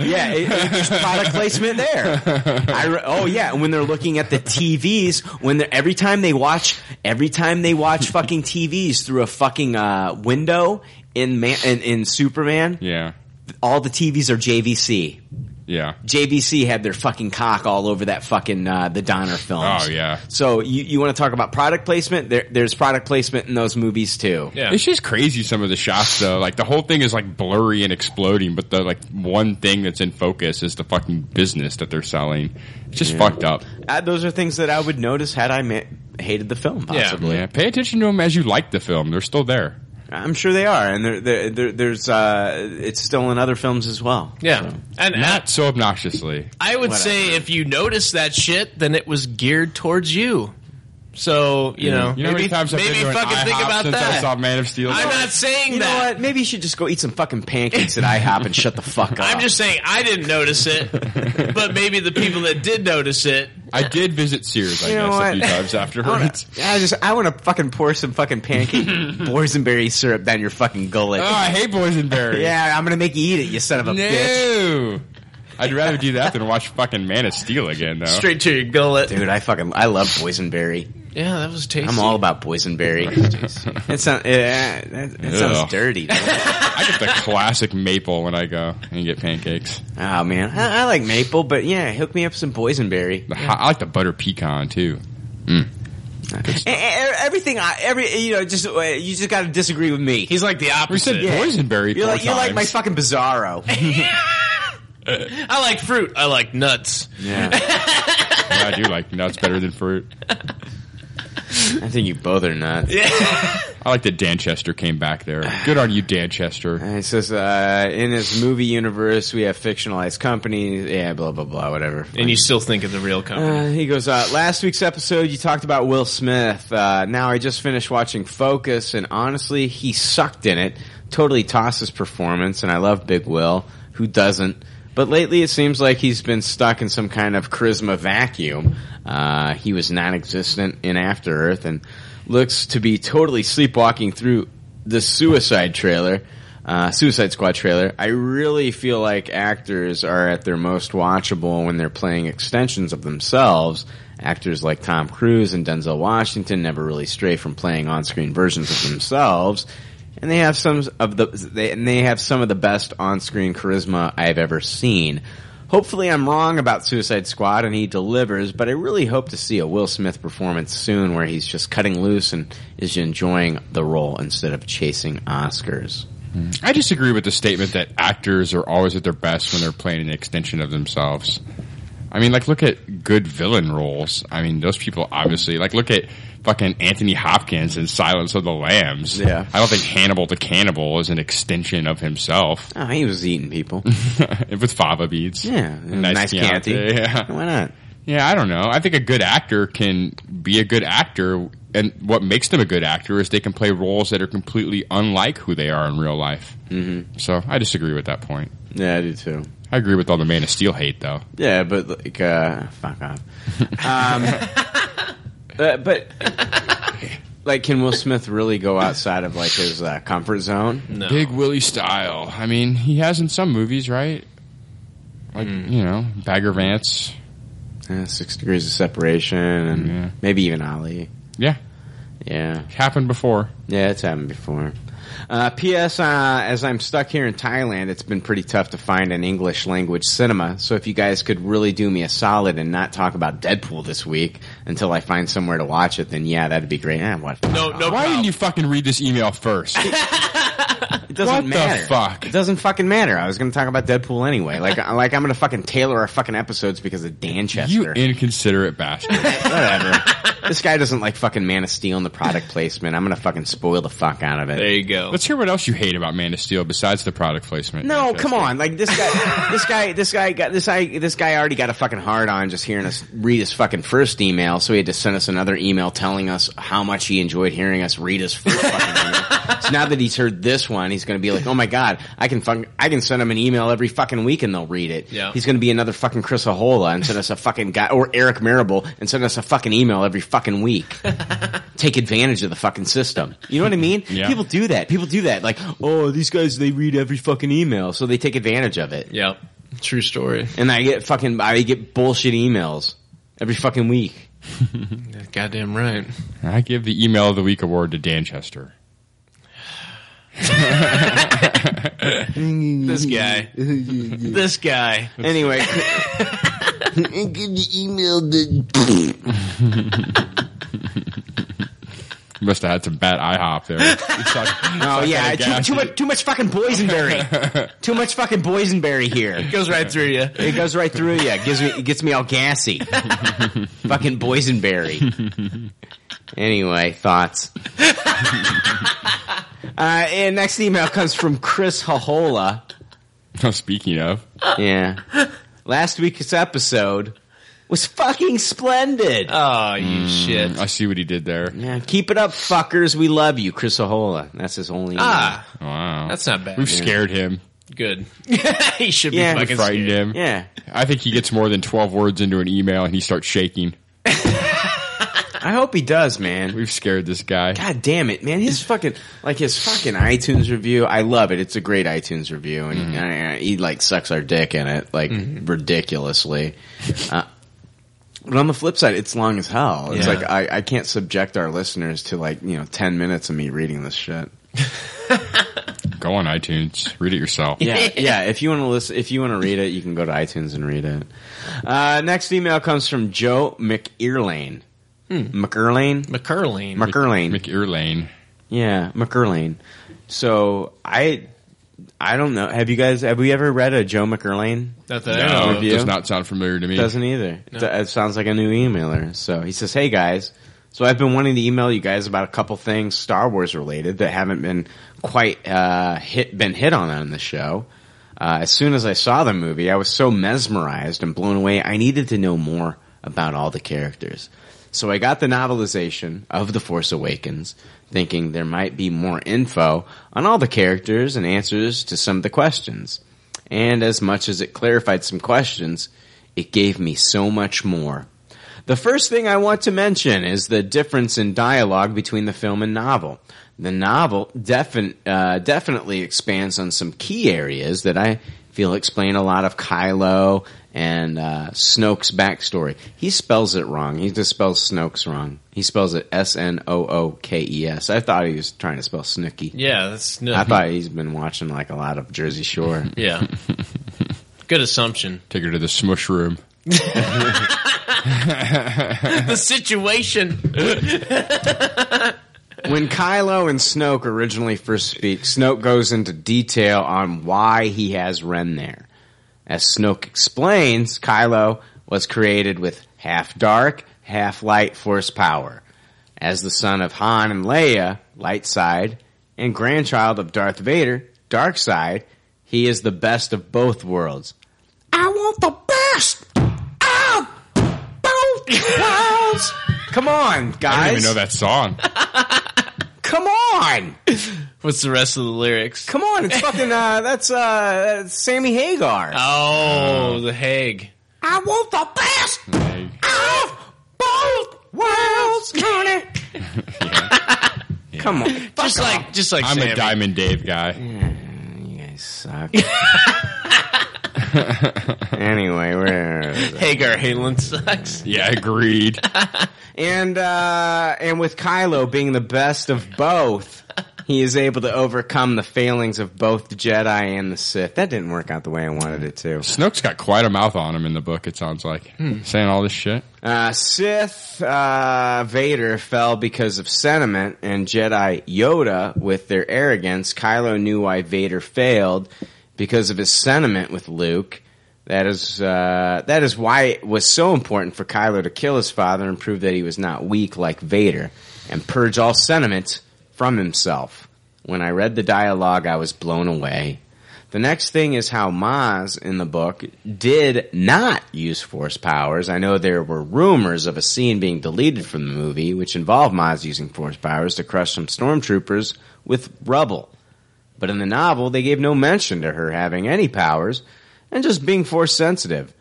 S7: Yeah, it, it- there's product placement there. I re- oh yeah, and when they're looking at the TVs, when they're, every time they watch, every time they watch fucking TVs through a fucking uh, window in, Man, in in Superman,
S8: yeah,
S7: all the TVs are JVC.
S8: Yeah.
S7: JVC had their fucking cock all over that fucking uh, the Donner films.
S8: Oh, yeah.
S7: So you, you want to talk about product placement? There, there's product placement in those movies too.
S8: It's just crazy some of the shots though. Like the whole thing is like blurry and exploding, but the like one thing that's in focus is the fucking business that they're selling. It's just
S7: Yeah.
S8: fucked up.
S7: Uh, those are things that I would notice had I ma- hated the film. Possibly.
S8: Yeah. yeah. Pay attention to them as you like the film. They're still there.
S7: I'm sure they are, and they're, they're, they're, there's uh, it's still in other films as well.
S9: Yeah. And
S8: not so obnoxiously.
S9: I would say if you notice that shit, then it was geared towards you. So you
S8: Yeah.
S9: know,
S8: You know how many
S9: maybe,
S8: times I've been
S9: maybe
S8: to an
S9: fucking think
S8: IHOP
S9: about
S8: since I
S9: that.
S8: saw Man of Steel?
S9: I'm not saying
S7: you
S9: that.
S7: know what? Maybe you should just go eat some fucking pancakes at IHOP and shut the fuck up.
S9: I'm just saying I didn't notice it, but maybe the people that did notice it.
S8: I did visit Sears, I
S7: You know
S8: guess, a few
S7: what?
S8: times
S7: I,
S8: afterwards.
S7: wanna- I just I want to fucking pour some fucking pancake boysenberry syrup down your fucking gullet.
S8: Oh, I hate boysenberry.
S7: yeah, I'm gonna make you eat it, you son of a bitch.
S8: No. I'd rather do that than watch fucking Man of Steel again, though.
S7: Straight to your gullet, dude. I fucking I love boysenberry.
S9: Yeah, that was tasty.
S7: I'm all about boysenberry. it sounds yeah, that, that sounds
S8: Ugh.
S7: dirty. dude.
S8: I get the classic maple when I go and get pancakes.
S7: Oh man, I, I like maple, but yeah, hook me up some boysenberry.
S8: I like the butter pecan too. Mm.
S7: E- e- Everything, I, every you know, just uh, you just got to disagree with me. He's
S9: like the
S8: We said
S7: Yeah.
S8: boysenberry.
S7: You're
S8: four
S7: like, you're like my
S8: times.
S7: fucking bizarro.
S9: I like fruit. I like nuts.
S7: Yeah.
S8: Yeah, I do like nuts better than fruit.
S7: I think you both are nuts.
S8: I like that Danchester came back there. Good on you, Danchester.
S7: And it says uh, in this movie universe, we have fictionalized companies. Yeah, blah blah blah, whatever.
S9: And you still think of the real company.
S7: Uh, he goes, uh, last week's episode, you talked about Will Smith. Uh, now I just finished watching Focus, and honestly, he sucked in it. Totally tossed his performance, and I love Big Will. Who doesn't? But lately, it seems like he's been stuck in some kind of charisma vacuum. Uh, he was non-existent in After Earth, and looks to be totally sleepwalking through the Suicide trailer, uh, Suicide Squad trailer. I really feel like actors are at their most watchable when they're playing extensions of themselves. Actors like Tom Cruise and Denzel Washington never really stray from playing on-screen versions of themselves, and they have some of the they, and they have some of the best on-screen charisma I've ever seen. Hopefully, I'm wrong about Suicide Squad and he delivers, but I really hope to see a Will Smith performance soon where he's just cutting loose and is enjoying the role instead of chasing Oscars.
S8: I disagree with the statement that actors are always at their best when they're playing an extension of themselves. I mean, like, look at good villain roles. I mean, those people obviously, like, look at fucking Anthony Hopkins in Silence of the Lambs.
S7: Yeah.
S8: I don't think Hannibal the Cannibal is an extension of himself.
S7: Oh, he was eating people.
S8: With fava beads.
S7: Yeah.
S8: A
S7: Nice
S8: Chianti.
S7: Chianti.
S8: Yeah.
S7: Why not?
S8: Yeah, I don't know. I think a good actor can be a good actor, and what makes them a good actor is they can play roles that are completely unlike who they are in real life. Mm-hmm. So I disagree with that point.
S7: Yeah, I do too.
S8: I agree with all the Man of Steel hate, though.
S7: Yeah, but like, uh, fuck off. Um, uh, but like, can Will Smith really go outside of like his uh, comfort zone?
S9: No.
S8: Big Willie style. I mean, he has in some movies, right? Like you know, Bagger Vance.
S7: Uh, six degrees of separation, and maybe even Ali.
S8: Yeah.
S7: Yeah.
S8: Happened before.
S7: Yeah, it's happened before. Uh, P.S. Uh, as I'm stuck here in Thailand, it's been pretty tough to find an English language cinema. So if you guys could really do me a solid and not talk about Deadpool this week until I find somewhere to watch it, then yeah, that'd be great. Eh, what?
S9: No, no.
S8: Why didn't you fucking read this email first?
S7: It doesn't
S8: What the
S7: matter.
S8: fuck?
S7: It doesn't fucking matter. I was going to talk about Deadpool anyway. Like, like I'm going to fucking tailor our fucking episodes because of
S8: you
S7: Danchester.
S8: inconsiderate bastard.
S7: Whatever. this guy doesn't like fucking Man of Steel and the product placement. I'm going to fucking spoil the fuck out of it.
S9: There you go.
S8: Let's hear what else you hate about Man of Steel besides the product placement.
S7: No, come on. Like this guy, this guy, this guy got this guy, this guy already got a fucking hard on just hearing us read his fucking first email. So he had to send us another email telling us how much he enjoyed hearing us read his first fucking email. So now that he's heard this one, he's going to be like, "Oh my god, I can fuck, I can send him an email every fucking week and they'll read it."
S9: Yeah.
S7: He's going to be another fucking Chris Ahola and send us a fucking guy or Eric Marable and send us a fucking email every fucking week. Take advantage of the fucking system. You know what I mean?
S9: Yeah.
S7: People do that. People do that. Like, oh, these guys they read every fucking email, so they take advantage of it.
S9: Yep. True story.
S7: And I get fucking I get bullshit emails every fucking week.
S9: Goddamn right.
S8: I give the email of the week award to Danchester.
S9: this guy. This guy.
S7: Anyway.
S17: I'm going to email the.
S8: Must have had some bad IHOP there. It's like-
S7: Oh
S8: it's like
S7: yeah,
S8: that
S7: too,
S8: gas-
S7: too much too much fucking boysenberry. too much fucking boysenberry here. It
S9: goes right through you.
S7: It goes right through you. It gives me it gets me all gassy. fucking boysenberry. anyway, thoughts. uh, and next email comes from Chris Hahola.
S8: Speaking of,
S7: yeah, last week's episode was fucking splendid.
S9: Oh, you
S7: shit!
S8: I see what he did there.
S7: Yeah, keep it up, fuckers. We love you, Chris Ahola. That's his only.
S9: Ah.
S8: wow,
S9: That's not bad.
S8: We've
S9: Yeah.
S8: scared him.
S9: Good. he should be
S8: yeah,
S9: fucking
S8: frightened
S9: scared.
S8: him. I think he gets more than twelve words into an email and he starts shaking.
S7: I hope he does, man.
S8: We've scared this guy.
S7: God damn it, man! His fucking like his fucking iTunes review. I love it. It's a great iTunes review, and
S9: Mm-hmm.
S7: uh, he like sucks our dick in it like ridiculously. Uh, but on the flip side, it's long as hell. It's
S9: Yeah.
S7: like I, I can't subject our listeners to like you know ten minutes of me reading this shit.
S8: Go on iTunes, read it yourself.
S7: Yeah, yeah. If you want to listen, if you want to read it, you can go to iTunes and read it. Uh, next email comes from Joe McEarlane. McEarlane?
S9: Hmm. McEarlane.
S7: McEarlane.
S8: McEarlane.
S7: Yeah, McEarlane. So I, I don't know. Have you guys? Have we ever read a Joe McEarlane?
S9: Not that I know of.
S8: does not sound familiar to me.
S7: Doesn't either.
S9: No.
S7: It- It sounds like a new emailer. So he says, "Hey guys, so I've been wanting to email you guys about a couple things Star Wars related that haven't been quite uh, hit been hit on on the show." Uh, as soon as I saw the movie, I was so mesmerized and blown away. I needed to know more about all the characters. So I got the novelization of The Force Awakens, thinking there might be more info on all the characters and answers to some of the questions. And as much as it clarified some questions, it gave me so much more. The first thing I want to mention is the difference in dialogue between the film and novel. The novel defin- uh, definitely expands on some key areas that I feel explain a lot of Kylo and uh, Snoke's backstory. He spells it wrong. He just spells Snoke's wrong. He spells it S N O O K E S. I thought he was trying to spell Snooky.
S9: Yeah, that's no.
S7: I thought he's been watching like a lot of Jersey Shore.
S9: Yeah. Good assumption.
S8: Take her to the smush room.
S9: the situation.
S7: when Kylo and Snoke originally first speak, Snoke goes into detail on why he has Ren there. As Snoke explains, Kylo was created with half dark, half light force power. As the son of Han and Leia, light side, and grandchild of Darth Vader, dark side, he is the best of both worlds. I want the best of both worlds. Come on, guys.
S8: I don't even know that song.
S7: Come on.
S9: What's the rest of the lyrics?
S7: Come on, it's fucking uh that's uh that's Sammy Hagar.
S9: Oh, the Hague.
S7: I want the best of both worlds, honey. Come on.
S9: Just like just like
S8: I'm
S9: Sammy.
S8: a Diamond Dave guy.
S7: Suck. anyway, we're
S9: Hagar Halen sucks.
S8: Yeah, agreed.
S7: and uh and with Kylo being the best of both, he is able to overcome the failings of both the Jedi and the Sith. That didn't work out the way I wanted it to.
S8: Snoke's got quite a mouth on him in the book. It sounds like
S7: Hmm.
S8: saying all this shit.
S7: Uh, Sith uh, Vader fell because of sentiment, and Jedi Yoda with their arrogance. Kylo knew why Vader failed because of his sentiment with Luke. That is uh, that is why it was so important for Kylo to kill his father and prove that he was not weak like Vader, and purge all sentiment from himself. When I read the dialogue, I was blown away. The next thing is how Maz in the book did not use force powers. I know there were rumors of a scene being deleted from the movie, which involved Maz using force powers to crush some stormtroopers with rubble. But in the novel, they gave no mention to her having any powers and just being force sensitive.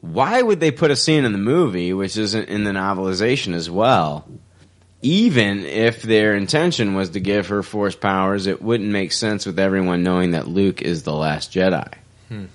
S7: Why would they put a scene in the movie which isn't in the novelization as well? even if their intention was to give her force powers, it wouldn't make sense with everyone knowing that Luke is the last Jedi.
S8: I mean,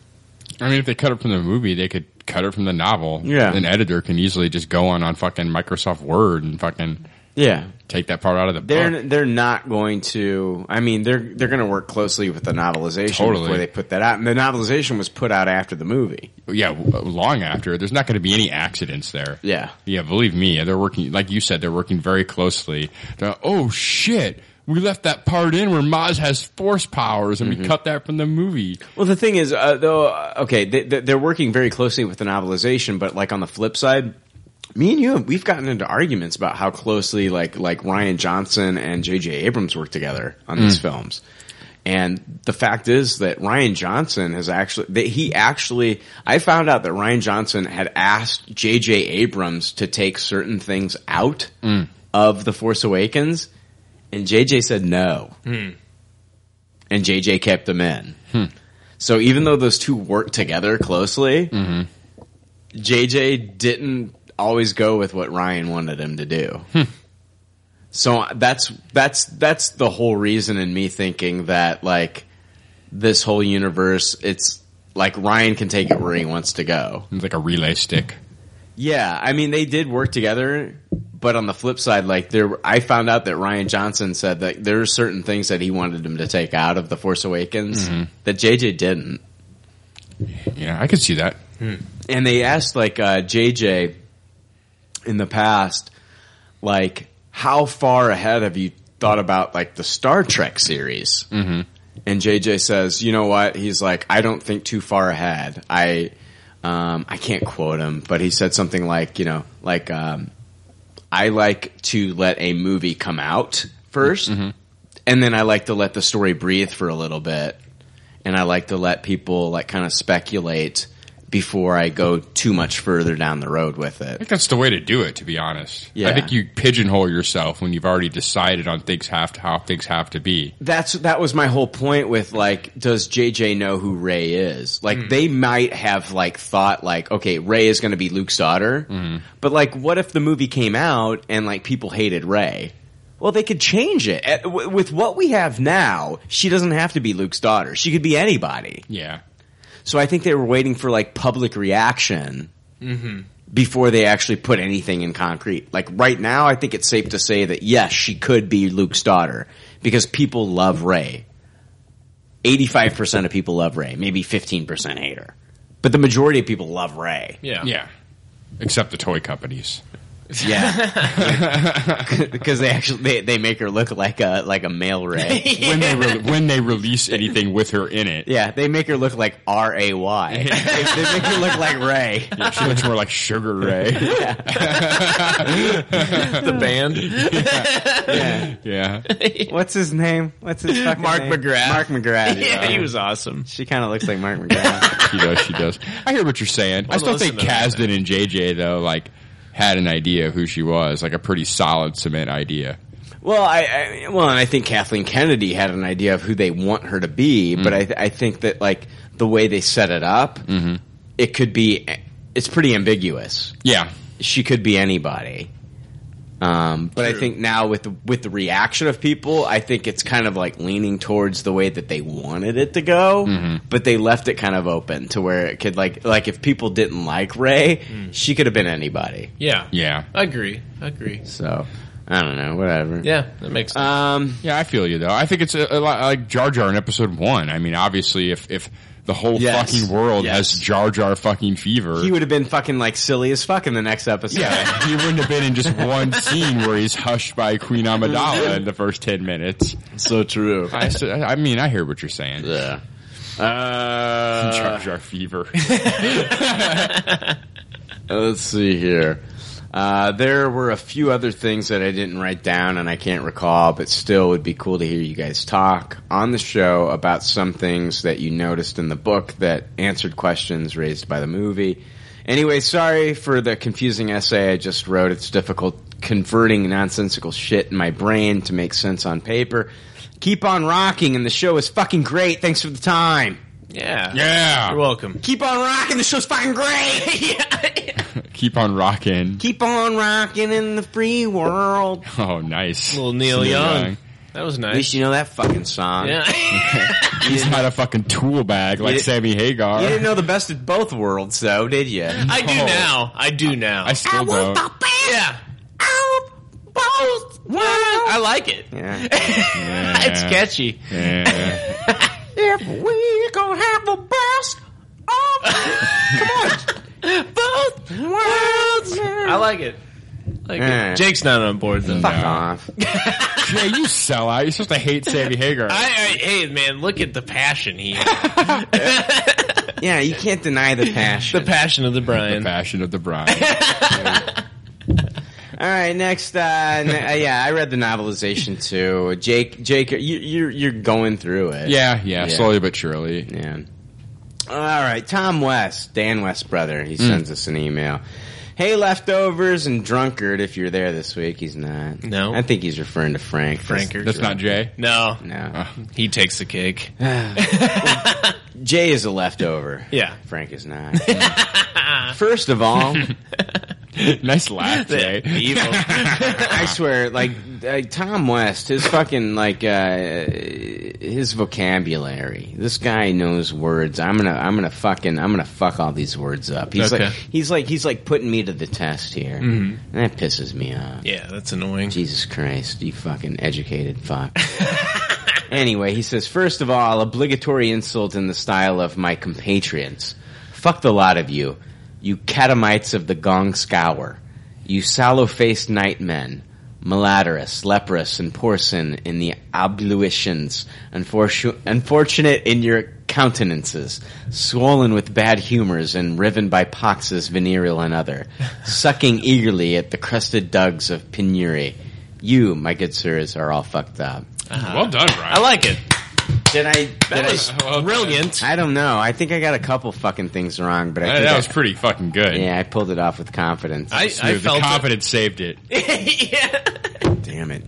S8: if they cut it from the movie, they could cut it from the novel.
S7: Yeah.
S8: an editor can easily just go on on fucking Microsoft Word and fucking
S7: Yeah.
S8: Take that part out of the
S7: They're
S8: book.
S7: they're not going to. I mean, they're they're going to work closely with the novelization
S8: Totally.
S7: before they put that out. And the novelization was put out after the movie.
S8: Yeah, w- uh, long after. There's not going to be any accidents there.
S7: Yeah.
S8: Yeah, believe me, they're working, like you said, they're working very closely. They're, oh shit, we left that part in where Maz has force powers and
S7: Mm-hmm.
S8: we cut that from the movie.
S7: Well, the thing is, uh, though, uh, okay, they, they- they're working very closely with the novelization, but like on the flip side, me and you, we've gotten into arguments about how closely like like Ryan Johnson and J.J. Abrams work together on these
S8: Mm.
S7: films. And the fact is that Ryan Johnson has actually, that he actually, I found out that Ryan Johnson had asked J.J. Abrams to take certain things out
S8: Mm.
S7: of The Force Awakens, and J.J. said no.
S8: Mm.
S7: And J.J. kept them in.
S8: Hmm.
S7: So even though those two work together closely, JJ didn't always go with what Ryan wanted him to do. So that's that's that's the whole reason in me thinking that like this whole universe, it's like Ryan can take it where he wants to go.
S8: It's like a relay stick.
S7: Yeah, I mean they did work together, but on the flip side, like there, I found out that Ryan Johnson said that there are certain things that he wanted him to take out of the Force Awakens
S8: Mhm.
S7: that JJ didn't.
S8: Yeah, I could see that.
S7: And they asked like uh, JJ in the past, like how far ahead have you thought about like the Star Trek series?
S8: Mm-hmm.
S7: And JJ says, you know what? He's like, I don't think too far ahead. I, um, I can't quote him, but he said something like, you know, like, um, I like to let a movie come out 1st and then I like to let the story breathe for a little bit, and I like to let people like kind of speculate before I go too much further down the road with
S8: I
S7: it.
S8: think that's the way to do it, to be honest.
S7: Yeah.
S8: I think you pigeonhole yourself when you've already decided on things have to, how things have to be.
S7: That's that was my whole point with like, does JJ know who Ray is? Like, they might have like thought like, okay, Ray is going to be Luke's daughter, but like, what if the movie came out and like people hated Ray? Well, they could change it. At- w- With what we have now, she doesn't have to be Luke's daughter. She could be anybody.
S8: Yeah.
S7: So I think they were waiting for like public reaction
S9: Mm-hmm.
S7: before they actually put anything in concrete. Like right now, I think it's safe to say that yes, she could be Luke's daughter because people love Ray. 85% of people love Ray, maybe 15% hate her. But the majority of people love Ray.
S9: Yeah.
S8: Yeah. Except the toy companies.
S7: Yeah. Because they actually they, they make her look like a like a male Ray.
S8: when they re- when they release anything with her in it.
S7: Yeah, they make her look like R A Y. They they make her look like Ray.
S8: Yeah, she looks more like Sugar Ray.
S7: the
S9: band.
S7: Yeah.
S8: Yeah.
S7: What's his name? What's his fucking
S9: Mark
S7: name?
S9: McGrath.
S7: Mark McGrath.
S9: Yeah, he was awesome.
S7: She kind of looks like Mark McGrath.
S8: she does. She does. I hear what you're saying. I
S7: Well,
S8: still
S7: listen to
S8: think
S7: that,
S8: Kasdan and JJ though, like, had an idea of who she was, like a pretty solid cement idea.
S7: Well, I, I well, and I think Kathleen Kennedy had an idea of who they want her to be, but I, I think that like the way they set it up,
S8: Mm-hmm.
S7: it could be it's pretty ambiguous.
S8: Yeah,
S7: she could be anybody. Um, but I
S8: True.
S7: think now with the, with the reaction of people, I think it's kind of like leaning towards the way that they wanted it to go,
S8: Mm-hmm.
S7: but they left it kind of open to where it could like like if people didn't like Ray,
S8: Mm.
S7: she could have been anybody.
S9: Yeah.
S8: Yeah.
S9: I agree. I agree.
S7: So I don't know, whatever.
S9: Yeah, that makes sense.
S7: Um,
S8: yeah, I feel you though. I think it's a, a lot like Jar Jar in Episode One. I mean, obviously, if if the whole
S7: Yes.
S8: fucking world
S7: Yes.
S8: has Jar Jar fucking fever,
S7: He would have been fucking like silly as fuck in the next episode.
S8: yeah, he wouldn't have been in just one scene where he's hushed by Queen Amidala in the first ten minutes.
S7: So true.
S8: I, s- I mean, I hear what you're saying.
S7: Yeah. Uh,
S8: Jar Jar fever.
S7: Let's see here. Uh, there were a few other things that I didn't write down and I can't recall, but still would be cool to hear you guys talk on the show about some things that you noticed in the book that answered questions raised by the movie. Anyway, sorry for the confusing essay I just wrote. It's difficult converting nonsensical shit in my brain to make sense on paper. Keep on rocking, and the show is fucking great. Thanks for the time.
S9: Yeah.
S8: Yeah.
S9: You're welcome.
S7: Keep on rocking. The show's fucking great.
S8: Keep on rocking.
S7: Keep on rocking in the free world.
S8: Oh, nice.
S9: Little Neil Young. That was
S7: At least
S9: nice.
S7: you know that fucking song.
S9: Yeah.
S8: He's not a fucking tool bag like
S7: You-
S8: Sammy Hagar.
S7: You didn't know the best of both worlds, though,
S9: Oh.
S7: did you?
S9: I do now. I do now.
S8: I still don't.
S9: Yeah. Ghost. What? I like it. it's catchy.
S16: If we gonna have the best of both worlds,
S9: I like it. Like it. Jake's not on board though.
S7: Fuck off.
S8: yeah, you sell out. You're supposed to hate Sammy Hagar.
S9: I, I, hey man, look at the passion he. Has.
S7: yeah, you can't deny the passion.
S9: the passion of the Brian.
S8: The passion of the Brian.
S7: All right, next. Uh, ne- uh, yeah, I read the novelization too. Jake, Jake, you, you're you're going through it.
S8: Yeah, yeah, slowly but surely.
S7: Yeah. All right, Tom West, Dan West's brother.
S9: Mm.
S7: He sends us an email. Hey, leftovers and drunkard, if you're there this week, he's not. No, I think he's referring to Frank.
S9: Frankers.
S8: That's not Jay.
S9: No,
S7: no,
S9: he takes the cake.
S7: Jay is a leftover.
S9: Yeah.
S7: Frank is not. First of all,
S8: nice laugh, Jay.
S7: Evil. I swear, like, like Tom West, his fucking like uh, his vocabulary. This guy knows words. I'm gonna, I'm gonna fucking, I'm gonna fuck all these words up. He's
S9: Okay.
S7: like, he's like, he's like putting me to the test here.
S9: Mhm.
S7: And that pisses me off.
S9: Yeah, that's annoying.
S7: Jesus Christ, you fucking educated fuck. anyway, he says, first of all, obligatory insult in the style of my compatriots. Fuck the lot of you, you catamites of the gong scour, you sallow-faced nightmen, malaterous, leprous, and porcine in the ablutions, unfortu- unfortunate in your countenances, swollen with bad humors and riven by poxes venereal and other, sucking eagerly at the crested dugs of penury. You, my good sirs, are all fucked up.
S8: Well done, Brian.
S9: I like it.
S7: Did I?
S9: That was brilliant.
S7: I don't know. I think I got a couple fucking things wrong, but I
S8: That-
S7: think
S8: that
S7: I-
S8: was pretty fucking good.
S7: Yeah, I pulled it off with confidence.
S9: I- I
S8: Smooth.
S9: felt
S8: the
S9: it.
S8: confidence saved it.
S7: Damn it.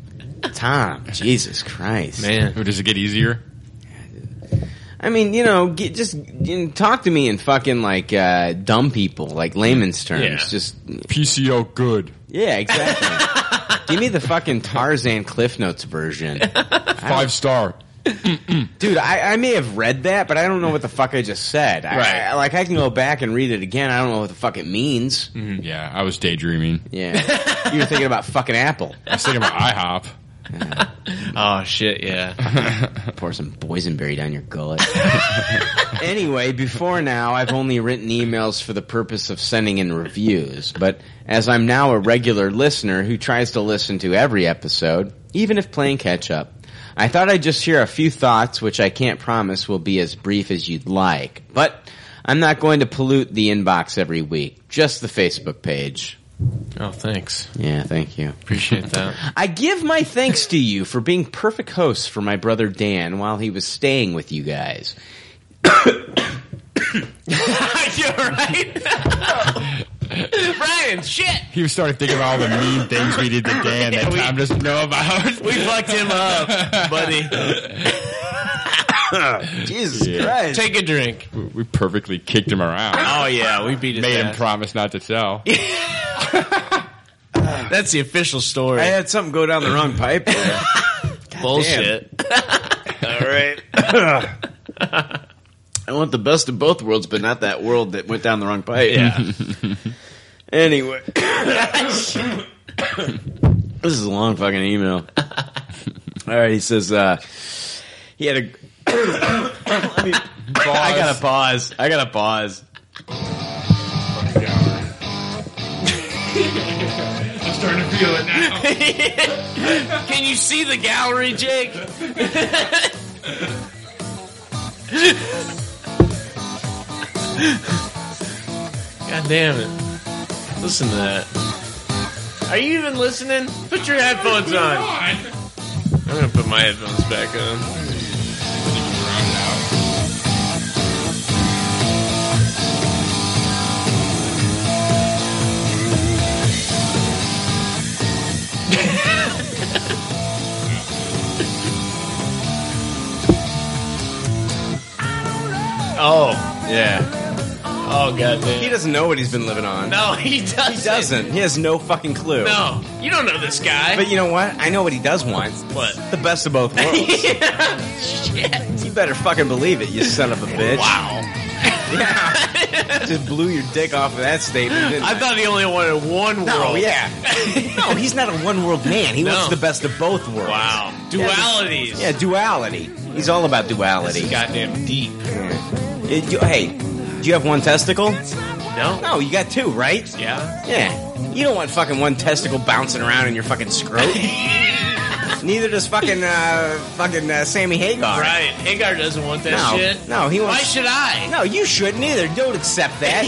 S7: Tom, Jesus Christ.
S9: Man.
S8: Does it get easier?
S7: I mean, you know, get, just you know, talk to me in fucking like uh, dumb people, like layman's terms.
S8: Yeah.
S7: Just
S8: PCO good.
S7: Yeah, exactly. Give me the fucking Tarzan Cliff Notes version. Five
S8: star.
S7: Dude, I, I may have read that, but I don't know what the fuck I just said. I-
S8: Right.
S7: I, like, I can go back and read it again. I don't know what the fuck it means.
S8: Mm-hmm. Yeah, I was daydreaming.
S7: Yeah. you were thinking about fucking Apple.
S8: I was thinking about IHOP.
S9: Oh shit! Yeah.
S7: Pour some boysenberry down your gullet. anyway, before now, I've only written emails for the purpose of sending in reviews. But as I'm now a regular listener who tries to listen to every episode, even if playing catch up, I thought I'd just share a few thoughts, which I can't promise will be as brief as you'd like. But I'm not going to pollute the inbox every week, just the Facebook page.
S9: Oh, thanks.
S7: Yeah, thank you.
S9: Appreciate that.
S7: I give my thanks to you for being perfect hosts for my brother Dan while he was staying with you guys.
S9: You're right. Brian, shit.
S8: He was starting to think about all the mean things we did to Dan that Tom doesn't know about.
S9: We fucked him up, buddy.
S7: Jesus
S8: Yeah.
S7: Christ.
S9: Take a drink.
S8: We- We perfectly kicked him around.
S9: Oh yeah, we beat his
S8: Made him
S9: ass.
S8: promise not to tell.
S9: That's the official story.
S7: I had something go down the wrong pipe. there.
S9: Bullshit.
S7: All right. I want the best of both worlds, but not that world that went down the wrong pipe.
S9: Yeah.
S7: anyway, this is a long fucking email. All right, he says uh, he had a. Let me- I gotta pause. I gotta pause.
S8: I'm starting to feel it now.
S9: Can you see the gallery, Jake? God damn it. Listen to that. Are you even listening? Put your headphones on. I'm going to put my headphones back on. Oh, yeah. Oh, god damn.
S7: He doesn't know what he's been living on.
S9: No, he doesn't.
S7: he doesn't. He has no fucking clue.
S9: No, you don't know this guy.
S7: But you know what? I know what he does want.
S9: What?
S7: The best of both worlds. You better fucking believe it, you son of a bitch.
S9: Wow.
S7: Just blew your dick off of that statement. Didn't
S9: I thought he only wanted one
S7: No,
S9: world.
S7: yeah. no, he's not a one world man. He
S9: No.
S7: wants the best of both worlds.
S9: Wow.
S7: Yeah, this-
S9: Dualities.
S7: Yeah, duality. He's all about duality.
S9: This is goddamn deep.
S7: It- you- hey, do you have one testicle?
S9: No.
S7: No, you got two, right?
S9: Yeah.
S7: Yeah. You don't want fucking one testicle bouncing around in your fucking scrote. Neither does fucking uh, fucking uh, Sammy Hagar.
S9: Right. Hagar doesn't want that
S7: no,
S9: shit.
S7: No, he wants.
S9: Why should I?
S7: No, you shouldn't either. Don't accept that.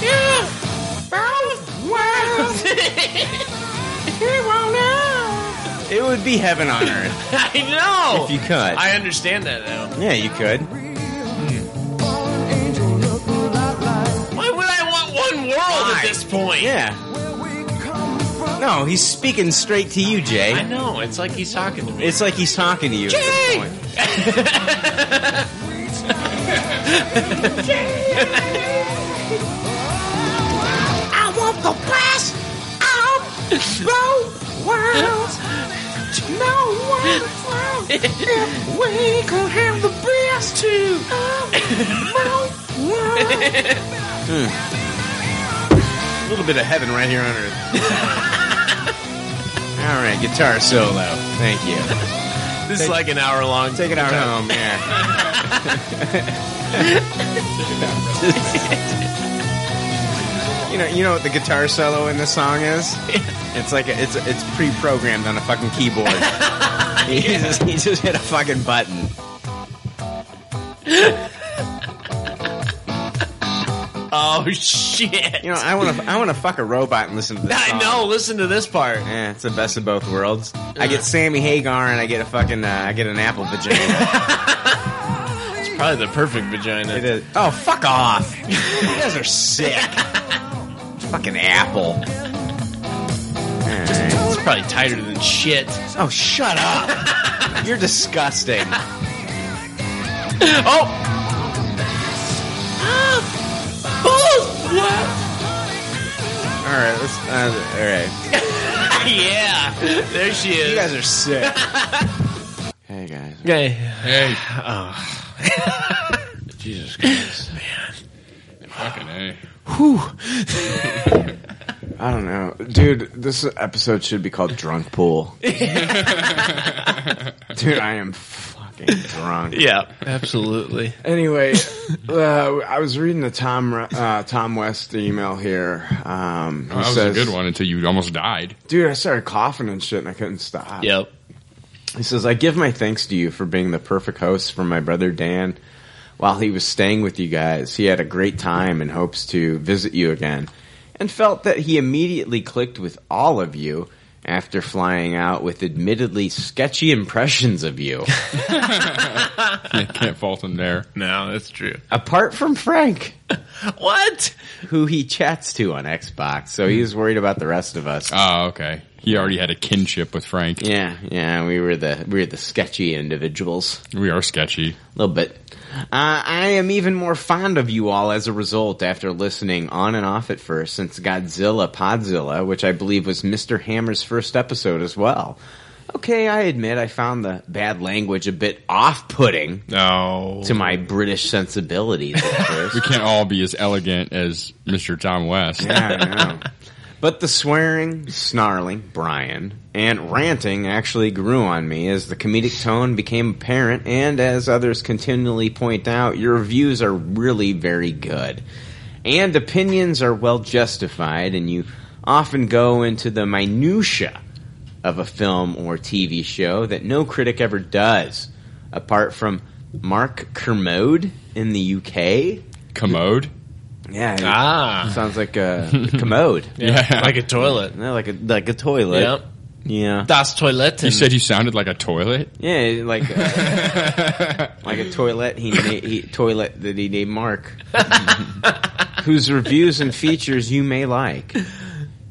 S14: Yeah. Both worlds. Here we now.
S7: it would be heaven on earth.
S9: I know.
S7: If you could.
S9: I understand that now.
S7: Yeah, you could.
S9: Why would I want one world at this point?
S7: Yeah. No, he's speaking straight to you, Jay.
S9: I know. It's like he's talking to me.
S7: It's like he's talking to you. at this point.
S14: I want the best of both worlds. No one world. If we could have the best too. both worlds.
S7: Hmm. A little bit of heaven right here on earth. All right, guitar solo. Thank you.
S9: This is like an hour long.
S7: Take an hour home. Yeah. You know, you know what the guitar solo in this song is? It's like a, it's it's pre-programmed on a fucking keyboard. he, just, he just hit a fucking button.
S9: oh shit!
S7: You know, I want to I want to fuck a robot and listen to this.
S9: I
S7: song.
S9: know. Listen to this part.
S7: Yeah, it's the best of both worlds. I get Sammy Hagar and I get a fucking uh, I get an apple vagina.
S9: It's probably the perfect vagina.
S7: It is. Oh, fuck off! you guys are sick. fucking apple. It's
S9: probably tighter than shit.
S7: Oh, shut up! You're disgusting.
S9: oh,
S14: Both worlds.
S7: all right, let's, uh, all right.
S9: yeah. There she is.
S7: You guys are sick. hey guys.
S9: Hey. Hey. Jesus Christ. Man.
S8: Fucking hey.
S7: Whew. I don't know, dude. This episode should be called Drunk Pool. dude, I am fucking drunk.
S9: Yeah, absolutely.
S7: Anyway, uh, I was reading the Tom uh, Tom West email here. Um, he
S8: Oh, that was
S7: says-
S8: a good one until you almost died.
S7: dude. I started coughing and shit, and I couldn't stop.
S9: Yep.
S7: He says, "I give my thanks to you for being the perfect host for my brother Dan. While he was staying with you guys, he had a great time and hopes to visit you again, and felt that he immediately clicked with all of you." After flying out with admittedly sketchy impressions of you.
S8: I can't fault him there.
S9: No, that's true.
S7: Apart from Frank.
S9: what?
S7: Who he chats to on Xbox, so he's worried about the rest of us.
S8: Oh, okay. He already had a kinship with Frank.
S7: Yeah, yeah, we were the we were the sketchy individuals.
S8: We are sketchy.
S7: A little bit. Uh, I am even more fond of you all as a result after listening on and off at first since Godzilla Podzilla, which I believe was Mr. Hammer's first episode as well. Okay, I admit I found the bad language a bit off putting
S8: No.
S7: to my British sensibilities at first.
S8: We can't all be as elegant as Mr. Tom West.
S7: Yeah, I know. But the swearing, snarling, Brian, and ranting actually grew on me as the comedic tone became apparent, and as others continually point out, your reviews are really very good. And opinions are well justified, and you often go into the minutiae of a film or TV show that no critic ever does, apart from Mark Kermode in the UK.
S8: Commode?
S7: Yeah. it
S9: Ah.
S7: Sounds like a commode.
S9: Yeah. Like a toilet.
S7: Yeah, like a like a toilet.
S9: Yep.
S7: Yeah.
S9: Das Toilette.
S8: You said you sounded like a toilet?
S7: Yeah, like uh, like a toilet. He, na- he toilet that he named Mark, whose reviews and features you may like.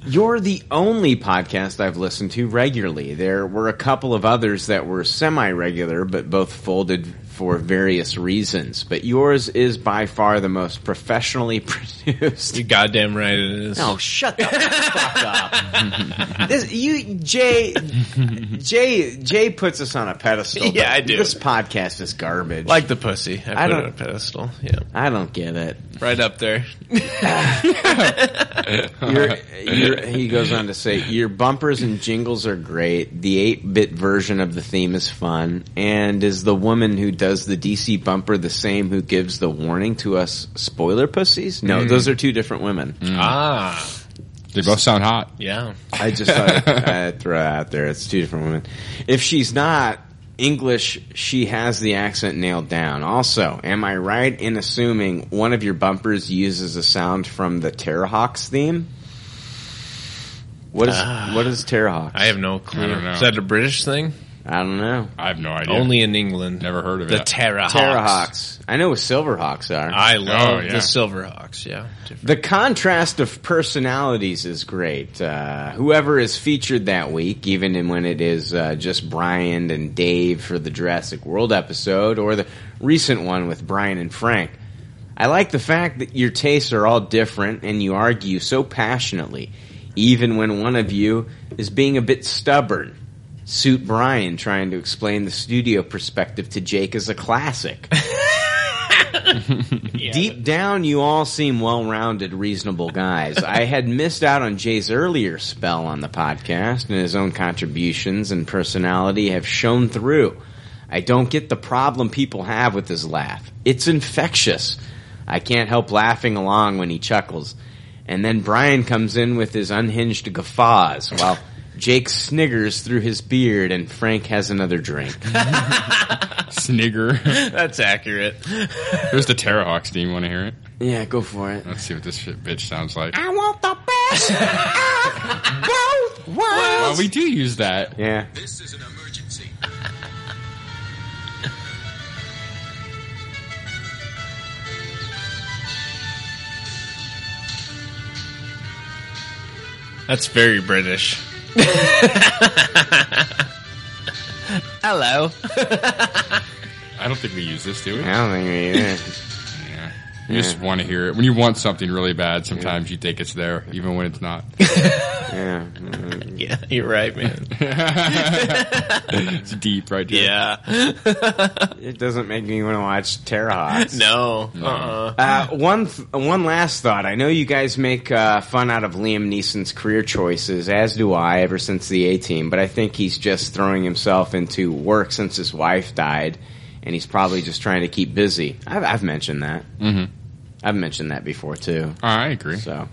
S7: You're the only podcast I've listened to regularly. There were a couple of others that were semi-regular, but both folded for various reasons, but yours is by far the most professionally produced. You're
S9: goddamn right it is.
S7: No, Oh, shut the fuck up. this, you, Jay, Jay, Jay puts us on a pedestal.
S9: Yeah,
S7: but
S9: I do.
S7: This podcast is garbage.
S9: Like the pussy. I,
S7: I don't-
S9: put it on a pedestal. Yeah.
S7: I don't get it.
S9: Right up there.
S7: Your- your- he goes on to say, "Your bumpers and jingles are great. The eight-bit version of the theme is fun, and is the woman who does the DC bumper the same who gives the warning to us spoiler pussies? No,
S9: Mm.
S7: those are two different women.
S9: Ah.
S8: They both sound hot.
S9: Yeah.
S7: I just thought I'd, I'd throw that out there. It's two different women. If she's not." English, she has the accent nailed down. Also, am I right in assuming one of your bumpers uses a sound from the Terrahawks theme? What is
S9: Ah.
S7: what is Terrahawks?
S9: I have no clue.
S7: I don't know.
S9: Is that a British thing?
S7: I don't know.
S8: I have no idea.
S9: Only in England.
S8: Never heard of
S9: the
S8: it.
S9: Terra
S7: Terrahawks. I know what Silverhawks are.
S9: I
S7: Oh,
S9: love the Silverhawks. Yeah.
S7: The contrast of personalities is great. Uh, whoever is featured that week, even in when it is uh, just Brian and Dave for the Jurassic World episode, or the recent one with Brian and Frank. I like the fact that your tastes are all different and you argue so passionately, even when one of you is being a bit stubborn. Suit Brian trying to explain the studio perspective to Jake as a classic. Deep down, you all seem well rounded, reasonable guys. I had missed out on Jay's earlier spell on the podcast, and his own contributions and personality have shown through. I don't get the problem people have with his laugh. It's infectious. I can't help laughing along when he chuckles. And then Brian comes in with his unhinged guffaws while Jake sniggers through his beard and Frank has another drink.
S8: Snigger.
S9: That's accurate.
S8: There's the Terrahawks theme. Want to hear it?
S7: Yeah, go for it.
S8: Let's see what this shit bitch sounds like.
S14: I want the best of both
S8: Well,
S14: worlds.
S8: we do use that.
S7: Yeah.
S14: This is an emergency.
S9: That's very British. Hello.
S8: I don't think we use this, do we?
S7: I don't think we either.
S8: yeah. You just
S7: Yeah.
S8: want to hear it. When you want something really bad, sometimes you think it's there, even when it's not.
S7: yeah.
S9: Yeah, you're right, man.
S8: it's deep right there.
S9: Yeah.
S7: it doesn't make me want to watch Terrahawks.
S9: No. Uh-uh.
S7: Uh, one th- one last thought. I know you guys make uh, fun out of Liam Neeson's career choices, as do I, ever since the A Team. But I think he's just throwing himself into work since his wife died, and he's probably just trying to keep busy. I've, I've mentioned that.
S8: Mhm.
S7: I've mentioned that before too.
S8: I agree.
S7: So,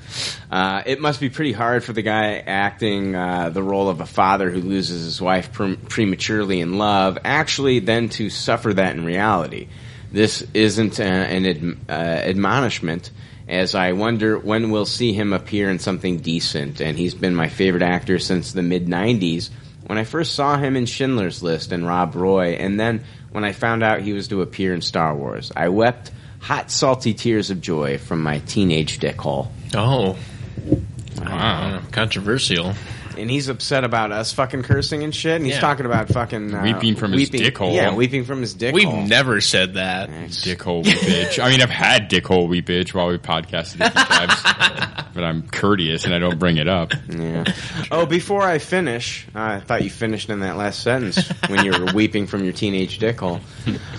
S7: uh, it must be pretty hard for the guy acting uh, the role of a father who loses his wife pre- prematurely in love, actually, then to suffer that in reality. This isn't uh, an ad- uh, admonishment, as I wonder when we'll see him appear in something decent. And he's been my favorite actor since the mid '90s, when I first saw him in Schindler's List and Rob Roy, and then when I found out he was to appear in Star Wars. I wept hot, salty tears of joy from my teenage dick hole.
S9: Oh. Wow. Controversial.
S7: And he's upset about us fucking cursing and shit, and he's
S9: Yeah.
S7: talking about fucking uh,
S8: Weeping from his dick hole.
S7: Yeah, weeping from his dick
S9: We've
S7: hole.
S9: never said that.
S7: Mm.
S8: Dickhole wee bitch. I mean, I've had dickhole wee bitch while we podcasted a few times, but I'm courteous and I don't bring it up.
S7: Yeah. Oh, before I finish, uh, I thought you finished in that last sentence when you were weeping from your teenage dick hole.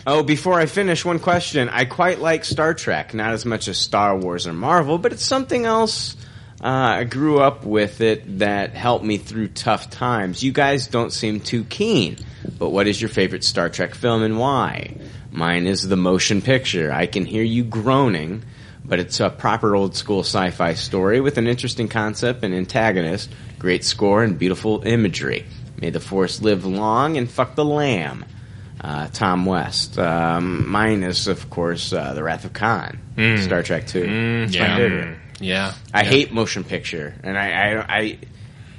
S7: Oh, before I finish, one question. I quite like Star Trek, not as much as Star Wars or Marvel, but it's something else. Uh, I grew up with it that helped me through tough times. You guys don't seem too keen, but what is your favorite Star Trek film and why? Mine is the motion picture. I can hear you groaning, but it's a proper old school sci fi story with an interesting concept and antagonist, great score, and beautiful imagery. May the Force live long and fuck the lamb. Uh, Tom West. Um, mine is, of course, uh, The Wrath of Khan,
S9: Mm.
S7: Star Trek 2.
S9: Mm,
S7: It's
S9: yeah.
S7: my favorite.
S9: Yeah.
S7: I
S9: Yeah.
S7: hate motion picture, and I I I,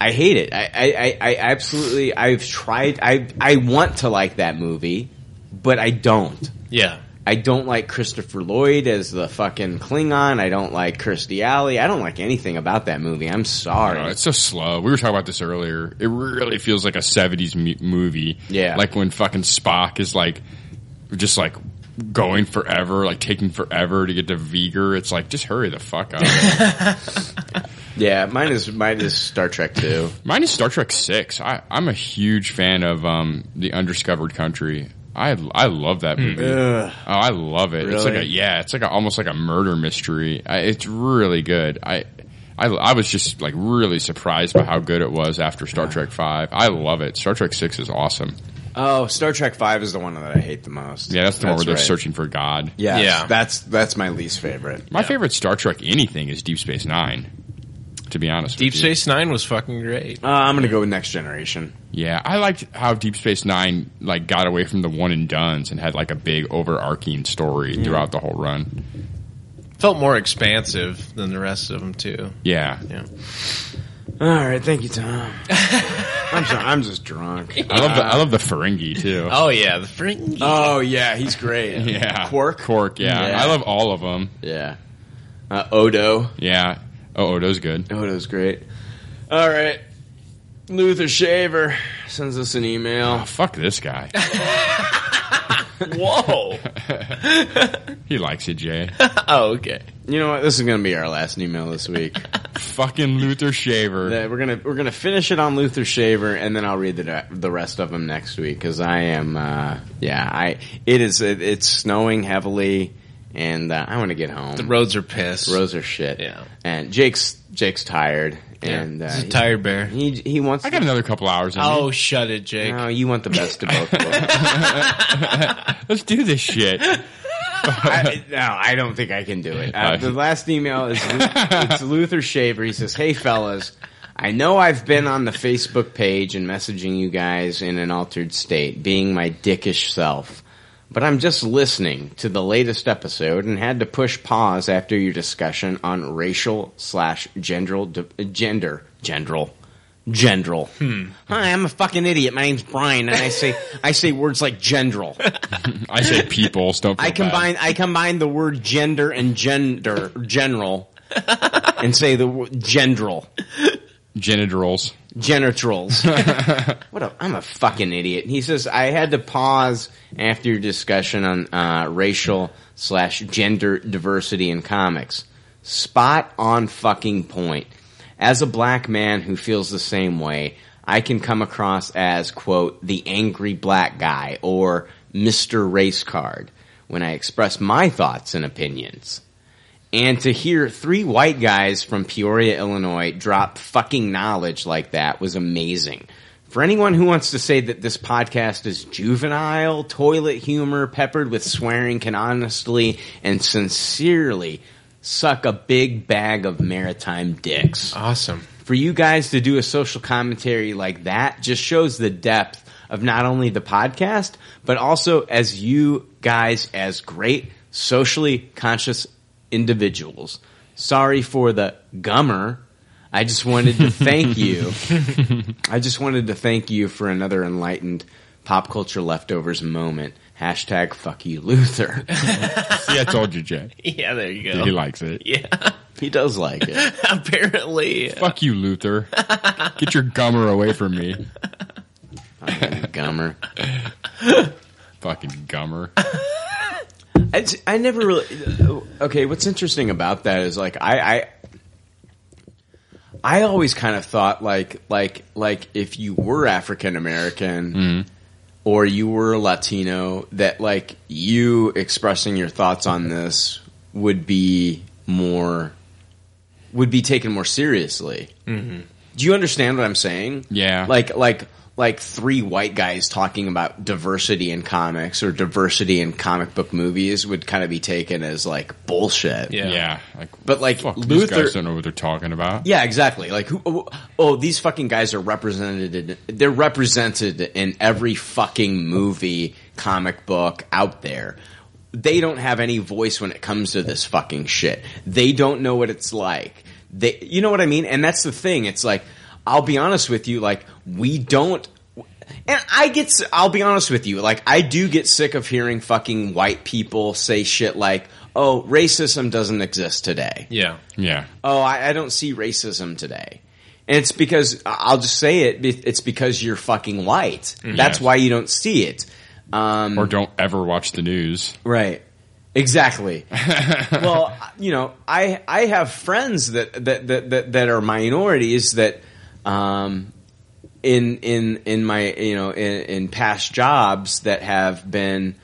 S7: I hate it. I, I, I, I absolutely. I've tried. I I want to like that movie, but I don't.
S9: Yeah.
S7: I don't like Christopher Lloyd as the fucking Klingon. I don't like Kirstie Alley. I don't like anything about that movie. I'm sorry.
S8: Uh, it's so slow. We were talking about this earlier. It really feels like a 70s mu- movie.
S7: Yeah.
S8: Like when fucking Spock is like just like going forever, like taking forever to get to Vigor. It's like just hurry the fuck up.
S7: yeah, mine is mine is Star Trek two.
S8: Mine is Star Trek six. I, I'm a huge fan of um, the Undiscovered Country. I I love that
S7: Hmm.
S8: movie.
S7: Ugh.
S8: Oh, I love it. It's like a
S7: Really?
S8: yeah, it's like a, almost like a murder mystery. I, it's really good. I. I, I was just like really surprised by how good it was after Star Trek Five. I love it. Star Trek Six is awesome.
S7: Oh, Star Trek Five is the one that I hate the most.
S8: Yeah, that's the one where they're
S7: right.
S8: searching for God.
S7: Yes, that's that's my least favorite.
S8: My favorite Star Trek anything is Deep Space Nine. To be honest,
S9: Deep
S8: with you.
S9: Space Nine was fucking great.
S7: Uh, I'm gonna go with Next Generation.
S8: Yeah, I liked how Deep Space Nine like got away from the one and duns and had like a big overarching story
S9: Yeah.
S8: throughout the whole run.
S9: Felt more expansive than the rest of them too.
S8: Yeah,
S9: Yeah.
S7: All right, thank you, Tom. I'm sorry, I'm just drunk.
S8: I love the I
S9: Uh,
S8: love the Ferengi too.
S9: Oh yeah, the Ferengi.
S7: Oh yeah, he's great.
S8: yeah,
S7: Quark.
S8: Quark. Yeah.
S7: Yeah.
S8: I love all of them.
S7: Yeah, uh, Odo.
S8: Yeah, oh Odo's good.
S7: Odo's great. All right, Luther Shaver sends us an email.
S8: Oh, fuck this guy.
S9: Whoa.
S8: he likes it, Jay.
S7: oh, okay. You know what? This is going to be our last email this week.
S8: Fucking Luther Shaver.
S7: That- We're gonna we're gonna finish it on Luther Shaver, and then I'll read the the rest of them next week because I am uh, yeah I it is it, it's snowing heavily, and uh, I want to get home.
S9: The roads are pissed.
S7: Roads are shit. Yeah, and Jake's Jake's tired, and uh,
S9: He's a
S7: he-
S9: tired bear.
S7: He he wants.
S9: I got
S8: another couple hours.
S7: in
S9: Oh,
S7: me.
S9: shut it, Jake.
S7: No, you want the best of both.
S8: Let's do this shit.
S7: I, no, I don't think I can do it. Uh, the last email is Lu- it's Luther Shaver. He says, "Hey fellas, I know I've been on the Facebook page and messaging you guys in an altered state, being my dickish self, but I'm just listening to the latest episode and had to push pause after your discussion on racial slash gender gender gender gendrel. Hmm. Hi, I'm a fucking idiot. My name's Brian, and I say I say words like gendrel.
S8: I say peoples. Don't.
S7: I
S8: feel bad.
S7: combine I combine the word gender and gender general and say the word general
S8: genitals
S7: genitals. what a I'm a fucking idiot. He says I had to pause after your discussion on uh, racial slash gender diversity in comics. Spot on fucking point. As a black man who feels the same way, I can come across as quote the angry black guy or Mister Race Card when I express my thoughts and opinions and to hear three white guys from Peoria, Illinois drop fucking knowledge like that was amazing. For anyone who wants to say that this podcast is juvenile, toilet humor peppered with swearing can honestly and sincerely suck a big bag of maritime dicks.
S9: Awesome.
S7: For you guys to do a social commentary like that just shows the depth of not only the podcast, but also as you guys as great socially conscious individuals. Sorry for the gummer. I just wanted to thank you. I just wanted to thank you for another enlightened pop culture leftovers moment. Hashtag fuck you, Luther.
S8: See, I told you, Jay.
S9: Yeah, there you go.
S8: He likes it.
S9: Yeah,
S7: he does like it.
S9: Apparently,
S8: Fuck you, Luther. Get your gummer away from me.
S7: gummer.
S8: Fucking gummer.
S7: I, j- I never really. Okay, what's interesting about that is like I, I I always kind of thought like like like if you were African American or you were Latino that like you expressing your thoughts on this would be more would be taken more seriously.
S9: Mm-hmm.
S7: Do you understand what I'm saying?
S8: Yeah.
S7: Like like like three white guys talking about diversity in comics or diversity in comic book movies would kind of be taken as like bullshit.
S8: Yeah. Like,
S7: but like
S8: fuck, these
S7: Luther
S8: guys don't know what they're talking about.
S7: yeah, exactly. Like, who, oh, oh, these fucking guys are represented. In, they're represented in every fucking movie, comic book out there. They don't have any voice when it comes to this fucking shit. They don't know what it's like. They, you know what I mean? And that's the thing. It's like, I'll be honest with you. Like, we don't and I get, s- I'll be honest with you, like, I do get sick of hearing fucking white people say shit like, oh, racism doesn't exist today.
S9: Yeah.
S8: Yeah.
S7: Oh, I, I don't see racism today. And it's because, I'll just say it, it's because you're fucking white.
S8: Mhm.
S7: That's
S8: Yes.
S7: why you don't see it. Um,
S8: or don't ever watch the news.
S7: Right. Exactly. well, you know, I I have friends that that that that, that are minorities that um, in in in my you know in, in past jobs that have been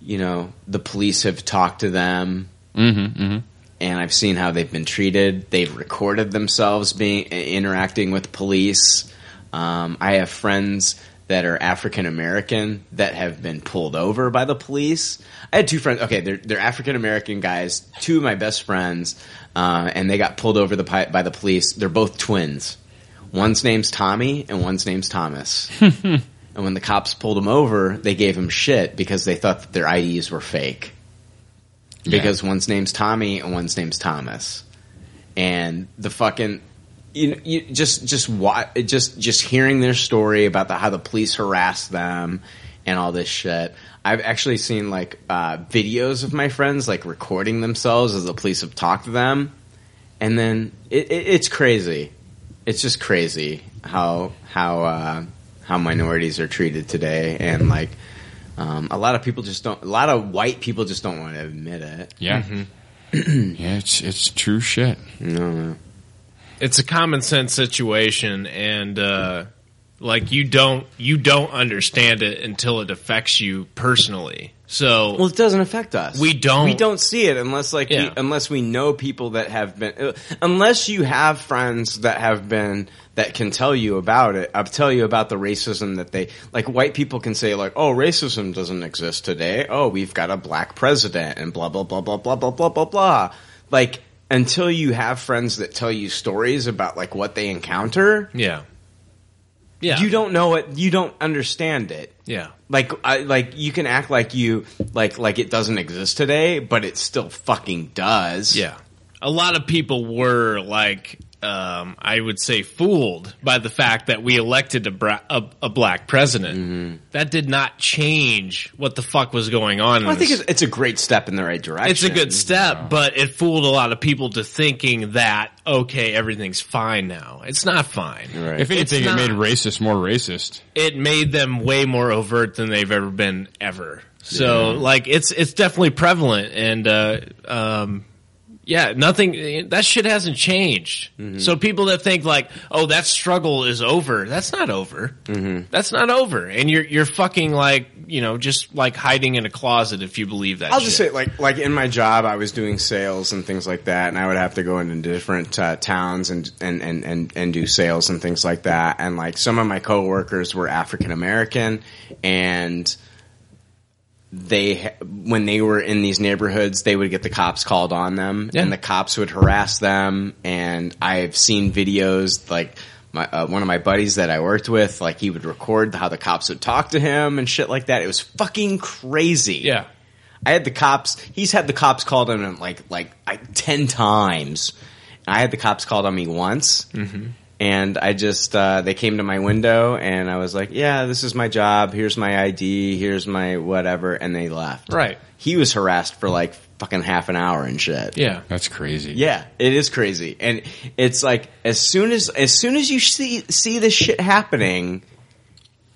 S7: you know the police have talked to them
S8: Mm-hmm. mm-hmm.
S7: and I've seen how they've been treated. They've recorded themselves being interacting with police. Um, I have friends that are African American that have been pulled over by the police. I had two friends. Okay, they're they're African American guys. Two of my best friends, uh, and they got pulled over the pi- by the police. They're both twins. One's name's Tommy, and one's name's Thomas. and when the cops pulled them over, they gave him shit because they thought that their IDs were fake because one's name's Tommy and one's name's Thomas, and the fucking you, know, you just just wa- just just hearing their story about the, how the police harassed them and all this shit. I've actually seen like uh, videos of my friends like recording themselves as the police have talked to them, and then it, it, it's crazy. It's just crazy how how uh, how minorities are treated today, and like um, a lot of people just don't. A lot of white people just don't want to admit it.
S8: Yeah. yeah, it's it's true shit.
S7: No, no.
S9: it's a common sense situation and uh like you don't you don't understand it until it affects you personally so
S7: Well, it doesn't affect us.
S9: We don't-
S7: We don't see it unless like we,
S9: Yeah.
S7: unless we know people that have been uh, unless you have friends that have been that can tell you about it. I'll tell you about the racism that they like white people can say like, "Oh, racism doesn't exist today. Oh, we've got a black president and blah blah blah blah blah blah blah blah blah." Like until you have friends that tell you stories about like what they encounter,
S9: yeah Yeah.
S7: you don't know it. You don't understand it.
S9: yeah
S7: Like, I, like you can act like you like like it doesn't exist today, but it still fucking does.
S9: Yeah. a lot of people were like um, I would say fooled by the fact that we elected a, bra- a, a black president.
S7: Mm-hmm.
S9: That did not change what the fuck was going on.
S7: Well, I
S9: in this
S7: think it's, it's a great step in the right direction.
S9: It's a good step, but it fooled a lot of people to thinking that okay, everything's fine now. It's not fine.
S8: If anything,
S9: It's
S8: it made
S9: not.
S8: racist more racist.
S9: it made them way more overt than they've ever been ever. So
S8: Yeah.
S9: like it's it's definitely prevalent and uh um yeah, nothing that shit hasn't changed.
S7: Mm-hmm.
S9: So people that think like, "Oh, that struggle is over." That's not over.
S7: Mm-hmm.
S9: That's not over. And you're you're fucking like, you know, just like hiding in a closet if you believe that
S7: I'll
S9: shit.
S7: just say, like, like in my job, I was doing sales and things like that, and I would have to go into different uh, towns and, and and and and do sales and things like that. And like some of my coworkers were African American, and they ha- when they were in these neighborhoods, they would get the cops called on them,
S9: Yeah.
S7: and the cops would harass them. And I've seen videos like. My, uh, one of my buddies that I worked with, like he would record how the cops would talk to him and shit like that. It was fucking crazy.
S9: Yeah,
S7: I had the cops. He's had the cops called on him like like I, ten times. I had the cops called on me once, and I just uh, they came to my window and I was like, "Yeah, this is my job. Here's my ID. Here's my whatever," and they left.
S9: Right.
S7: He was harassed for like fucking half an hour and shit.
S9: Yeah.
S8: That's crazy.
S7: Yeah, it is crazy, and it's like as soon as as soon as you see see this shit happening,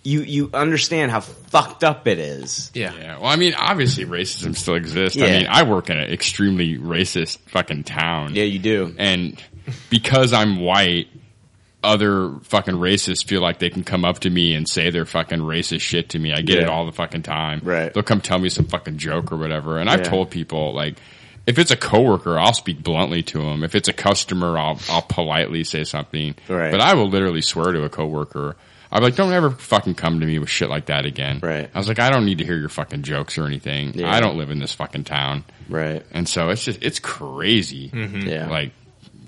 S7: you you understand how fucked up it is.
S9: Yeah.
S8: Well, I mean, obviously racism still exists. I
S7: Yeah.
S8: mean, I work in an extremely racist fucking town. Yeah,
S7: you do.
S8: And because I'm white, other fucking racists feel like they can come up to me and say their fucking racist shit to me. I get it
S7: Yeah.
S8: all the fucking time.
S7: Right.
S8: They'll come tell me some fucking joke or whatever. And I've
S7: Yeah.
S8: told people like, if it's a coworker, I'll speak bluntly to them. If it's a customer, I'll I'll politely say something.
S7: Right.
S8: But I will literally swear to a coworker. I'm like, don't ever fucking come to me with shit like that again. Right. I was like, I don't need to hear your fucking jokes or anything.
S7: Yeah.
S8: I don't live in this fucking town.
S7: Right.
S8: And so it's just it's crazy.
S7: Hmm.
S9: Mhm. Yeah.
S8: Like,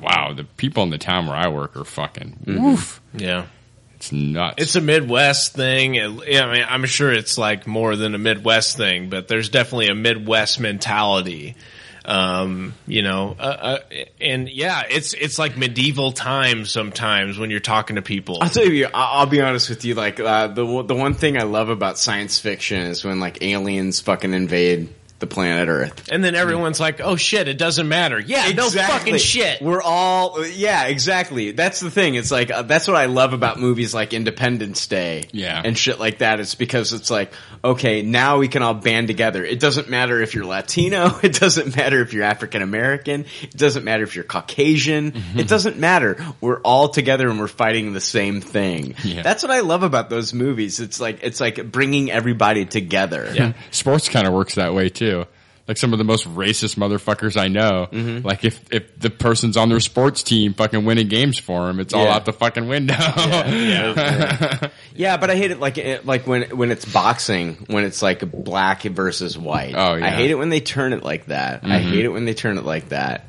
S8: wow, the people in the town where I work are fucking
S9: Mhm.
S8: woof.
S9: Yeah.
S8: It's nuts.
S9: It's a Midwest thing. It- yeah, I mean, I'm sure it's like more than a Midwest thing, but there's definitely a Midwest mentality. Um, you know, uh, uh, and yeah, it's it's like medieval times sometimes when you're talking to people.
S7: I'll tell you, I- I'll be honest with you. Like uh, the w- the one thing I love about science fiction is when like aliens fucking invade the the planet Earth.
S9: And then everyone's like, "Oh shit, it doesn't matter." Yeah, no
S7: Exactly.
S9: fucking shit.
S7: We're all yeah, exactly. That's the thing. It's like uh, that's what I love about movies like Independence Day, yeah, and shit like that. It's because it's like okay, now we can all band together. It doesn't matter if you're Latino. It doesn't matter if you're African American. It doesn't matter if you're Caucasian. It doesn't matter. We're all together and we're fighting the same thing. That's what I love about those movies. It's like it's like bringing everybody together.
S8: Sports kind of works that way too. Like some of the most racist motherfuckers I know.
S9: Mm-hmm.
S7: Mhm.
S8: Like if, if the person's on their sports team fucking winning games for them, it's all
S7: Yeah.
S8: out the fucking window.
S7: yeah. Yeah, but I hate it like it- like when when it's boxing when it's like black versus white. Oh
S8: yeah.
S7: I hate it when they turn it like that. I
S9: Mhm.
S7: hate it when they turn it like that.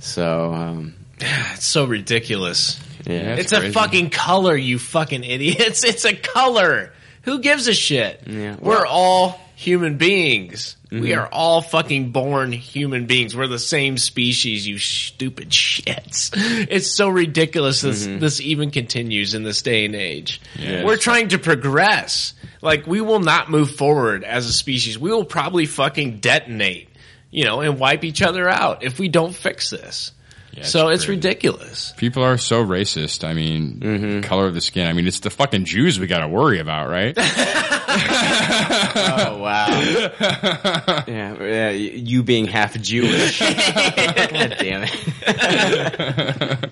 S7: So um,
S9: it's so ridiculous.
S7: Yeah,
S9: it's a fucking color, you fucking idiots. It's a color. Who gives a shit?
S7: Yeah.
S9: We're all human beings. We
S7: Mhm.
S9: are all fucking born human beings. We're the same species, you stupid shits. It's so ridiculous this
S7: Mhm.
S9: this even continues in this day and age.
S7: Yeah.
S9: We're trying to progress. Like we will not move forward as a species. We will probably fucking detonate, you know, and wipe each other out if we don't fix this. so it's ridiculous.
S8: People are so racist. I mean,
S9: Mm-hmm.
S8: color of the skin. I mean, it's the fucking Jews we got to worry about, right?
S7: oh wow. yeah, yeah, you being half Jewish. God damn it.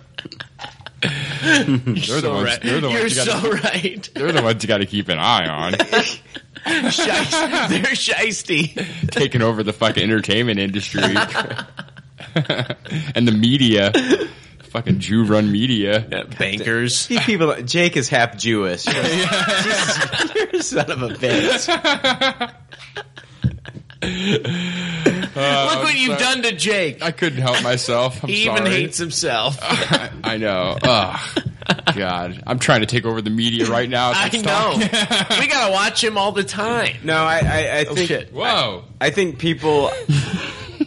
S8: they're the
S9: so
S8: ones.
S9: right.
S8: They're the
S9: You're
S8: ones you
S9: so
S8: gotta,
S9: right.
S8: They're the ones you got to keep an eye on,
S9: Shiesty. They're shiesty.
S8: taking over the fucking entertainment industry and the media. Fucking Jew run media.
S9: bankers.
S7: These people. Jake is half Jewish. You're a son of a bitch.
S9: Look what you've done to Jake.
S8: I couldn't help myself. I'm
S9: he
S8: Uh, sorry.
S9: even hates himself.
S8: I know. Ugh. God, I'm trying to take over the media right now.
S9: I know. we gotta watch him all the time.
S7: No, I, I, I
S9: Oh,
S7: think.
S9: shit.
S8: Whoa.
S7: I, I think people.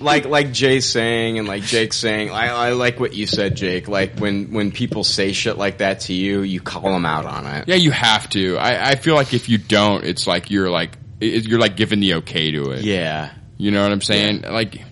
S7: Like like Jay saying and like Jake saying, I, I like what you said, Jake. Like when when people say shit like that to you, you call them out on it.
S8: Yeah, you have to. I, I feel like if you don't, it's like you're like it, you're like giving the okay to it.
S7: Yeah,
S8: you know what I'm saying. Like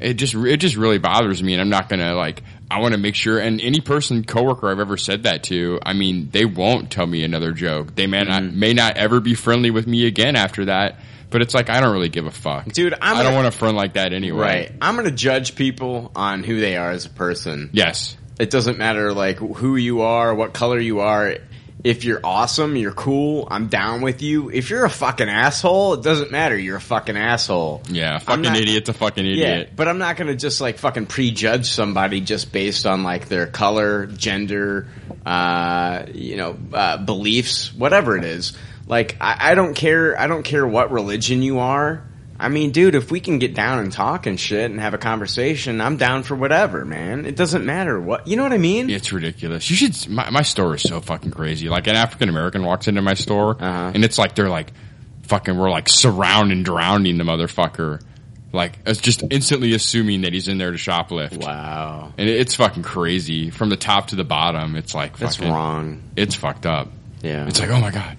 S8: it just it just really bothers me, and I'm not gonna like. I want to make sure, and any person coworker I've ever said that to, I mean, they won't tell me another joke. They may not
S7: Mm-hmm.
S8: may not ever be friendly with me again after that. But it's like I don't really give a fuck,
S7: dude. I'm
S8: I do not
S7: gonna-
S8: want a friend like that anyway.
S7: Right. I'm going to judge people on who they are as a person.
S8: Yes.
S7: It doesn't matter like who you are, what color you are. If you're awesome, you're cool, I'm down with you. If you're a fucking asshole, it doesn't matter. You're a fucking asshole.
S8: Yeah,
S7: I'm
S8: fucking
S7: not-
S8: idiot's a fucking idiot.
S7: Yeah, but I'm not going to just like fucking prejudge somebody just based on like their color, gender, uh, you know, uh, beliefs, whatever it is. Like I, I don't care. I don't care what religion you are. I mean, dude, if we can get down and talk and shit and have a conversation, I'm down for whatever, man. It doesn't matter what you know what I mean.
S8: It's ridiculous. You should. My, my store is so fucking crazy. Like an African American walks into my store,
S7: Uh-huh.
S8: and it's like they're like, fucking, we're like surrounding, drowning the motherfucker. Like it's just instantly assuming that he's in there to shoplift.
S7: Wow.
S8: And it- it's fucking crazy from the top to the bottom. It's like
S7: That's
S8: fucking,
S7: wrong. Uh-huh.
S8: It's fucked up.
S7: Yeah.
S8: It's like oh my god,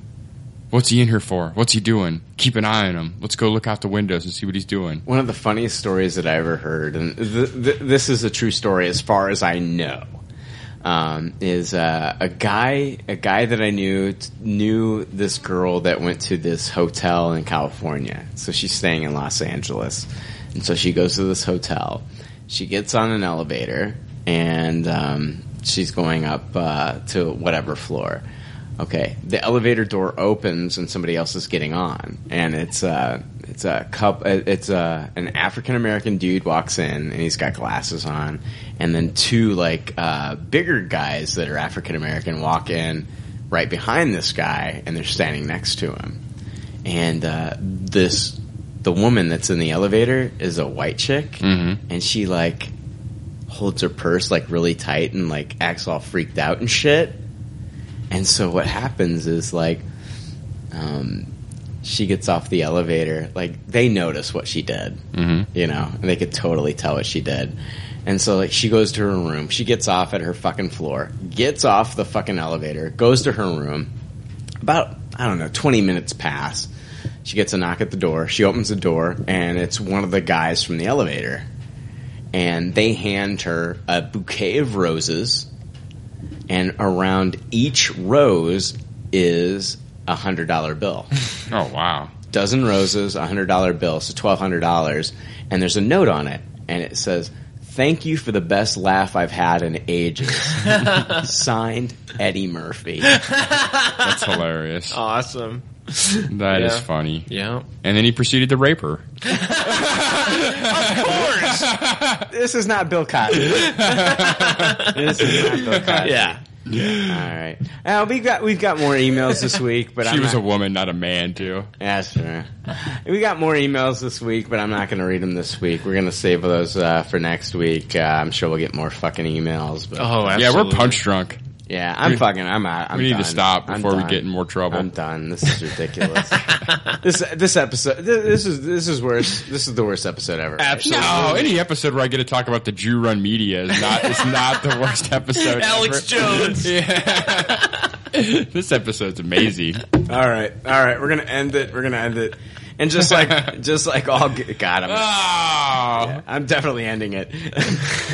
S8: what's he in here for? What's he doing? Keep an eye on him. Let's go look out the windows and see what he's doing.
S7: One of the funniest stories that I ever heard, and th- th- this is a true story as far as I know, um, is uh, a guy a guy that I knew t- knew this girl that went to this hotel in California. So she's staying in Los Angeles, and so she goes to this hotel. She gets on an elevator, and um, she's going up uh, to whatever floor. Okay, the elevator door opens and somebody else is getting on, and it's uh, it's a cup. It's uh an African American dude walks in and he's got glasses on, and then two like uh, bigger guys that are African American walk in right behind this guy, and they're standing next to him, and uh, this the woman that's in the elevator is a white chick, and she like holds her purse like really tight and like acts all freaked out and shit. And so what happens is like, um, she gets off the elevator. Like they notice what she did, you know, and they could totally tell what she did. And so like she goes to her room. She gets off at her fucking floor. Gets off the fucking elevator. Goes to her room. About I don't know, twenty minutes pass. She gets a knock at the door. She opens the door, and it's one of the guys from the elevator. And they hand her a bouquet of roses, and around each rose is a hundred dollar bill.
S8: Oh wow!
S7: Dozen roses, a hundred dollar bill, so twelve hundred dollars. And there's a note on it, and it says, "Thank you for the best laugh I've had in ages." Signed, Eddie Murphy.
S8: That's hilarious.
S7: Awesome.
S8: That is
S9: Yeah.
S8: funny.
S9: Yeah.
S8: And then he proceeded to rape her.
S7: this is not Bill Cosby. this is not Bill Cosby.
S8: Yeah.
S7: All right. Uh, we got we've got more emails this week, but
S8: she
S7: I'm
S8: was
S7: not,
S8: a woman, not a man, too.
S7: Yeah, sure. We got more emails this week, but I'm not going to read them this week. We're going to save those uh, for next week. Uh, I'm sure we'll get more fucking emails. But
S8: Oh, Yeah, we're absolutely. punch drunk.
S7: Yeah, I'm
S8: We-
S7: fucking. I'm out. I'm
S8: we need to
S7: done.
S8: stop
S7: I'm
S8: before we
S7: done.
S8: get in more trouble.
S7: I'm done. This is ridiculous. this this episode. This, this is this is worse. This is the worst episode ever.
S8: Absolutely. No, any episode where I get to talk about the Jew Run Media is not is not the worst episode.
S9: Alex
S8: ever.
S9: Jones.
S8: yeah. this episode's amazing.
S7: All right, all right. We're gonna end it. We're gonna end it. And just like, just like all, God,
S8: Uh,
S7: I'm,
S8: Oh.
S7: Yeah, I'm definitely ending it.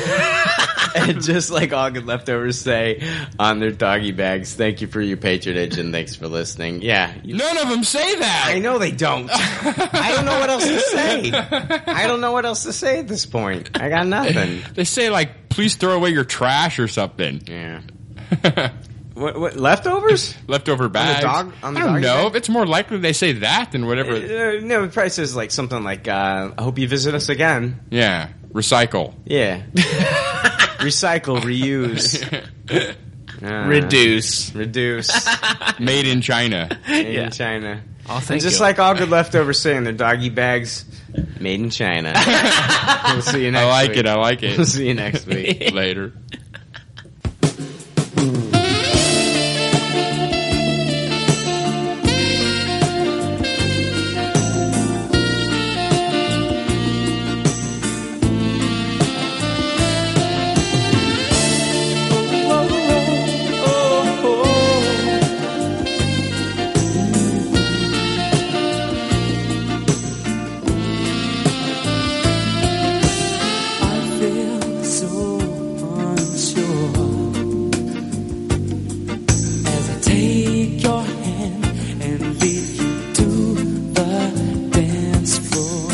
S7: and just like all good leftovers say on their doggy bags, thank you for your patronage and thanks for listening. Yeah, you-
S8: None of them say that. I
S7: know they don't. I don't know what else to say. I don't know what else to say at this point. I got nothing.
S8: They say like, please throw away your trash or something.
S7: Yeah. what, what leftovers?
S8: Leftover bags.
S7: dog- on the
S8: I don't
S7: doggy
S8: know. It's more likely they say that than whatever.
S7: Uh, no, it probably says like something like, uh, "I hope you visit us again."
S8: yeah. Recycle.
S7: Yeah. Recycle, reuse, Uh,
S8: Reduce.
S7: reduce.
S8: Made in China.
S7: Made in China.
S8: Oh, thank
S7: and just
S8: you.
S7: like all good leftovers say in their doggy bags, made in China. we'll see you next
S8: I like
S7: week.
S8: it. I like it.
S7: We'll see you next week.
S8: Later.
S5: so unsure as I take your hand and lead you to the dance floor.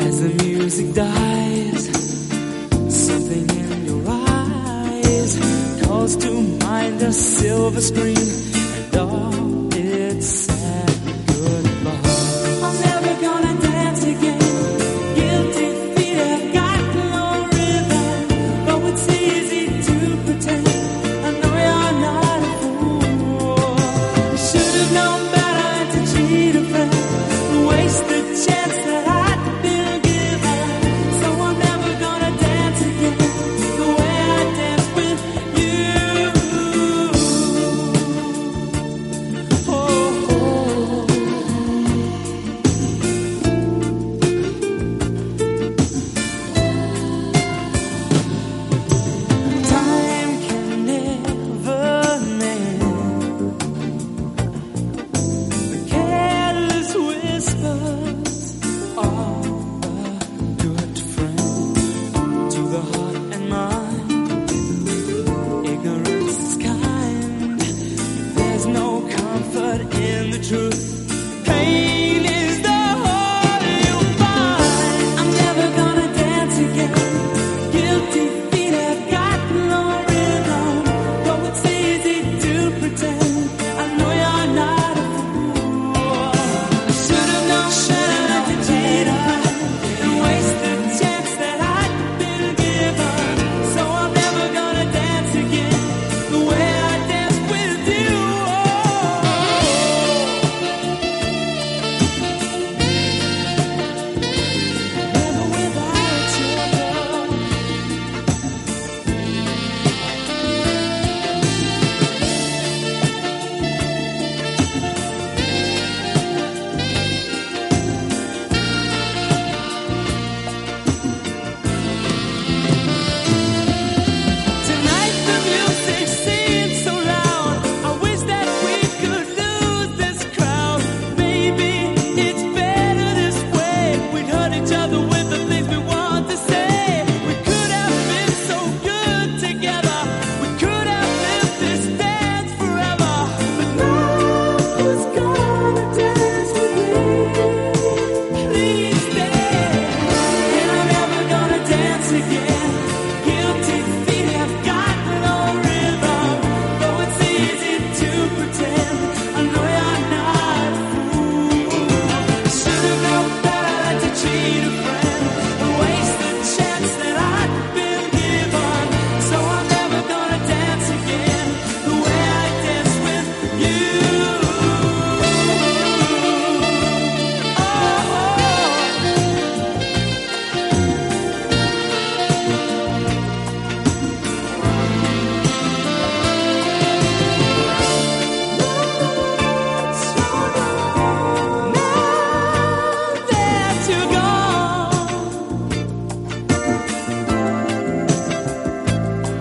S5: As the music dies, something in your eyes calls to mind a silver screen and all its sad goodbye. I'm never gonna dance again. Guilty feet have got no rhythm. Though it's easy to pretend, I know you're not a fool. You should have known better to cheat a friend and waste the chance that I'd been given. So I'm never gonna dance again the way I danced with you. Oh,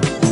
S5: Oh,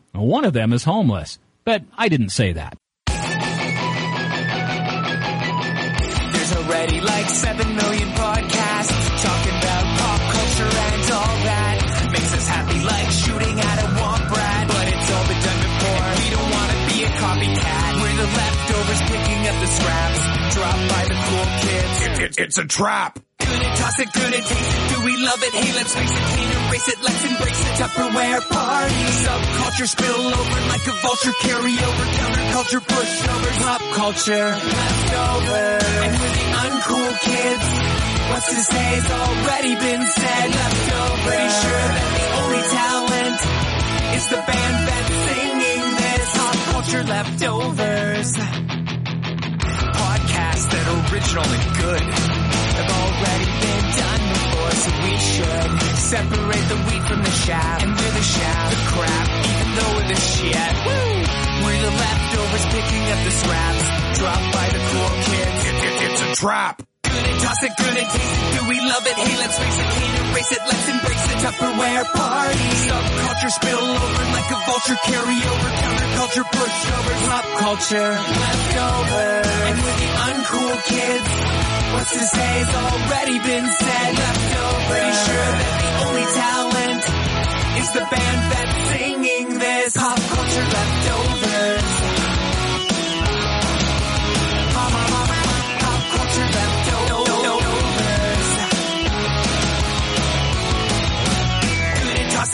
S2: One of them is homeless, but I didn't say that.
S9: There's already like 7 million podcasts talking about pop culture and all that. Makes us happy like shooting at a womp rat. But it's all been done before. And we don't want to be a copycat. We're the leftovers picking up the scraps dropped by the cool kids.
S18: it's a trap.
S9: Good at toss it, good at taste it. Do we love it? Hey, let's face it, can't erase it. Let's embrace the Tupperware party. Subculture spill over like a vulture. Carry over counterculture, pushovers, pop culture leftovers. And we're the uncool kids. What's to say's already been said. Leftovers. Pretty sure that the only talent is the band that's singing this. Pop culture leftovers podcasts that are original and good have already been done before, so we should separate the wheat from the chaff. And we're the chaff, the crap, even though we're the shit. Woo! We're the leftovers picking up the scraps dropped by the cool kids.
S18: It's a trap.
S9: Good and toss it, good and taste it. Do we love it? Hey, let's face it, can't erase it. Let's embrace the Tupperware party. Subculture spill over like a vulture. Carry over counterculture, pushover, pop culture leftovers. And we're the uncool kids. What's to say has already been said. Leftovers. Pretty sure that the only talent is the band that's singing this. Pop culture leftovers. Mama, mama, pop culture leftovers. Gonna toss